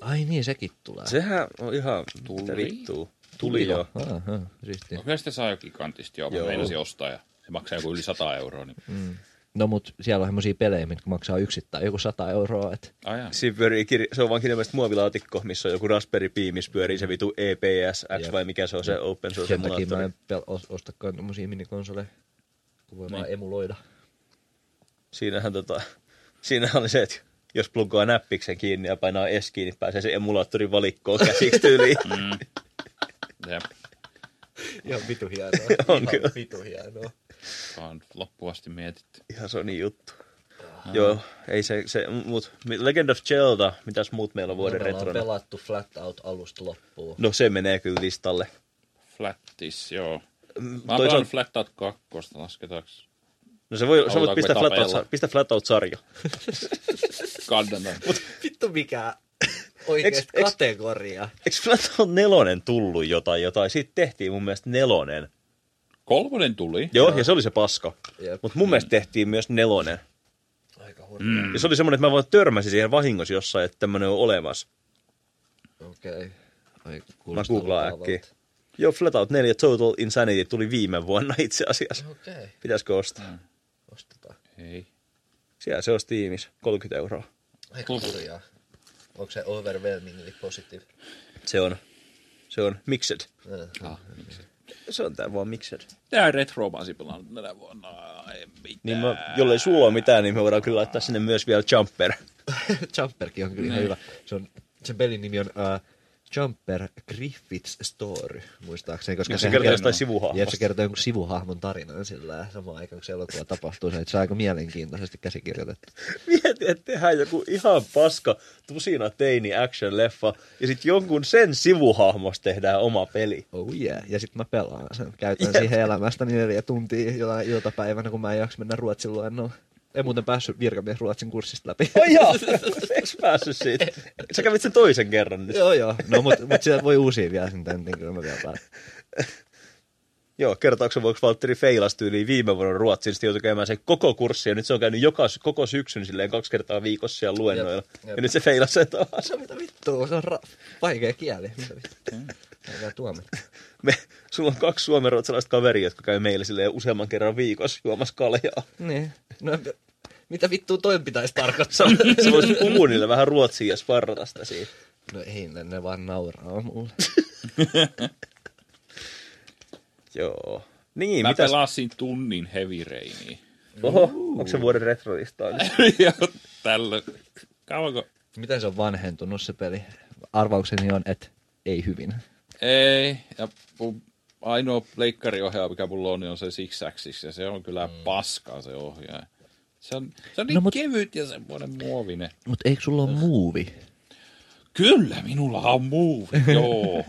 [SPEAKER 2] Ai niin, sekin tulee.
[SPEAKER 3] Sehän on ihan
[SPEAKER 1] Tuli.
[SPEAKER 3] mitä vittua. Tuli joo.
[SPEAKER 2] Aha, siistiä.
[SPEAKER 1] No, kyllä sitä saa jo gigantista, joo. Mä
[SPEAKER 3] Joo.
[SPEAKER 1] meinasin ostaa ja se maksaa joku yli 100 euroa. Niin...
[SPEAKER 2] No mut siellä on semmosia pelejä, mitkä maksaa yksittäin joku 100 euroa. Et.
[SPEAKER 1] Ai jaa.
[SPEAKER 3] Siinä pyörii, kir- se on vaan kirjaimellisesti muovilaatikko, missä on joku Raspberry Pi, missä pyörii se vitu EPS, X
[SPEAKER 2] Jep.
[SPEAKER 3] vai mikä se on se open source
[SPEAKER 2] Sen takia mä
[SPEAKER 3] emulaattori.
[SPEAKER 2] en pel- os- ostakaan tommosia minikonsoleja, kun voi niin. vaan emuloida.
[SPEAKER 3] Siinähän tota, siinä oli se, että jos pluggaa näppiksen kiinni ja painaa S kiinni, niin pääsee se emulaattorin valikkoon käsiksi tyyliin.
[SPEAKER 1] Jep.
[SPEAKER 2] Ihan vitu hienoa.
[SPEAKER 3] On Ihan kyllä.
[SPEAKER 2] vitu hienoa.
[SPEAKER 1] Vaan loppuun asti mietitty.
[SPEAKER 3] Ihan Sony juttu. Joo, ei se, se mut, Legend of Zelda, mitäs muut meillä on vuoden
[SPEAKER 2] me ollaan
[SPEAKER 3] retrona?
[SPEAKER 2] pelattu Flat Out alusta loppuun.
[SPEAKER 3] No se menee kyllä listalle.
[SPEAKER 1] Flattis, joo. Mä oon
[SPEAKER 3] toisaalta-
[SPEAKER 1] pelannut Flat Out 2, lasketaanko?
[SPEAKER 3] No se voi, sä voit
[SPEAKER 1] Halutaanko
[SPEAKER 3] pistää
[SPEAKER 1] me
[SPEAKER 3] flat,
[SPEAKER 1] tapella?
[SPEAKER 3] out, pistä flat out sarja.
[SPEAKER 1] Kannatan.
[SPEAKER 2] Vittu mikä
[SPEAKER 3] Eks- eks-
[SPEAKER 2] kategoria.
[SPEAKER 3] Eikö flat out nelonen tullut jotain jotain? Siitä tehtiin mun mielestä nelonen.
[SPEAKER 1] Kolmonen tuli.
[SPEAKER 3] Joo, ja se oli se paska.
[SPEAKER 2] Jep.
[SPEAKER 3] Mutta mun mielestä tehtiin myös nelonen.
[SPEAKER 2] Aika hurjaa.
[SPEAKER 3] Ja se oli semmoinen, että mä vaan törmäsin siihen vahingossa jossain, että tämmönen on olemassa.
[SPEAKER 2] Okei. Ai,
[SPEAKER 3] Mä
[SPEAKER 2] kuulostaa
[SPEAKER 3] googlaan
[SPEAKER 2] lupavalta.
[SPEAKER 3] äkkiä. Joo, Flat Out 4 Total Insanity tuli viime vuonna itse asiassa.
[SPEAKER 2] Okei,
[SPEAKER 3] Pitäisikö ostaa?
[SPEAKER 2] ostetaan.
[SPEAKER 1] Ei.
[SPEAKER 3] Siellä se on Steamissa, 30 euroa.
[SPEAKER 2] Aika hurjaa. Onko se overwhelmingly positive?
[SPEAKER 3] Se on, se on mixed.
[SPEAKER 1] Ah, miksi?
[SPEAKER 3] Se on tää vaan mixed.
[SPEAKER 1] Tää retro mä oisin pelannut tänä vuonna. Ai, Mitä?
[SPEAKER 3] Niin mä, jollei sulla ole mitään, niin me voidaan kyllä laittaa sinne myös vielä jumper.
[SPEAKER 2] Jumperkin on kyllä ihan hyvä. Se on, sen pelin nimi on uh, Jumper Griffiths Story, muistaakseni. Koska
[SPEAKER 3] Se
[SPEAKER 2] sehän
[SPEAKER 3] kertoo
[SPEAKER 2] kertoo-
[SPEAKER 3] jostain sivuhahmosta.
[SPEAKER 2] Jep, se kertoo jonkun sivuhahmon tarinan sillä samaan aikaan, kun se elokuva tapahtuu. Se on itse asiassa aika mielenkiintoisesti käsikirjoitettu.
[SPEAKER 3] Mieti, että tehdään joku ihan paska tusina teini action-leffa, ja sitten jonkun sen sivuhahmosta tehdään oma peli.
[SPEAKER 2] Oh yeah. Ja sitten mä pelaan sen. Käytän siihen elämästäni neljä tuntia jotain iltapäivänä, kun mä en jaksa mennä Ruotsin luennolla. En muuten päässyt virkamies Ruotsin kurssista läpi.
[SPEAKER 3] Ai jaa, eiks päässyt siitä? Sä kävit sen toisen kerran nyt.
[SPEAKER 2] joo, joo. No, mutta mut sieltä voi uusia vielä sen tentin, kyllä mä vielä pääsen.
[SPEAKER 3] Joo, kertauksen vuoksi Valtteri feilasi tyyliin viime vuonna Ruotsin, sitten joutui käymään sen koko kurssi, ja nyt se on käynyt joka, koko syksyn silleen kaksi kertaa viikossa siellä luennoilla.
[SPEAKER 2] Jep, jep.
[SPEAKER 3] Ja nyt se feilasi sen taas.
[SPEAKER 2] Se on mitä vittua, se on ra- vaikea kieli. Mitä vittua. Älkää tuomita.
[SPEAKER 3] Me, sulla on kaksi suomenruotsalaista kaveria, jotka käy meillä silleen useamman kerran viikossa juomassa kaljaa.
[SPEAKER 2] Niin. No, mitä vittua toi pitäisi tarkoittaa?
[SPEAKER 3] Sä voisit puhua niille vähän ruotsia ja sparrata sitä siitä.
[SPEAKER 2] no ei, ne, ne vaan nauraa mulle.
[SPEAKER 3] Joo. Niin,
[SPEAKER 1] Mä
[SPEAKER 3] mitäs?
[SPEAKER 1] pelasin tunnin Heavy Rainia.
[SPEAKER 3] Oho, onko se vuoden retrolistaa? nyt?
[SPEAKER 1] ja tällä... Kauanko?
[SPEAKER 2] Miten se on vanhentunut se peli? Arvaukseni on, että ei hyvin.
[SPEAKER 1] Ei. Ja mun ainoa pleikkariohjaaja, mikä mulla on, niin on se Six Axis, ja se on kyllä mm. paskaa se ohjaaja. Se on, se on niin no,
[SPEAKER 2] No, mut-
[SPEAKER 1] kevyt ja semmoinen muovinen.
[SPEAKER 2] Mut eikö sulla ole muuvi?
[SPEAKER 1] Kyllä, minulla on muuvi, joo.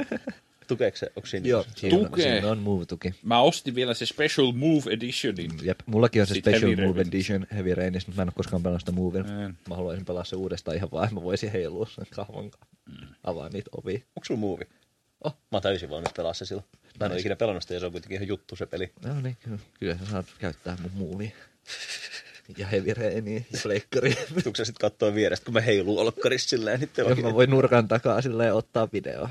[SPEAKER 3] Tukeeko se? Onko siinä?
[SPEAKER 2] Joo, siinä, on-
[SPEAKER 1] Tukee.
[SPEAKER 2] siinä on muuvi-tuki.
[SPEAKER 1] Mä ostin vielä se Special Move Editionin.
[SPEAKER 2] Jep, mullakin on se
[SPEAKER 1] Sitten
[SPEAKER 2] Special
[SPEAKER 1] Heavy
[SPEAKER 2] Move
[SPEAKER 1] Rain.
[SPEAKER 2] Edition Heavy Niin. Rainissa, mutta mä en ole koskaan pelannut sitä movia.
[SPEAKER 1] En.
[SPEAKER 2] Mä haluaisin pelaa se uudestaan ihan vaan, että mä voisin heilua sen kahvan kanssa. Avaa niitä ovia.
[SPEAKER 3] Onko sulla muuvi?
[SPEAKER 2] Oh.
[SPEAKER 3] Mä oon täysin valmis pelaa se silloin. Mä en ole ikinä pelannut sitä ja se on kuitenkin ihan juttu se peli.
[SPEAKER 2] No niin, kyllä, kyllä sä saat käyttää mun muuvia. Ja Heavy Rainia ja pleikkaria.
[SPEAKER 3] Tuliko sä sit kattoo vierestä, kun mä heiluu olkkarissa silleen? Niin
[SPEAKER 2] Ja mä
[SPEAKER 3] teokin.
[SPEAKER 2] voin nurkan takaa silleen ottaa video.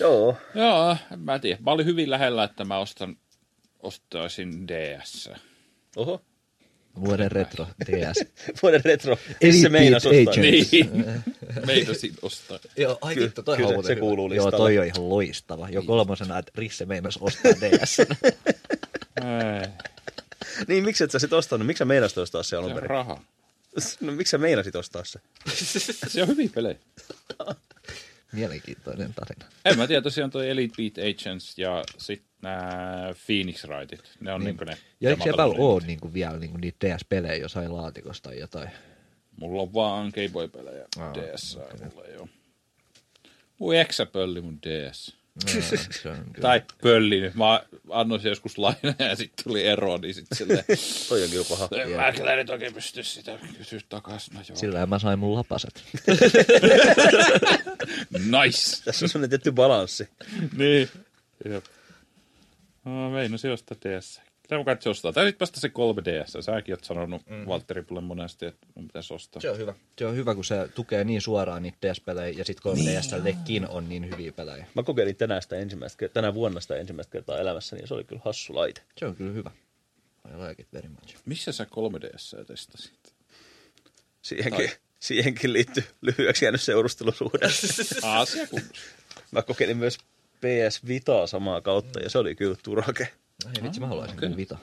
[SPEAKER 3] Joo.
[SPEAKER 1] Joo, en mä tiedä. Mä olin hyvin lähellä, että mä ostan, ostaisin DS.
[SPEAKER 3] Oho.
[SPEAKER 2] Vuoden retro DS.
[SPEAKER 3] Vuoden retro.
[SPEAKER 2] Elite
[SPEAKER 3] Eli se meinas
[SPEAKER 2] Beat
[SPEAKER 3] ostaa.
[SPEAKER 2] Agent.
[SPEAKER 3] Niin.
[SPEAKER 1] Niin, meinasin ostaa.
[SPEAKER 2] Joo, ai
[SPEAKER 3] Kyllä-
[SPEAKER 2] vittu, toi Niin.
[SPEAKER 3] kyllä
[SPEAKER 2] on
[SPEAKER 3] se-
[SPEAKER 2] muuten
[SPEAKER 3] se
[SPEAKER 2] hyvä.
[SPEAKER 3] kuuluu
[SPEAKER 2] Joo,
[SPEAKER 3] listalle.
[SPEAKER 2] toi on ihan loistava. Jo kolmosena, että Risse meinas ostaa DS.
[SPEAKER 1] Ei,
[SPEAKER 3] niin, miksi et sä sit ostanut? Miksi sä meinasit ostaa se alun
[SPEAKER 1] se on
[SPEAKER 3] perin?
[SPEAKER 1] raha.
[SPEAKER 3] No, miksi sä meinasit ostaa se?
[SPEAKER 1] Se on hyvin pelejä.
[SPEAKER 2] Mielenkiintoinen tarina.
[SPEAKER 1] En mä tiedä, tosiaan toi Elite Beat Agents ja sitten nämä Phoenix Wrightit. Ne on niin. ne...
[SPEAKER 2] Ja eikö
[SPEAKER 1] temapelipelejä.
[SPEAKER 2] siellä ole niinku vielä niinku niitä DS-pelejä jossain laatikosta tai jotain?
[SPEAKER 1] Mulla on vaan Game Boy-pelejä
[SPEAKER 2] Aa,
[SPEAKER 1] DS. Okay. Mulla ei oo. Mun eksä pölli mun DS.
[SPEAKER 2] No, se on kyllä.
[SPEAKER 1] Tai pölli nyt. Mä annoin se joskus lainaa ja sitten tuli ero, niin sitten silleen...
[SPEAKER 3] Toi on kyllä paha.
[SPEAKER 1] En mä kyllä nyt oikein pysty sitä kysyä takaisin. No joo.
[SPEAKER 2] Sillä mä sain mun lapaset.
[SPEAKER 1] Nice!
[SPEAKER 3] Tässä on sellainen tietty balanssi.
[SPEAKER 1] niin. Jep. No, meinasin ostaa DS. Mitä mun katsoa ostaa? Tai sitten vasta se 3DS. Säkin oot sanonut mm. Valtteri mulle monesti, että mun pitäisi ostaa.
[SPEAKER 2] on hyvä. Se on hyvä, kun se tukee niin suoraan niitä DS-pelejä ja sit 3DSllekin on niin hyviä pelejä.
[SPEAKER 3] Mä kokeilin tänään sitä ensimmäistä, ker- tänä vuonna sitä ensimmäistä kertaa elämässäni ja se oli kyllä hassu laite.
[SPEAKER 2] Se on kyllä hyvä. I like it very much.
[SPEAKER 1] Missä sä 3DS testasit?
[SPEAKER 3] Siihenkin, siihenkin liittyy lyhyeksi jäänyt seurustelusuhde.
[SPEAKER 1] Aasiakunnassa.
[SPEAKER 3] Mä kokeilin myös PS Vitaa samaa kautta ja se oli kyllä turake.
[SPEAKER 2] Ai No vitsi, mä haluaisin
[SPEAKER 1] okei.
[SPEAKER 2] okay. vita.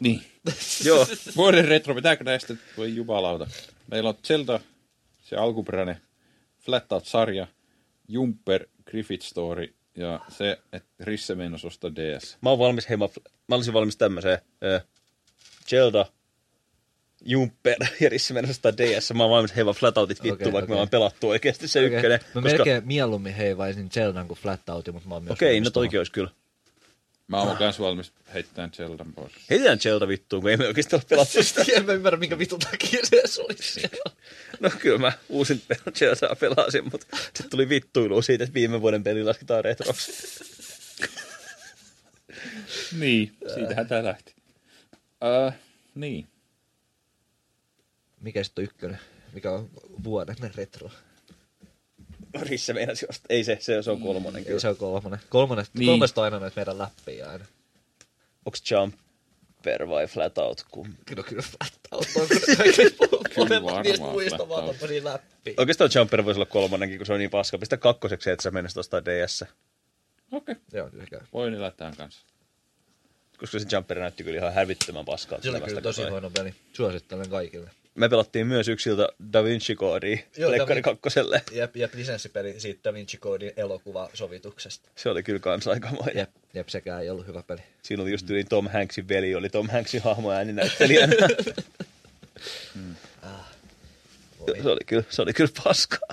[SPEAKER 1] Niin.
[SPEAKER 3] Joo,
[SPEAKER 1] Vuoden retro, pitääkö näistä, voi jumalauta. Meillä on Zelda, se alkuperäinen Flat Out-sarja, Jumper, Griffith Story ja se, että Risse meinas ostaa DS.
[SPEAKER 3] mä, oon valmis, hei, mä, mä olisin valmis tämmöiseen. Äh, Zelda, Jumper ja Rissi mennä DS. Mä oon valmis heiva flatoutit vittu,
[SPEAKER 2] Okei,
[SPEAKER 3] okay, vaikka
[SPEAKER 2] okei.
[SPEAKER 3] okay. me on pelattu oikeasti se okay.
[SPEAKER 2] Okei,
[SPEAKER 3] ykkönen.
[SPEAKER 2] Mä koska... melkein mieluummin heivaisin Zeldan kuin Flat Outin, mutta mä oon myös...
[SPEAKER 3] Okei,
[SPEAKER 2] valmis
[SPEAKER 3] no toikin olisi kyllä.
[SPEAKER 1] Mä oon myös valmis heittämään Zeldan pois.
[SPEAKER 3] Heitetään Zelda vittuun, kun ei me oikeasti ole pelattu sitä.
[SPEAKER 2] tuohon. Siis En mä ymmärrä, minkä vitun takia se edes oli siellä.
[SPEAKER 3] No kyllä mä uusin pel- Zeldaa pelasin, mutta sitten tuli vittuilua siitä, että viime vuoden peli lasketaan retroksi.
[SPEAKER 1] Niin, siitähän tää lähti. Äh, niin.
[SPEAKER 2] Mikä sitten on ykkönen? Mikä on vuoden retro?
[SPEAKER 3] Risse No, meinasi ostaa. Ei se, se, se on kolmonen
[SPEAKER 2] Ei,
[SPEAKER 3] kyllä.
[SPEAKER 2] se on kolmonen. Kolmonen,
[SPEAKER 1] Niin.
[SPEAKER 2] niin. kolmesta aina näitä meidän läppiä aina.
[SPEAKER 3] Onks Jumper vai Flatout kumpi?
[SPEAKER 2] Kyllä, kyllä Flat Out on kaikista
[SPEAKER 1] Kyllä varmaan Flat
[SPEAKER 2] muista vaan
[SPEAKER 1] Out.
[SPEAKER 2] tommosia läppiä.
[SPEAKER 3] Oikeastaan Jumper voisi olla kolmannenkin, kun se on niin paska. Pistä kakkoseksi, että sä menisit ostaa DS.
[SPEAKER 1] Okei, okay.
[SPEAKER 2] Joo, kyllä se käy.
[SPEAKER 1] voin elää tämän kanssa.
[SPEAKER 3] koska se Jumper näytti kyllä ihan hävittömän paskaa.
[SPEAKER 2] Se oli kyllä tosi huono peli. Suosittelen kaikille.
[SPEAKER 3] Me pelattiin myös yksiltä Da Vinci Codea
[SPEAKER 2] Joo,
[SPEAKER 3] Leikkari
[SPEAKER 2] Da Vin-
[SPEAKER 3] kakkoselle.
[SPEAKER 2] Jep, jep, lisenssipeli siitä Da Vinci Codin elokuvasovituksesta.
[SPEAKER 3] Se oli kyllä kans aikamoinen.
[SPEAKER 2] Jep, jep, sekään ei ollut hyvä peli.
[SPEAKER 3] Siinä oli just yli Tom Hanksin veli, oli Tom Hanksin hahmo ääninäyttelijänä.
[SPEAKER 2] Voi,
[SPEAKER 3] se, oli kyllä, se oli kyllä paskaa.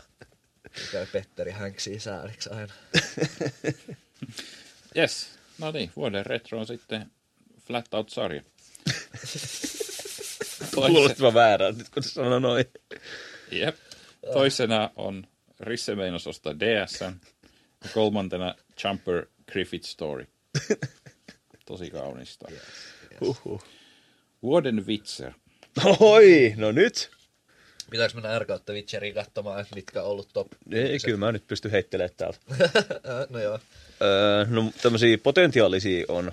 [SPEAKER 2] käy Petteri Hanksi sääliksi aina.
[SPEAKER 1] Yes. No niin, vuoden retro on sitten Flat Out-sarja. Toise-
[SPEAKER 3] Kuulostava väärältä nyt, kun se sanoi noin.
[SPEAKER 1] Jep. Toisena on Risse meinas ostaa DSn. Ja kolmantena Jumper Griffith Story. Tosi kaunista.
[SPEAKER 3] Huhhuh.
[SPEAKER 1] Vuoden Witcher.
[SPEAKER 3] Oi, no nyt.
[SPEAKER 2] Pitääkö mennä R kautta Witcheriin katsomaan, että mitkä on ollut top?
[SPEAKER 3] Ei, kyllä mä nyt pysty heittelemään täältä.
[SPEAKER 2] Äh, no joo.
[SPEAKER 3] Öö, no tämmöisiä potentiaalisia on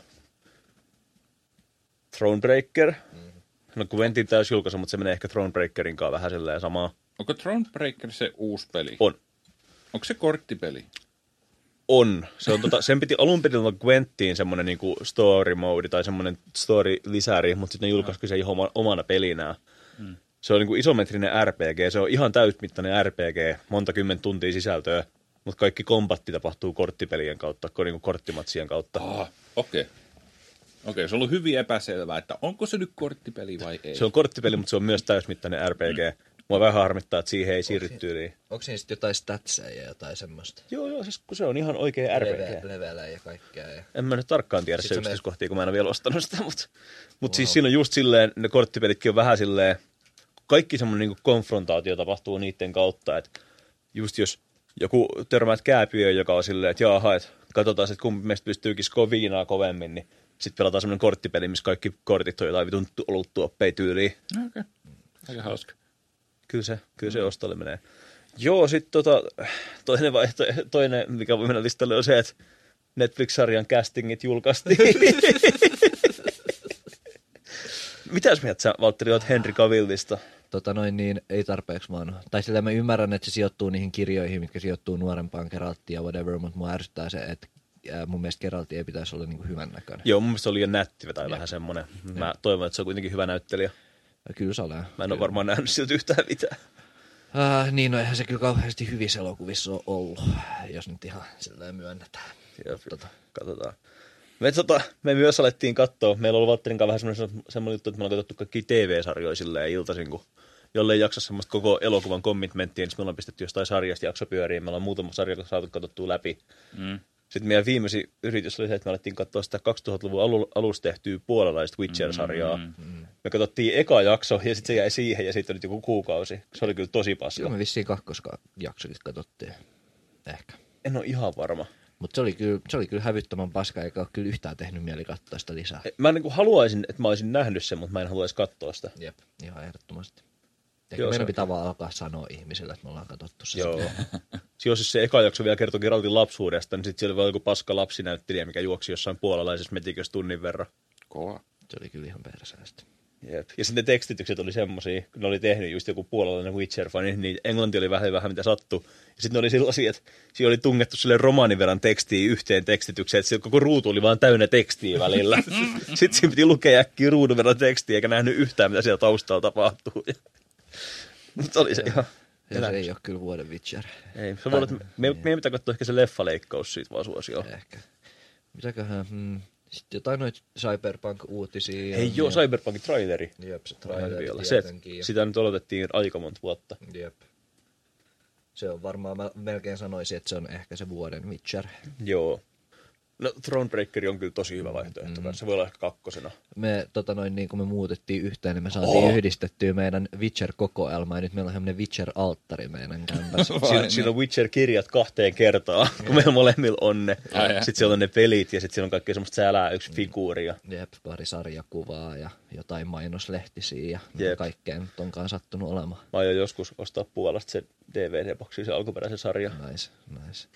[SPEAKER 3] Thronebreaker.
[SPEAKER 2] Mm-hmm.
[SPEAKER 3] No Quentin täys julkaisu, mutta se menee ehkä Thronebreakerin kanssa vähän silleen samaa.
[SPEAKER 1] Onko Thronebreaker se uusi peli?
[SPEAKER 3] On.
[SPEAKER 1] Onko se korttipeli?
[SPEAKER 3] On. Se on tota, sen piti alun perin olla Gwenttiin semmoinen niinku story mode tai semmoinen story lisäri, mutta sitten ne julkaisikin se ihan oma, omana pelinään. Mm. Se on niinku isometrinen RPG, se on ihan täysmittainen RPG, monta kymmentä tuntia sisältöä, mutta kaikki kombatti tapahtuu korttipelien kautta, ko- niinku korttimatsien kautta.
[SPEAKER 1] Ah, okei. Okay. Okei, okay, se on ollut hyvin epäselvää, että onko se nyt korttipeli vai ei.
[SPEAKER 3] Se on korttipeli, mutta se on myös täysmittainen RPG. Mua vähän harmittaa, että siihen ei siirrytty. Niin...
[SPEAKER 2] Onko siinä sitten jotain statseja ja jotain semmoista?
[SPEAKER 3] Joo, joo, siis kun se on ihan oikea
[SPEAKER 2] Leve-
[SPEAKER 3] RPG.
[SPEAKER 2] Levelejä ja kaikkea. Ja...
[SPEAKER 3] En mä nyt tarkkaan tiedä se
[SPEAKER 2] Sitten se menee-
[SPEAKER 3] yksityiskohtia, kun mä en ole vielä ostanut sitä, mutta, mutta siis siinä on just silleen, ne korttipelitkin on vähän silleen, kaikki semmoinen niin konfrontaatio tapahtuu niiden kautta, että just jos joku törmäät kääpiöön, joka on silleen, että jaaha, että katsotaan, että kumpi meistä pystyy kiskoon viinaa kovemmin, niin sitten pelataan semmoinen korttipeli, missä kaikki kortit on jotain vitun tu- oluttuoppeja tyyliin.
[SPEAKER 1] Okei. Okay. Aika hauska.
[SPEAKER 3] Kyllä se, kyllä se ostolle menee. Joo, sitten tota, toinen, vaihto, toinen, mikä voi mennä listalle, on se, että Netflix-sarjan castingit julkaistiin. Mitäs mieltä sä, Valtteri, oot Henry Cavillista?
[SPEAKER 2] tota noin, niin ei tarpeeksi vaan. Tai sillä mä ymmärrän, että se sijoittuu niihin kirjoihin, mitkä sijoittuu nuorempaan Geralttiin ja whatever, mutta mua ärsyttää se, että ää, mun mielestä Geraltti ei pitäisi olla niinku hyvän näköinen.
[SPEAKER 3] Joo, mun mielestä se oli liian nättivä tai vähän semmonen. Mä toivon, että se on kuitenkin hyvä näyttelijä.
[SPEAKER 2] Ja Kyllä se on.
[SPEAKER 3] Mä en ole varmaan nähnyt siltä yhtään mitään.
[SPEAKER 2] Äh, niin, no eihän se kyllä kauheasti hyvissä elokuvissa ole ollut, jos nyt ihan sillä myönnetään.
[SPEAKER 3] Jep, katsotaan. Me, tota, me myös alettiin katsoa, meillä oli Valtterin kanssa vähän semmoinen, semmoinen juttu, että me ollaan katsottu kaikki TV-sarjoja silleen iltaisin, kun jolle ei jaksa semmoista koko elokuvan commitmenttiä, niin sit me ollaan pistetty jostain sarjasta jakso pyöriin, me ollaan muutama sarja saatu katsottua läpi.
[SPEAKER 1] Mm.
[SPEAKER 3] Sitten meidän viimeisin yritys oli se, että me alettiin katsoa sitä 2000-luvun alu- alussa tehtyä puolalaista Witcher-sarjaa. Mm-hmm. Me katsottiin eka jakso ja sitten se jäi siihen ja sitten nyt joku kuukausi. Se oli kyllä tosi paska.
[SPEAKER 2] Joo, me vissiin kakkosjaksokin katsottiin. Ehkä.
[SPEAKER 3] En ole ihan varma.
[SPEAKER 2] Mutta se, oli kyllä- se oli kyllä hävyttömän paska, eikä ole kyllä yhtään tehnyt mieli katsoa sitä lisää.
[SPEAKER 3] Mä niin kuin haluaisin, että mä olisin nähnyt sen, mutta mä en haluaisi katsoa sitä.
[SPEAKER 2] Jep, ihan ehdottomasti. Ehkä
[SPEAKER 3] Joo, se
[SPEAKER 2] meidän
[SPEAKER 3] on
[SPEAKER 2] pitää vaan alkaa sanoa ihmisille, että me ollaan katsottu se.
[SPEAKER 3] Joo. Siis jos se eka jakso vielä kertoi Geraltin lapsuudesta, niin sitten siellä oli joku paska lapsinäyttelijä, mikä juoksi jossain puolalaisessa metikössä tunnin verran.
[SPEAKER 1] Kova.
[SPEAKER 2] Se oli kyllä ihan perseestä.
[SPEAKER 3] Jep. Ja sitten ne tekstitykset oli semmosia, kun ne oli tehnyt just joku puolalainen Witcher-fani, niin englanti oli vähän vähän mitä sattu. Ja sitten ne oli sellaisia, että siinä oli tungettu sille romaanin verran tekstiä yhteen tekstitykseen, että se koko ruutu oli vaan täynnä tekstiä välillä. sitten siinä piti lukea äkkiä ruudun verran tekstiä, eikä nähnyt yhtään, mitä siellä taustalla tapahtuu. Mutta oli se ihan...
[SPEAKER 2] Ja se ei Niin. ole kyllä vuoden Witcher.
[SPEAKER 3] Ei, se voi olla, että me, me, me pitää katsoa ehkä se leffaleikkaus siitä vaan suosioon.
[SPEAKER 2] Ehkä. Mitäköhän, hmm. Sitten jotain noita Cyberpunk-uutisia.
[SPEAKER 3] Hei joo, Cyberpunkin traileri.
[SPEAKER 2] Jep, se
[SPEAKER 3] Traileri
[SPEAKER 2] traileri
[SPEAKER 3] olla. Se,
[SPEAKER 2] tietenkin. ja-
[SPEAKER 3] sitä nyt odotettiin aika monta vuotta.
[SPEAKER 2] Jep. Se on varmaan, mä melkein sanoisin, että se on ehkä se vuoden Witcher.
[SPEAKER 3] Joo. No Thronebreaker on kyllä tosi hyvä vaihtoehto. Mm. Se voi olla ehkä kakkosena.
[SPEAKER 2] Me, tota noin, niin kun me muutettiin yhteen, niin me saatiin oh. yhdistettyä meidän Witcher-kokoelma, ja nyt meillä on tämmöinen Witcher-alttari meidän kämpässä.
[SPEAKER 3] Siinä, siinä on Witcher-kirjat kahteen kertaan, kun meillä molemmilla on ne.
[SPEAKER 1] Ai, ai.
[SPEAKER 3] Sitten siellä on ne pelit ja sitten siellä on kaikkea semmoista sälää, yksi figuuri. Ja...
[SPEAKER 2] Jep, pari sarjakuvaa ja jotain mainoslehtisiä ja
[SPEAKER 3] Jep.
[SPEAKER 2] mitä kaikkea nyt onkaan sattunut olemaan.
[SPEAKER 3] Mä aion joskus ostaa Puolasta sen DVD-boksi, se alkuperäisen sarja.
[SPEAKER 2] Nice, nice.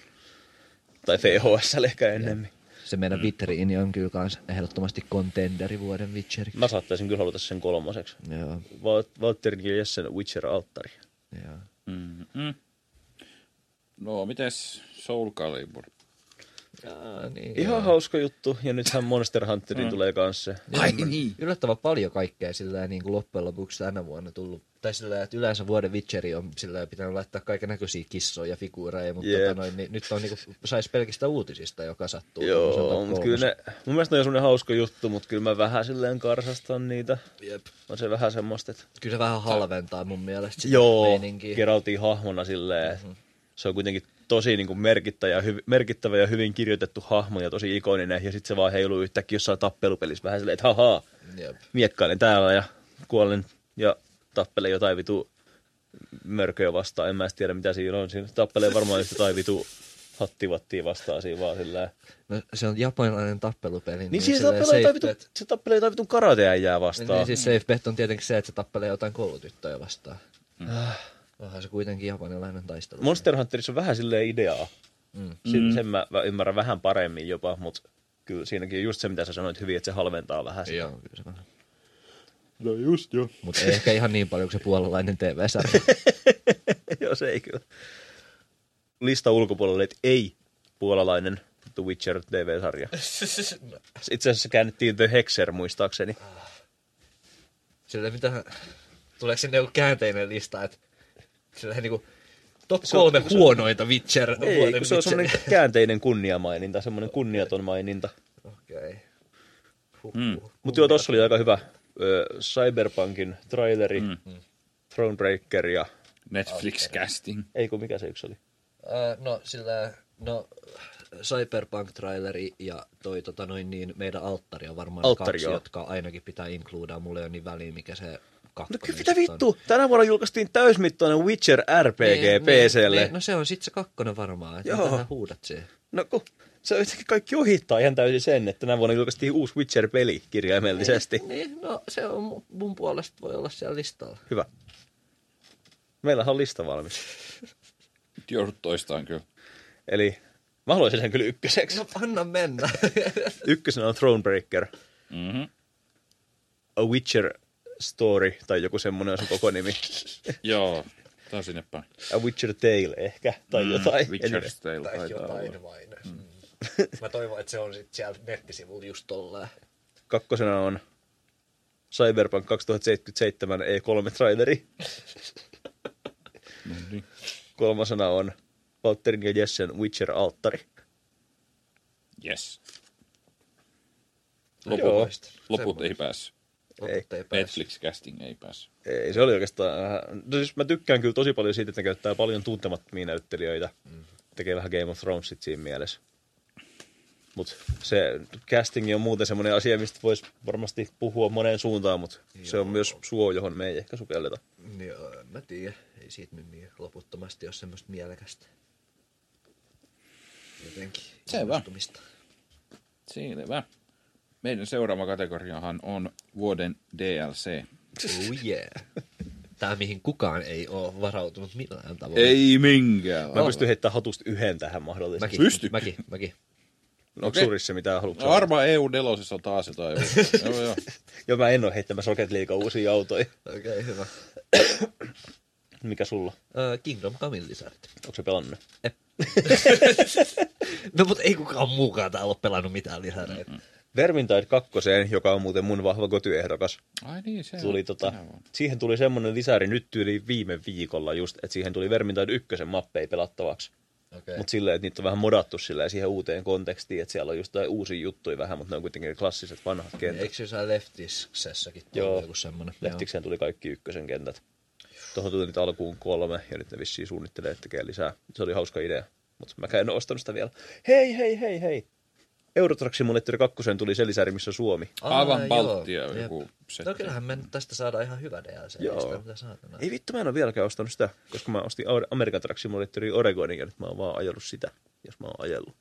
[SPEAKER 3] Tai VHS ehkä ennemmin.
[SPEAKER 2] Se
[SPEAKER 3] Mm.
[SPEAKER 2] meidän vitriini on kyllä kans ehdottomasti contenderi vuoden Witcheri.
[SPEAKER 3] Mä saattaisin kyllä haluta sen kolmoseksi.
[SPEAKER 2] Joo,
[SPEAKER 3] Val- Valtterin ja Jessen Witcher-alttari.
[SPEAKER 2] joo.
[SPEAKER 1] Mm-hmm. Mm-mm. No, mites Soul Calibur?
[SPEAKER 2] Jaa, niin,
[SPEAKER 3] Ihan
[SPEAKER 2] joo.
[SPEAKER 3] hauska juttu, ja nythän Monster Hunterin tulee kanssa. se.
[SPEAKER 1] Ai niin.
[SPEAKER 2] Yllättävän paljon kaikkea sillä niin kuin loppujen lopuksi tänä vuonna tullut. Tai sillä että yleensä vuoden Witcheri on sillä lailla pitänyt laittaa kaiken näköisiä kissoja ja figuureja, mutta
[SPEAKER 3] Jep.
[SPEAKER 2] tota noin, niin nyt on niin kuin, saisi pelkistä uutisista, joka sattuu. tommosen
[SPEAKER 3] Joo,
[SPEAKER 2] top
[SPEAKER 3] mutta
[SPEAKER 2] kolmosen.
[SPEAKER 3] kyllä ne, mun mielestä ne on semmoinen hauska juttu, mutta kyllä mä vähän silleen karsastan niitä. Jep. On se vähän semmoista, että
[SPEAKER 2] Kyllä se vähän halventaa mun mielestä sitä
[SPEAKER 3] Joo,
[SPEAKER 2] meininkiä.
[SPEAKER 3] Geraltin hahmona silleen, mm-hmm. se on kuitenkin tosi niin kuin merkittävä, ja hyv- merkittävä ja hyvin kirjoitettu hahmo ja tosi ikoninen, ja sitten se vaan heiluu yhtäkkiä jossain tappelupelissä vähän silleen, että hahaa,
[SPEAKER 2] Jep.
[SPEAKER 3] miekkailen täällä ja kuolen ja tappelen jotain vitu mörköä vastaan, en mä edes tiedä mitä siinä on, siinä tappelee varmaan just jotain vitu hattivattia vastaan siinä vaan silleen.
[SPEAKER 2] No, se on japanilainen tappelupeli.
[SPEAKER 3] Niin, siis
[SPEAKER 2] silleen
[SPEAKER 3] tappelee jotain
[SPEAKER 2] safe
[SPEAKER 3] vitu,
[SPEAKER 2] bet-
[SPEAKER 3] se tappelee jotain vitu karateäijää vastaan.
[SPEAKER 2] Niin, siis safe bet on tietenkin se, että se tappelee jotain koulutyttöjä vastaan. Mm. Onhan se kuitenkin japanilainen taistelu.
[SPEAKER 3] Monster Hunterissa on vähän silleen ideaa.
[SPEAKER 2] Mm.
[SPEAKER 3] Mm. Sen, sen mä mä ymmärrän vähän paremmin jopa, mutta kyllä siinäkin just se, mitä sä sanoit hyvin, että se halventaa vähän sitä.
[SPEAKER 2] Joo, kyllä se vähän.
[SPEAKER 4] No just joo.
[SPEAKER 2] Mutta ei ehkä ihan niin paljon kuin se puolalainen TV-sarja.
[SPEAKER 3] Joo, se ei kyllä. Lista ulkopuolelle, että ei puolalainen The Witcher TV-sarja. Itse asiassa käännettiin The Hexer muistaakseni.
[SPEAKER 2] Ah. Sillä mitä... Tuleeko sinne joku käänteinen lista, että sillä niinku top
[SPEAKER 3] Se on-
[SPEAKER 2] kolme
[SPEAKER 3] se on-
[SPEAKER 2] huonoita Witcher.
[SPEAKER 3] Ei,
[SPEAKER 2] No, vuoden
[SPEAKER 3] kun se on
[SPEAKER 2] Witcher-
[SPEAKER 3] semmoinen käänteinen kunniamaininta, semmoinen kunniaton maininta.
[SPEAKER 2] Okei. Huh,
[SPEAKER 1] Hmm.
[SPEAKER 2] huh.
[SPEAKER 3] Mutta joo, tossa oli aika hyvä ö, Cyberpunkin traileri, mm. Thronebreaker ja...
[SPEAKER 1] Netflix-casting.
[SPEAKER 3] Ei kun mikä se yksi oli?
[SPEAKER 2] Öö, no sillä, no Cyberpunk-traileri ja toi tota noin niin, meidän alttari on varmaan
[SPEAKER 3] Alttari,
[SPEAKER 2] kaksi,
[SPEAKER 3] joo.
[SPEAKER 2] jotka ainakin pitää inkluudaa. Mulle ei ole niin väliin, mikä se
[SPEAKER 3] No
[SPEAKER 2] kakkonen
[SPEAKER 3] kyllä, mitä
[SPEAKER 2] sit
[SPEAKER 3] vittu? Tänä vuonna julkaistiin täysmittainen Witcher
[SPEAKER 2] on.
[SPEAKER 3] RPG
[SPEAKER 2] Niin,
[SPEAKER 3] PClle.
[SPEAKER 2] niin, No se on sit se kakkonen varmaan, että
[SPEAKER 3] Joo.
[SPEAKER 2] mitä huudat siihen.
[SPEAKER 3] No kun se jotenkin kaikki ohittaa ihan täysin sen, että tänä vuonna julkaistiin uusi Witcher-peli kirjaimellisesti.
[SPEAKER 2] Niin, no se on mu- mun puolesta voi olla siellä listalla.
[SPEAKER 3] Hyvä. Meillähän on lista valmis.
[SPEAKER 1] Nyt joudut toistaan kyllä.
[SPEAKER 3] Eli mä haluaisin sen kyllä ykköseksi.
[SPEAKER 2] No anna mennä.
[SPEAKER 3] Ykkösenä on Thronebreaker,
[SPEAKER 1] Mm-hmm.
[SPEAKER 3] A Witcher Story, tai joku semmonen on se koko nimi.
[SPEAKER 1] Joo, tää on sinne päin.
[SPEAKER 3] A Witcher Tale ehkä,
[SPEAKER 1] Mm,
[SPEAKER 3] tai jotain. Anyway.
[SPEAKER 1] Mm-hmm. Witcher's Tale taitaa olla. Mm.
[SPEAKER 2] vain. Mä toivon, että se on sit siellä nettisivulla just tolleen.
[SPEAKER 3] Kakkosena on Cyberpunk E 2077 E3-traileri.
[SPEAKER 1] No niin.
[SPEAKER 3] Kolmasena on Valtterin ja Jessen Witcher-alttari.
[SPEAKER 1] Yes.
[SPEAKER 2] No
[SPEAKER 1] Loput,
[SPEAKER 2] joo.
[SPEAKER 1] loput
[SPEAKER 2] Semmoinen.
[SPEAKER 1] ei päässyt.
[SPEAKER 2] Loput ei pääse.
[SPEAKER 1] Netflix-casting ei päässyt.
[SPEAKER 3] Ei, se oli oikeastaan... vähän- No siis mä tykkään kyllä tosi paljon siitä, että ne käyttää paljon tuntemattomia näyttelijöitä. Tekee vähän Game of Thronesit siinä mielessä. Mutta se casting on muuten semmoinen asia, mistä voisi varmasti puhua moneen suuntaan, mutta se on myös suo, johon me ei ehkä sukelleta.
[SPEAKER 2] Niin, Joo, en mä tiedä. Ei siitä nyt niin loputtomasti ole semmoista mielekästä. Jotenkin.
[SPEAKER 1] Selvä.
[SPEAKER 2] innostumista.
[SPEAKER 1] Selvä. Meidän seuraava kategoriahan on vuoden DLC.
[SPEAKER 2] Oh yeah. Tää mihin kukaan ei oo varautunut millään tavalla.
[SPEAKER 1] Ei minkään.
[SPEAKER 3] Mä pystyn heittämään hatusta yhden tähän mahdollisesti.
[SPEAKER 2] Mäkin,
[SPEAKER 1] Pysty.
[SPEAKER 2] mäkin, mäkin.
[SPEAKER 3] Onko okay.
[SPEAKER 1] Okei.
[SPEAKER 3] surissa mitään haluatko
[SPEAKER 1] No
[SPEAKER 3] no,
[SPEAKER 1] varmaan EU nelosessa on taas jotain uutta. joo, joo.
[SPEAKER 3] Joo, mä en ole heittämässä Rocket League uusia autoja.
[SPEAKER 2] Okei, okay, hyvä.
[SPEAKER 3] Mikä sulla?
[SPEAKER 2] Ö, Kingdom Comein lisärit.
[SPEAKER 3] Onko se pelannut?
[SPEAKER 2] No mut ei kukaan muukaan täällä ole pelannut mitään lisäreitä.
[SPEAKER 3] Vermintide 2, joka on muuten mun vahva kotiehdokas,
[SPEAKER 1] Ai niin, se
[SPEAKER 3] tuli
[SPEAKER 1] on
[SPEAKER 3] tota,
[SPEAKER 1] tänä vuonna.
[SPEAKER 3] siihen tuli semmoinen lisäri nyt yli viime viikolla just, että siihen tuli Vermintide 1 mappeja pelattavaksi.
[SPEAKER 2] Okei.
[SPEAKER 3] Mutta silleen, että niitä on vähän modattu silleen siihen uuteen kontekstiin, että siellä on just jotain uusia juttuja vähän, mutta ne on kuitenkin ne klassiset vanhat kentät.
[SPEAKER 2] Eikö se jossain Leftisksessäkin
[SPEAKER 3] Joo.
[SPEAKER 2] tullut joku semmonen?
[SPEAKER 3] Lehtikseen tuli kaikki ykkösen kentät. Tuohon tuli nyt alkuun kolme, ja nyt ne vissiin suunnittelee, että tekee lisää. Se oli hauska idea, mutta mä en ole ostanut sitä vielä. Hei, hei, hei, hei! Eurotrack Simulator 2 tuli se lisäri, missä on Suomi.
[SPEAKER 2] Aa,
[SPEAKER 1] Aivan
[SPEAKER 2] joo,
[SPEAKER 1] Baltia joku
[SPEAKER 2] jep.
[SPEAKER 1] setti.
[SPEAKER 2] No kyllähän me nyt tästä saadaan ihan hyvä DLC.
[SPEAKER 3] Joo.
[SPEAKER 2] Joo. Mitä saatana.
[SPEAKER 3] Ei vittu, mä en ole vieläkään ostanut sitä, koska mä ostin Aur- American Truck Simulatorin Oregonin ja nyt mä oon vaan ajellut sitä, jos mä oon ajellut.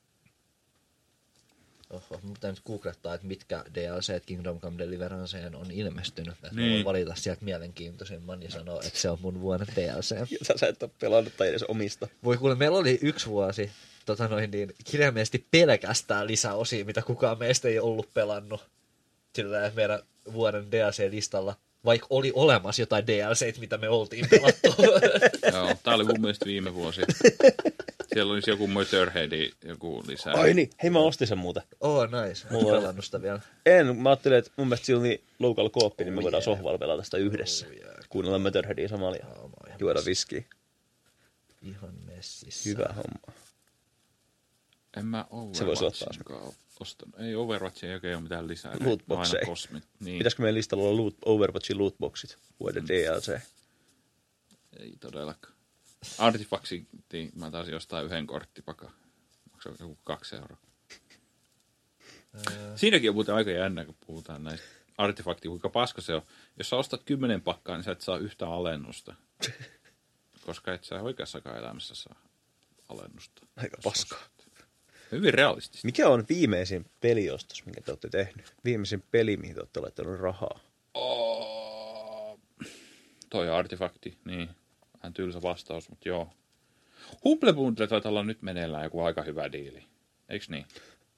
[SPEAKER 2] Oho, mutta nyt googlettaa, että mitkä DLC Kingdom Come Deliveranceen on ilmestynyt. Että niin.
[SPEAKER 1] Niin.
[SPEAKER 2] voin valita sieltä mielenkiintoisemman ja sanoa, että se on mun vuoden DLC.
[SPEAKER 3] Jota sä et ole pelannut tai edes omista.
[SPEAKER 2] Voi kuule, meillä oli yksi vuosi tota noin, niin, kirjaimellisesti pelkästään lisäosia, mitä kukaan meistä ei ollut pelannut sillä meidän vuoden DLC-listalla. Vaikka oli olemassa jotain DLCitä, mitä me oltiin pelattu.
[SPEAKER 1] Joo, tää oli mun mielestä viime vuosi. Siellä olisi joku Motorheadi, joku lisää.
[SPEAKER 3] Ai niin, hei mä ostin sen muuten.
[SPEAKER 2] Oh, nice. Mulla
[SPEAKER 3] Mulla-
[SPEAKER 2] on pelannut sitä vielä.
[SPEAKER 3] En, mä ajattelin, että mun mielestä sillä on niin local kooppi, niin me voidaan sohvalla pelata sitä yhdessä. Kuunnella Motorheadia samalla ja
[SPEAKER 2] Joo, mä oon ihan-
[SPEAKER 3] juoda viskiä.
[SPEAKER 2] Ihan messissä.
[SPEAKER 3] Hyvä homma.
[SPEAKER 1] En mä
[SPEAKER 3] Se voisi olla
[SPEAKER 1] Overwatchinkaan ostanut. Ei Overwatchin jälkeen ole mitään lisää.
[SPEAKER 3] Lootboxeja.
[SPEAKER 1] Aina kosmit. Niin,
[SPEAKER 3] Pitäisikö meidän listalla olla loot, Overwatchin lootboxit? Vuoden DLC.
[SPEAKER 1] ei todellakaan. Artifaxin, niin mä taisin ostaa yhden korttipaka. Maksaa joku kaksi euroa. Siinäkin on muuten aika jännä, kun puhutaan näistä artifakti, kuinka paska se on. Jos sä ostat kymmenen pakkaa, niin sä et saa yhtään alennusta. Koska et sä oikeassakaan elämässä saa alennusta.
[SPEAKER 3] Aika paskaa.
[SPEAKER 1] Hyvin realistista.
[SPEAKER 3] Mikä on viimeisin peliostos, minkä te olette tehnyt? Viimeisin peli, mihin te olette laittanut rahaa?
[SPEAKER 1] Oh, toi artifakti, niin. Vähän tylsä vastaus, mutta joo. Humble Bundle taitaa olla nyt meneillään joku aika hyvä diili. Eiks niin?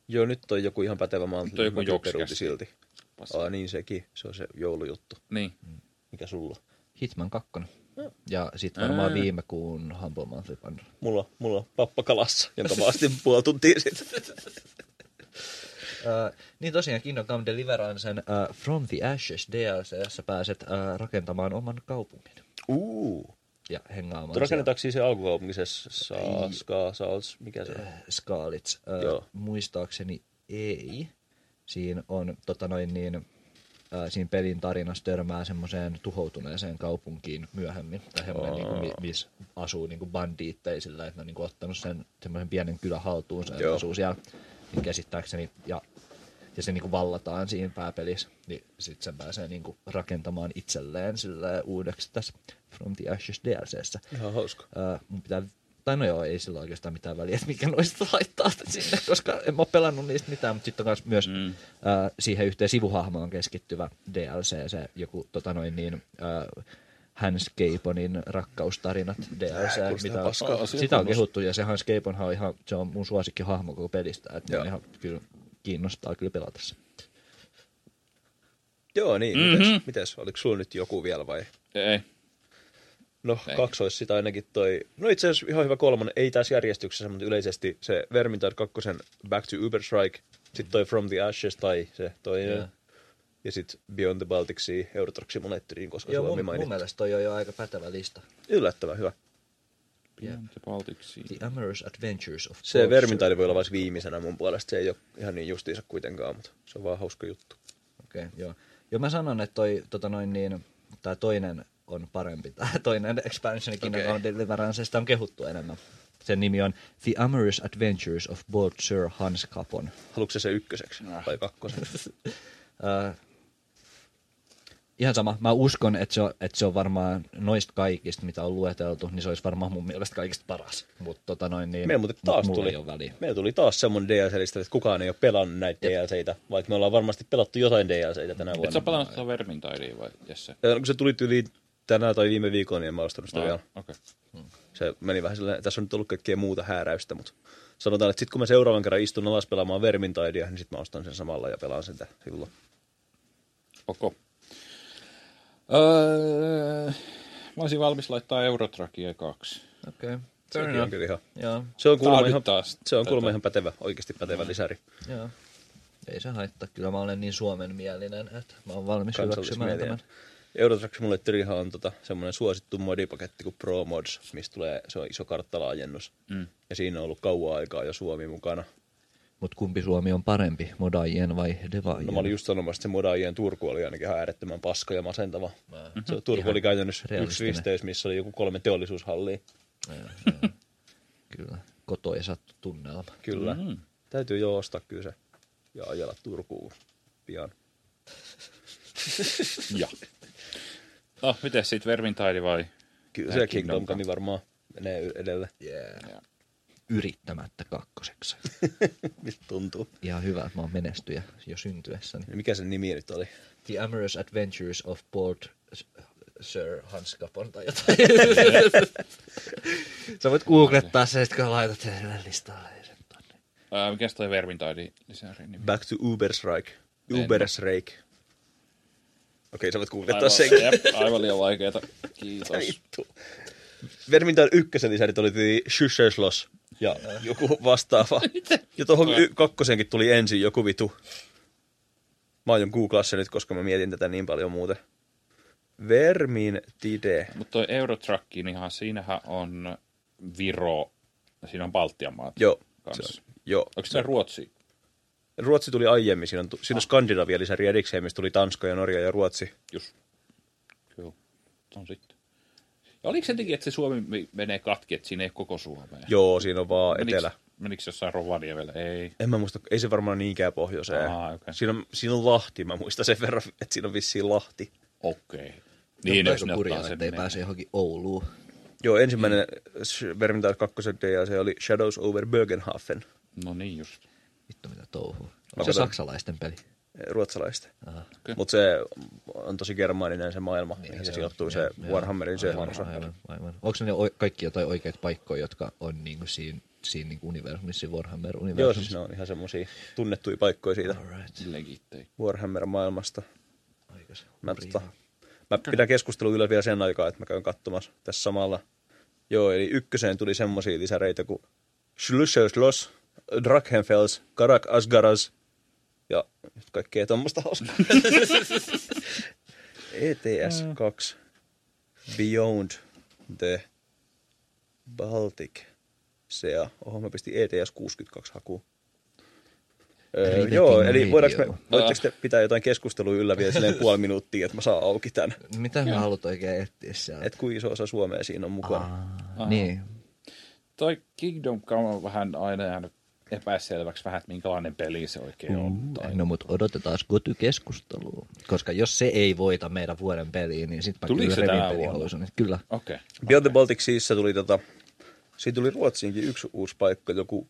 [SPEAKER 3] Joo, nyt on joku ihan pätevä malli.
[SPEAKER 1] Nyt on joku
[SPEAKER 3] Mä
[SPEAKER 1] joksikäs.
[SPEAKER 3] peruutin silti.
[SPEAKER 1] Pas-
[SPEAKER 3] Aa, niin sekin. Se on se joulujuttu.
[SPEAKER 1] Niin.
[SPEAKER 3] Mikä sulla?
[SPEAKER 2] Hitman 2. Ja sitten varmaan viime kuun Humble Monthly Bundle.
[SPEAKER 3] Mulla, mulla on pappakalassa, jonka mä astin puoli tuntia sitten.
[SPEAKER 2] Äh, niin tosiaan Kingdom Come Deliverance'n äh, From the Ashes DLCssä pääset äh, rakentamaan oman kaupungin
[SPEAKER 3] Uu.
[SPEAKER 2] ja hengaamaan
[SPEAKER 3] Mutta Rakennetaanko siis se alkukaupungisessa Saaska, Saals, mikä se on?
[SPEAKER 2] siellä. Skaalits. Äh,
[SPEAKER 3] Joo.
[SPEAKER 2] muistaakseni ei. Siinä on tota noin niin, äh, siinä pelin tarinassa törmää semmoiseen tuhoutuneeseen kaupunkiin myöhemmin, tai semmoinen, oh. niin kuin, missä asuu niin kuin bandiitteja sillä, että ne on niin kuin, ottanut sen semmoisen pienen kylän haltuunsa, ja ne
[SPEAKER 3] Joo.
[SPEAKER 2] asuu siellä niin käsittääkseni, ja, ja se niin kuin vallataan siinä pääpelissä, niin sitten sen pääsee niin kuin, rakentamaan itselleen sillä uudeksi tässä From the Ashes DLCssä.
[SPEAKER 3] Ihan hauska.
[SPEAKER 2] Ää, mun pitää, tai no joo, ei sillä oikeastaan mitään väliä, että mikä noista laittaa sit sinne, koska en mä ole pelannut niistä mitään, mutta sitten on kans myös mm. ää, siihen yhteen sivuhahmoon keskittyvä DLC, se joku tota noin niin, ää, Hans Caponin rakkaustarinat DLC,
[SPEAKER 3] Äh, kuulostaa
[SPEAKER 2] mitä
[SPEAKER 3] ihan paskaa.
[SPEAKER 2] on,
[SPEAKER 3] Asia
[SPEAKER 2] sitä on
[SPEAKER 3] kunnossa.
[SPEAKER 2] kehuttu, ja se Hans Caponhan on ihan, se on mun suosikkihahmo koko pelistä, että ihan kyllä kiinnostaa kyllä pelata se.
[SPEAKER 3] Joo, niin. Mm-hmm. Mites, mites? Oliko sulla nyt joku vielä vai?
[SPEAKER 1] Ei.
[SPEAKER 3] No,
[SPEAKER 1] Ei.
[SPEAKER 3] Ei. kaksois sitä ainakin toi. No itse asiassa ihan hyvä kolmonen. Ei tässä järjestyksessä, mutta yleisesti se Vermintide 2, Back to Uber Strike, sitten toi From the Ashes tai se toinen.
[SPEAKER 2] Joo.
[SPEAKER 3] Yeah. Ja sitten Beyond the Baltic Sea, Eurotrack Simulatorin, koska
[SPEAKER 2] Joo,
[SPEAKER 3] Suomi
[SPEAKER 2] mun, mun
[SPEAKER 3] mainittu.
[SPEAKER 2] mielestä toi on jo aika pätevä lista.
[SPEAKER 3] Yllättävän hyvä.
[SPEAKER 2] Jep.
[SPEAKER 1] Beyond the Baltic Sea.
[SPEAKER 2] The Amorous Adventures of
[SPEAKER 3] Se
[SPEAKER 2] Torture.
[SPEAKER 3] Vermintide voi olla vaikka viimeisenä mun puolesta. Se ei ole ihan niin justiinsa kuitenkaan, mutta se on vaan hauska juttu.
[SPEAKER 2] Okei, joo. Joo, mä sanon, että toi, tota noin niin, tää toinen on parempi. Tää toinen expansion Kingdom
[SPEAKER 3] Okei.
[SPEAKER 2] Come Deliveranceista on kehuttu enemmän. Sen nimi on The Amorous Adventures of Bold Sir Hans Capon.
[SPEAKER 3] Haluatko se se ykköseksi vai kakkoseksi?
[SPEAKER 2] Äh, ihan sama. Mä uskon, että se, on, että se on varmaan noista kaikista, mitä on lueteltu, niin se olisi varmaan mun mielestä kaikista paras. Mutta tota noin niin,
[SPEAKER 3] Meillä muuten
[SPEAKER 2] mut
[SPEAKER 3] taas
[SPEAKER 2] mulla
[SPEAKER 3] tuli,
[SPEAKER 2] ei ole väliä.
[SPEAKER 3] meillä tuli taas semmoinen DLC-lista, että kukaan ei ole pelannut näitä DLCitä, vaikka me ollaan varmasti pelattu jotain DLCitä tänä
[SPEAKER 1] Et sä
[SPEAKER 3] vuonna.
[SPEAKER 1] palannut tuota Vermintidia vai Jesse?
[SPEAKER 3] Ja no, kun se tuli yli tänään tai viime viikolla, niin en mä ostanut sitä vielä.
[SPEAKER 1] Okei. Okay.
[SPEAKER 3] Se meni vähän silleen, tässä on nyt ollut kaikkea muuta hääräystä, mutta sanotaan, että sitten kun mä seuraavan kerran istun alas pelaamaan Vermintidea, niin sitten mä ostan sen samalla ja pelaan sitä silloin.
[SPEAKER 1] Poko. Öö, mä olisin valmis laittaa Eurotrakia kaksi.
[SPEAKER 2] Okei. Okay.
[SPEAKER 3] Sekin on kyllä ihan.
[SPEAKER 2] Joo,
[SPEAKER 3] Se
[SPEAKER 1] Tää on
[SPEAKER 3] on kuulemma,
[SPEAKER 1] nyt
[SPEAKER 3] ihan,
[SPEAKER 1] taas
[SPEAKER 3] se on kuulemma
[SPEAKER 1] tätä.
[SPEAKER 3] ihan pätevä, oikeasti pätevä lisäri.
[SPEAKER 2] joo. Ei se haittaa. Kyllä mä olen niin suomenmielinen, että mä oon valmis hyväksymään
[SPEAKER 3] kansallismielinen.
[SPEAKER 2] tämän.
[SPEAKER 3] Eurotrack Simulatorihan on tota, semmoinen suosittu modipaketti kuin Pro Mods, mistä tulee, se on iso karttalaajennus. Mm. Ja siinä on ollut kauan aikaa jo Suomi mukana.
[SPEAKER 2] Mutta kumpi Suomi on parempi, modaajien vai devaajien?
[SPEAKER 3] No mä olin just sanomassa, että se modaajien Turku oli ainakin ihan äärettömän paska ja masentava. Se Turku oli käytännössä yksi
[SPEAKER 2] realistinen.
[SPEAKER 3] risteys, missä oli joku kolme teollisuushallia.
[SPEAKER 2] Kyllä, kotoisa tunnelma.
[SPEAKER 3] Kyllä. Mm-hmm. Täytyy jo ostaa kyllä se ja ajella Turkuun pian.
[SPEAKER 1] Ja. No, miten siitä Vermintide vai?
[SPEAKER 3] Kyllä
[SPEAKER 1] Tää
[SPEAKER 3] se
[SPEAKER 1] Kingdom
[SPEAKER 3] Kingdom Come varmaan menee edelle,
[SPEAKER 2] Yeah. Yrittämättä kakkoseksi.
[SPEAKER 3] mistä tuntuu.
[SPEAKER 2] Ihan hyvä, että mä oon menestyjä jo syntyessäni.
[SPEAKER 3] Mikä sen nimi nyt oli?
[SPEAKER 2] The Amorous Adventures of Board Sir Hans Capon tai jotain. Sä voit googlettaa sen, sitten kun laitat sen sille listalle. ei sen tonne.
[SPEAKER 1] Öö, mikäs toi Vermintide lisäri nimi?
[SPEAKER 3] Back to Uberstrike. Uberstrike. Okei, sä voit googlettaa
[SPEAKER 1] Aivan,
[SPEAKER 3] sen.
[SPEAKER 1] jep, aivan liian vaikeeta. Kiitos.
[SPEAKER 3] Vermintaan ykkösen lisärit oli The Schüssersloss. ja joku vastaava. Ja tuohon y- kakkosenkin tuli ensin joku vitu. Mä aion googlaa sen nyt, koska mä mietin tätä niin paljon muuten. Vermin tide.
[SPEAKER 1] Mutta toi Eurotrackin ihan, siinähän on Viro, siinä on Baltian maat
[SPEAKER 3] Joo. Se
[SPEAKER 1] kanssa.
[SPEAKER 3] on, joo.
[SPEAKER 1] Onko se Ruotsi?
[SPEAKER 3] Ruotsi tuli aiemmin, siinä on, tu-
[SPEAKER 1] Ah.
[SPEAKER 3] siinä on Skandinavia lisäri erikseen, missä tuli Tanska ja Norja ja Ruotsi.
[SPEAKER 1] Just. Kyllä. Se on sitten. Ja oliko se jotenkin, että se Suomi mi- menee katki, että siinä ei ole koko Suomea?
[SPEAKER 3] Joo, siinä on vaan
[SPEAKER 1] No
[SPEAKER 3] etelä.
[SPEAKER 1] Menikö se jossain Rovaniemellä? Ei.
[SPEAKER 3] En mä muista, ei se varmaan niinkään pohjoiseen.
[SPEAKER 1] Aa, okei.
[SPEAKER 3] siinä, on, siinä on Lahti, mä muistan sen verran, että siinä on vissiin Lahti.
[SPEAKER 1] Okei. Niin, jos
[SPEAKER 2] aika
[SPEAKER 1] ne
[SPEAKER 2] kurjaa,
[SPEAKER 1] ottaa sen
[SPEAKER 2] ettei pääse
[SPEAKER 1] menee.
[SPEAKER 2] johonkin Ouluun.
[SPEAKER 3] Joo, ensimmäinen mm. Vermintide 2 DLC oli Shadows over Bergenhafen
[SPEAKER 1] No niin just.
[SPEAKER 2] Vittu mitä touhuu.
[SPEAKER 3] Mä
[SPEAKER 2] Onko se
[SPEAKER 3] katson.
[SPEAKER 2] saksalaisten peli?
[SPEAKER 3] eh, ruotsalaista.
[SPEAKER 2] Ah,
[SPEAKER 1] Okei.
[SPEAKER 3] Mutta se on tosi germaaninen se maailma, niin, mihin se,
[SPEAKER 2] on.
[SPEAKER 3] sijoittuu,
[SPEAKER 2] Joo,
[SPEAKER 3] se
[SPEAKER 2] joo.
[SPEAKER 3] Warhammerin se
[SPEAKER 2] aivan,
[SPEAKER 3] varsa.
[SPEAKER 2] aivan, aivan. Onko ne o- kaikki jotain oikeita paikkoja, jotka on niinku siinä, siinä niinku universumissa, Warhammer-universumissa?
[SPEAKER 3] Joo, siis ne on ihan semmosia tunnettuja paikkoja siitä
[SPEAKER 2] Alright.
[SPEAKER 1] Legittei.
[SPEAKER 3] Warhammer-maailmasta.
[SPEAKER 2] Aika se.
[SPEAKER 3] Mä, tota, mä pidän keskustelua yllä vielä sen aikaa, että mä käyn katsomassa tässä samalla. Joo, eli ykköseen tuli semmosia lisäreitä kuin Schlüsselschloss, Drachenfels, Karak Asgaras ja kaikkea tommoista hauskaa. ETS 2, Beyond the Baltic Sea. Oho, mä pistin E ETS 62 hakuun. Öö,
[SPEAKER 2] Repeating
[SPEAKER 3] joo, eli voidaanko me,
[SPEAKER 2] radio.
[SPEAKER 3] voitteko te pitää jotain keskustelua yllä vielä silleen puoli minuuttia, että mä saan auki tämän?
[SPEAKER 2] Mitä mä haluat oikein etsiä sieltä?
[SPEAKER 3] Että kuinka iso osa Suomea siinä on mukana?
[SPEAKER 2] Aa, niin.
[SPEAKER 1] Toi Kingdom Come on vähän aina jäänyt epäselväksi vähän, että minkälainen peli se oikein on. Tai...
[SPEAKER 2] No mut odotetaan Goty-keskustelua, koska jos se ei voita meidän vuoden peliin, niin sit mä
[SPEAKER 1] Tuliko
[SPEAKER 2] kyllä
[SPEAKER 1] se
[SPEAKER 2] revin
[SPEAKER 1] tänä
[SPEAKER 2] pelihousun. Kyllä.
[SPEAKER 1] Okei.
[SPEAKER 3] Beyond the Baltic Seassa tuli tota, siitä tuli Ruotsiinkin yksi uusi paikka, joku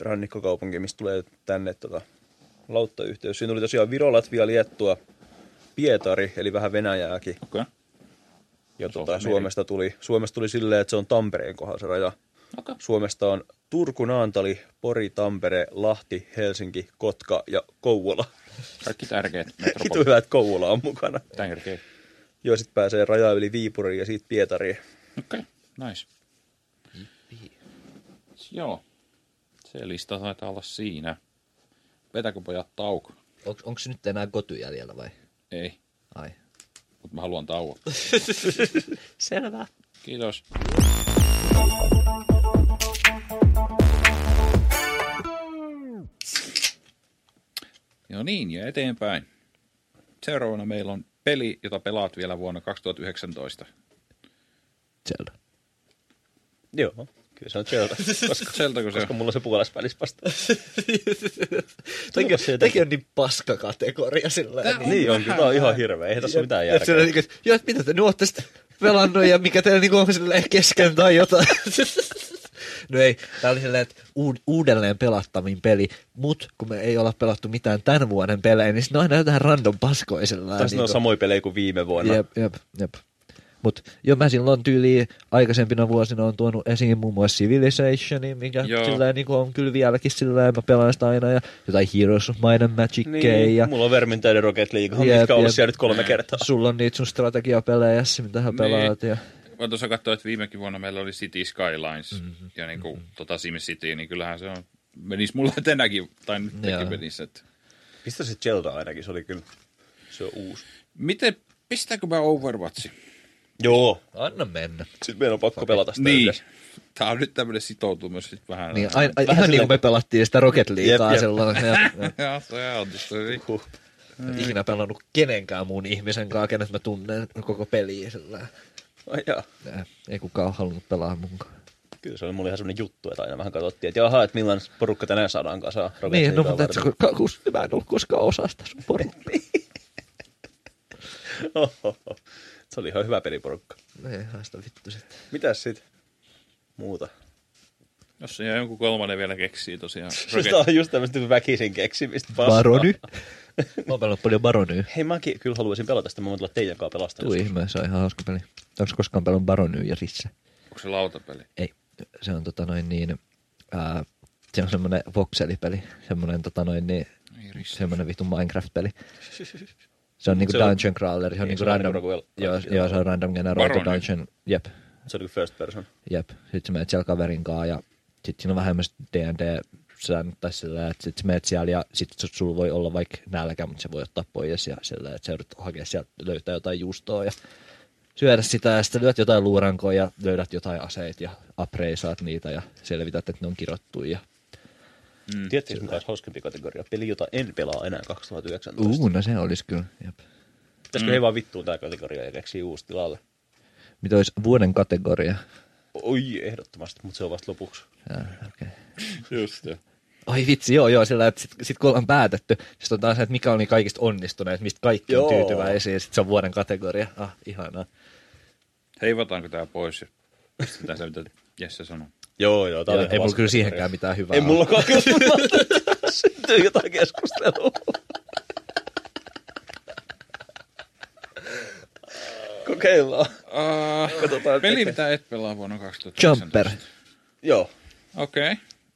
[SPEAKER 3] rannikkokaupunki, mistä tulee tänne tota, lauttayhteys. Siinä tuli tosiaan Viro, Latvia, Liettua, Pietari, eli vähän Venäjääkin.
[SPEAKER 1] Okei.
[SPEAKER 3] Ja
[SPEAKER 1] Se on
[SPEAKER 3] tota,
[SPEAKER 1] meri.
[SPEAKER 3] Suomesta, tuli, Suomesta tuli silleen, että se on Tampereen kohdalla se raja.
[SPEAKER 1] Okei.
[SPEAKER 3] Suomesta on Turku, Naantali, Pori, Tampere, Lahti, Helsinki, Kotka ja Kouvola.
[SPEAKER 1] Kaikki tärkeät
[SPEAKER 3] Hitu
[SPEAKER 1] metropolit.
[SPEAKER 3] hyvä, että Kouvola on mukana.
[SPEAKER 1] Tärkeät.
[SPEAKER 3] Joo, sitten pääsee raja yli Viipuriin ja siitä Pietariin.
[SPEAKER 1] Okei, okay, nice. Joo. Se lista taitaa olla siinä. Vetäkö pojat tauko?
[SPEAKER 2] Onko, onko se nyt enää Goty jäljellä vai?
[SPEAKER 1] Ei,
[SPEAKER 2] Ai.
[SPEAKER 1] mutta mä haluan tauon.
[SPEAKER 2] Selvä.
[SPEAKER 1] Kiitos. No niin, ja eteenpäin. Seuraavana meillä on peli, jota pelaat vielä vuonna 2019.
[SPEAKER 2] Zelda.
[SPEAKER 3] Joo, kyllä se on sieltä, koska,
[SPEAKER 1] Zelda, se
[SPEAKER 3] koska
[SPEAKER 1] on?
[SPEAKER 3] mulla on se puolessa välissä vasta.
[SPEAKER 2] Tämäkin,
[SPEAKER 3] se
[SPEAKER 2] tämäkin on niin paska kategoria sillä
[SPEAKER 1] Tää
[SPEAKER 2] niin.
[SPEAKER 3] Niin on, kyllä tää on ihan hirveä, ei tässä ole mitään
[SPEAKER 2] Ja se on
[SPEAKER 3] järkeä.
[SPEAKER 2] niin kuin, joo, että mitä te nyt ootte sitten pelannut ja mikä teillä niin on silleen kesken tai jotain. No ei, tää oli silleen, että uud- uudelleen pelattavin peli, mut kun me ei olla pelattu mitään tämän vuoden pelejä, niin sitten on aina jotain random paskoisella.
[SPEAKER 3] Tässä ne on samoja pelejä kuin viime vuonna.
[SPEAKER 2] Jep, jep, jep. Mut jo mä silloin tyyliin aikaisempina vuosina on tuonut esiin muun muassa Civilizationin, mikä
[SPEAKER 1] Joo.
[SPEAKER 2] sillä niin on kyllä vieläkin sillä mä pelaan sitä aina, ja jotain Heroes of Might and Magicia,
[SPEAKER 3] Niin, Mm.
[SPEAKER 2] ja
[SPEAKER 3] mulla on Vermintäinen Rocket League,
[SPEAKER 2] Jep,
[SPEAKER 3] mitkä on ollut
[SPEAKER 2] jep.
[SPEAKER 3] siellä nyt kolme kertaa.
[SPEAKER 2] sulla on niitä sun strategiapelejä, Jassi, mitä hän pelaat, ja
[SPEAKER 1] Mä tuossa katsoin, että viimekin vuonna meillä oli City Skylines mm-hmm. ja niin kuin, mm-hmm. tota SimCity, niin kyllähän se on, menisi mulla tänäkin, tai nyt
[SPEAKER 2] Joo.
[SPEAKER 1] menisi. Että.
[SPEAKER 3] Pistä se Zelda ainakin, se oli kyllä. Se on uusi.
[SPEAKER 1] Miten, pistääkö mä Overwatchi?
[SPEAKER 3] Joo,
[SPEAKER 2] anna mennä.
[SPEAKER 3] sitten meidän on pakko pelata sitä
[SPEAKER 1] Niin.
[SPEAKER 3] yhdessä.
[SPEAKER 1] Tämä on nyt tämmöinen sitoutumus sit vähän.
[SPEAKER 2] Niin, aina, aina, ihan
[SPEAKER 3] silleen-
[SPEAKER 2] niin kuin me pelattiin sitä Rocket
[SPEAKER 3] Jep,
[SPEAKER 2] Leaguea
[SPEAKER 3] jep.
[SPEAKER 2] silloin, ja, ja
[SPEAKER 1] Joo, se onnistui.
[SPEAKER 3] Huh.
[SPEAKER 2] et ikinä pelannut kenenkään muun ihmisen kanssa, kenet mä tunnen koko peliä sillä
[SPEAKER 3] Ai jaa.
[SPEAKER 2] ja ei kukaan ole halunnut pelaa munkaan.
[SPEAKER 3] Kyllä se oli mulle ihan semmoinen juttu, että aina vähän katsottiin, että jaha, että millainen porukka tänään saadaan kasaan. Rocket
[SPEAKER 2] Niin, no
[SPEAKER 3] Leaguea
[SPEAKER 2] mutta et sä
[SPEAKER 3] varten.
[SPEAKER 2] koskaan, kus- mä en ollut koskaan osa sitä sun porukkaa.
[SPEAKER 3] Ohoho. se oli ihan hyvä peliporukka.
[SPEAKER 2] No ei haista vittu sitten.
[SPEAKER 3] Mitäs sit muuta?
[SPEAKER 1] Jos se joku kolmannen vielä keksii tosiaan.
[SPEAKER 3] Rocket. Tämä on just tämmöistä niinku väkisin keksimistä. paskaa.
[SPEAKER 2] Barony. Mä oon pelannut paljon Baronyä.
[SPEAKER 3] Hei, mäkin kyllä haluaisin pelata sitä, mä voin tulla teidän kanssa
[SPEAKER 2] Tuu
[SPEAKER 3] pelastamaan.
[SPEAKER 2] ihmeessä, on ihan hauska peli. Onko koskaan pelannut Baronyä ja Risse?
[SPEAKER 1] Onko se lautapeli?
[SPEAKER 2] Ei. Se on tota noin niin... Ää, se on semmonen vokselipeli. Semmonen tota noin niin...
[SPEAKER 1] Ei risti.
[SPEAKER 2] Semmonen vittu Minecraft-peli. Se on niinku
[SPEAKER 3] Se on-
[SPEAKER 2] dungeon crawler. Se on
[SPEAKER 3] Niin,
[SPEAKER 2] niinku
[SPEAKER 3] se on
[SPEAKER 2] random...
[SPEAKER 3] generoitu-
[SPEAKER 2] Joo, joo, se on random generoitu
[SPEAKER 1] Barony.
[SPEAKER 2] dungeon. Jep.
[SPEAKER 3] Se oli first person.
[SPEAKER 2] Jep, sitten sä menet siellä kaverin kaa ja Sitten siinä on vähän myös D&D-säännöt tai sillä, että sit sä menet siellä ja sit su- sulla voi olla vaikka nälkä, mutta se voi ottaa pois ja sillä, että sä yrität hakea sieltä, löytää jotain juustoa ja syödä sitä ja sitten lyöt jotain luurankoa ja löydät jotain aseet ja apreisaat niitä ja selvität, että ne on kirottu ja
[SPEAKER 3] Mm, Tiedättekö, mikä olisi hauskempi kategoria? Peli, jota en pelaa enää 2019.
[SPEAKER 2] Uu, no se olisi kyllä. Jep.
[SPEAKER 3] Pitäisikö mm. he vaan vittuun tämä kategoria ja keksii uusi tilalle?
[SPEAKER 2] Mitä olisi vuoden kategoria?
[SPEAKER 3] Oi, ehdottomasti, mutta se on vasta lopuksi.
[SPEAKER 2] Jaa, okay.
[SPEAKER 4] Just jo.
[SPEAKER 2] Ai vitsi, joo, joo, sillä, että sit, sit kun ollaan päätetty, sit on taas se, että mikä on niin kaikista onnistuneet, mistä kaikki on
[SPEAKER 3] Joo.
[SPEAKER 2] tyytyväisiä, ja sit se on vuoden kategoria. Ah, ihanaa.
[SPEAKER 1] Heivataanko tämä pois? ja Pistetään se, mitä Jesse sanoi.
[SPEAKER 3] Joo, joo, tää
[SPEAKER 2] Joo,
[SPEAKER 3] oli ihan
[SPEAKER 2] ei mulla
[SPEAKER 3] paska
[SPEAKER 2] kyllä
[SPEAKER 3] kategoria.
[SPEAKER 2] siihenkään mitään hyvää
[SPEAKER 3] Ei
[SPEAKER 2] ole.
[SPEAKER 3] mullakaan kyllä Tästä syntyy jotain keskustelua. Kokeillaan.
[SPEAKER 1] Uh,
[SPEAKER 3] Katsotaan,
[SPEAKER 1] peli,
[SPEAKER 3] että-
[SPEAKER 1] mitä et pelaa vuonna 2019.
[SPEAKER 2] Jumper.
[SPEAKER 3] Joo.
[SPEAKER 1] Okei,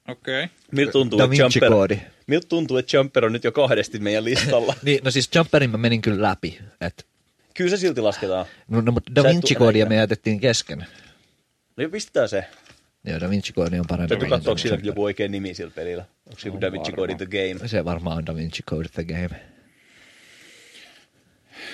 [SPEAKER 1] okei.
[SPEAKER 3] Miltä tuntuu,
[SPEAKER 2] Da
[SPEAKER 3] että
[SPEAKER 2] Vinci
[SPEAKER 3] Jumper,
[SPEAKER 2] koodi.
[SPEAKER 3] miltä tuntuu, että Jumper on nyt jo kahdesti meidän listalla?
[SPEAKER 2] Niin, no siis Jumperin mä menin kyllä läpi. Et,
[SPEAKER 3] Kyllä se silti lasketaan.
[SPEAKER 2] no, no, mutta
[SPEAKER 3] Sä
[SPEAKER 2] Da
[SPEAKER 3] et
[SPEAKER 2] Vinci
[SPEAKER 3] tuu
[SPEAKER 2] koodia
[SPEAKER 3] näinkään.
[SPEAKER 2] me jätettiin kesken.
[SPEAKER 3] No pistetään se.
[SPEAKER 2] Joo, Da Vinci koodi on parempi.
[SPEAKER 3] Täytyy katsoa, onko sillä joku oikea nimi sillä pelillä. Onko se joku Da Vinci Code in the Game?
[SPEAKER 2] Se varmaan on Da Vinci Code the Game.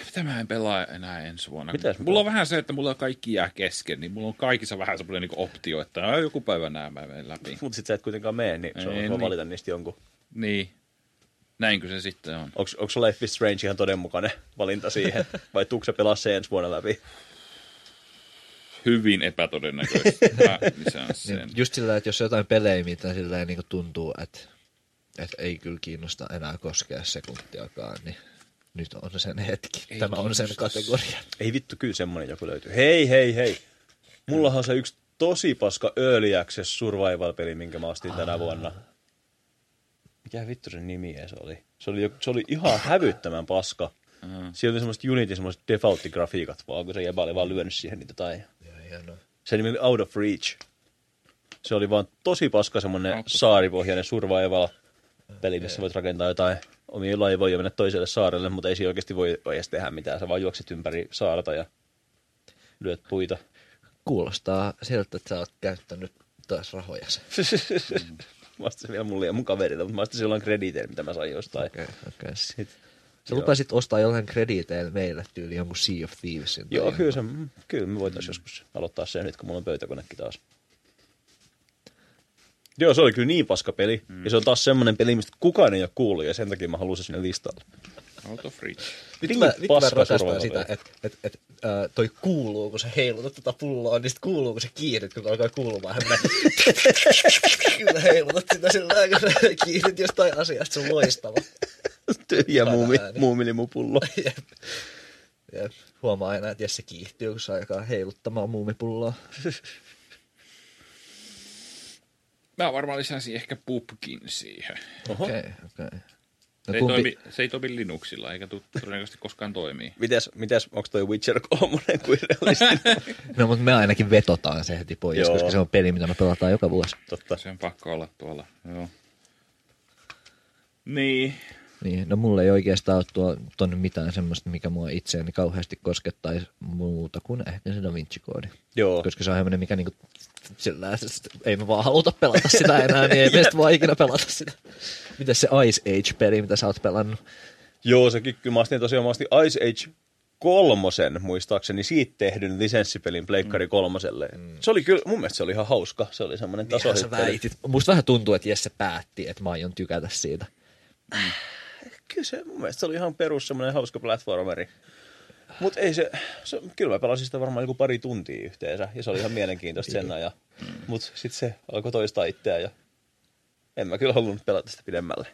[SPEAKER 1] Mitä mä en pelaa enää ensi vuonna?
[SPEAKER 3] Mitäs mä
[SPEAKER 1] mulla on vähän se, että mulla kaikki jää kesken, niin mulla on kaikissa vähän semmoinen niin optio, että "Ai, joku päivä nämä mä menen läpi.
[SPEAKER 3] Mutta sit sä et kuitenkaan mene, niin se on
[SPEAKER 1] Ei,
[SPEAKER 3] niin.
[SPEAKER 1] niin.
[SPEAKER 3] valita niistä jonkun.
[SPEAKER 1] Niin, näinkö se sitten on?
[SPEAKER 3] Onko, onko Life is Strange ihan todenmukainen valinta siihen? Vai tuukse sä pelaa se ensi vuonna läpi?
[SPEAKER 1] Hyvin epätodennäköistä. Mä lisään sen.
[SPEAKER 2] Niin, just sillä, että jos on jotain pelejä, mitä sillä niin tuntuu, että, että ei kyllä kiinnosta enää koskea sekuntiakaan, niin nyt on sen hetki. Ei Tämä on sen kategoria.
[SPEAKER 3] Ei vittu, kyllä semmonen joku löytyy. Hei, hei, hei. Mullahan on se yksi tosi paska Early Access Survival-peli, minkä mä ostin tänä vuonna. Mikä vittu sen nimi edes oli? Se oli, joku- se oli ihan hävyttömän paska. Siellä oli semmoiset Unity, semmoiset default-grafiikat vaan, kun se jäbä oli vaan lyönyt siihen niitä tai... Se nimi oli Out of Reach. Se oli vaan tosi paska semmonen saaripohjainen survival peli, missä voit rakentaa jotain omia laivoja ja mennä toiselle saarelle, mutta ei siinä oikeasti voi edes tehdä mitään. Sä vaan juokset ympäri saarta ja lyöt puita.
[SPEAKER 2] Kuulostaa siltä, että sä oot käyttänyt taas rahoja.
[SPEAKER 3] mä ostin sen vielä mulle ja mun kaverille, mutta mä ostin silloin krediiteillä, mitä mä sain jostain.
[SPEAKER 2] Okay, okay. Sä
[SPEAKER 3] Sit, joo.
[SPEAKER 2] lupasit ostaa jollain krediiteillä meille tyyli jonkun Sea of Thievesin. tai
[SPEAKER 3] Joo,
[SPEAKER 2] jonkun.
[SPEAKER 3] kyllä, se, mm, kyllä me voitaisiin joskus aloittaa sen nyt, kun mulla on pöytäkonekin taas. Joo, se oli kyllä niin paska peli. Mm. Ja se on taas semmoinen peli, mistä kukaan ei ole kuullut, ja sen takia mä halusin sinne listalle.
[SPEAKER 1] Out of reach.
[SPEAKER 2] Nyt
[SPEAKER 3] Niin
[SPEAKER 2] mä, nyt mä
[SPEAKER 3] paska
[SPEAKER 2] rakastan
[SPEAKER 3] survival
[SPEAKER 2] sitä,
[SPEAKER 3] peli.
[SPEAKER 2] että et, et, äh, toi kuuluu, kun sä heilutat tota pulloa, niin sit kuuluu, kun sä kiihdyt, kun alkaa kuulumaan. Hän Kyllä heilutat sitä sillä lailla, kun sä kiihdyt jostain asiasta, se on loistava.
[SPEAKER 3] Tyhjä
[SPEAKER 2] Hyvä
[SPEAKER 3] muumi,
[SPEAKER 2] ääni.
[SPEAKER 3] muumilimupullo.
[SPEAKER 2] Jep. Jep. Huomaa aina, että Jesse kiihtyy, kun se alkaa heiluttamaan muumipulloa.
[SPEAKER 1] Mä varmaan lisäisin ehkä pubkin siihen.
[SPEAKER 3] Oho.
[SPEAKER 2] Okei, okay, okei. Okay.
[SPEAKER 1] Se
[SPEAKER 2] No
[SPEAKER 1] ei,
[SPEAKER 2] kumpi,
[SPEAKER 1] toimi, se ei toimi Linuxilla, eikä tu- todennäköisesti koskaan toimii.
[SPEAKER 3] Mites, mites onko toi Witcher 3 kuin realistinen?
[SPEAKER 2] no mutta me ainakin vetotaan se heti pois,
[SPEAKER 3] Joo.
[SPEAKER 2] koska se on peli, mitä me pelataan joka vuosi.
[SPEAKER 3] Totta.
[SPEAKER 1] Sen pakko olla tuolla, joo. Niin.
[SPEAKER 2] Niin, no mulla ei oikeastaan ole tuo, tuonne mitään semmoista, mikä mua itseäni kauheasti koskettaisi muuta kuin ehkä se Da Vinci-koodi.
[SPEAKER 3] Joo.
[SPEAKER 2] Koska se on semmoinen, mikä niinku, sillä, ei me vaan haluta pelata sitä enää, niin ei meistä vaan ikinä pelata sitä. Mitäs se Ice Age-peli, mitä sä oot pelannut?
[SPEAKER 3] Joo, sekin kyllä mä astin tosiaan, mä astin Ice Age kolmosen muistaakseni siitä tehdyn lisenssipelin Pleikkari kolmoselle. Se oli kyllä, mun mielestä se oli ihan hauska. No, Se oli semmoinen taso.
[SPEAKER 2] Niinhän sä väitit. Musta vähän tuntuu, että Jesse päätti, että mä aion tykätä siitä.
[SPEAKER 3] Kyllä se, mun mielestä se oli ihan perus semmoinen hauska platformeri. Mut ei se, se, kyllä mä pelasin sitä varmaan joku pari tuntia yhteensä, ja se oli ihan mielenkiintoista sen ajan. Mut sit se alkoi toistaa itseään, ja en mä kyllä halunnut pelata sitä pidemmälle.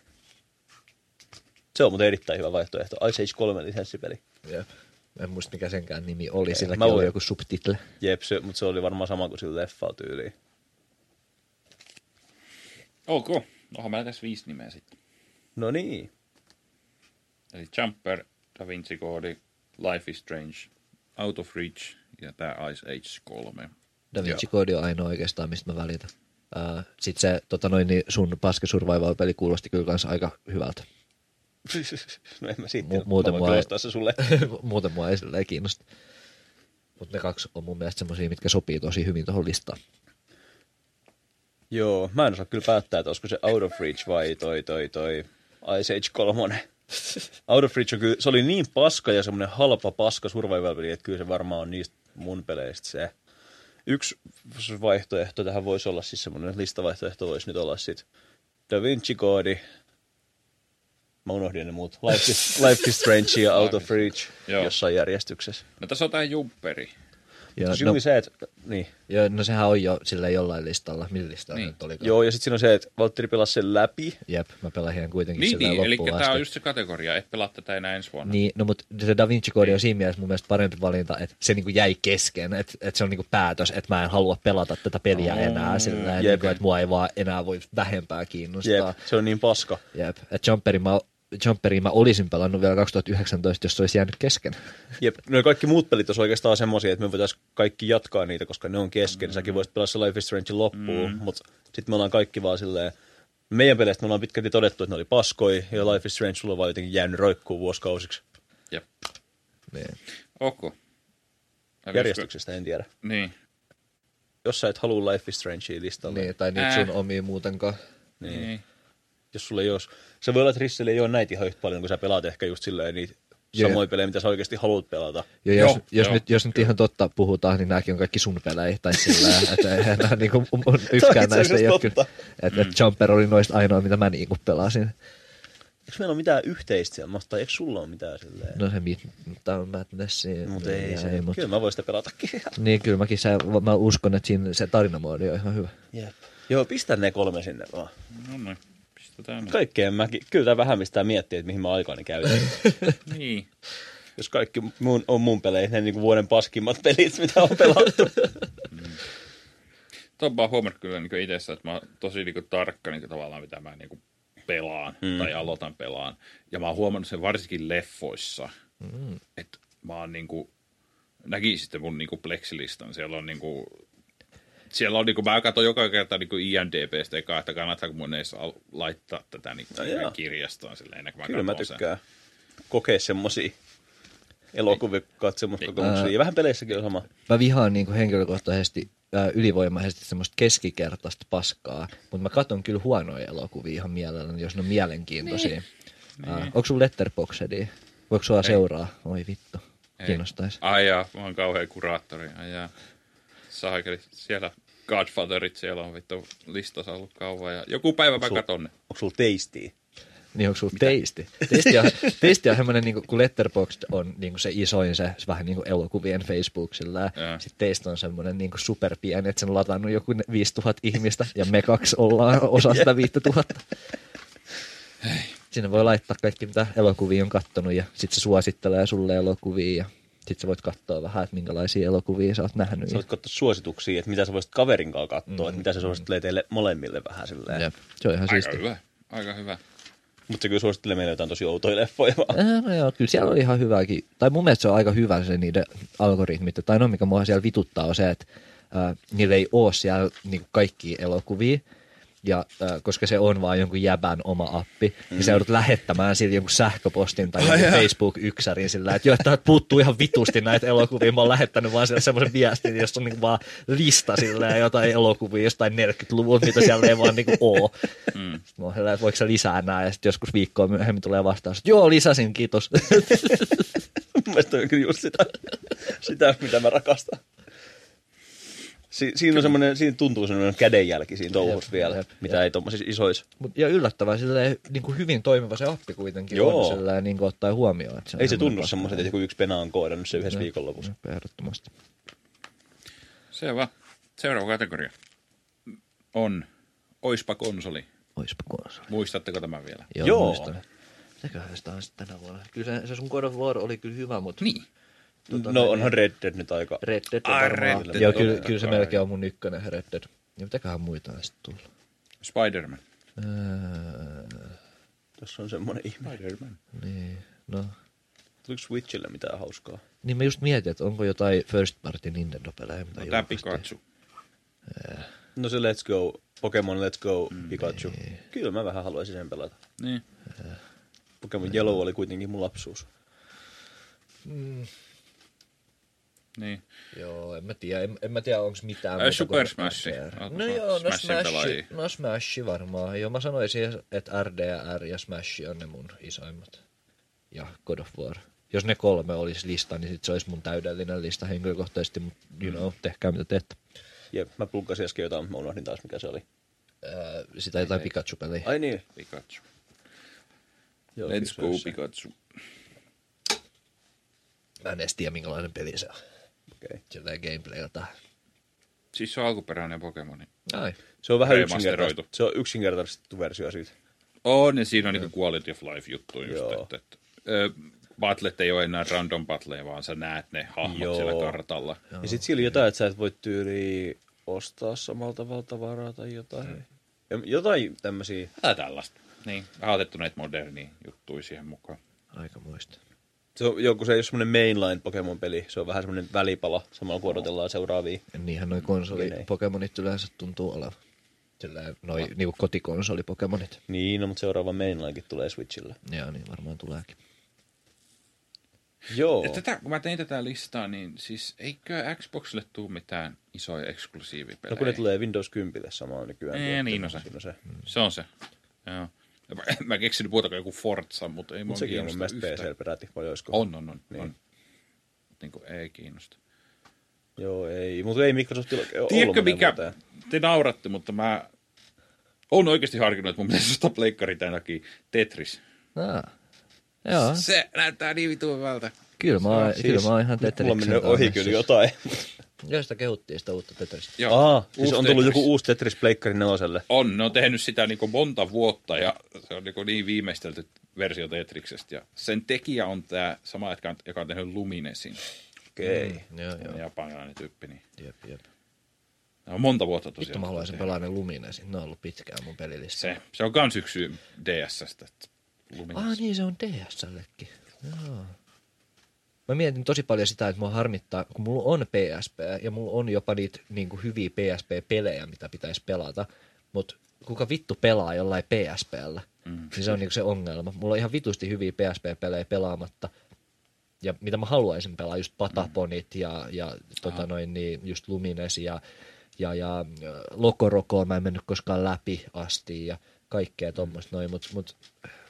[SPEAKER 3] Se on muuten erittäin hyvä vaihtoehto. Ice Age 3 lisenssipeli.
[SPEAKER 2] Jep. En muista, mikä senkään nimi oli. Silläkin
[SPEAKER 3] mä
[SPEAKER 2] oli
[SPEAKER 3] voin-
[SPEAKER 2] joku subtitle.
[SPEAKER 3] Jep, se, mutta se oli varmaan sama kuin sillä leffaa tyyliin.
[SPEAKER 1] Ok, onhan meillä tässä viisi nimeä sitten.
[SPEAKER 3] No niin.
[SPEAKER 1] Eli Jumper, Da Vinci Code, Life is Strange, Out of Reach ja tämä Ice Age 3.
[SPEAKER 2] Da Vinci Code on ainoa oikeastaan, mistä mä välitän. Uh, Sitten se tota noin, niin sun paska survival-peli kuulosti kyllä kans aika hyvältä.
[SPEAKER 3] No en mä siitä.
[SPEAKER 2] Mu-
[SPEAKER 3] Mu-
[SPEAKER 2] muuten
[SPEAKER 3] mä
[SPEAKER 2] mua
[SPEAKER 3] voin
[SPEAKER 2] ei-
[SPEAKER 3] kyllä ostaa se sulle.
[SPEAKER 2] Muuten mua ei silleen kiinnosta. Mutta ne kaksi on mun mielestä semmosia, mitkä sopii tosi hyvin tuohon listaan.
[SPEAKER 3] Joo, mä en osaa kyllä päättää, että olisiko se Out of Reach vai toi, toi, toi Ice Age 3. Out of Reach on kyllä, se oli niin paska ja semmoinen halpa paska survival peli, että kyllä se varmaan on niistä mun peleistä se. Yksi vaihtoehto tähän voisi olla, siis semmoinen listavaihtoehto voisi nyt olla sit Da Vinci Code. Mä unohdin ne muut. Life is, Life is Strange ja Out of Reach
[SPEAKER 1] Joo.
[SPEAKER 3] jossain järjestyksessä.
[SPEAKER 1] No tässä on tää jumpperi.
[SPEAKER 2] Ja,
[SPEAKER 3] Siis
[SPEAKER 2] no,
[SPEAKER 3] juuri se, että, niin.
[SPEAKER 2] ja, no sehän on jo sille jollain listalla. Millä listalla
[SPEAKER 1] Niin.
[SPEAKER 2] niin. nyt olikaan?
[SPEAKER 3] Joo, ja sitten siinä on se, että Valtteri pelasi sen läpi.
[SPEAKER 2] Jep, mä pelaan ihan kuitenkin
[SPEAKER 1] Niin,
[SPEAKER 2] sillä
[SPEAKER 1] niin eli
[SPEAKER 2] loppuun
[SPEAKER 1] tää
[SPEAKER 2] asti.
[SPEAKER 1] on just se kategoria, et pelaa tätä enää ensi vuonna.
[SPEAKER 2] Niin, no mutta se Da Vinci
[SPEAKER 1] Niin.
[SPEAKER 2] Code on siinä mielessä mun mielestä parempi valinta, että se niinku jäi kesken, että, että se on niinku päätös, että mä en halua pelata tätä peliä enää sillä
[SPEAKER 3] Mm. jep.
[SPEAKER 2] niinku, että mua ei vaan enää voi vähempää
[SPEAKER 3] Jep,
[SPEAKER 2] kiinnostaa.
[SPEAKER 3] se on niin paska.
[SPEAKER 2] Jep. Et Jumperin mä, Jumperin mä olisin pelannut vielä 2019, jos se olisi jäänyt kesken.
[SPEAKER 3] Jep, no kaikki muut pelit on oikeastaan semmoisia, että me voitaisiin kaikki jatkaa niitä, koska ne on kesken. Säkin voisit pelaa se Life is Strange loppuun, mm. mutta sitten me ollaan kaikki vaan silleen, meidän peleistä me ollaan pitkälti todettu, että ne oli paskoi, ja Life is Strange sulla on vaan jotenkin jäänyt roikkuu vuosikausiksi.
[SPEAKER 1] Jep.
[SPEAKER 2] Niin.
[SPEAKER 1] Okko. Ai,
[SPEAKER 3] Järjestyksestä en tiedä.
[SPEAKER 1] viitsikö- Niin.
[SPEAKER 3] Jos sä et halua Life is Strangea listalle, niin.
[SPEAKER 2] niin tai niitä sun
[SPEAKER 1] Ää.
[SPEAKER 2] omia muutenkaan.
[SPEAKER 1] Niin. niin.
[SPEAKER 3] jos sulla ei ole, se voi olla, että Risselle ei ole näitä ihan yhtä paljon, kun sä pelaat ehkä just silleen niitä
[SPEAKER 2] Jep.
[SPEAKER 3] samoja pelejä, mitä sä oikeasti haluat pelata.
[SPEAKER 2] Ja jos,
[SPEAKER 1] Joo,
[SPEAKER 2] joo, jos,
[SPEAKER 1] joo,
[SPEAKER 2] joo, nyt, jos nyt ihan totta puhutaan, niin nämäkin on kaikki sun pelejä, tai sillä lailla, että eihän nää niinku, mun- mun yhtään näistä
[SPEAKER 3] itse
[SPEAKER 2] ei
[SPEAKER 3] asiassa
[SPEAKER 2] ole kyllä.
[SPEAKER 3] totta. Mm.
[SPEAKER 2] Että et Jumper oli noista ainoa, mitä mä niinku pelasin.
[SPEAKER 3] Eikö meillä ole mitään yhteistä semmoista, tai eikö sulla ole mitään silleen?
[SPEAKER 2] No se mit, tämä on Madness.
[SPEAKER 3] Mutta No, ei se,
[SPEAKER 2] mut-
[SPEAKER 3] kyllä mä voin sitä pelatakin.
[SPEAKER 2] Niin, kyllä mäkin se, mä uskon, että siinä se tarinamoodi on ihan hyvä.
[SPEAKER 3] Jep. Joo, pistä ne kolme sinne vaan.
[SPEAKER 1] No niin. Pistetään. Ka-
[SPEAKER 3] Kaikkeen mäkin. Kyllä tämä vähän mistä miettii, että mihin mä aikaani käytän.
[SPEAKER 1] niin.
[SPEAKER 3] Jos kaikki mun, on mun pelejä, ne niin vuoden paskimmat pelit, mitä on pelattu.
[SPEAKER 1] Tuon mä oon huomannut kyllä niin itse, että mä oon tosi niin tarkka niin tavallaan, mitä mä niin pelaan mm. tai aloitan pelaan. Ja mä oon huomannut sen varsinkin leffoissa, mm. että mä oon niin kuin, näki sitten mun niin pleksilistan. Siellä on niin kuin, siellä on, niin kuin, mä katson joka kerta niin IMDBstä eka, että kannattaako mun edes al- laittaa tätä niin
[SPEAKER 3] No joo.
[SPEAKER 1] no, kirjastoon silleen, ennen kuin mä
[SPEAKER 3] Kyllä mä
[SPEAKER 1] katson sen.
[SPEAKER 3] tykkään kokea semmosia elokuvia katsomuskokemuksia. Ja vähän peleissäkin on sama.
[SPEAKER 2] mä vihaan niin kuin henkilökohtaisesti ää, ylivoimaisesti semmoista keskikertaista paskaa, mutta mä katson kyllä huonoja elokuvia ihan mielelläni, jos ne on mielenkiintoisia. Niin. Ää, onko sun letterboxedi? Voiko sua seuraa? Oi vittu,
[SPEAKER 1] Ei.
[SPEAKER 2] kiinnostaisi.
[SPEAKER 1] Ai jaa, mä oon kauhean kuraattori. Ai jaa. Saakeli, siellä Godfatherit siellä on vittu listassa ollut kauan. Ja joku päivä mä katon ne.
[SPEAKER 3] Onko sulla teistiä?
[SPEAKER 2] Niin onko sulla teisti? Teisti on, teisti on semmoinen, niin kuin, kun Letterboxd on niin kuin se isoin se, se vähän niin kuin elokuvien Facebook sillä.
[SPEAKER 1] Joo.
[SPEAKER 2] Sitten teistä on semmoinen niin superpieni, että sen on latannut joku ne 5000 ihmistä ja me kaksi ollaan osa sitä 5000. Sinne voi laittaa kaikki, mitä elokuvia on kattonut ja sitten se suosittelee sulle elokuvia ja sitten sä voit katsoa vähän, että minkälaisia elokuvia sä oot nähnyt.
[SPEAKER 3] Sä voit katsoa suosituksia, että mitä sä voisit kaverin kanssa katsoa, että mitä se suosittelee teille molemmille vähän silleen.
[SPEAKER 2] Jep. Se on ihan
[SPEAKER 1] Aika
[SPEAKER 2] siistiä.
[SPEAKER 1] hyvä. Aika hyvä.
[SPEAKER 3] Mutta se kyllä suosittelee meille jotain tosi outoja leffoja vaan.
[SPEAKER 2] Äh, No joo, kyllä siellä oli ihan hyvääkin. Tai mun mielestä se on aika hyvä se niiden algoritmit. Tai no mikä mua siellä vituttaa on se, että äh, niillä ei ole siellä niinku kaikkia elokuvia. Ja äh, koska se on vaan jonkun jäbän oma appi, mm. niin sä joudut lähettämään sille jonkun sähköpostin tai jonkun Facebook-yksärin sillä, että joo, että täältä puuttuu ihan vitusti näitä elokuvia. Mä oon lähettänyt vaan siellä semmoisen viestin, jossa on niinku vaan lista sillä ja jotain elokuvia jostain 40-luvulta, mitä siellä ei vaan niinku oo. Mm. Mä oon sellainen, että voiko sä lisää nää, ja sitten joskus viikkoa myöhemmin tulee vastaus, että joo, lisäsin, kiitos.
[SPEAKER 3] Mun mielestä on kyllä just sitä, sitä mitä mä rakastan. Si- siinä, on semmoinen, siinä tuntuu semmoinen kädenjälki siinä touhussa
[SPEAKER 2] Jep,
[SPEAKER 3] vielä,
[SPEAKER 2] jep,
[SPEAKER 3] mitä ei tuommoisissa isoissa.
[SPEAKER 2] Mut, ja yllättävän silleen, niin kuin hyvin toimiva se appi kuitenkin
[SPEAKER 3] Joo.
[SPEAKER 2] on, silleen, niin kuin ottaa huomioon. Että
[SPEAKER 3] Ei se tunnu semmoiset, että joku yksi pena on koodannut se yhdessä viikonlopussa.
[SPEAKER 2] Jep, Niin, Ehdottomasti.
[SPEAKER 1] Seuraava, seuraava kategoria on Oispa konsoli.
[SPEAKER 2] Oispa konsoli.
[SPEAKER 1] Muistatteko tämän vielä?
[SPEAKER 2] Joo.
[SPEAKER 3] Joo.
[SPEAKER 2] joo. Muistan. Mitäköhän sitä on sitten tänä vuonna? Kyllä se, se sun God of War oli kyllä hyvä, mutta...
[SPEAKER 1] Niin.
[SPEAKER 2] Tota,
[SPEAKER 3] No onhan Red Dead nyt aika.
[SPEAKER 2] Red Dead on
[SPEAKER 1] Ai,
[SPEAKER 2] varmaan...
[SPEAKER 1] Red Dead
[SPEAKER 2] Joo,
[SPEAKER 1] on
[SPEAKER 2] kyllä,
[SPEAKER 1] totta
[SPEAKER 2] kyllä se
[SPEAKER 1] kai.
[SPEAKER 2] melkein on mun ykkönen Red Dead. Ja mitäköhän muita on sitten tullut?
[SPEAKER 1] Spider-Man.
[SPEAKER 2] Öö,
[SPEAKER 3] Tässä on semmoinen ihme.
[SPEAKER 1] Spider-Man.
[SPEAKER 2] niin, no...
[SPEAKER 3] Tuliko Switchillä mitään hauskaa?
[SPEAKER 2] Niin mä just mietin, että onko jotain first party Nintendo-pelejä, mitä
[SPEAKER 1] No, tää Pikachu.
[SPEAKER 2] julkaistiin.
[SPEAKER 3] No se Let's Go, Pokemon Let's Go,
[SPEAKER 2] Mm,
[SPEAKER 3] Pikachu. Kyllä mä vähän haluaisin sen pelata.
[SPEAKER 1] Niin.
[SPEAKER 3] Pokemon Yellow oli kuitenkin mun lapsuus.
[SPEAKER 1] Niin.
[SPEAKER 2] Joo, en mä tiedä, en, en mä tiedä onko mitään
[SPEAKER 1] Äh, Super
[SPEAKER 2] kuin
[SPEAKER 1] Smash.
[SPEAKER 2] RDR.
[SPEAKER 1] Ootko
[SPEAKER 2] No
[SPEAKER 1] sä
[SPEAKER 2] joo, no
[SPEAKER 1] Smashin pelaajia?
[SPEAKER 2] Smash, no Smash varmaan. Joo, mä sanoisin, että RDR ja Smash on ne mun isoimmat. Ja God of War. Jos ne kolme olisi lista, niin sit se olisi mun täydellinen lista henkilökohtaisesti, mutta you
[SPEAKER 1] Mm.
[SPEAKER 2] know, tehkää mitä teette.
[SPEAKER 3] Jep, mä pluggasin äsken jotain, mutta mä unohdin taas mikä se oli.
[SPEAKER 2] Öö, sitä jotain
[SPEAKER 3] niin.
[SPEAKER 2] Pikachu-peliä.
[SPEAKER 3] Ai niin.
[SPEAKER 1] Pikachu.
[SPEAKER 3] Joo,
[SPEAKER 1] Let's
[SPEAKER 3] kyllä
[SPEAKER 1] go
[SPEAKER 3] se.
[SPEAKER 1] Pikachu.
[SPEAKER 2] Mä en edes tiedä, minkälainen peli se on.
[SPEAKER 3] Okei.
[SPEAKER 2] Silleen gameplaylta.
[SPEAKER 1] Siis se on alkuperäinen Pokemoni.
[SPEAKER 2] Ai.
[SPEAKER 3] Se on vähän
[SPEAKER 1] Remasteroitu.
[SPEAKER 3] yksinkertaistettu. Se on yksinkertaistettu versio siitä.
[SPEAKER 1] On, ja siinä on niinku quality of life juttu just,
[SPEAKER 3] Joo.
[SPEAKER 1] että, että ö, battlet ei ole enää random battleja, vaan sä näet ne hahmot
[SPEAKER 3] Joo.
[SPEAKER 1] siellä kartalla.
[SPEAKER 3] Ja sit sillä oli jotain, että sä et voi tyyli ostaa samalla tavalla tavaraa tai jotain. Ja jotain tämmösiä.
[SPEAKER 1] Tää tällaista. Niin. Vähän otettu näitä modernia juttuja siihen mukaan.
[SPEAKER 2] Aika muista.
[SPEAKER 3] Se on, joku, se ei ole semmoinen mainline Pokemon-peli. Se on vähän semmoinen välipala. Samalla kun odotellaan seuraavia.
[SPEAKER 2] Niinhän noi konsoli
[SPEAKER 3] Niin ei.
[SPEAKER 2] Pokemonit yleensä tuntuu olevan. Silleen noi niinku kotikonsoli Pokemonit.
[SPEAKER 3] Niin, no, mutta seuraava mainlinekin tulee Switchille.
[SPEAKER 2] Joo, niin varmaan tuleekin.
[SPEAKER 3] Joo.
[SPEAKER 1] Ja tätä, kun mä tein tätä listaa, niin siis eikö Xboxille tuu mitään isoja eksklusiivipelejä?
[SPEAKER 3] No kun ne tulee Windows 10 samaan nykyään.
[SPEAKER 1] Ei,
[SPEAKER 3] Tiedätkö,
[SPEAKER 1] niin on se.
[SPEAKER 3] Siinä on se.
[SPEAKER 1] Se on se. Joo. Ja Mä, mä keksin muuta kuin joku Forza, mutta ei mua
[SPEAKER 3] Mutta sekin on mun
[SPEAKER 1] kiinnosta
[SPEAKER 3] mielestä
[SPEAKER 1] yhtään.
[SPEAKER 3] PC peräti, vai olisiko?
[SPEAKER 1] On, on, on.
[SPEAKER 3] Niin.
[SPEAKER 1] Niin. on. Niin kuin ei kiinnosta.
[SPEAKER 3] Joo, ei. Mutta ei Microsoftilla ole ollut
[SPEAKER 1] Tiedätkö
[SPEAKER 3] moneen
[SPEAKER 1] mikä,
[SPEAKER 3] vuoteen.
[SPEAKER 1] te nauratte, mutta mä oon oikeasti harkinnut, että mun pitäisi ostaa pleikkari tämän takia Tetris.
[SPEAKER 2] Aa.
[SPEAKER 3] Ah.
[SPEAKER 2] Joo,
[SPEAKER 1] Se näyttää niin vitun hyvältä.
[SPEAKER 2] kyllä mä, oon,
[SPEAKER 3] Siis,
[SPEAKER 2] kyllä mä oon ihan
[SPEAKER 3] nyt Mulla on
[SPEAKER 2] Tetriksen
[SPEAKER 3] mennyt ohi kyllä jotain.
[SPEAKER 2] Joo, sitä kehuttiin sitä uutta Tetristä.
[SPEAKER 1] Joo,
[SPEAKER 3] Aa, siis
[SPEAKER 1] uusi
[SPEAKER 3] on tullut
[SPEAKER 1] Tetris.
[SPEAKER 3] joku uusi Tetris Pleikkari neloselle.
[SPEAKER 1] On, ne on tehnyt sitä niin monta vuotta ja se on niin, niin viimeistelty versio Tetriksestä. Ja sen tekijä on tämä sama, jätkä, on- joka on tehnyt Luminesin,
[SPEAKER 3] Okei.
[SPEAKER 2] Joo, joo.
[SPEAKER 1] Joo. japanilainen tyyppi. Niin.
[SPEAKER 2] Jep, jep.
[SPEAKER 1] Ne on monta vuotta tosiaan.
[SPEAKER 2] Vittu mä haluaisin
[SPEAKER 1] tehnyt.
[SPEAKER 2] pelaa ne Luminesit, ne on ollut pitkään mun pelilistalla.
[SPEAKER 1] se, se on kans yksi syy DSstä. että Lumines.
[SPEAKER 2] Ah niin, se on DSLlekin. Joo. Mä mietin tosi paljon sitä, että mua harmittaa, kun mulla on PSP ja mulla on jopa niitä niin kuin hyviä PSP-pelejä, mitä pitäisi pelata, mutta kuka vittu pelaa jollain PSPllä? Mm. Niin se on niin se ongelma. Mulla on ihan vitusti hyviä PSP-pelejä pelaamatta. Ja mitä mä haluaisin pelaa, just Pataponit ja, ja tota noin, niin, just Lumines ja, ja, ja ö, Lokorokoa mä en mennyt koskaan läpi asti ja kaikkea tuommoista noin, mutta mut,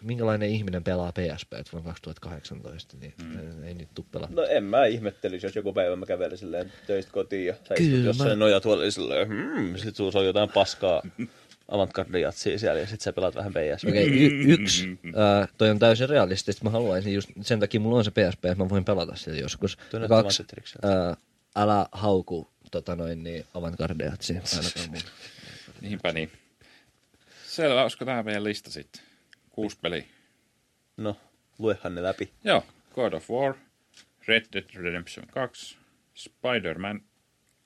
[SPEAKER 2] minkälainen ihminen pelaa PSP vuonna 2018, niin mm. ei nyt tuu pelaa.
[SPEAKER 3] No en mä ihmettelisi, jos joku päivä mä kävelin silleen töistä kotiin ja sä
[SPEAKER 2] Kyllä
[SPEAKER 3] istut
[SPEAKER 2] mä-
[SPEAKER 3] jossain nojatuolilla silleen, hmm, sit sulla on jotain paskaa avantgardiatsia siellä ja sit sä pelaat vähän PS.
[SPEAKER 2] Okei, y- yksi, ää, toi on täysin realistista, mä haluaisin just, sen takia mulla on se PSP, että mä voin pelata sillä joskus.
[SPEAKER 3] Toi
[SPEAKER 2] Ja
[SPEAKER 3] näyttää
[SPEAKER 2] kaksi,
[SPEAKER 3] vaan Tetrikseltä.
[SPEAKER 2] ää, älä hauku tota noin, niin avantgardeatsia ainakaan mun.
[SPEAKER 3] Ah.
[SPEAKER 1] Niinpä niin. Selvä, olisiko tämä meidän lista sitten? Kuusi peliä.
[SPEAKER 3] No, luehan ne läpi.
[SPEAKER 1] Joo, God of War, Red Dead Redemption 2, Spider-Man.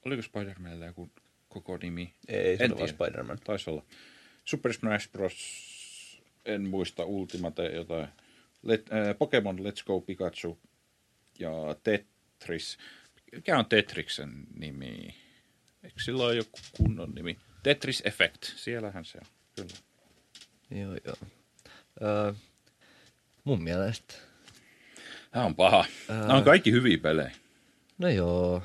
[SPEAKER 1] Oliko Spider-Manilla joku koko nimi?
[SPEAKER 3] Ei, se
[SPEAKER 1] En
[SPEAKER 3] on vaan
[SPEAKER 1] tiedä.
[SPEAKER 3] Spider-Man.
[SPEAKER 1] Taisi olla. Super Smash Bros. En muista Ultimate jotain. Let, äh, Pokemon Let's Go Pikachu ja Tetris. Mikä on Tetriksen nimi? Eikö sillä ole joku kunnon nimi? Tetris Effect. Siellähän se on. Kyllä.
[SPEAKER 2] Joo, joo. Öö, mun mielestä.
[SPEAKER 1] Tämä on paha. Nämä
[SPEAKER 3] Äh.
[SPEAKER 1] on kaikki hyviä pelejä.
[SPEAKER 2] No joo.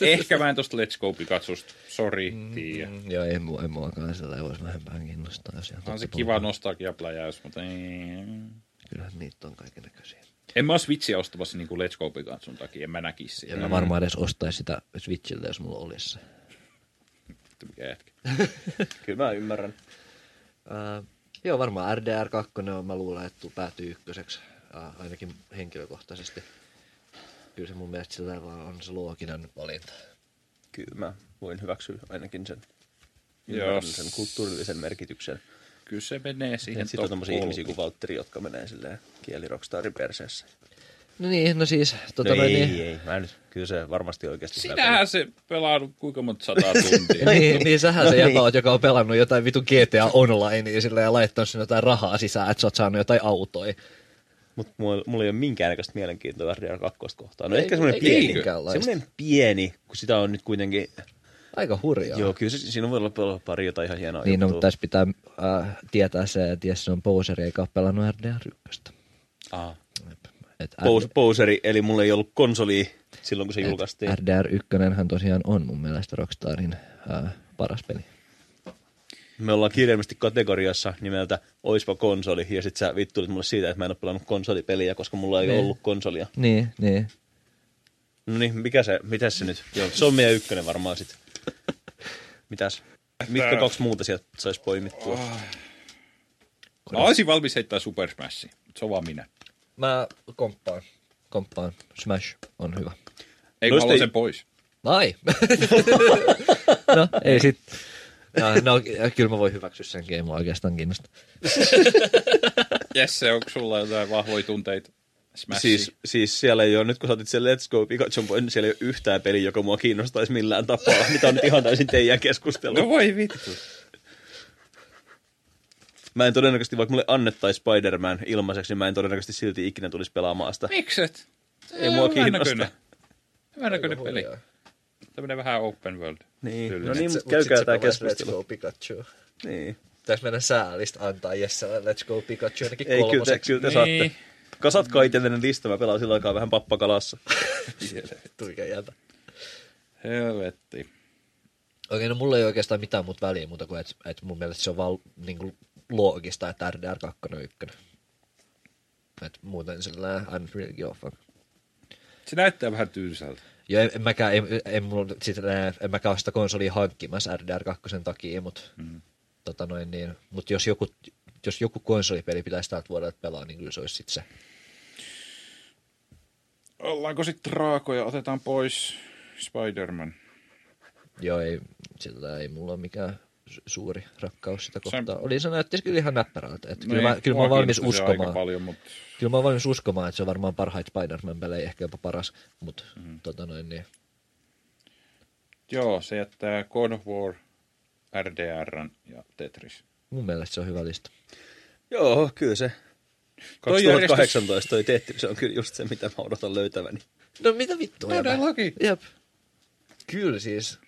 [SPEAKER 1] Ehkä mä en tosta Let's Go Pikachusta. Sori, tiiä.
[SPEAKER 2] Mm, joo, ei, mua, ei muakaan sillä voisi vähempään kiinnostaa. Jos ihan
[SPEAKER 1] On se
[SPEAKER 2] totta
[SPEAKER 1] kiva
[SPEAKER 2] puhutaan.
[SPEAKER 1] nostalgiapläjäys, mutta ei.
[SPEAKER 2] Kyllähän niitä on kaiken näköisiä.
[SPEAKER 1] En mä ois vitsiä ostamassa niin Let's Go Pikachun takia, en mä näkisi
[SPEAKER 2] Ja
[SPEAKER 1] siellä.
[SPEAKER 2] mä varmaan edes ostaisi sitä Switchiltä, jos mulla olisi se. Mm.
[SPEAKER 1] Mikä jätkä.
[SPEAKER 3] Kyllä mä ymmärrän.
[SPEAKER 2] Öö, joo, varmaan RDR 2 on, mä luulen, että tuu- päätyy ykköseksi, öö, ainakin henkilökohtaisesti. Kyllä se mun mielestä sillä vaan on se looginen valinta.
[SPEAKER 3] Kyllä mä voin hyväksyä ainakin sen,
[SPEAKER 1] Joo.
[SPEAKER 3] ymmärrän sen kulttuurillisen merkityksen.
[SPEAKER 1] Kyllä se menee siihen
[SPEAKER 3] Sitten on
[SPEAKER 1] top
[SPEAKER 3] tommosia ihmisiä
[SPEAKER 1] kolme.
[SPEAKER 3] kuin Valtteri, jotka menee silleen kielirokstaarin perseessä.
[SPEAKER 2] No niin, no siis, tota
[SPEAKER 3] no
[SPEAKER 2] noin,
[SPEAKER 3] ei,
[SPEAKER 2] niin,
[SPEAKER 3] ei, mä nyt, kyllä se varmasti oikeasti
[SPEAKER 1] Sinähän se pelaa kuinka monta sataa tuntia.
[SPEAKER 2] Niin, niin sähän se jäpä oot, joka on pelannut jotain vitu GTA Onlinea sillä ja niin laittanut sinne jotain rahaa sisään, että sä oot saanut jotain autoja.
[SPEAKER 3] Mutta mulla, mulla ei ole minkäännäköistä mielenkiintoa RDR 2 kohtaan. No
[SPEAKER 2] Ei-
[SPEAKER 3] ei, ehkä semmoinen
[SPEAKER 2] ei
[SPEAKER 3] pieni,
[SPEAKER 2] minkäänlaista.
[SPEAKER 3] semmoinen pieni, kun sitä on nyt kuitenkin...
[SPEAKER 2] Aika hurjaa.
[SPEAKER 3] Joo, kyllä se, siinä voi olla- olla pari jotain ihan hienoa
[SPEAKER 2] Niin, no,
[SPEAKER 3] juttua.
[SPEAKER 2] mutta tässä pitää äh, tietää se, että Jesse on poseri eikä ole pelannut RDR1.
[SPEAKER 3] Aa,
[SPEAKER 2] Jep. Et
[SPEAKER 3] Pous- Poseri, eli mulla ei ollut konsoli silloin, kun se julkaistiin.
[SPEAKER 2] RDR1 hän tosiaan on mun mielestä Rockstarin ää, paras peli.
[SPEAKER 3] Me ollaan kirjaimellisesti kategoriassa nimeltä Oispa konsoli, ja sit sä vittulit mulle siitä, että mä en ole pelannut konsolipeliä, koska mulla ei
[SPEAKER 2] Niin.
[SPEAKER 3] ollut konsolia.
[SPEAKER 2] Niin, niin.
[SPEAKER 3] No niin, mikä se, mitäs se nyt? Joo, se on meidän ykkönen varmaan sit. Mitäs? Mitkä kaksi muuta sieltä saisi poimittua?
[SPEAKER 1] Mä olisin valmis heittää Super Smash. Se on vaan minä.
[SPEAKER 2] Mä komppaan. Komppaan. Smash on hyvä.
[SPEAKER 1] Ei
[SPEAKER 2] No
[SPEAKER 3] Noista
[SPEAKER 1] kun haluan
[SPEAKER 3] ei-
[SPEAKER 1] sen pois.
[SPEAKER 2] Ai! no, ei sit. No, no, kyllä mä voin hyväksyä sen game oikeastaan kiinnostaa.
[SPEAKER 1] Jesse, onko sulla jotain vahvoja tunteita? Smash.
[SPEAKER 3] Siis, siis siellä ei ole, nyt kun sä otit sen Let's Go Pikachu, niin siellä ei ole yhtään peliä, joka mua kiinnostaisi millään tapaa, mitä on nyt ihan täysin teidän keskustelu.
[SPEAKER 1] No voi vittu.
[SPEAKER 3] Mä en todennäköisesti, vaikka mulle annettaisiin Spider-Man ilmaiseksi, niin mä en todennäköisesti silti ikinä tulisi pelaamaan sitä.
[SPEAKER 1] Mikset? Se
[SPEAKER 3] Ei
[SPEAKER 1] on
[SPEAKER 3] mua
[SPEAKER 1] hyvän
[SPEAKER 3] kiinnosta.
[SPEAKER 1] näköinen. Hyvän näköinen peli. Tämmönen vähän open world.
[SPEAKER 3] Niin.
[SPEAKER 1] Kyllä.
[SPEAKER 3] No niin,
[SPEAKER 2] Mut
[SPEAKER 3] mutta
[SPEAKER 2] sit
[SPEAKER 3] käykää
[SPEAKER 2] sä
[SPEAKER 3] tämä
[SPEAKER 2] vaan Let's
[SPEAKER 3] keskustelu.
[SPEAKER 2] go Pikachu.
[SPEAKER 3] Niin.
[SPEAKER 2] Pitäis mennä säälistä antaa Jesselle Let's go Pikachu ainakin
[SPEAKER 3] Ei, kyllä te,
[SPEAKER 2] kolmoseksi.
[SPEAKER 3] kyllä te
[SPEAKER 1] Niin.
[SPEAKER 3] saatte. Kasatkaa itsellenne lista, mä pelaan sillä aikaa vähän pappakalassa.
[SPEAKER 2] Tuikea jätä.
[SPEAKER 1] Helvetti.
[SPEAKER 2] Okei, no mulla ei oikeastaan mitään muuta väliä muuta kuin, että et mun mielestä se on vaan niinku, loogista, että RDR2 on ykkönen. Et muuten sillä I don't really give a fuck.
[SPEAKER 1] Se näyttää vähän tylsältä.
[SPEAKER 2] Ja en, en mäkään, en, en, mulla, sit, en mäkään ole sitä konsolia hankkimassa RDR2 takia, mutta mm. tota noin, niin, mut jos, joku, jos joku konsolipeli pitäisi tältä vuodelta pelaa, niin kyllä se olisi sit se.
[SPEAKER 1] Ollaanko sitten raakoja? Otetaan pois Spider-Man.
[SPEAKER 2] Joo, ei, sillä ei mulla ole mikään su- suuri rakkaus sitä
[SPEAKER 1] Se-
[SPEAKER 2] kohtaa. Oli se näytti kyllä ihan näppärältä. Että kyllä,
[SPEAKER 1] No
[SPEAKER 2] mä,
[SPEAKER 1] ei,
[SPEAKER 2] kyllä mä
[SPEAKER 1] mua
[SPEAKER 2] oon valmis
[SPEAKER 1] kiinnosti se Aika
[SPEAKER 2] uskomaan.
[SPEAKER 1] paljon, mutta
[SPEAKER 2] Kyllä mä oon valmis uskomaan, että se on varmaan parhaita Spider-Man-pelejä, ehkä jopa paras, mutta mm. tota noin, niin,
[SPEAKER 1] joo, se jättää God of War, RDR ja Tetris.
[SPEAKER 2] mun mielestä se on hyvä lista.
[SPEAKER 3] Joo, kyllä se.
[SPEAKER 1] Toi järjestys-
[SPEAKER 3] 2018 toi tehty, se on kyllä just se, mitä mä odotan löytäväni.
[SPEAKER 2] No mitä vittua? jäbä?
[SPEAKER 1] Todellakin.
[SPEAKER 2] Jep. Kyllä siis.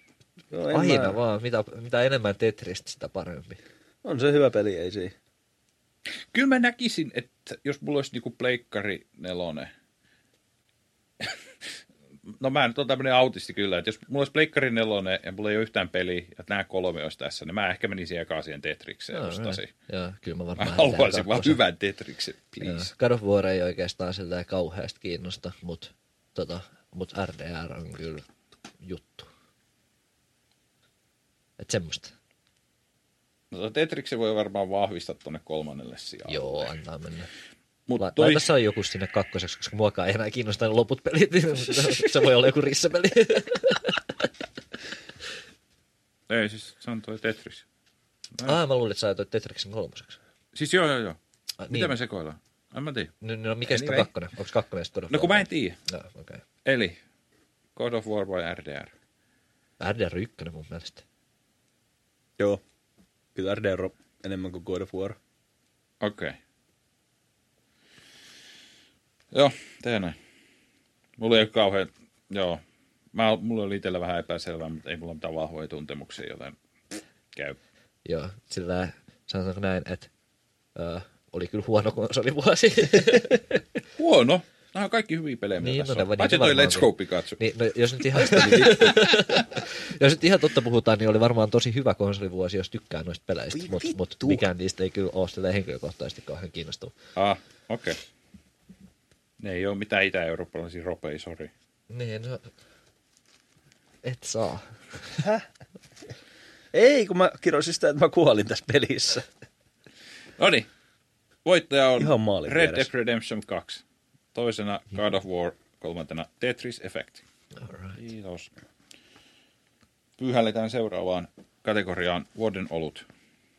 [SPEAKER 3] No, en
[SPEAKER 2] Aina
[SPEAKER 3] mä-
[SPEAKER 2] vaan. Mitä, mitä enemmän Tetristä, sitä parempi.
[SPEAKER 3] On se hyvä peli, ei siinä.
[SPEAKER 1] Kyllä mä näkisin, että jos mulla olisi niinku pleikkari nelonen, no mä nyt on tämmöinen autisti kyllä, että jos mulla olisi pleikkari nelonen ja mulla ei ole yhtään peliä, ja nämä kolme olisi tässä, niin mä ehkä menisin ekaan siihen Tetrikseen no, ostaisin.
[SPEAKER 2] Joo, kyllä mä
[SPEAKER 1] Mä
[SPEAKER 2] varmaan...
[SPEAKER 1] haluaisin vaan
[SPEAKER 2] kakkosen.
[SPEAKER 1] hyvän Tetriksen,
[SPEAKER 2] Joo.
[SPEAKER 1] please.
[SPEAKER 2] God of War ei oikeastaan sillä kauheasti kiinnosta, mutta tota, mut RDR on kyllä juttu. Et semmoista.
[SPEAKER 1] No tuo Tetriksen voi varmaan vahvistaa tonne kolmannelle sijalle.
[SPEAKER 2] Joo, antaa mennä.
[SPEAKER 1] Mut
[SPEAKER 2] La-
[SPEAKER 1] toi-
[SPEAKER 2] Laita saa joku sinne kakkoseksi, koska muakaan ei enää kiinnosta ne loput pelit. Se voi olla joku rissapeli.
[SPEAKER 1] Ei, siis se on toi Tetris.
[SPEAKER 2] ah, mä luulin, että sä ajatoit Tetriksen kolmoseksi.
[SPEAKER 1] Siis joo, joo, joo.
[SPEAKER 2] Ah,
[SPEAKER 1] Mitä
[SPEAKER 2] niin.
[SPEAKER 1] me sekoillaan? En mä tiedä.
[SPEAKER 2] No, no mikä sitä
[SPEAKER 1] Anyway.
[SPEAKER 2] kakkonen? Onko kakkonen sitten God of
[SPEAKER 1] No kun
[SPEAKER 2] War?
[SPEAKER 1] mä en tiedä.
[SPEAKER 2] No, okei.
[SPEAKER 1] Eli God of War vai RDR?
[SPEAKER 2] RDR 1 mun mielestä.
[SPEAKER 3] Joo. Kyllä RDR on enemmän kuin God of War.
[SPEAKER 1] Okei. Okay. Joo, tee näin. Mulla ei ole kauhean, joo. Mä, mulla oli itsellä vähän epäselvää, mutta ei mulla mitään vahvoja tuntemuksia, joten käy.
[SPEAKER 2] Joo, sillä sanotaanko näin, että ö, oli kyllä huono konsolivuosi.
[SPEAKER 1] Huono. Nämä on kaikki hyviä pelejä,
[SPEAKER 3] Niin,
[SPEAKER 1] mitä tässä on.
[SPEAKER 2] Niin, no, ne-
[SPEAKER 1] Paitsi
[SPEAKER 2] niitä
[SPEAKER 1] toi
[SPEAKER 2] varmaan
[SPEAKER 1] Let's
[SPEAKER 2] oli.
[SPEAKER 1] Go Pikachu.
[SPEAKER 2] Niin, no, jos, nyt ihan, jos nyt ihan totta puhutaan, niin oli varmaan tosi hyvä konsolivuosi, jos tykkää noista peleistä, mutta mut mikään niistä ei kyllä ole sillä henkilökohtaisesti kauhean kiinnostava.
[SPEAKER 1] Ah, okei. Okay. Ne ei ole mitään itä-eurooppalaisia ropeja, sori.
[SPEAKER 2] Niin, no, et saa.
[SPEAKER 3] Ei, kun mä kirjoisin sitä, että mä kuolin tässä pelissä.
[SPEAKER 1] No niin. Voittaja on
[SPEAKER 3] Ihan maalin
[SPEAKER 1] Red
[SPEAKER 3] vieressä.
[SPEAKER 1] Dead Redemption 2. Toisena God of War, kolmantena Tetris Effect.
[SPEAKER 2] Alright.
[SPEAKER 1] Kiitos. Pyyhälletään seuraavaan kategoriaan vuoden olut.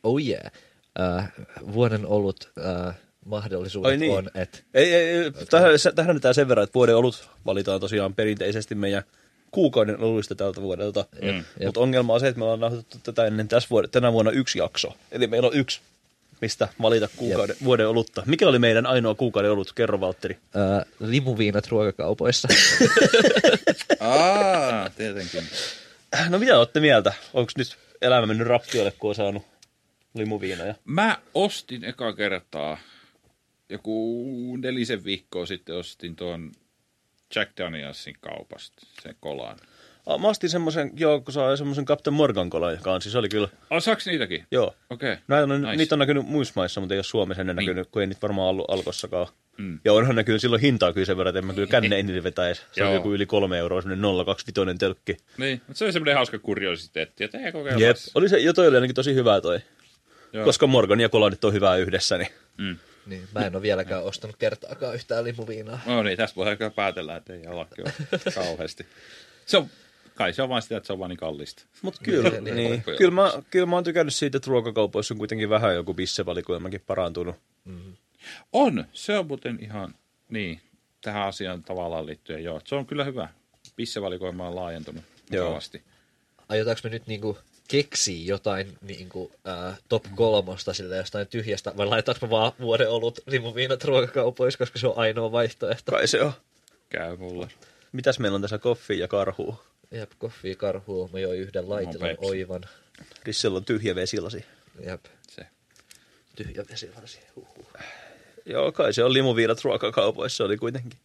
[SPEAKER 2] Oh yeah. Äh, vuoden ollut äh,
[SPEAKER 3] Ai
[SPEAKER 2] mahdollisuudet
[SPEAKER 3] niin.
[SPEAKER 2] on, että
[SPEAKER 3] Ei, ei, ei tähän, se- tähän nyt sen verran, että vuoden olut valitaan tosiaan perinteisesti meidän kuukauden oluista tältä vuodelta. Mm,
[SPEAKER 2] jep.
[SPEAKER 3] Mutta ongelma on se, että me ollaan nauhoitettu tätä ennen tässä vuod- tänä vuonna yksi jakso. Eli meillä on yksi, mistä valita kuukauden, vuoden olutta. Mikä oli meidän ainoa kuukauden olut? Kerro, Valtteri.
[SPEAKER 2] äh, limuviinat ruokakaupoissa.
[SPEAKER 1] Aa, tietenkin.
[SPEAKER 3] No mitä olette mieltä? Onko nyt elämä mennyt rappiolle, kun on saanut limuviinoja?
[SPEAKER 1] Mä ostin eka kertaa joku nelisen viikkoa sitten ostin tuon Jack Danielsin kaupasta sen kolan.
[SPEAKER 3] Ah, Mä ostin semmoisen, joo, kun saa semmoisen Captain Morgan kolan, joka on siis oli kyllä,
[SPEAKER 1] Oh, saaks niitäkin?
[SPEAKER 3] joo.
[SPEAKER 1] Okei.
[SPEAKER 3] Näitä on,
[SPEAKER 1] Nice.
[SPEAKER 3] No, Niitä on näkynyt muissa maissa, mutta ei ole Suomessa ennen
[SPEAKER 1] Niin.
[SPEAKER 3] näkynyt, kun ei niitä varmaan ollut alkossakaan.
[SPEAKER 1] Mm. Niin.
[SPEAKER 3] Ja onhan ne kyllä silloin hintaa kyllä sen verran, että en mä kyllä känne eniten vetäisi. Se on
[SPEAKER 1] Joo.
[SPEAKER 3] joku yli kolme euroa, semmoinen 025 tölkki.
[SPEAKER 1] Niin, mutta se oli semmoinen hauska kuriositeetti, että ei kokeilla.
[SPEAKER 3] Jep. Oli se, ja toi oli ainakin tosi hyvä toi.
[SPEAKER 1] Joo.
[SPEAKER 3] Koska Morgan ja Kola nyt on hyvää yhdessä, niin
[SPEAKER 1] Mm.
[SPEAKER 2] Niin, mä en ole vieläkään ostanut kertaakaan yhtään limuviinaa.
[SPEAKER 1] No niin, tässä voi kyllä päätellä, että ei ala kyllä kauheasti. Se on, kai se on vaan sitä, että se on vaan niin kallista.
[SPEAKER 3] Mutta kyllä,
[SPEAKER 2] Niin,
[SPEAKER 3] niin,
[SPEAKER 1] niin.
[SPEAKER 3] kyllä, mä, kyllä mä oon tykännyt siitä, että ruokakaupoissa on kuitenkin vähän joku bissevalikoimakin parantunut.
[SPEAKER 1] On, se on muuten ihan, niin, tähän asiaan tavallaan liittyen, joo. Se on kyllä hyvä. Pissevalikoima on laajentunut
[SPEAKER 3] Joo.
[SPEAKER 1] mukavasti.
[SPEAKER 2] Aiotaanko me nyt niinku keksiä jotain niinku, ää, top kolmosta sille jostain tyhjästä, vai laitetaanko me vaan vuoden olut limuviinat ruokakaupoissa, koska se on ainoa vaihtoehto.
[SPEAKER 3] Kai se on.
[SPEAKER 1] Käy mulle.
[SPEAKER 3] Mitäs meillä on tässä koffia ja karhua?
[SPEAKER 2] Jep, koffia karhuu, mä join yhden laitilan
[SPEAKER 1] Pepsi.
[SPEAKER 2] oivan.
[SPEAKER 3] Rissellä on tyhjä vesilasi.
[SPEAKER 2] Jep,
[SPEAKER 1] Se.
[SPEAKER 2] tyhjä vesilasi. Huhhuh.
[SPEAKER 3] Joo, kai se on limuviinat ruokakaupoissa oli kuitenkin.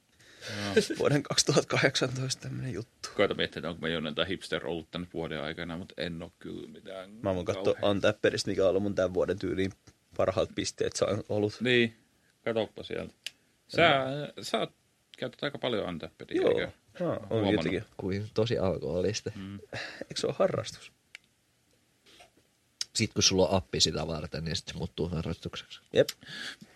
[SPEAKER 3] Vuoden 2018 tämmöinen juttu.
[SPEAKER 1] Koita miettiä, että onko mä jonain tai hipster ollut tänne vuoden aikana, mutta en oo kyllä mitään.
[SPEAKER 3] Mä voin katsoa
[SPEAKER 1] kauhean-
[SPEAKER 3] Antapperista, mikä on ollut mun tämän vuoden tyyliin parhaat pisteet saan ollut.
[SPEAKER 1] Niin, katoppa sieltä. Sä, sä oot, käytät aika paljon Antappedia,
[SPEAKER 3] Joo,
[SPEAKER 1] eikö?
[SPEAKER 3] ah, on
[SPEAKER 1] Huomannut.
[SPEAKER 3] jotenkin.
[SPEAKER 2] Kuin tosi alkoholista. Mm.
[SPEAKER 3] Eikö se ole harrastus?
[SPEAKER 2] Sitten kun sulla on appi sitä varten, niin sitten se muuttuu harrastukseksi.
[SPEAKER 3] Jep.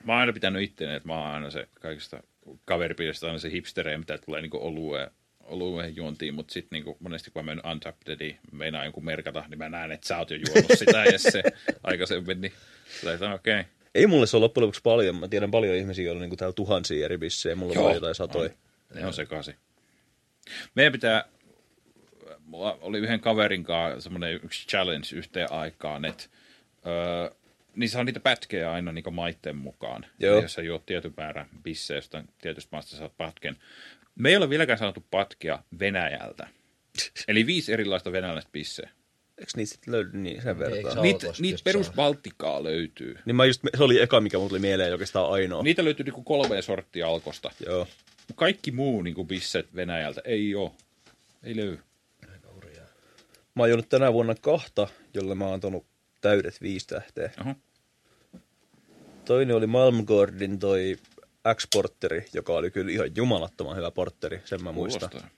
[SPEAKER 1] Mä oon aina pitänyt itteeni, että mä oon aina se kaikista kaveripiiristä aina se hipsterejä, mitä tulee niinku olueen, olueen juontiin, mutta sitten niinku monesti kun mä menen Untappediin, meinaa jonkun merkata, niin mä näen, että sä oot jo juonut sitä ja se aikaisemmin, niin sillä sanoin, okei. Okay.
[SPEAKER 3] Ei mulle se ole loppujen lopuksi paljon. Mä tiedän paljon ihmisiä, joilla on niinku täällä tuhansia eri bissejä. Mulla on vaan jotain satoja.
[SPEAKER 1] On, ne on sekaisin. Meidän pitää, mulla oli yhden kaverin kanssa semmoinen yksi challenge yhteen aikaan, että öö, niin saa niitä pätkejä aina niin maitten mukaan.
[SPEAKER 3] Joo.
[SPEAKER 1] Eli Jos sä juot tietyn määrän bissejä, jostain tietystä maasta saat patken. Me ei ole vieläkään saatu patkia Venäjältä. Eli viisi erilaista venäläistä bisseä.
[SPEAKER 3] Eikö niitä sitten löydy niin sen
[SPEAKER 2] saa.
[SPEAKER 3] verran?
[SPEAKER 1] Niitä
[SPEAKER 2] Alkosta
[SPEAKER 1] niit
[SPEAKER 2] just saa.
[SPEAKER 1] perusvaltikaa löytyy.
[SPEAKER 3] Niin mä just, se oli eka, mikä mulla tuli mieleen, oikeastaan ainoa.
[SPEAKER 1] Niitä löytyy niinku kolme sorttia alkosta.
[SPEAKER 3] Joo.
[SPEAKER 1] Kaikki muu niinku bisset Venäjältä ei ole. Ei löydy.
[SPEAKER 3] Mä oon juonut tänä vuonna kahta, jolle mä oon antanut täydet viisi tähteä.
[SPEAKER 1] Oho.
[SPEAKER 3] Toinen oli Malmgordin toi X-portteri, joka oli kyllä ihan jumalattoman hyvä portteri, sen mä muistan.
[SPEAKER 1] Kuulostaa.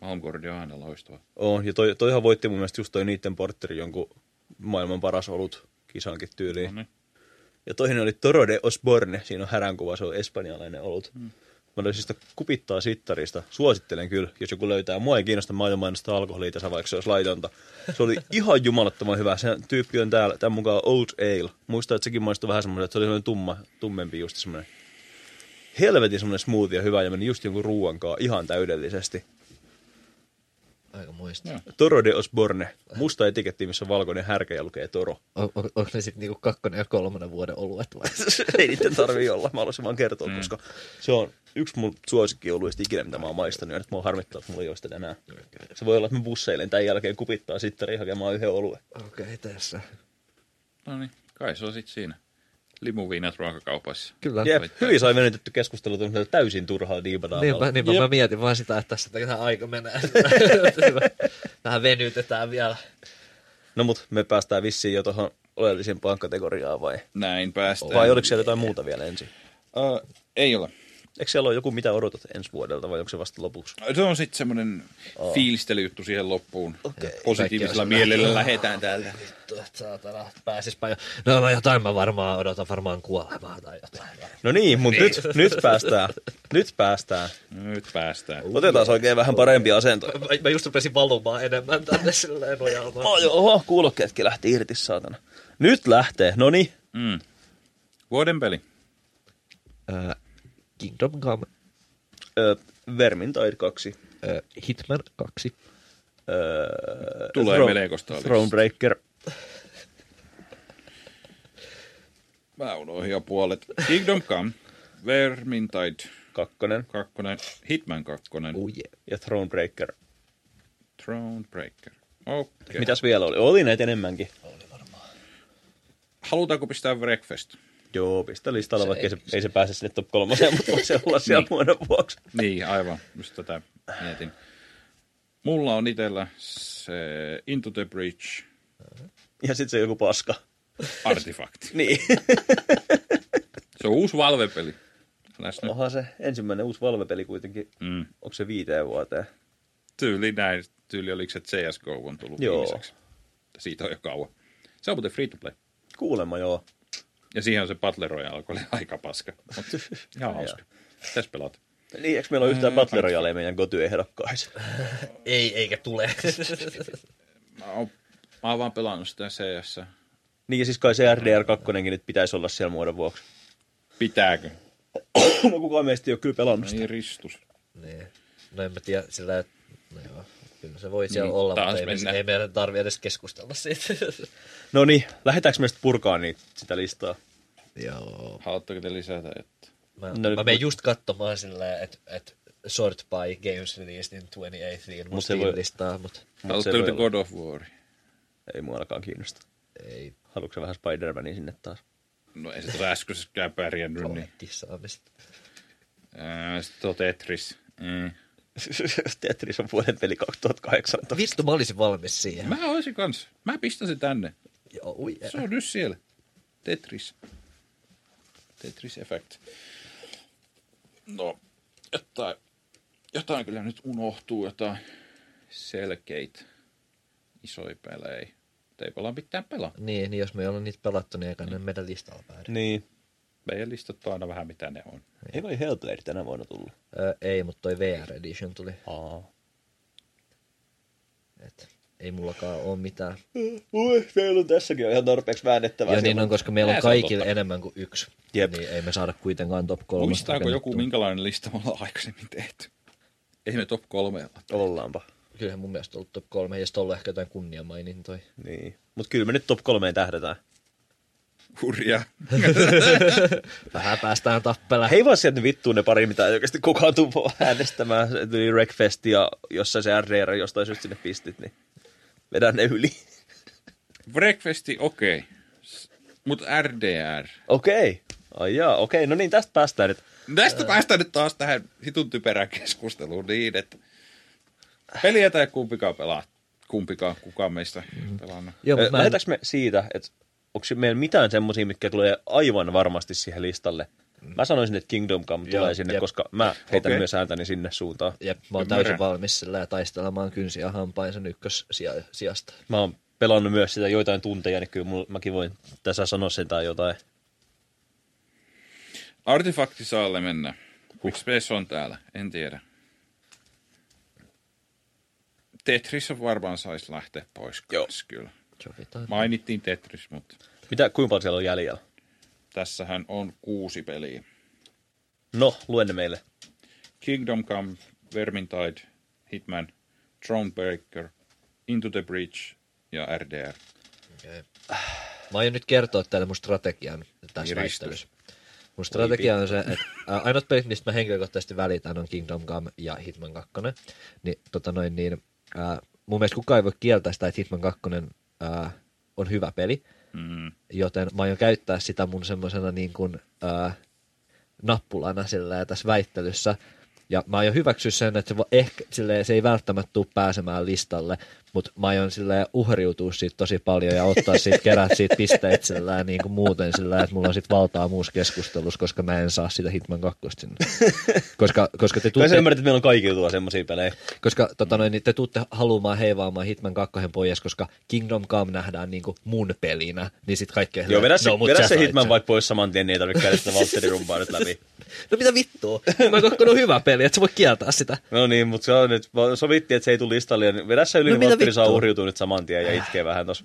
[SPEAKER 1] Malmgordi on aina loistava.
[SPEAKER 3] On, ja toi, toihan voitti mun mielestä just toi niitten portteri jonkun maailman paras olut kisankin tyyliin.
[SPEAKER 1] No niin.
[SPEAKER 3] Ja toinen oli Toro de Osborne, siinä on häränkuva, se on espanjalainen olut. Mm. Mä löysin sitä kupittaa sittarista, suosittelen kyllä, jos joku löytää. Mua ei kiinnosta maailman mainostaa alkoholia tässä, vaikka se olisi laitonta. Se oli ihan jumalattoman hyvä, se tyyppi on täällä, tämän mukaan Old Ale. Muista, että sekin maistui vähän semmoinen, että se oli semmoinen tumma, tummempi just semmoinen. Helvetin semmoinen smoothie ja hyvä ja meni just jonkun ruuankaan ihan täydellisesti.
[SPEAKER 2] Aika muista.
[SPEAKER 1] Joo.
[SPEAKER 3] Toro de Osborne, musta etiketti, missä on valkoinen härkä ja lukee Toro.
[SPEAKER 2] On, on, onko ne sitten niinku kakkonen ja kolmannen vuoden oluet vai?
[SPEAKER 3] ei niiden tarvii olla. Mä haluaisin vaan kertoa, mm. koska se on yksi mun suosikkioluista ikinä, mitä mä oon maistanut. Ja nyt mua harmittaa, että mulla ei ole sitä enää. Se voi olla, että mä busseilen tämän jälkeen kupittaa sitten hakemaan yhden oluen.
[SPEAKER 2] Okei, okay, tässä.
[SPEAKER 1] No niin, kai se on sitten siinä. Limuviinat ruokakaupassa.
[SPEAKER 2] Kyllä.
[SPEAKER 3] Jep,
[SPEAKER 1] Voittaa.
[SPEAKER 3] hyvin sai venytetty keskustelu tämmöisellä täysin turhaa diibadaamalla.
[SPEAKER 2] Niinpä, niinpä Niin mä mietin vaan sitä, että tässä tämä aika menee. Vähän venytetään vielä.
[SPEAKER 3] No mut me päästään vissiin jo tuohon oleellisimpaan kategoriaan vai?
[SPEAKER 1] Näin päästään.
[SPEAKER 3] Vai oliko siellä jotain muuta vielä ensin?
[SPEAKER 1] Ö, ei ole.
[SPEAKER 3] Eikö siellä ole joku, mitä odotat ensi vuodelta vai onko se vasta lopuksi?
[SPEAKER 1] Se on sitten semmoinen oh. fiilistelyjuttu siihen loppuun. Okay. Positiivisella
[SPEAKER 2] Kaikki on
[SPEAKER 1] mielellä
[SPEAKER 2] sillä-
[SPEAKER 1] lähetään täältä.
[SPEAKER 2] Vittu, että saatana, pääsispä jo. No mä jotain mä varmaan odotan, varmaan kuolemaa tai jotain.
[SPEAKER 3] No niin, mutta nyt, nyt päästään. Nyt päästään.
[SPEAKER 1] Nyt päästään.
[SPEAKER 3] Otetaan oikein vähän parempi asento.
[SPEAKER 2] Mä, mä just rupesin valumaan enemmän tänne silleen nojaamaan.
[SPEAKER 3] Oh, joo, oho, kuulokkeetkin lähti irti, saatana. Nyt lähtee, no niin.
[SPEAKER 1] Mm. Vuoden peli.
[SPEAKER 2] Ö, Kingdom Come,
[SPEAKER 3] Öö, Vermintide 2.
[SPEAKER 2] ö, Hitman 2,
[SPEAKER 3] Öö,
[SPEAKER 1] Tulee
[SPEAKER 3] Thro-
[SPEAKER 1] melekosta olisi.
[SPEAKER 3] Thronebreaker.
[SPEAKER 1] Mä unohdin jo puolet. Kingdom Come, Vermintide
[SPEAKER 3] 2
[SPEAKER 1] 2, Hitman 2,
[SPEAKER 2] oh yeah.
[SPEAKER 3] ja Thronebreaker.
[SPEAKER 1] Thronebreaker. Okei. Okay.
[SPEAKER 3] Mitäs vielä oli? Oli näitä enemmänkin.
[SPEAKER 1] Halutaanko pistää breakfast?
[SPEAKER 3] Joo, pistä listalle, vaikka ei se, ei se pääse sinne top kolmoseen, mutta voi se olla siellä muodon vuoksi.
[SPEAKER 1] Niin, aivan. Just tätä mietin. Mulla on itellä se Into the Bridge
[SPEAKER 3] Ja sitten se joku paska.
[SPEAKER 1] artifakti.
[SPEAKER 3] Niin.
[SPEAKER 1] Se on uusi Valve-peli. Läs nyt
[SPEAKER 3] Onhan se ensimmäinen uusi Valve-peli kuitenkin.
[SPEAKER 1] Mm.
[SPEAKER 3] Onko se viiteen vuoteen?
[SPEAKER 1] tyyli näin. Tyyli oliko se, että CSGO on tullut
[SPEAKER 3] Joo.
[SPEAKER 1] viimeiseksi. Siitä on jo kauan. Se on muuten free to play.
[SPEAKER 3] Kuulemma joo.
[SPEAKER 1] Ja siihen se Battle Royale, kun oli aika paska. Mutta ihan hauska. Tässä pelaat.
[SPEAKER 3] Niin, eikö meillä ole yhtään Battle Royalea meidän kotyehdokkaissa?
[SPEAKER 5] Ei, eikä tule.
[SPEAKER 1] Mä oon, mä oon vaan pelannut sitä CS.
[SPEAKER 3] Niin, ja siis kai se RDR2 nyt pitäisi olla siellä muodon vuoksi.
[SPEAKER 1] Pitääkö?
[SPEAKER 3] No kukaan meistä ei ole kyllä pelannut sitä.
[SPEAKER 1] Ei ristus.
[SPEAKER 2] Niin. No en mä tiedä, sillä et- no joo, kyllä se voi siellä olla,
[SPEAKER 1] Niin, taas
[SPEAKER 2] mutta ei, me-
[SPEAKER 1] mennään.
[SPEAKER 2] ei meidän tarvi edes keskustella siitä.
[SPEAKER 3] No niin, lähdetäänkö me sitten purkaa niitä, sitä listaa?
[SPEAKER 2] joo.
[SPEAKER 1] Haluatteko te lisätä? Että...
[SPEAKER 2] Mä,
[SPEAKER 3] No
[SPEAKER 2] no,
[SPEAKER 3] nyt
[SPEAKER 2] mä menen
[SPEAKER 3] mut-
[SPEAKER 2] just katsomaan sillä, että et Short by Games Released in 2018 mun
[SPEAKER 3] Mut se voi-
[SPEAKER 2] Steam-listaa, mutta
[SPEAKER 1] Haluatteko
[SPEAKER 3] se voi
[SPEAKER 1] te
[SPEAKER 3] olla.
[SPEAKER 1] God of War?
[SPEAKER 3] Ei mua ainakaan kiinnosta.
[SPEAKER 2] ei
[SPEAKER 3] Haluatko sä vähän Spider-Mania sinne taas?
[SPEAKER 1] No ei se tässä äskeisessäkään pärjännyt.
[SPEAKER 2] ole
[SPEAKER 1] Niin.
[SPEAKER 2] tissaamista.
[SPEAKER 1] Ää, Sitten on Tetris. Mm.
[SPEAKER 3] Tetris on vuoden peli 2018.
[SPEAKER 2] Vittu, mä olisin valmis siihen.
[SPEAKER 1] Mä olisin kans. Mä pistän sen tänne.
[SPEAKER 2] Joo, ui,
[SPEAKER 1] Se on nyt siellä. Tetris. Tetris Effect. No, jotain, jotain kyllä nyt unohtuu, jotain selkeitä isoja pelejä. Mutta ei pelaa pitää pelaa.
[SPEAKER 2] Niin, niin jos me ei olla niitä pelattu, niin eikä ne meidän listalla päädy.
[SPEAKER 3] Niin.
[SPEAKER 1] Meidän listat on aina vähän mitä ne on.
[SPEAKER 3] Ei voi Hellblade tänä vuonna tullut.
[SPEAKER 2] Ö, ei, mutta toi VR Edition tuli.
[SPEAKER 3] Aa.
[SPEAKER 2] Et, ei mullakaan ole mitään.
[SPEAKER 3] Ui, meillä on tässäkin on ihan tarpeeksi väännettävää.
[SPEAKER 2] Ja niin on, koska meillä
[SPEAKER 1] Nää
[SPEAKER 2] on
[SPEAKER 1] se on
[SPEAKER 2] kaikilla
[SPEAKER 1] totta.
[SPEAKER 2] enemmän kuin yksi.
[SPEAKER 3] Jep.
[SPEAKER 2] Niin ei me saada kuitenkaan top kolme.
[SPEAKER 1] Muistaako joku, minkälainen lista me ollaan aikaisemmin tehty? Ei me top kolmeella.
[SPEAKER 3] Ollaanpa.
[SPEAKER 2] Kyllähän mun mielestä on ollut top kolme, ja sitten on ollut ehkä jotain kunniamainintoja.
[SPEAKER 3] Niin. Mut kyllä me nyt top kolmeen tähdetään.
[SPEAKER 1] Hurjaa.
[SPEAKER 2] Vähän päästään tappella.
[SPEAKER 3] Hei vaan sieltä vittuun ne pari, mitä ei oikeasti kukaan tuu äänestämään. Se Tuli Wreckfest ja jossain se RDR jostain syystä sinne pistit, niin vedän ne yli.
[SPEAKER 1] Breakfasti, okei. Okay. Mutta RDR.
[SPEAKER 3] Okei. Okay. Ai jaa, okei. Okay. No niin, tästä päästään nyt.
[SPEAKER 1] Tästä päästään nyt taas tähän hitun typerään keskusteluun niin, että peliä tai kumpikaan pelaa. Kumpikaan, kukaan meistä pelannut.
[SPEAKER 2] Joo,
[SPEAKER 3] Ö,
[SPEAKER 2] mutta mä en,
[SPEAKER 3] Lähdetäänkö me siitä, että onko meillä mitään semmoisia, mitkä tulee aivan varmasti siihen listalle? Mä sanoisin, että Kingdom Come
[SPEAKER 2] Joo,
[SPEAKER 3] tulee sinne,
[SPEAKER 2] jep.
[SPEAKER 3] koska mä heitän
[SPEAKER 1] Okei.
[SPEAKER 3] myös ääntäni sinne suuntaan.
[SPEAKER 2] jep, mä oon
[SPEAKER 1] Ymmärrän.
[SPEAKER 2] täysin valmis sillä taistelemaan kynsiä hampain sen ykkössijasta.
[SPEAKER 3] Mä oon pelannut myös sitä joitain tunteja, niin kyllä mulla, mäkin voin tässä sanoa sen tai jotain.
[SPEAKER 1] Artifakti saalle mennä. Miksi Space on täällä? En tiedä. Tetris on varmaan saisi lähteä pois kans, kyllä.
[SPEAKER 2] Sovitaan.
[SPEAKER 1] Mainittiin Tetris, mutta
[SPEAKER 3] Mitä, kuinka paljon siellä on jäljellä?
[SPEAKER 1] tässähän on kuusi peliä.
[SPEAKER 3] No, luen ne meille.
[SPEAKER 1] Kingdom Come, Vermintide, Hitman, Thronebreaker, Into the Breach ja RDR.
[SPEAKER 2] Okei. Mä aion nyt kertoa teille mun strategian tässä
[SPEAKER 1] Niin, ristus.
[SPEAKER 2] väittelyssä. Mun strategia on se, että ää, ainut pelit, mistä mä henkilökohtaisesti välitän, on Kingdom Come ja Hitman 2. Niin, tota noin, niin, ää, mun mielestä kukaan ei voi kieltää sitä, että Hitman 2 ää, on hyvä peli,
[SPEAKER 1] Mm.
[SPEAKER 2] joten mä aion käyttää sitä mun semmoisena niin kuin, ää, nappulana sillä tässä väittelyssä. Ja mä aion hyväksyä sen, että se, voi ehkä, silleen, se ei välttämättä tule pääsemään listalle, mutta mä aion silleen, uhriutua siitä tosi paljon ja ottaa siitä, kerää siitä pisteet sillä, niin kuin muuten sillä, että mulla on sit valtaa muussa keskustelussa, koska mä en saa sitä Hitman 2 sinne. Koska, koska te
[SPEAKER 3] Kai sä
[SPEAKER 2] tuutte,
[SPEAKER 3] ymmärrät, että meillä on kaikilla tuo semmoisia pelejä.
[SPEAKER 2] koska tota noin, niin te tuutte haluamaan heivaamaan Hitman 2 pois, koska Kingdom Come nähdään niin kuin mun pelinä, niin sit kaikki on
[SPEAKER 3] Joo, vedä se,
[SPEAKER 2] silleen,
[SPEAKER 3] no,
[SPEAKER 2] mut
[SPEAKER 3] vedä
[SPEAKER 2] sä
[SPEAKER 3] se
[SPEAKER 2] sait
[SPEAKER 3] Hitman
[SPEAKER 2] sen."
[SPEAKER 3] vaikka pois saman tien, niin ei tarvitse käydä sitä Valtterin rumpaa nyt läpi.
[SPEAKER 2] No mitä vittua? Hitman 2 on hyvä peli, että sä voi kieltää sitä.
[SPEAKER 3] No niin, mutta se on nyt, sovittiin, että se ei tule listalle, niin vedä se yli,
[SPEAKER 2] No
[SPEAKER 3] no,
[SPEAKER 2] mitä
[SPEAKER 3] niin Valtteri saa
[SPEAKER 2] vittua?
[SPEAKER 3] uhriutua nyt saman tien ja itkee vähän tossa.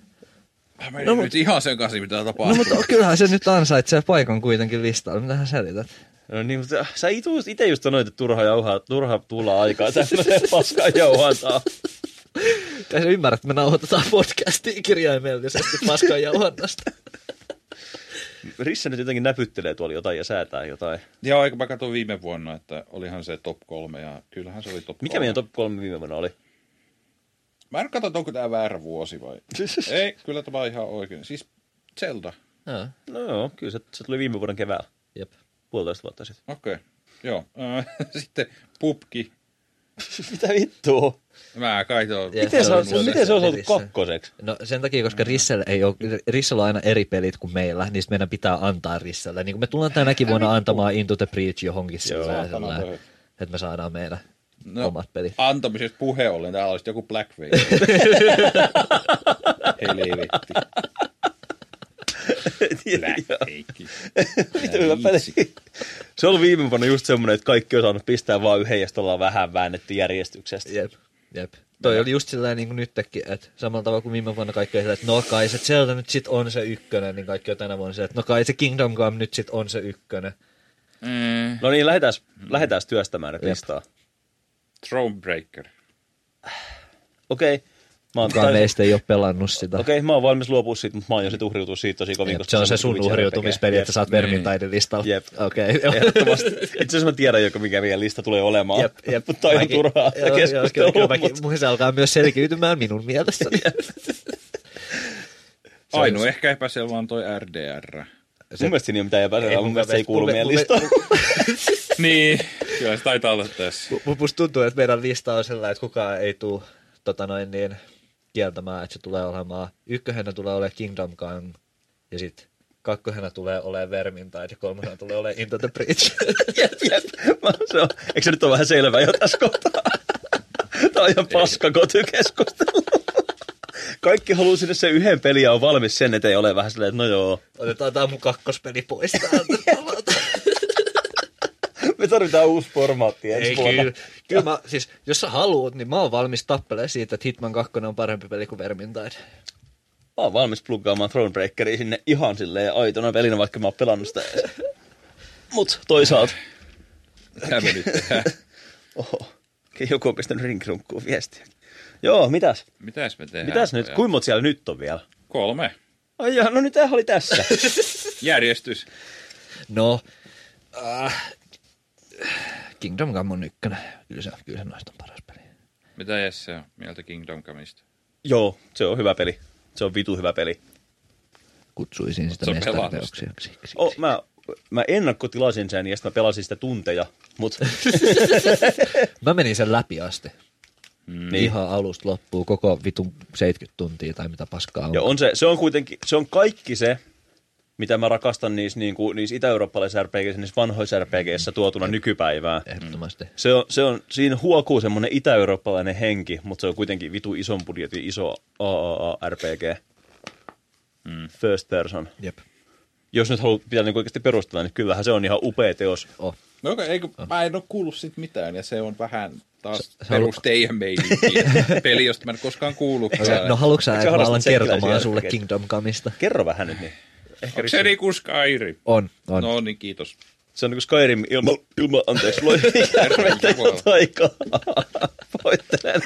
[SPEAKER 1] Mä menin no, nyt ihan sekaisin, mitä tapahtuu.
[SPEAKER 2] No mutta kyllähän se nyt ansaitsee paikan kuitenkin listalla. Mitähän selität?
[SPEAKER 3] No niin, mutta sä itse just sanoit, että turha, jauhaa, turha tulla aikaa tämmöiseen paskaan jauhantaa.
[SPEAKER 2] Kai sä ymmärrät, että me nauhoitetaan podcastia kirjaimellisesti paskan jauhannasta.
[SPEAKER 3] Rissa nyt jotenkin näpyttelee tuolla jotain ja säätää jotain.
[SPEAKER 1] Joo, eikö mä katsoin viime vuonna, että olihan se top kolme ja kyllähän se oli top
[SPEAKER 3] Mikä
[SPEAKER 1] kolme.
[SPEAKER 3] meidän top kolme viime vuonna oli?
[SPEAKER 1] Mä en katso, että onko tämä väärä vuosi vai... Ei, kyllä tämä on ihan oikein. Siis Zelda,
[SPEAKER 5] Joo.
[SPEAKER 3] No joo, kyllä se, se tuli viime vuoden keväällä,
[SPEAKER 5] Jep.
[SPEAKER 3] puolitoista vuotta sitten.
[SPEAKER 1] Okei, okay. joo. Äh, Sitten pupki.
[SPEAKER 3] Mitä vittua?
[SPEAKER 1] Mä kai tuo...
[SPEAKER 5] Jep.
[SPEAKER 3] Miten
[SPEAKER 5] se
[SPEAKER 3] se on,
[SPEAKER 5] on muuten
[SPEAKER 3] miten se on saatu
[SPEAKER 5] netissä.
[SPEAKER 3] kakkoseksi?
[SPEAKER 2] No sen takia, koska Rissellä, ei ole, Rissellä on aina eri pelit kuin meillä, niin sit meidän pitää antaa Rissellä. Niin kuin me tullaan tänäkin vuonna antamaan Into the Breach johonkin sillä ja
[SPEAKER 3] saatana
[SPEAKER 2] sellainen,
[SPEAKER 3] toi.
[SPEAKER 2] että me saadaan meidän no. omat pelit.
[SPEAKER 1] Antamisesta puhe ollen, täällä olisi joku Blackface. Helvetti. Blackfake.
[SPEAKER 3] Mitä hyvä peli? Se oli viime vuonna just semmoinen, että kaikki on saanut pistää vaan yhden ja sitten ollaan vähän väännetty järjestyksestä.
[SPEAKER 2] Jep, jep. Toi oli just sillä niin kuin nytkin, että samalla tavalla kuin viime vuonna kaikki oli sillä, että no kai se sieltä nyt sit on se ykkönen, niin kaikki on tänä vuonna sillä, että no kai se Kingdom Come nyt sit on se ykkönen.
[SPEAKER 1] Mm.
[SPEAKER 3] No niin, lähdetään, lähdetään työstämään nyt
[SPEAKER 2] Jep.
[SPEAKER 3] listaa.
[SPEAKER 1] Thronebreaker.
[SPEAKER 3] Okei, okay, mä oon
[SPEAKER 2] Kukaan
[SPEAKER 3] täysin-
[SPEAKER 2] meistä ei ole pelannut sitä.
[SPEAKER 3] Okei, okay, mä oon valmis luopua siitä, mutta mä oon jo sit uhriutua siitä tosi kovin.
[SPEAKER 2] Jep,
[SPEAKER 3] koska
[SPEAKER 2] se on se
[SPEAKER 3] on
[SPEAKER 2] sun
[SPEAKER 3] vitsi
[SPEAKER 2] uhriutumispeli,
[SPEAKER 3] RPG.
[SPEAKER 2] että sä oot vermintaiden listalla.
[SPEAKER 3] niin. Jep.
[SPEAKER 2] Okei,
[SPEAKER 3] Jep,
[SPEAKER 2] okay,
[SPEAKER 3] Ehdottomasti. Itse asiassa mä tiedän jo, mikä meidän lista tulee olemaan.
[SPEAKER 2] Jep, jep.
[SPEAKER 3] Mutta on ihan
[SPEAKER 2] Mäkin-
[SPEAKER 3] turhaa
[SPEAKER 2] joo, joo,
[SPEAKER 3] keskustelua.
[SPEAKER 2] kyllä mäkin-
[SPEAKER 3] mutta-
[SPEAKER 2] Mun se alkaa myös selkiytymään minun mielessäni.
[SPEAKER 1] Ainoa ehkä epäselvä on toi RDR.
[SPEAKER 3] Mun mielestä siinä ei ole mitään epäselvää,
[SPEAKER 2] Ei,
[SPEAKER 3] mun
[SPEAKER 2] mun
[SPEAKER 3] mielestä se ei
[SPEAKER 2] mielestä-
[SPEAKER 3] kuulu
[SPEAKER 2] mun-
[SPEAKER 3] meidän
[SPEAKER 2] mun-
[SPEAKER 3] listaan.
[SPEAKER 1] niin, kyllä se taitaa olla tässä.
[SPEAKER 2] Mu- Musta tuntuu, että meidän lista on sellainen, että kukaan ei tule tota noin, niin, kieltämään, että se tulee olemaan. Ykköhenä tulee olemaan Kingdom Come, ja sitten kakkohena tulee olemaan Vermintide, ja kolmosena tulee olemaan Into the Bridge.
[SPEAKER 3] Jep, jep. Mä- se on- Eikö se nyt ole vähän selvää jo tässä kohtaa? Tämä on ihan paska kotykeskustelu. Kaikki haluaa sinne se yhden pelin ja on valmis sen eteen ole vähän silleen, että no joo,
[SPEAKER 2] Otetaan tämä mun kakkospeli pois täältä.
[SPEAKER 3] me tarvitaan uusi formaatti ensi
[SPEAKER 2] ei
[SPEAKER 3] vuonna.
[SPEAKER 2] kyllä. kyllä mä, siis, jos sä haluut, niin mä oon valmis tappeleen siitä, että Hitman 2 on parempi peli kuin Vermintide.
[SPEAKER 3] Mä oon valmis pluggaamaan Thronebreakeria sinne ihan silleen aitona pelinä, vaikka mä oon pelannut sitä. edes. Mut toisaalta,
[SPEAKER 1] Mitä me nyt tehdään?
[SPEAKER 3] oho, joku on pistänyt rinkrunkkuun viestiä. Joo, mitäs?
[SPEAKER 1] Mitäs me tehdään?
[SPEAKER 3] Mitäs nyt?
[SPEAKER 1] pojat?
[SPEAKER 3] Kuinka monta siellä nyt on vielä?
[SPEAKER 1] Kolme.
[SPEAKER 3] Ai jaha, no nyt tämähän oli tässä.
[SPEAKER 1] Järjestys.
[SPEAKER 2] No, äh, Kingdom Come on ykkönen. Kyllä se, kyllä se noista on paras peli.
[SPEAKER 1] Mitä Jesse on mieltä Kingdom Comeista?
[SPEAKER 3] Joo, se on hyvä peli. Se on vitu hyvä peli.
[SPEAKER 2] kutsuisin sitä
[SPEAKER 1] Se on
[SPEAKER 2] mestariteoksi. siksi.
[SPEAKER 3] Oh, mä, mä ennakkotilasin sen ja sitten mä pelasin sitä tunteja, mutta
[SPEAKER 2] Mä menin sen läpi asti.
[SPEAKER 3] Mm.
[SPEAKER 2] Mm. Ihan alusta loppuun, koko vitun 70 tuntia tai mitä paskaa on.
[SPEAKER 3] ja on se, se on kuitenkin, se on kaikki se, mitä mä rakastan niissä, niin kuin, niissä itä-eurooppalaisissa RPGissä, niissä vanhoissa RPGissä tuotuna nykypäivään.
[SPEAKER 2] Ehdottomasti.
[SPEAKER 3] Se on, se on, siinä huokuu semmoinen itä-eurooppalainen henki, mutta se on kuitenkin vitu ison budjetin iso AAA-RPG. Mm. First person.
[SPEAKER 2] Jep.
[SPEAKER 3] Jos nyt haluat pitää niin oikeasti perustella, niin kyllähän se on ihan upea teos.
[SPEAKER 2] Oh.
[SPEAKER 1] No okei, eikö, mä en ole kuullut siitä mitään, ja se on vähän taas
[SPEAKER 2] Sä- sä
[SPEAKER 1] perus
[SPEAKER 2] halu-
[SPEAKER 1] teidän meininkiin. Peli, josta mä en koskaan kuullutkaan.
[SPEAKER 2] No haluatko sä,
[SPEAKER 3] Eikö sä
[SPEAKER 2] että mä
[SPEAKER 3] harrasta
[SPEAKER 2] alan
[SPEAKER 3] tsekkiläisiä
[SPEAKER 2] kertomaan sulle
[SPEAKER 3] järkeä?
[SPEAKER 2] Kingdom Comeista?
[SPEAKER 3] Kerro vähän nyt niin. Ehkä
[SPEAKER 1] Onko se niin kuin Skyrim?
[SPEAKER 2] On, on.
[SPEAKER 1] No niin, kiitos.
[SPEAKER 3] Se on niin kuin Skyrim ilma, ilma anteeksi, loi järveltä
[SPEAKER 1] Jumala.
[SPEAKER 3] taikaa. Voittelen.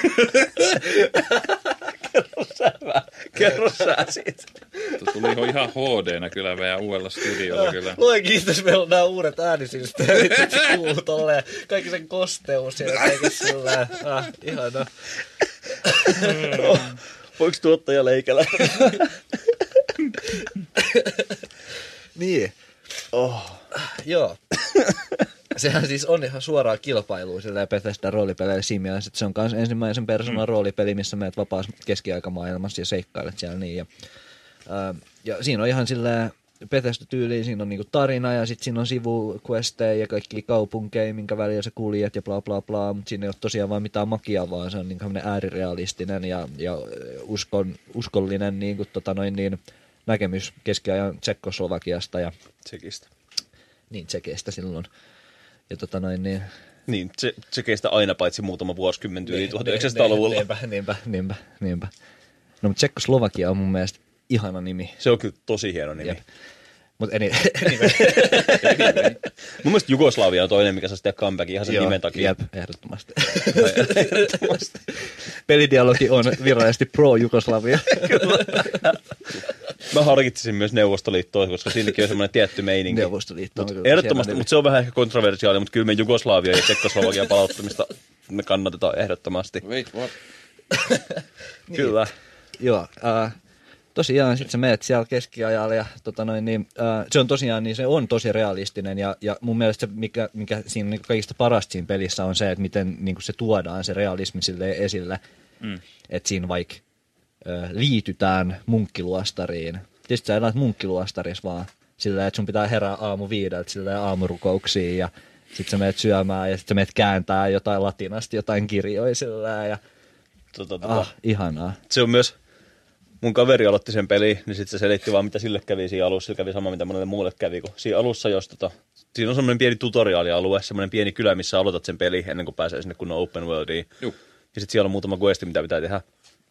[SPEAKER 3] Kerro sä vähän. Kerro sä siitä.
[SPEAKER 1] Tuo tuli ihan- ihan HD-nä kyllä meidän uudella studiolla kyllä.
[SPEAKER 2] Luen kiitos, meillä on nämä uudet äänisysteemit, että se kuuluu tolleen. Kaikki sen kosteus ja kaikki sillä. Ah, ihana.
[SPEAKER 3] Voiko tuottaja leikellä?
[SPEAKER 2] Niin.
[SPEAKER 3] Oh.
[SPEAKER 2] Joo. Sehän siis on ihan suoraa kilpailua sillä Bethesda roolipeleillä siinä mielessä, että se on myös ensimmäisen persoonan mm. roolipeli, missä menet vapaassa keskiaikamaailmassa ja seikkailet siellä niin. Ja, ää, ja siinä on ihan sillä Bethesda tyyliin, siinä on niinku tarina ja sitten siinä on sivuquesteja ja kaikki kaupunkeja, minkä välillä sä kuljet ja bla bla bla, mutta siinä ei ole tosiaan vaan mitään makia, vaan se on niinku tämmönen äärirealistinen ja, ja uskon, uskollinen niinku tota noin niin, näkemys keskiajan Tsekkoslovakiasta ja
[SPEAKER 3] Tsekistä.
[SPEAKER 2] niin tsekeistä silloin. Ja tota noin, niin...
[SPEAKER 3] Niin, se, se kestää aina paitsi muutama vuosikymmen yli 1900-luvulla.
[SPEAKER 2] Niin, Niinpä, niinpä, niinpä, niinpä. No, mutta Tsekkoslovakia on mun mielestä ihana nimi.
[SPEAKER 3] Se on kyllä tosi hieno nimi.
[SPEAKER 2] Jep. Mutta eni...
[SPEAKER 3] Mun mielestä Jugoslavia on toinen, mikä saa sitä comebackin ihan sen
[SPEAKER 2] Joo,
[SPEAKER 3] nimen takia.
[SPEAKER 2] Jep, ehdottomasti. Pelidialogi on virallisesti pro-Jugoslavia.
[SPEAKER 3] Mä harkitsisin myös Neuvostoliittoa, koska siinäkin on semmoinen tietty meininki.
[SPEAKER 2] Neuvostoliitto on
[SPEAKER 3] Mut
[SPEAKER 2] kyllä
[SPEAKER 3] Ehdottomasti,
[SPEAKER 2] siellä
[SPEAKER 3] mutta se on vähän ehkä kontroversiaali, mutta kyllä me Jugoslavia ja Tsekkoslovakian palauttamista me kannatetaan ehdottomasti.
[SPEAKER 2] Niin.
[SPEAKER 1] Wait, what?
[SPEAKER 3] Kyllä.
[SPEAKER 2] Joo, äh, Tosiaan, sit sä meet siellä keskiajalle ja tota noin, niin, ää, se on tosiaan, niin se on tosi realistinen ja, ja mun mielestä se, mikä, mikä siinä on niin kaikista parasta siinä pelissä on se, että miten niin kuin se tuodaan se realismi sille esille, mm. että siinä vaikka ää, liitytään munkkiluostariin. Tietysti sä elät munkkiluostarissa vaan sillä että sun pitää herää aamu viideltä sillä aamurukouksiin ja sit sä meet syömään ja sit sä meet kääntää jotain latinasta jotain kirjoja sillä ja
[SPEAKER 3] Tota, tota,
[SPEAKER 2] ah, ihanaa.
[SPEAKER 3] se on myös, mun kaveri aloitti sen peli, niin sitten se selitti vaan, mitä sille kävi siinä alussa. Sillä kävi sama, mitä monelle muulle kävi. Kun siinä alussa, jos tota, siinä on semmoinen pieni tutoriaalialue, semmoinen pieni kylä, missä aloitat sen peli ennen kuin pääsee sinne kunnon open worldiin.
[SPEAKER 1] Juu.
[SPEAKER 3] Ja sitten siellä on muutama questi, mitä pitää tehdä.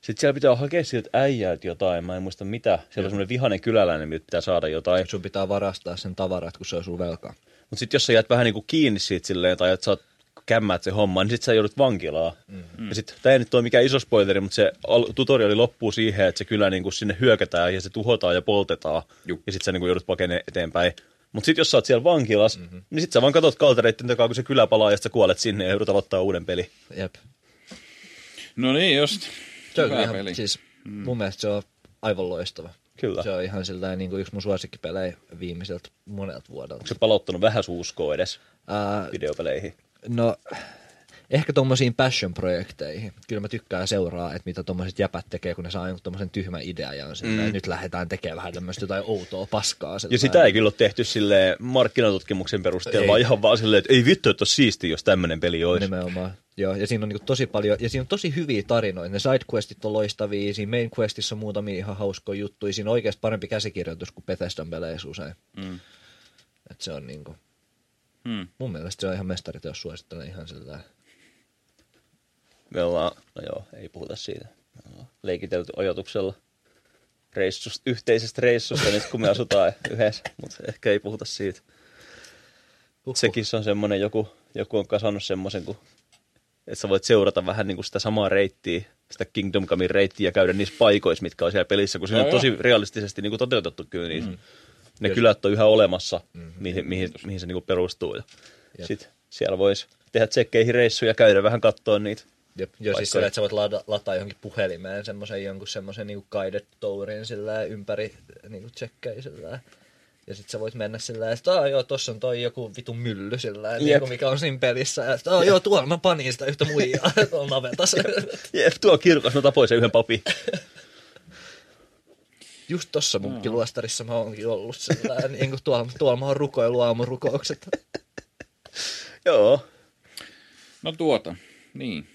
[SPEAKER 3] Sitten siellä pitää hakea sieltä äijältä jotain, mä en muista mitä. Siellä on semmoinen vihainen kyläläinen, mitä pitää saada jotain.
[SPEAKER 2] Sun pitää varastaa sen tavarat, kun se on sun velkaa.
[SPEAKER 3] Mutta sitten jos sä jäät vähän niinku kiinni siitä silleen, tai että sä oot kämmäät se homma, niin sitten sä joudut vankilaan. Mm-hmm. Ja sitten, tämä ei nyt ole mikään iso spoileri, mutta se al- tutoriali loppuu siihen, että se kyllä niinku sinne hyökätään ja se tuhotaan ja poltetaan.
[SPEAKER 1] Juh.
[SPEAKER 3] Ja sitten sä niinku joudut pakeneen eteenpäin. Mutta sitten jos sä oot siellä vankilas, mm-hmm. niin sitten sä vaan katot kaltereitten takaa, kun se kylä palaa ja sit sä kuolet sinne ja joudut aloittaa uuden peli.
[SPEAKER 2] Jep.
[SPEAKER 1] No niin, just.
[SPEAKER 2] Se on
[SPEAKER 1] Hyvä
[SPEAKER 2] kyllä ihan,
[SPEAKER 1] peli.
[SPEAKER 2] siis mm. mun mielestä se on aivan loistava.
[SPEAKER 3] Kyllä.
[SPEAKER 2] Se on ihan sillä niin kuin yksi mun suosikkipelejä viimeiseltä monelta vuodelta.
[SPEAKER 3] Onko se palauttanut vähän suuskoa edes
[SPEAKER 2] Ää,
[SPEAKER 3] videopeleihin?
[SPEAKER 2] no, ehkä tommosiin passion-projekteihin. Kyllä mä tykkään seuraa, että mitä tommoset jäpät tekee, kun ne saa jonkun tommosen tyhmän idean ja on sillä, mm. nyt lähdetään tekemään vähän tämmöistä jotain outoa paskaa.
[SPEAKER 3] Ja
[SPEAKER 2] sillain.
[SPEAKER 3] sitä ei kyllä ole tehty sille markkinatutkimuksen perusteella,
[SPEAKER 2] Ei.
[SPEAKER 3] vaan ihan vaan silleen, että ei vittu, että olisi siisti, jos tämmöinen peli olisi.
[SPEAKER 2] Nimenomaan. Joo, ja siinä on niin tosi paljon, ja siinä on tosi hyviä tarinoita. Ne sidequestit on loistavia, siinä main questissa on muutamia ihan hauskoja juttuja. Siinä on oikeasti parempi käsikirjoitus kuin Bethesdan peleissä usein.
[SPEAKER 1] Mm.
[SPEAKER 2] Et se on niin kuin,
[SPEAKER 1] Hmm.
[SPEAKER 2] mun mielestä se on ihan mestariteos suosittelen ihan sillä lailla.
[SPEAKER 3] Me ollaan, no joo, ei puhuta siitä. Me ollaan Leikitelty ajatuksella reissusta, yhteisestä reissusta, nyt kun me asutaan yhdessä, mutta ehkä ei puhuta siitä.
[SPEAKER 2] Uhuh.
[SPEAKER 3] Sekin se on semmoinen, joku, joku on kasannut semmoisen, kun, että sä voit seurata vähän niin kuin sitä samaa reittiä, sitä Kingdom Comein reittiä ja käydä niissä paikoissa, mitkä on siellä pelissä, kun se on
[SPEAKER 1] Joo,
[SPEAKER 3] tosi realistisesti niin kuin toteutettu kyllä niin. Mm. Ne kylät on yhä olemassa, mm-hmm. mihin, mihin, mihin, se niin kuin perustuu. Ja
[SPEAKER 2] Jep.
[SPEAKER 3] sit siellä voisi tehdä tsekkeihin reissuja ja käydä vähän katsoa niitä.
[SPEAKER 2] Jep. Joo,
[SPEAKER 3] Vaikka-
[SPEAKER 2] siis sillä, että sä voit lada, lataa johonkin puhelimeen semmoisen jonkun semmoisen niin guided tourin sillä lailla ympäri niin kuin tsekkejä sillä lailla. ja sit sä voit mennä sillä lailla, että "Aa, joo, tossa on toi joku vitun mylly sillä lailla, niin
[SPEAKER 3] Jep.
[SPEAKER 2] kuin mikä on siinä pelissä. Ja sit, "Aa, joo, tuolla mä panin sitä yhtä muijaa tuolla navetassa.
[SPEAKER 3] Jep, tuo kirkas, no tapoin sen yhden papin.
[SPEAKER 2] Just tossa munkkiluostarissa mä oonkin ollut sillä lailla, niin kuin tuolla, tuolla mä oon rukoillut aamurukoukset.
[SPEAKER 3] Joo.
[SPEAKER 1] No tuota, niin.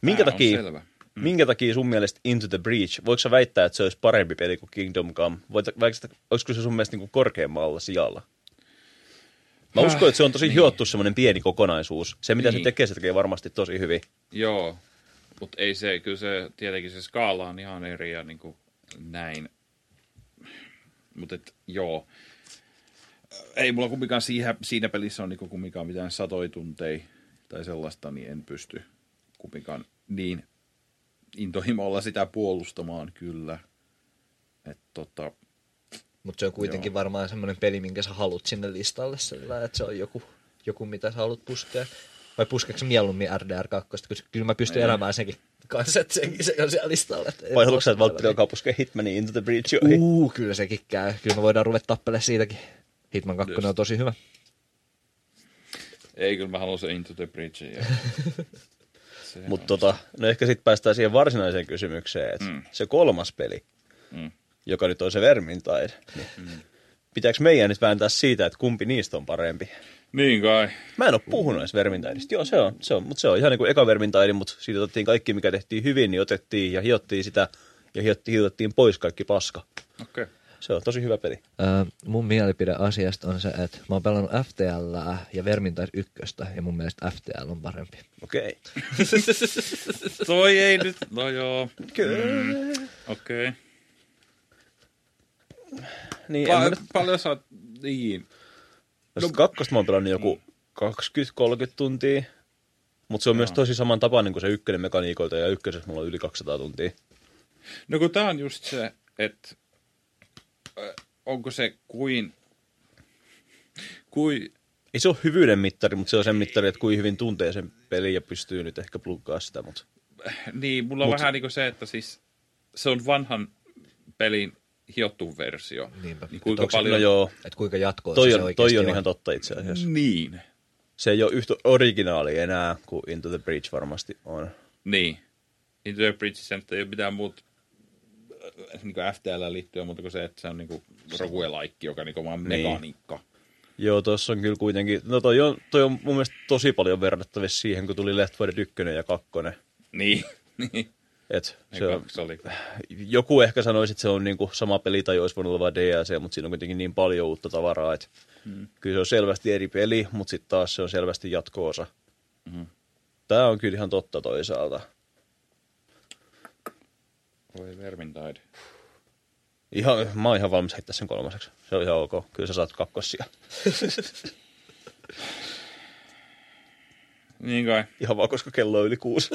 [SPEAKER 3] Minkä
[SPEAKER 1] Tää on
[SPEAKER 3] takia,
[SPEAKER 1] selvä. Mm.
[SPEAKER 3] minkä takia sun mielestä Into the Breach, voiko sä väittää, että se olisi parempi peli kuin Kingdom Come? Voit, vaikka sitä, olisiko se sun mielestä niin korkeammalla sijalla? Mä
[SPEAKER 1] Äh,
[SPEAKER 3] uskon, että se on tosi niin. hiottu semmoinen pieni kokonaisuus. Se, mitä
[SPEAKER 1] Niin.
[SPEAKER 3] se tekee, se tekee varmasti tosi hyvin.
[SPEAKER 1] Joo, mutta ei se, kyllä se, tietenkin se skaala on ihan eri ja niin kuin näin. Mutta joo, ei mulla kumminkaan siinä, siinä pelissä on niin kumminkaan mitään satoi tunteja tai sellaista, niin en pysty kumminkaan niin intohimolla sitä puolustamaan kyllä. Et tota,
[SPEAKER 2] Mutta se on kuitenkin
[SPEAKER 1] Joo.
[SPEAKER 2] Joo. varmaan semmoinen peli, minkä sä haluat sinne listalle sillä että se on joku, joku mitä sä haluat puskea. Vai puskeeko mieluummin RDR2, kun se- kyllä mä pystyn Ei. elämään senkin kanssa, että senkin se on siellä listalla. että en
[SPEAKER 3] Vai haluatko sä, että
[SPEAKER 2] vastaa
[SPEAKER 3] Valtteri
[SPEAKER 2] vielä.
[SPEAKER 3] alkaa puskea Hitmanin Into the Breach ohi?
[SPEAKER 2] Uu, kyllä sekin käy. Kyllä me voidaan ruveta tappelemaan siitäkin. Hitman 2 on tosi hyvä.
[SPEAKER 1] ei kyllä mä haluan se Into the Bridge. Ja... Sehän
[SPEAKER 3] Mutta
[SPEAKER 1] on-
[SPEAKER 3] tota, no ehkä sitten päästään siihen varsinaiseen kysymykseen, että
[SPEAKER 1] Mm.
[SPEAKER 3] mm. se kolmas peli,
[SPEAKER 1] Mm.
[SPEAKER 3] mm. joka nyt on se Vermintide, niin mm. pitääkö meidän nyt vääntää siitä, että kumpi niistä on parempi?
[SPEAKER 1] Niin kai.
[SPEAKER 3] Mä en ole puhunut edes Vermintaidista. Joo, se on, se on, mutta se on ihan niin kuin eka Vermintaidi, mutta siitä otettiin kaikki, mikä tehtiin hyvin, niin otettiin ja hiottiin sitä ja hiottiin, hiottiin pois kaikki paska.
[SPEAKER 1] Okei. Okay.
[SPEAKER 3] Se on tosi hyvä peli.
[SPEAKER 2] Öö, mun mielipide asiasta on se, että mä oon pelannut FTL ja Vermintide 1 ja mun mielestä FTL on parempi.
[SPEAKER 3] Okei.
[SPEAKER 1] Toi ei nyt, no joo,
[SPEAKER 3] Kyllä.
[SPEAKER 1] okei. Okay.
[SPEAKER 3] Niin, en mä
[SPEAKER 1] Pa-
[SPEAKER 3] nyt-
[SPEAKER 1] paljon sä oot, niin,
[SPEAKER 3] No, kakkosta mä oon pelannut joku 20-30 tuntia, mutta se on myös tosi samantapainen kuin se ykkönen mekaniikoilta ja ykkösessä mulla on yli 200 tuntia.
[SPEAKER 1] No kun tää on just se, että äh, onko se kuin, kuin,
[SPEAKER 3] Ei se ole hyvyyden mittari, mutta se on sen mittari, että kuin hyvin tuntee sen pelin ja pystyy nyt ehkä pluggaa sitä, mutta
[SPEAKER 1] niin mulla on
[SPEAKER 3] Mut-
[SPEAKER 1] vähän niin kuin se, että siis se on vanhan pelin hiottu versio,
[SPEAKER 2] Niinpä.
[SPEAKER 1] niin kuinka
[SPEAKER 3] Onks-
[SPEAKER 1] paljon...
[SPEAKER 3] No joo,
[SPEAKER 2] Että kuinka jatkoa
[SPEAKER 3] toi
[SPEAKER 2] se
[SPEAKER 3] on,
[SPEAKER 2] oikeasti
[SPEAKER 3] toi on ihan totta itse asiassa.
[SPEAKER 1] Niin,
[SPEAKER 3] Se ei ole yhtä originaali enää kuin Into the Breach varmasti on.
[SPEAKER 1] niin. Into the Bridge ei ole mitään muut niin FTL liittyen, mutta kuin se, että se on niin roguelike, joka niin vaan
[SPEAKER 3] Niin.
[SPEAKER 1] mekaniikka.
[SPEAKER 3] Joo, tuossa on kyllä kuitenkin, no toi on, toi on mun mielestä tosi paljon verrattavissa siihen, kun tuli Left 4 Dead 1 ja 2.
[SPEAKER 1] Niin, niin.
[SPEAKER 3] Et se
[SPEAKER 1] Se
[SPEAKER 3] on,
[SPEAKER 1] oli.
[SPEAKER 3] joku ehkä sanoisi, että se on niinku sama peli tai olisi voinut olla vain DLC, mutta siinä on kuitenkin niin paljon uutta tavaraa, että mm. kyllä se on selvästi eri peli, mutta sitten taas se on selvästi jatkoosa. Mm. Tämä on kyllä ihan totta toisaalta.
[SPEAKER 1] Voi Vermintide.
[SPEAKER 3] Ihan, mä oon ihan valmis heittää sen kolmaseksi. Se on ihan ok. Kyllä sä saat kakkosia.
[SPEAKER 1] Niin kai,
[SPEAKER 3] Ihan vaan, koska kello on yli kuusi.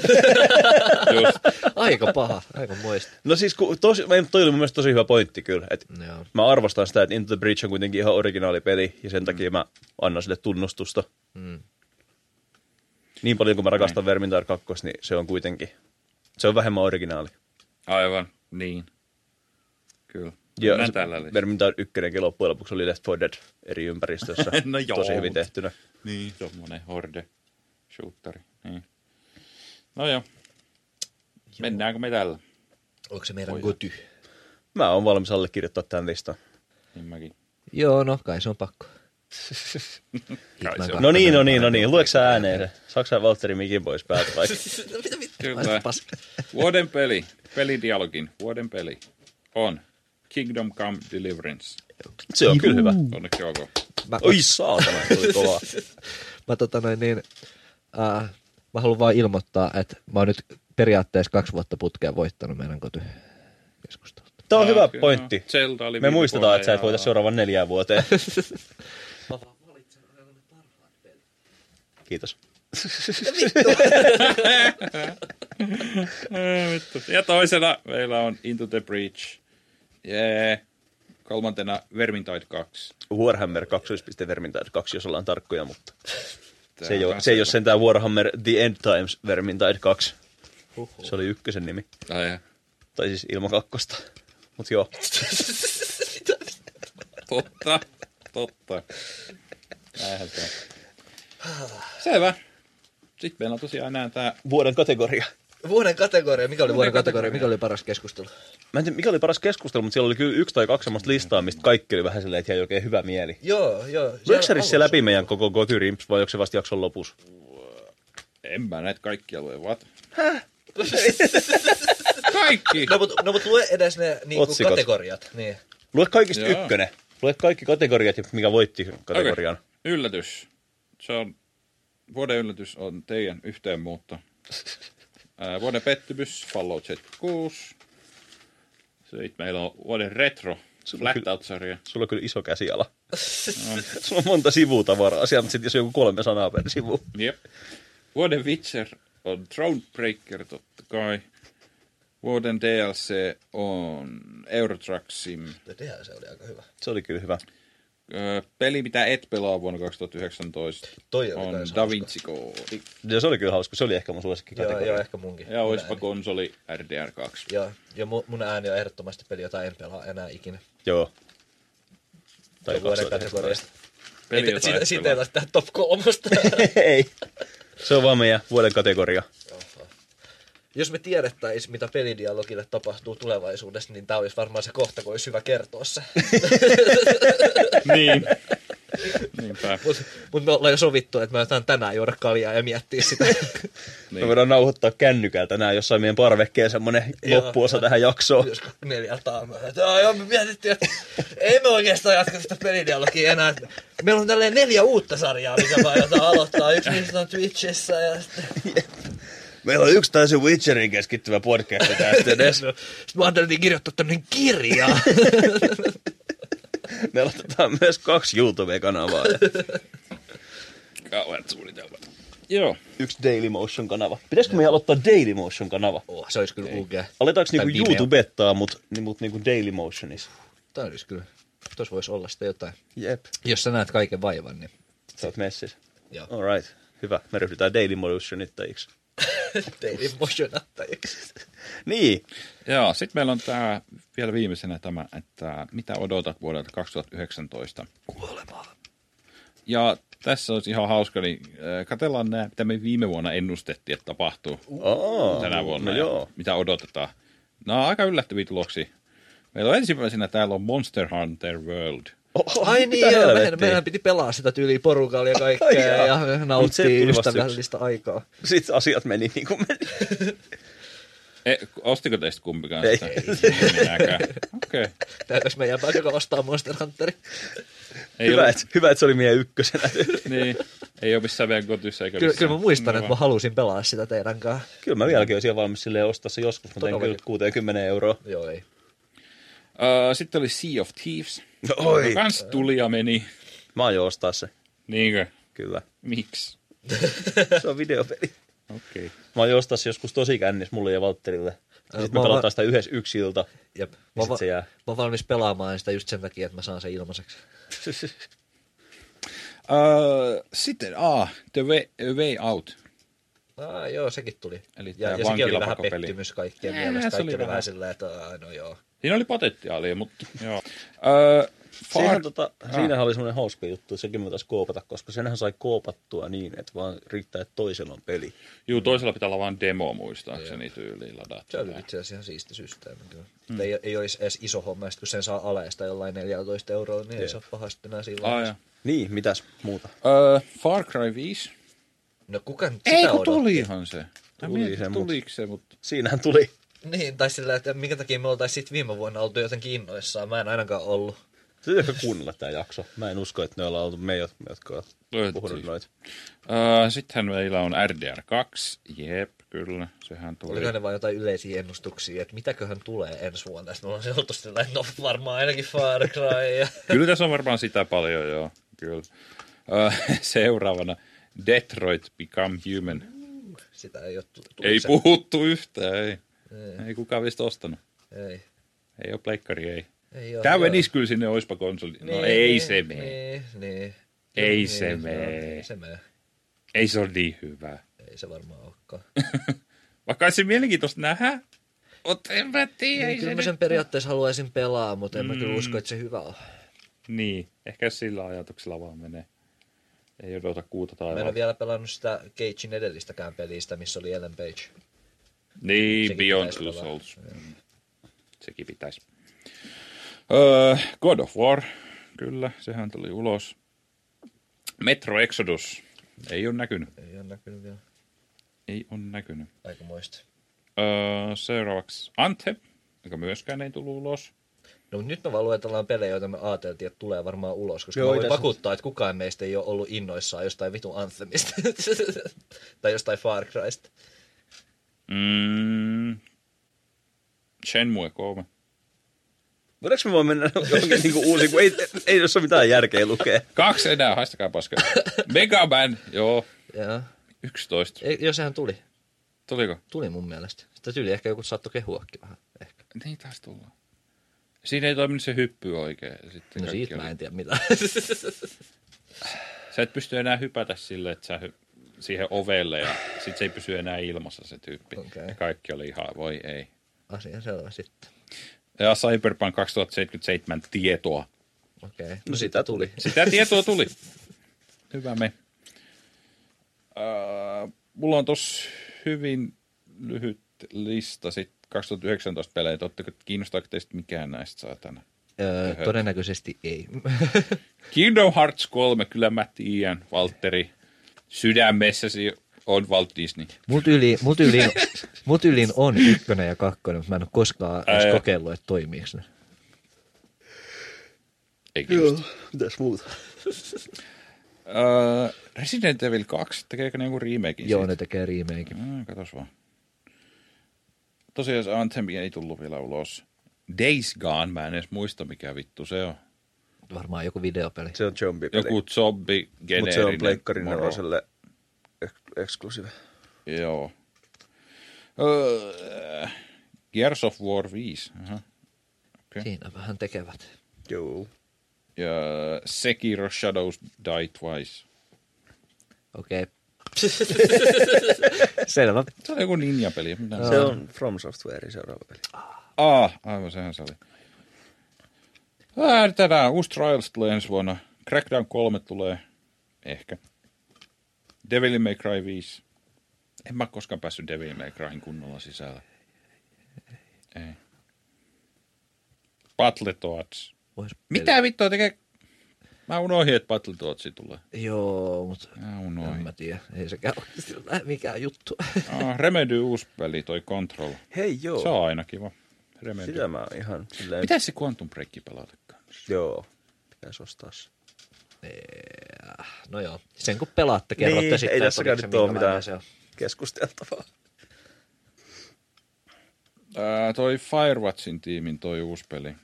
[SPEAKER 1] just.
[SPEAKER 2] Aika paha, aika moista.
[SPEAKER 3] no siis, kun, tosi, toi oli mun mielestä tosi hyvä pointti kyllä. Et
[SPEAKER 2] Joo.
[SPEAKER 3] mä arvostan sitä, että Into the Breach on kuitenkin ihan originaali peli, ja sen takia mä annan sille tunnustusta.
[SPEAKER 2] Mm.
[SPEAKER 3] Niin paljon kuin mä rakastan Vermintide 2, niin se on kuitenkin, se on vähemmän originaali.
[SPEAKER 1] Aivan, niin. Kyllä.
[SPEAKER 3] Ja
[SPEAKER 1] Mennään
[SPEAKER 3] se-
[SPEAKER 1] tällä listalla.
[SPEAKER 3] Vermintide 1 loppujen lopuksi oli Left 4 Dead eri ympäristössä.
[SPEAKER 1] No joo,
[SPEAKER 3] tosi hyvin
[SPEAKER 1] mutta-
[SPEAKER 3] tehtynä.
[SPEAKER 1] Niin, tommonen horde shooteri. Niin. No joo. Mennäänkö me tällä?
[SPEAKER 2] Onko se meidän goty?
[SPEAKER 3] Mä oon valmis allekirjoittaa tämän listan.
[SPEAKER 1] Niin mäkin.
[SPEAKER 2] Joo, no kai se on pakko.
[SPEAKER 1] Kai se on.
[SPEAKER 3] No niin, no niin, no niin. Lueksä ääneen se? Saatko sä Valtteri mikin pois päältä vai?
[SPEAKER 2] No.
[SPEAKER 1] Kyllä. Vuoden peli, pelidialogin, vuoden peli on Kingdom Come Deliverance.
[SPEAKER 3] Se on kyllä hyvä.
[SPEAKER 1] Onneksi olkoon.
[SPEAKER 2] Mä,
[SPEAKER 3] Oi saatana, tuli kovaa.
[SPEAKER 2] mä, tota noin, niin, äh, mä haluan vaan ilmoittaa, että mä oon nyt periaatteessa kaksi vuotta putkeen voittanut meidän kotikeskustelut.
[SPEAKER 3] Tää on
[SPEAKER 1] Joo,
[SPEAKER 3] No, hyvä
[SPEAKER 1] kyllä.
[SPEAKER 3] pointti.
[SPEAKER 1] Zelda oli
[SPEAKER 3] Me
[SPEAKER 1] viime vuonna
[SPEAKER 3] muistetaan, että sä et
[SPEAKER 1] ja-
[SPEAKER 3] voita seuraavan neljään vuoteen. Kiitos.
[SPEAKER 1] Ää, vittu. Ja toisena meillä on Into the Breach. Jee. Kolmantena Vermintide 2.
[SPEAKER 3] Warhammer 2.Vermintide 2, jos ollaan tarkkoja, mutta
[SPEAKER 1] Tää
[SPEAKER 3] se ei,
[SPEAKER 1] on
[SPEAKER 3] ole,
[SPEAKER 1] kans
[SPEAKER 3] se ei ole
[SPEAKER 1] hyvä.
[SPEAKER 3] sentään Warhammer The End Times Vermintide 2. Se oli ykkösen nimi.
[SPEAKER 1] Ai, jaa.
[SPEAKER 3] Tai siis ilman kakkosta. Mut joo.
[SPEAKER 1] Totta, totta. Näinhän se on. Selvä. Sitten meillä on tosiaan enää tämä
[SPEAKER 3] Vuoden kategoria.
[SPEAKER 2] Vuoden kategoria, mikä oli vuoden kategoria, mikä oli paras keskustelu?
[SPEAKER 3] Mä en tiedä, mikä oli paras keskustelu, mutta siellä oli kyllä yksi tai kaksi semmoista listaa, mistä kaikki oli vähän silleen, että jäi oikein hyvä mieli.
[SPEAKER 2] Joo, joo.
[SPEAKER 3] Lyökö se edes se läpi meidän koko Goty Rimps vai onko se vasta jakson lopussa?
[SPEAKER 1] En mä näitä kaikkia lue, what? Kaikki!
[SPEAKER 2] No mutta no, mut lue edes ne niinku,
[SPEAKER 3] Otsikot.
[SPEAKER 2] kategoriat. Niin.
[SPEAKER 3] Lue kaikista
[SPEAKER 1] Joo.
[SPEAKER 3] Joo. ykkönen. Lue kaikki kategoriat, ja mikä voitti kategorian.
[SPEAKER 1] Okei, Yllätys. Se on, vuoden yllätys on teidän yhteenmuutto. Ää, vuoden pettymys, Fallout 76. Sitten meillä on vuoden retro,
[SPEAKER 3] on
[SPEAKER 1] Flat
[SPEAKER 3] kyllä-
[SPEAKER 1] Out-sarja.
[SPEAKER 3] Sulla on kyllä iso käsiala. Sulla on monta sivutavaraa siellä, mutta sitten jos on joku kolme sanaa per sivu.
[SPEAKER 1] Jep. Vuoden Witcher on Thronebreaker totta kai. Vuoden DLC on Eurotruck Sim.
[SPEAKER 2] Tehdään se oli aika hyvä.
[SPEAKER 3] Se oli kyllä hyvä.
[SPEAKER 1] Öö, peli, mitä et pelaa vuonna 2019,
[SPEAKER 2] Toi oli
[SPEAKER 1] on
[SPEAKER 2] kans
[SPEAKER 1] Da
[SPEAKER 2] hauska.
[SPEAKER 1] Vinci Code.
[SPEAKER 3] Ja se oli kyllä hauska. Se oli ehkä mun suosikki
[SPEAKER 2] Joo,
[SPEAKER 3] kategoria.
[SPEAKER 2] joo, ehkä munkin.
[SPEAKER 1] Ja
[SPEAKER 2] Mun
[SPEAKER 1] oispa
[SPEAKER 2] ääni.
[SPEAKER 1] konsoli RDR2.
[SPEAKER 2] Joo, ja mun, mun ääni on ehdottomasti peli, jota en pelaa enää ikinä.
[SPEAKER 3] Joo. Tai
[SPEAKER 2] Tai vuoden
[SPEAKER 3] 2019.
[SPEAKER 2] kategoriasta.
[SPEAKER 1] Peli,
[SPEAKER 2] Ei,
[SPEAKER 1] jota
[SPEAKER 2] siitä,
[SPEAKER 1] et
[SPEAKER 2] siitä ei
[SPEAKER 1] pelaa.
[SPEAKER 2] ole tähän top kolmosta.
[SPEAKER 3] Ei. Se on vaan meidän vuoden kategoria.
[SPEAKER 2] Jos me tiedettäisiin, mitä pelidialogille tapahtuu tulevaisuudessa, niin tämä olisi varmaan se kohta, kun olisi hyvä kertoa se.
[SPEAKER 1] Niin. Niinpä.
[SPEAKER 2] Mutta mut me ollaan jo sovittu, että me otetaan tänään juoda kaljaa ja miettiä sitä.
[SPEAKER 3] Niin. Me voidaan nauhoittaa kännykältä tänään jossain meidän parvekkeen semmonen
[SPEAKER 2] Joo.
[SPEAKER 3] loppuosa tähän jaksoon.
[SPEAKER 2] Jos neljältä aamulla. että "Aa, Joo, me mietittiin, että ei me oikeastaan jatka sitä pelidialogia enää. Meillä on tälleen neljä uutta sarjaa, mitä mä aiotaan aloittaa. Yksi niistä on Twitchissä ja sitten
[SPEAKER 3] Meillä on yksi täysin Witcherin keskittyvä podcast tästä edes.
[SPEAKER 2] No, Sitten mä ajattelin kirjoittaa tämmönen kirja.
[SPEAKER 3] Me aloitetaan tota myös kaksi YouTube-kanavaa ja
[SPEAKER 1] Kauheat suunnitelmat. Joo.
[SPEAKER 3] yksi Daily Motion-kanava. Pitäisikö meidän aloittaa Daily Motion-kanava?
[SPEAKER 2] oh, se olisi kyllä UG.
[SPEAKER 3] Aletaanko
[SPEAKER 2] Tai
[SPEAKER 3] niinku
[SPEAKER 2] Vimeo.
[SPEAKER 3] YouTubettaa mut, ni- mut niinku Daily Motionissa?
[SPEAKER 2] Tää olisi kyllä. Tuossa voisi olla sitten jotain.
[SPEAKER 3] Jep.
[SPEAKER 2] Jos sä näet kaiken vaivan, niin...
[SPEAKER 3] Sä oot messissä.
[SPEAKER 2] Joo.
[SPEAKER 3] Alright. Hyvä. Me ryhdytään Daily Motionittajiksi.
[SPEAKER 2] Daily Motion attajiksi.
[SPEAKER 3] Niin.
[SPEAKER 1] Joo, sit meillä on tää vielä viimeisenä tämä, että mitä odotat vuodelta 2019?
[SPEAKER 5] Kuolemaa.
[SPEAKER 1] Ja tässä olisi ihan hauska, niin äh, katsellaan nämä, mitä me viime vuonna ennustettiin, että tapahtuu
[SPEAKER 3] Aa,
[SPEAKER 1] tänä vuonna
[SPEAKER 3] No
[SPEAKER 1] ja
[SPEAKER 3] joo.
[SPEAKER 1] mitä odotetaan. Nämä on aika yllättäviä tuloksia. Meillä on ensimmäisenä täällä on Monster Hunter World.
[SPEAKER 3] Oho,
[SPEAKER 2] Ai
[SPEAKER 3] mitä
[SPEAKER 2] niin, joo, meidän,
[SPEAKER 3] helvettiä?
[SPEAKER 2] meidän piti pelaa sitä tyyliä porukalla ja kaikkea
[SPEAKER 3] Ai jaa.
[SPEAKER 2] ja
[SPEAKER 3] Mut se
[SPEAKER 2] nauttia
[SPEAKER 3] tuli vasta
[SPEAKER 2] ystävällistä aikaa.
[SPEAKER 3] Sitten asiat meni niin kuin meni.
[SPEAKER 1] E, ostiko teistä kumpikaan
[SPEAKER 3] Ei.
[SPEAKER 1] sitä? Minäkään. Okei. Okay.
[SPEAKER 2] Täytäis meidän päin, joka ostaa Monster Hunterin.
[SPEAKER 1] Ei,
[SPEAKER 3] Hyvä,
[SPEAKER 1] ole,
[SPEAKER 3] että, hyvä, että se oli meidän ykkösenä.
[SPEAKER 1] niin, ei ole missään vielä kotyssä eikä
[SPEAKER 2] Kyllä,
[SPEAKER 1] missään. Mm,
[SPEAKER 2] kyllä mä muistan, että mä
[SPEAKER 1] vaan-
[SPEAKER 2] halusin pelaa sitä teidän kanssa.
[SPEAKER 3] kyllä mä vieläkin olisin valmis silleen ostaa se joskus, mutta en
[SPEAKER 2] Todellakin.
[SPEAKER 3] kyllä 60 euroa.
[SPEAKER 2] Joo, ei.
[SPEAKER 1] Ö, Sitten oli Sea of Thieves.
[SPEAKER 3] No, oi.
[SPEAKER 1] Joka kans tuli ja meni.
[SPEAKER 3] Mä aion ostaa se,
[SPEAKER 1] Niinkö?
[SPEAKER 3] kyllä.
[SPEAKER 1] Miksi?
[SPEAKER 3] Se on videopeli.
[SPEAKER 1] Okei. Okay.
[SPEAKER 3] Mä aion ostaa se joskus tosi kännis mulle ja Valtterille. Sitten me
[SPEAKER 2] Äh, mä-
[SPEAKER 3] pelataan sitä yhdessä yksi ilta.
[SPEAKER 2] Jep. Mä,
[SPEAKER 3] Ja
[SPEAKER 2] oon va-
[SPEAKER 3] sit se jää.
[SPEAKER 2] mä oon valmis pelaamaan sitä just sen takia, että mä saan sen ilmaiseksi.
[SPEAKER 1] Uh, sitten A, The way, A way Out.
[SPEAKER 2] Ah, joo, sekin tuli.
[SPEAKER 1] Eli
[SPEAKER 2] ja,
[SPEAKER 1] tää
[SPEAKER 2] ja sekin oli vähän
[SPEAKER 1] vankilapakopeli.
[SPEAKER 2] pettymys kaikkien
[SPEAKER 1] Äh,
[SPEAKER 2] mielestä.
[SPEAKER 1] se oli
[SPEAKER 2] Kaikki oli
[SPEAKER 1] vähän-
[SPEAKER 2] vähän silleen, että ah, no joo.
[SPEAKER 1] Siinä oli potentiaalia, mutta joo. Uh,
[SPEAKER 3] Siinähän,
[SPEAKER 1] far...
[SPEAKER 3] tota, siinähän oli semmoinen hauska juttu, sekin me taas koopata, koska senhän sai koopattua niin, että vaan riittää, että toisella on peli.
[SPEAKER 1] Juu, toisella pitää olla vain demo muistaakseni tyyliin
[SPEAKER 2] Se oli
[SPEAKER 1] ladattuna.
[SPEAKER 2] itse asiassa ihan siisti systeemi. Kyllä. Mm. Ei, ei olisi edes iso homma, ja sit kun sen saa aleesta jollain 14 euroa, niin ei
[SPEAKER 3] Jep.
[SPEAKER 2] se ole pahasti enää siinä
[SPEAKER 1] Ah,
[SPEAKER 2] vaiheessa.
[SPEAKER 1] ja.
[SPEAKER 3] Niin, mitäs muuta?
[SPEAKER 1] uh, Far Cry 5.
[SPEAKER 2] No kuka nyt
[SPEAKER 1] Ei,
[SPEAKER 2] sitä
[SPEAKER 1] kun
[SPEAKER 2] odotti?
[SPEAKER 1] tulihan se. Mä
[SPEAKER 3] Tuli
[SPEAKER 1] mietin,
[SPEAKER 3] se, mut-
[SPEAKER 1] tuliko se, mutta...
[SPEAKER 3] Siinähän tuli.
[SPEAKER 2] Niin, tai sillä, että minkä takia me oltaisiin sit viime vuonna oltu jotenkin innoissaan. Mä en ainakaan ollut.
[SPEAKER 3] Täytyykö kuunnella tämä jakso? Mä en usko, että ne ollaan oltu me, jotka ovat
[SPEAKER 1] Löytyy.
[SPEAKER 3] puhunut noita.
[SPEAKER 1] Uh, sittenhän meillä on RDR2. Jep, kyllä, sehän tuli.
[SPEAKER 2] Oliko ne vaan jotain yleisiä ennustuksia, että mitäköhän tulee ensi vuonna? Sitten me ollaan oltu sillä, että no varmaan ainakin Far Cry. Ja...
[SPEAKER 1] Kyllä tässä on varmaan sitä paljon, joo. Kyllä. Ö, seuraavana Detroit Become Human.
[SPEAKER 2] Sitä ei ole tullut.
[SPEAKER 1] Ei puhuttu yhtään, ei. Ei kukaan vist ostanut.
[SPEAKER 2] Ei.
[SPEAKER 1] Ei ole pleikkari, ei.
[SPEAKER 2] Ei oo,
[SPEAKER 1] Tämä
[SPEAKER 2] joo.
[SPEAKER 1] menisi kyllä sinne oispa konsoli. No ei se mene.
[SPEAKER 2] Niin, niin.
[SPEAKER 1] Ei
[SPEAKER 2] Niin,
[SPEAKER 1] se
[SPEAKER 2] joo,
[SPEAKER 1] mene.
[SPEAKER 2] Ei se mene.
[SPEAKER 1] Ei se ole niin hyvä.
[SPEAKER 2] Ei se varmaan olekaan.
[SPEAKER 1] Vaikka olisi mielenkiintoista nähdä. Mutta en mä tiedä.
[SPEAKER 2] Niin,
[SPEAKER 1] Ei
[SPEAKER 2] kyllä
[SPEAKER 1] se
[SPEAKER 2] mä
[SPEAKER 1] nyt...
[SPEAKER 2] sen periaatteessa haluaisin pelaa, mutta en mä kyllä usko, että se hyvä on.
[SPEAKER 1] Niin, ehkä sillä ajatuksella vaan menee. Ei odota kuuta
[SPEAKER 2] Mä en ole
[SPEAKER 1] taivaalta.
[SPEAKER 2] vielä pelannut sitä Cagein edellistäkään pelistä, missä oli Ellen Page.
[SPEAKER 1] Niin,
[SPEAKER 2] Sekin
[SPEAKER 1] Beyond
[SPEAKER 2] pitäisi
[SPEAKER 1] Two
[SPEAKER 2] pelata.
[SPEAKER 1] Souls. Sekin pitäisi. Öö, God of War, kyllä, sehän tuli ulos. Metro Exodus, ei ole näkynyt.
[SPEAKER 2] Ei ole näkynyt vielä.
[SPEAKER 1] Ei on näkynyt.
[SPEAKER 2] Aika moista.
[SPEAKER 1] Öö, seuraavaksi Ante, joka myöskään ei tullut ulos.
[SPEAKER 2] No mut nyt me vaan luetellaan pelejä, joita me ajateltiin, että tulee varmaan ulos, koska
[SPEAKER 3] Joo,
[SPEAKER 2] Joo, mä
[SPEAKER 3] ei
[SPEAKER 2] voin
[SPEAKER 3] tässä-
[SPEAKER 2] vakuuttaa, että kukaan meistä ei ole ollut innoissaan jostain vitun Anthemista tai jostain Far Crysta.
[SPEAKER 1] Mm, Shenmue 3.
[SPEAKER 3] Voidaanko me vaan mennä johonkin niinku uusiin, kun ei, ei tässä ole mitään järkeä lukea.
[SPEAKER 1] Kaksi enää, haistakaa paskaa. Mega Man, joo,
[SPEAKER 2] Joo.
[SPEAKER 1] 11.
[SPEAKER 2] Ei, joo, sehän tuli.
[SPEAKER 1] Tuliko?
[SPEAKER 2] Tuli mun mielestä. Sitä tyyli ehkä joku saattoi kehuakin vähän. No Ehkä.
[SPEAKER 1] Niin taas tullaan. Siinä ei toiminut se hyppy oikein. ja Sitten
[SPEAKER 2] No
[SPEAKER 1] kaikki
[SPEAKER 2] siitä
[SPEAKER 1] oli-
[SPEAKER 2] mä en tiedä mitä.
[SPEAKER 1] Sä et pysty enää hypätä sille, että sä hy- siihen ovelle ja sit se ei pysy enää ilmassa se tyyppi.
[SPEAKER 2] Okei.
[SPEAKER 1] Ja kaikki oli ihan, voi ei.
[SPEAKER 2] Asia selvä sitten.
[SPEAKER 1] Ja Cyberpunk 2077 tietoa.
[SPEAKER 2] Okei. Okay.
[SPEAKER 3] No sitä tuli.
[SPEAKER 1] Sitä tietoa tuli. Hyvä me. Äh, mulla on tossa hyvin lyhyt lista sit 2019 pelejä. Oletteko kiinnostaako teistä mikään näistä saatana?
[SPEAKER 2] Öö, todennäköisesti ei.
[SPEAKER 1] Kingdom Hearts 3, kyllä mä tiedän, Valtteri. Sydämessäsi on Walt Disney.
[SPEAKER 2] Mut yli, mut yli, mut yliin on ykkönen ja kakkonen, mutta mä en ole koskaan edes
[SPEAKER 1] Ää.
[SPEAKER 2] kokeillut, että toimiiko ne.
[SPEAKER 1] Ei kiinnosta.
[SPEAKER 3] Mitäs muuta?
[SPEAKER 1] Öö, Resident Evil 2, tekeekö ne joku remakein
[SPEAKER 2] Joo,
[SPEAKER 1] siitä?
[SPEAKER 2] ne tekee remakein.
[SPEAKER 1] Mm, katos vaan. Tosiaan se Anthem ei tullut vielä ulos. Days Gone, mä en edes muista mikä vittu se on.
[SPEAKER 2] Varmaan joku videopeli.
[SPEAKER 3] Se on zombie
[SPEAKER 1] Joku zombi,
[SPEAKER 3] Mutta se on
[SPEAKER 1] geneerinen
[SPEAKER 3] pleikkarin
[SPEAKER 1] moro.
[SPEAKER 3] neloselle ek- exclusive.
[SPEAKER 1] Joo. Öö, Gears of War 5. Aha.
[SPEAKER 2] Siinä vähän tekevät.
[SPEAKER 3] Joo.
[SPEAKER 1] Ja Sekiro Shadows Die Twice.
[SPEAKER 2] Okei. Okay. Selvä.
[SPEAKER 1] Se on joku ninja-peli. Mitä
[SPEAKER 3] Se on From Softwarein seuraava peli.
[SPEAKER 1] Ah, aivan sehän se oli. Ää, tänään uusi Trials tulee ensi vuonna. Crackdown 3 tulee. Ehkä. Devil May Cry 5. En mä koskaan päässyt Devil May Cryin kunnolla sisällä. Ei. Battletoads.
[SPEAKER 2] Vois
[SPEAKER 1] Mitä vittua tekee? Mä unohdin, että Battletoadsi tulee.
[SPEAKER 2] Joo, mutta
[SPEAKER 1] Mä
[SPEAKER 2] en
[SPEAKER 1] unohdin.
[SPEAKER 2] mä tiedä. Ei sekään oikeasti ole mikään juttu.
[SPEAKER 1] Ah, Remedy uusi peli, toi Control.
[SPEAKER 3] Hei joo.
[SPEAKER 1] Se on aina kiva. Remedy.
[SPEAKER 3] Sitä mä ihan silleen...
[SPEAKER 1] Pitäis se Quantum Break pelata kanssa?
[SPEAKER 3] Joo. Pitäis ostaa se.
[SPEAKER 2] No joo, sen kun pelaatte, kerrotte
[SPEAKER 3] Niin,
[SPEAKER 2] sitten.
[SPEAKER 3] ei
[SPEAKER 2] että
[SPEAKER 3] tässäkään
[SPEAKER 2] oliko se
[SPEAKER 3] nyt oo
[SPEAKER 2] minkälainen
[SPEAKER 3] mitään.
[SPEAKER 2] Se on.
[SPEAKER 3] Keskusteltavaa.
[SPEAKER 1] Ää, toi Firewatchin tiimin toi uusi peli.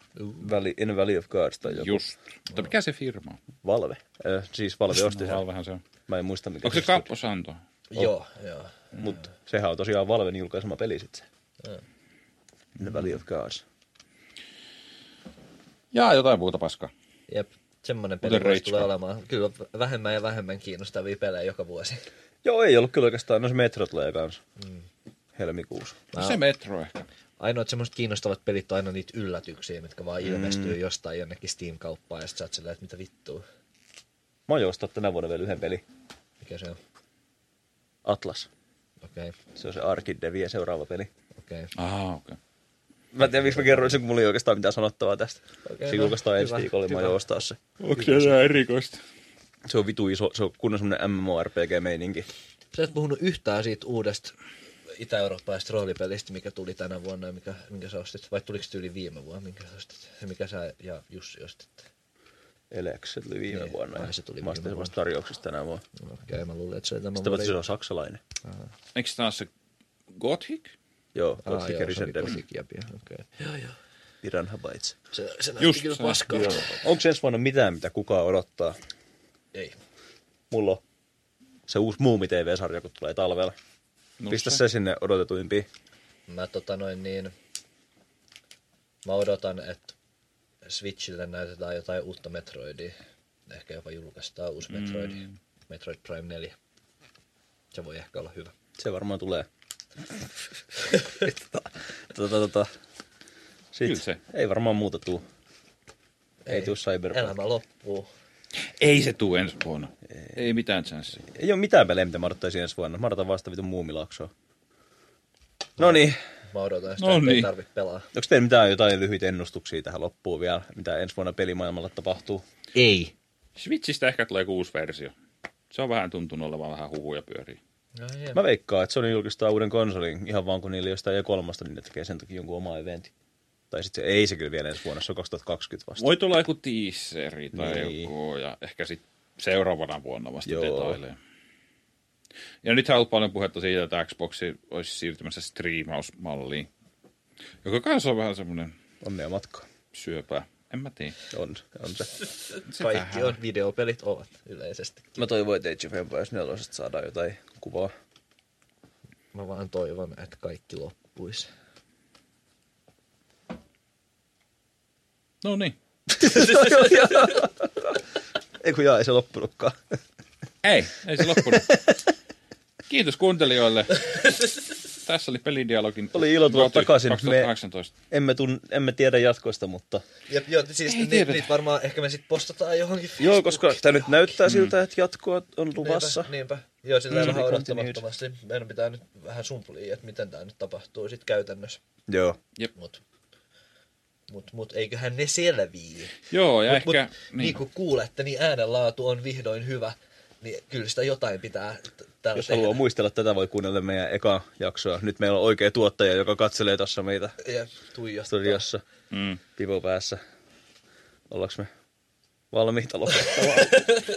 [SPEAKER 3] Väli, in Mm. Valley of Gods tai joku.
[SPEAKER 1] Just. Mutta mikä se firma on?
[SPEAKER 3] Valve. Äh, siis Valve osti sen.
[SPEAKER 1] No, vähän se on.
[SPEAKER 3] Mä en muista mikä
[SPEAKER 1] Onko se Campo Santo?
[SPEAKER 2] Joo, joo.
[SPEAKER 3] Mutta sehän on tosiaan Valven julkaisema peli sit se. In the Valley of Gods.
[SPEAKER 1] Jaa, jotain muuta paskaa.
[SPEAKER 2] Jep, semmoinen
[SPEAKER 1] Kuten
[SPEAKER 2] peli vois
[SPEAKER 1] Rage
[SPEAKER 2] tulee
[SPEAKER 1] Card.
[SPEAKER 2] olemaan. Kyllä vähemmän ja vähemmän kiinnostavia pelejä joka vuosi.
[SPEAKER 3] Joo, ei ollut kyllä oikeastaan. No se Metro tulee kans. Helmikuussa.
[SPEAKER 1] No, se Metro ehkä.
[SPEAKER 2] Ainoat semmoiset kiinnostavat pelit on aina niitä yllätyksiä, mitkä vaan ilmestyy jostain jonnekin Steam-kauppaan ja sit sä oot silleen, että mitä vittua,
[SPEAKER 3] Mä oon ostaa tänä vuonna vielä yhden peli.
[SPEAKER 2] mikä se on.
[SPEAKER 3] Atlas.
[SPEAKER 2] Okei, okay,
[SPEAKER 3] Se on se Arkid Devien seuraava peli.
[SPEAKER 2] okei. Okay.
[SPEAKER 1] Ah, okei. Okay.
[SPEAKER 3] Mä en tiedä, miksi mä kerroin sen, kun mulla ei oikeastaan mitään sanottavaa tästä.
[SPEAKER 2] Okei,
[SPEAKER 3] Okay, se
[SPEAKER 2] no,
[SPEAKER 3] julkaistaan ensi
[SPEAKER 2] hyvä,
[SPEAKER 3] viikolla, mä
[SPEAKER 2] hyvä.
[SPEAKER 3] aion ostaa se.
[SPEAKER 4] Onko se enää erikoista?
[SPEAKER 3] Se on vitu iso, se on kunnon semmonen MMORPG-meininki.
[SPEAKER 2] Sä et puhunut yhtään siitä uudesta itä-eurooppalaisesta roolipelistä, mikä tuli tänä vuonna ja mikä, minkä sä ostit. Vai tuliko tyyli viime vuonna, minkä sä ostit? Se, mikä sä ja Jussi ostitte.
[SPEAKER 3] Eleks, se tuli viime
[SPEAKER 2] Niin,
[SPEAKER 3] vuonna.
[SPEAKER 2] ai
[SPEAKER 3] ja
[SPEAKER 2] se tuli
[SPEAKER 3] mä ostin
[SPEAKER 2] viime
[SPEAKER 3] sen vasta tarjouksesta tänä vuonna.
[SPEAKER 2] No, Okei, okay, mä luulen, että se oli tämä
[SPEAKER 3] Sitten paitsi se on saksalainen.
[SPEAKER 1] Eikö taas se Gothic?
[SPEAKER 3] Joo,
[SPEAKER 2] Ah,
[SPEAKER 3] Gothic
[SPEAKER 2] joo, se
[SPEAKER 3] Resident
[SPEAKER 2] oli
[SPEAKER 3] Evil,
[SPEAKER 2] Gothic, jep, jep, okei. Joo, joo.
[SPEAKER 3] Piranha Bytes.
[SPEAKER 2] Se, se näytti
[SPEAKER 1] Just
[SPEAKER 2] kyllä
[SPEAKER 1] se,
[SPEAKER 2] paskalta.
[SPEAKER 3] Onko ensi vuonna mitään, mitä kukaan odottaa?
[SPEAKER 2] Ei.
[SPEAKER 3] Mulla on se uusi Muumi TV-sarja, kun tulee talvella.
[SPEAKER 1] No
[SPEAKER 3] Pistä
[SPEAKER 1] se.
[SPEAKER 3] se sinne odotetuimpiin.
[SPEAKER 2] Mä tota noin niin, mä odotan, että Switchille näytetään jotain uutta Metroidia. Ehkä jopa julkaistaan uusi Metroid. Metroid Prime 4. Se voi ehkä olla hyvä.
[SPEAKER 3] Se varmaan tulee. tota, tota, tota.
[SPEAKER 1] Kyllä
[SPEAKER 3] Sit.
[SPEAKER 1] se.
[SPEAKER 3] Ei varmaan muuta tuu. Ei, tuu Cyberpunk.
[SPEAKER 2] Elämä loppuu.
[SPEAKER 1] Ei se tuu ensi vuonna. Ei, Ei mitään chanssiä.
[SPEAKER 3] Ei ole mitään pelejä, mitä mä odottaisin ensi vuonna. Mä odotan vasta vitun muumilaksoa. No niin.
[SPEAKER 2] Mä odotan sitä,
[SPEAKER 1] No
[SPEAKER 2] no niin. ei
[SPEAKER 1] niin.
[SPEAKER 2] tarvitse pelaa.
[SPEAKER 3] Onko teillä mitään jotain lyhyitä ennustuksia tähän loppuun vielä, mitä ensi vuonna pelimaailmalla tapahtuu?
[SPEAKER 5] Ei.
[SPEAKER 1] Switchistä ehkä tulee joku uusi versio. Se on vähän tuntunut olevan vähän huhuja pyörii.
[SPEAKER 2] No, jep.
[SPEAKER 3] Mä veikkaan, että Sony julkistaa uuden konsolin ihan vaan kun niillä jostain ja kolmasta, niin ne tekee sen takia jonkun oma eventin. Tai sitten se ei se kyllä vielä ensi vuonna, se on 2020 vasta.
[SPEAKER 1] Voi tulla joku teaseri tai
[SPEAKER 3] Niin.
[SPEAKER 1] niin. joku, ja ehkä sitten seuraavana vuonna vasta
[SPEAKER 3] Joo.
[SPEAKER 1] Joo. detaileja. Ja nyt on ollut paljon puhetta siitä, että Xbox olisi siirtymässä striimausmalliin, joka kanssa on vähän semmoinen
[SPEAKER 3] Onnea matkaa.
[SPEAKER 1] syöpää. En mä tiedä.
[SPEAKER 3] On, on se.
[SPEAKER 2] Kaikki on, videopelit ovat yleisesti.
[SPEAKER 3] Mä toivon, että Age of Empires 4 saadaan jotain kuvaa.
[SPEAKER 2] Mä vaan toivon, että kaikki loppuisi.
[SPEAKER 1] No niin.
[SPEAKER 3] ei kun jaa, ei se loppunutkaan.
[SPEAKER 1] Ei, ei se loppunut. Kiitos kuuntelijoille. Tässä oli pelidialogin.
[SPEAKER 3] Oli ilo tulla
[SPEAKER 1] vuosi
[SPEAKER 3] takaisin. Me-
[SPEAKER 1] 2018.
[SPEAKER 3] Emme, tun, emme tiedä jatkoista, mutta...
[SPEAKER 2] Jep, joo, siis
[SPEAKER 1] Ei
[SPEAKER 2] niitä
[SPEAKER 1] tiedetä.
[SPEAKER 2] niit varmaan ehkä me sitten postataan johonkin
[SPEAKER 3] Joo, koska
[SPEAKER 2] Facebookiin.
[SPEAKER 3] tämä nyt näyttää siltä, että jatkoa on luvassa.
[SPEAKER 2] Niinpä, niinpä. Joo, sillä mm, vähän
[SPEAKER 3] Niin,
[SPEAKER 2] odottamattomasti. Meidän pitää nyt vähän sumplia, että miten tämä nyt tapahtuu sitten käytännössä.
[SPEAKER 3] Joo.
[SPEAKER 2] Mut, mut, mut eiköhän ne selvii.
[SPEAKER 1] Joo, ja
[SPEAKER 2] mut,
[SPEAKER 1] ehkä...
[SPEAKER 2] mut, niin. niin kuin kuulette, niin äänenlaatu on vihdoin hyvä. Niin kyllä sitä jotain pitää t- täällä
[SPEAKER 3] Jos
[SPEAKER 2] tehdä.
[SPEAKER 3] haluaa muistella tätä, voi kuunnella meidän eka jaksoa. Nyt meillä on oikea tuottaja, joka katselee tuossa meitä
[SPEAKER 2] Ja tuijottaa.
[SPEAKER 3] studiossa
[SPEAKER 1] Mm.
[SPEAKER 3] pipo päässä. Ollaanko me valmiita lopettamaan?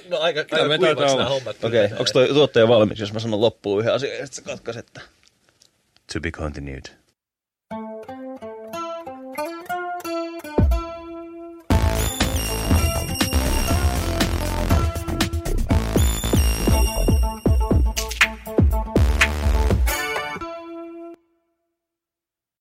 [SPEAKER 2] No aika,
[SPEAKER 1] Kyllä
[SPEAKER 2] aika
[SPEAKER 1] me
[SPEAKER 2] kuivaksi
[SPEAKER 1] taitaa
[SPEAKER 2] nämä
[SPEAKER 1] olla.
[SPEAKER 2] hommat.
[SPEAKER 3] Okei,
[SPEAKER 2] kyllä
[SPEAKER 3] okay, onko tuo tuottaja valmis, jos mä sanon loppuun yhden asian ja sit sä katkaset tää? To be continued.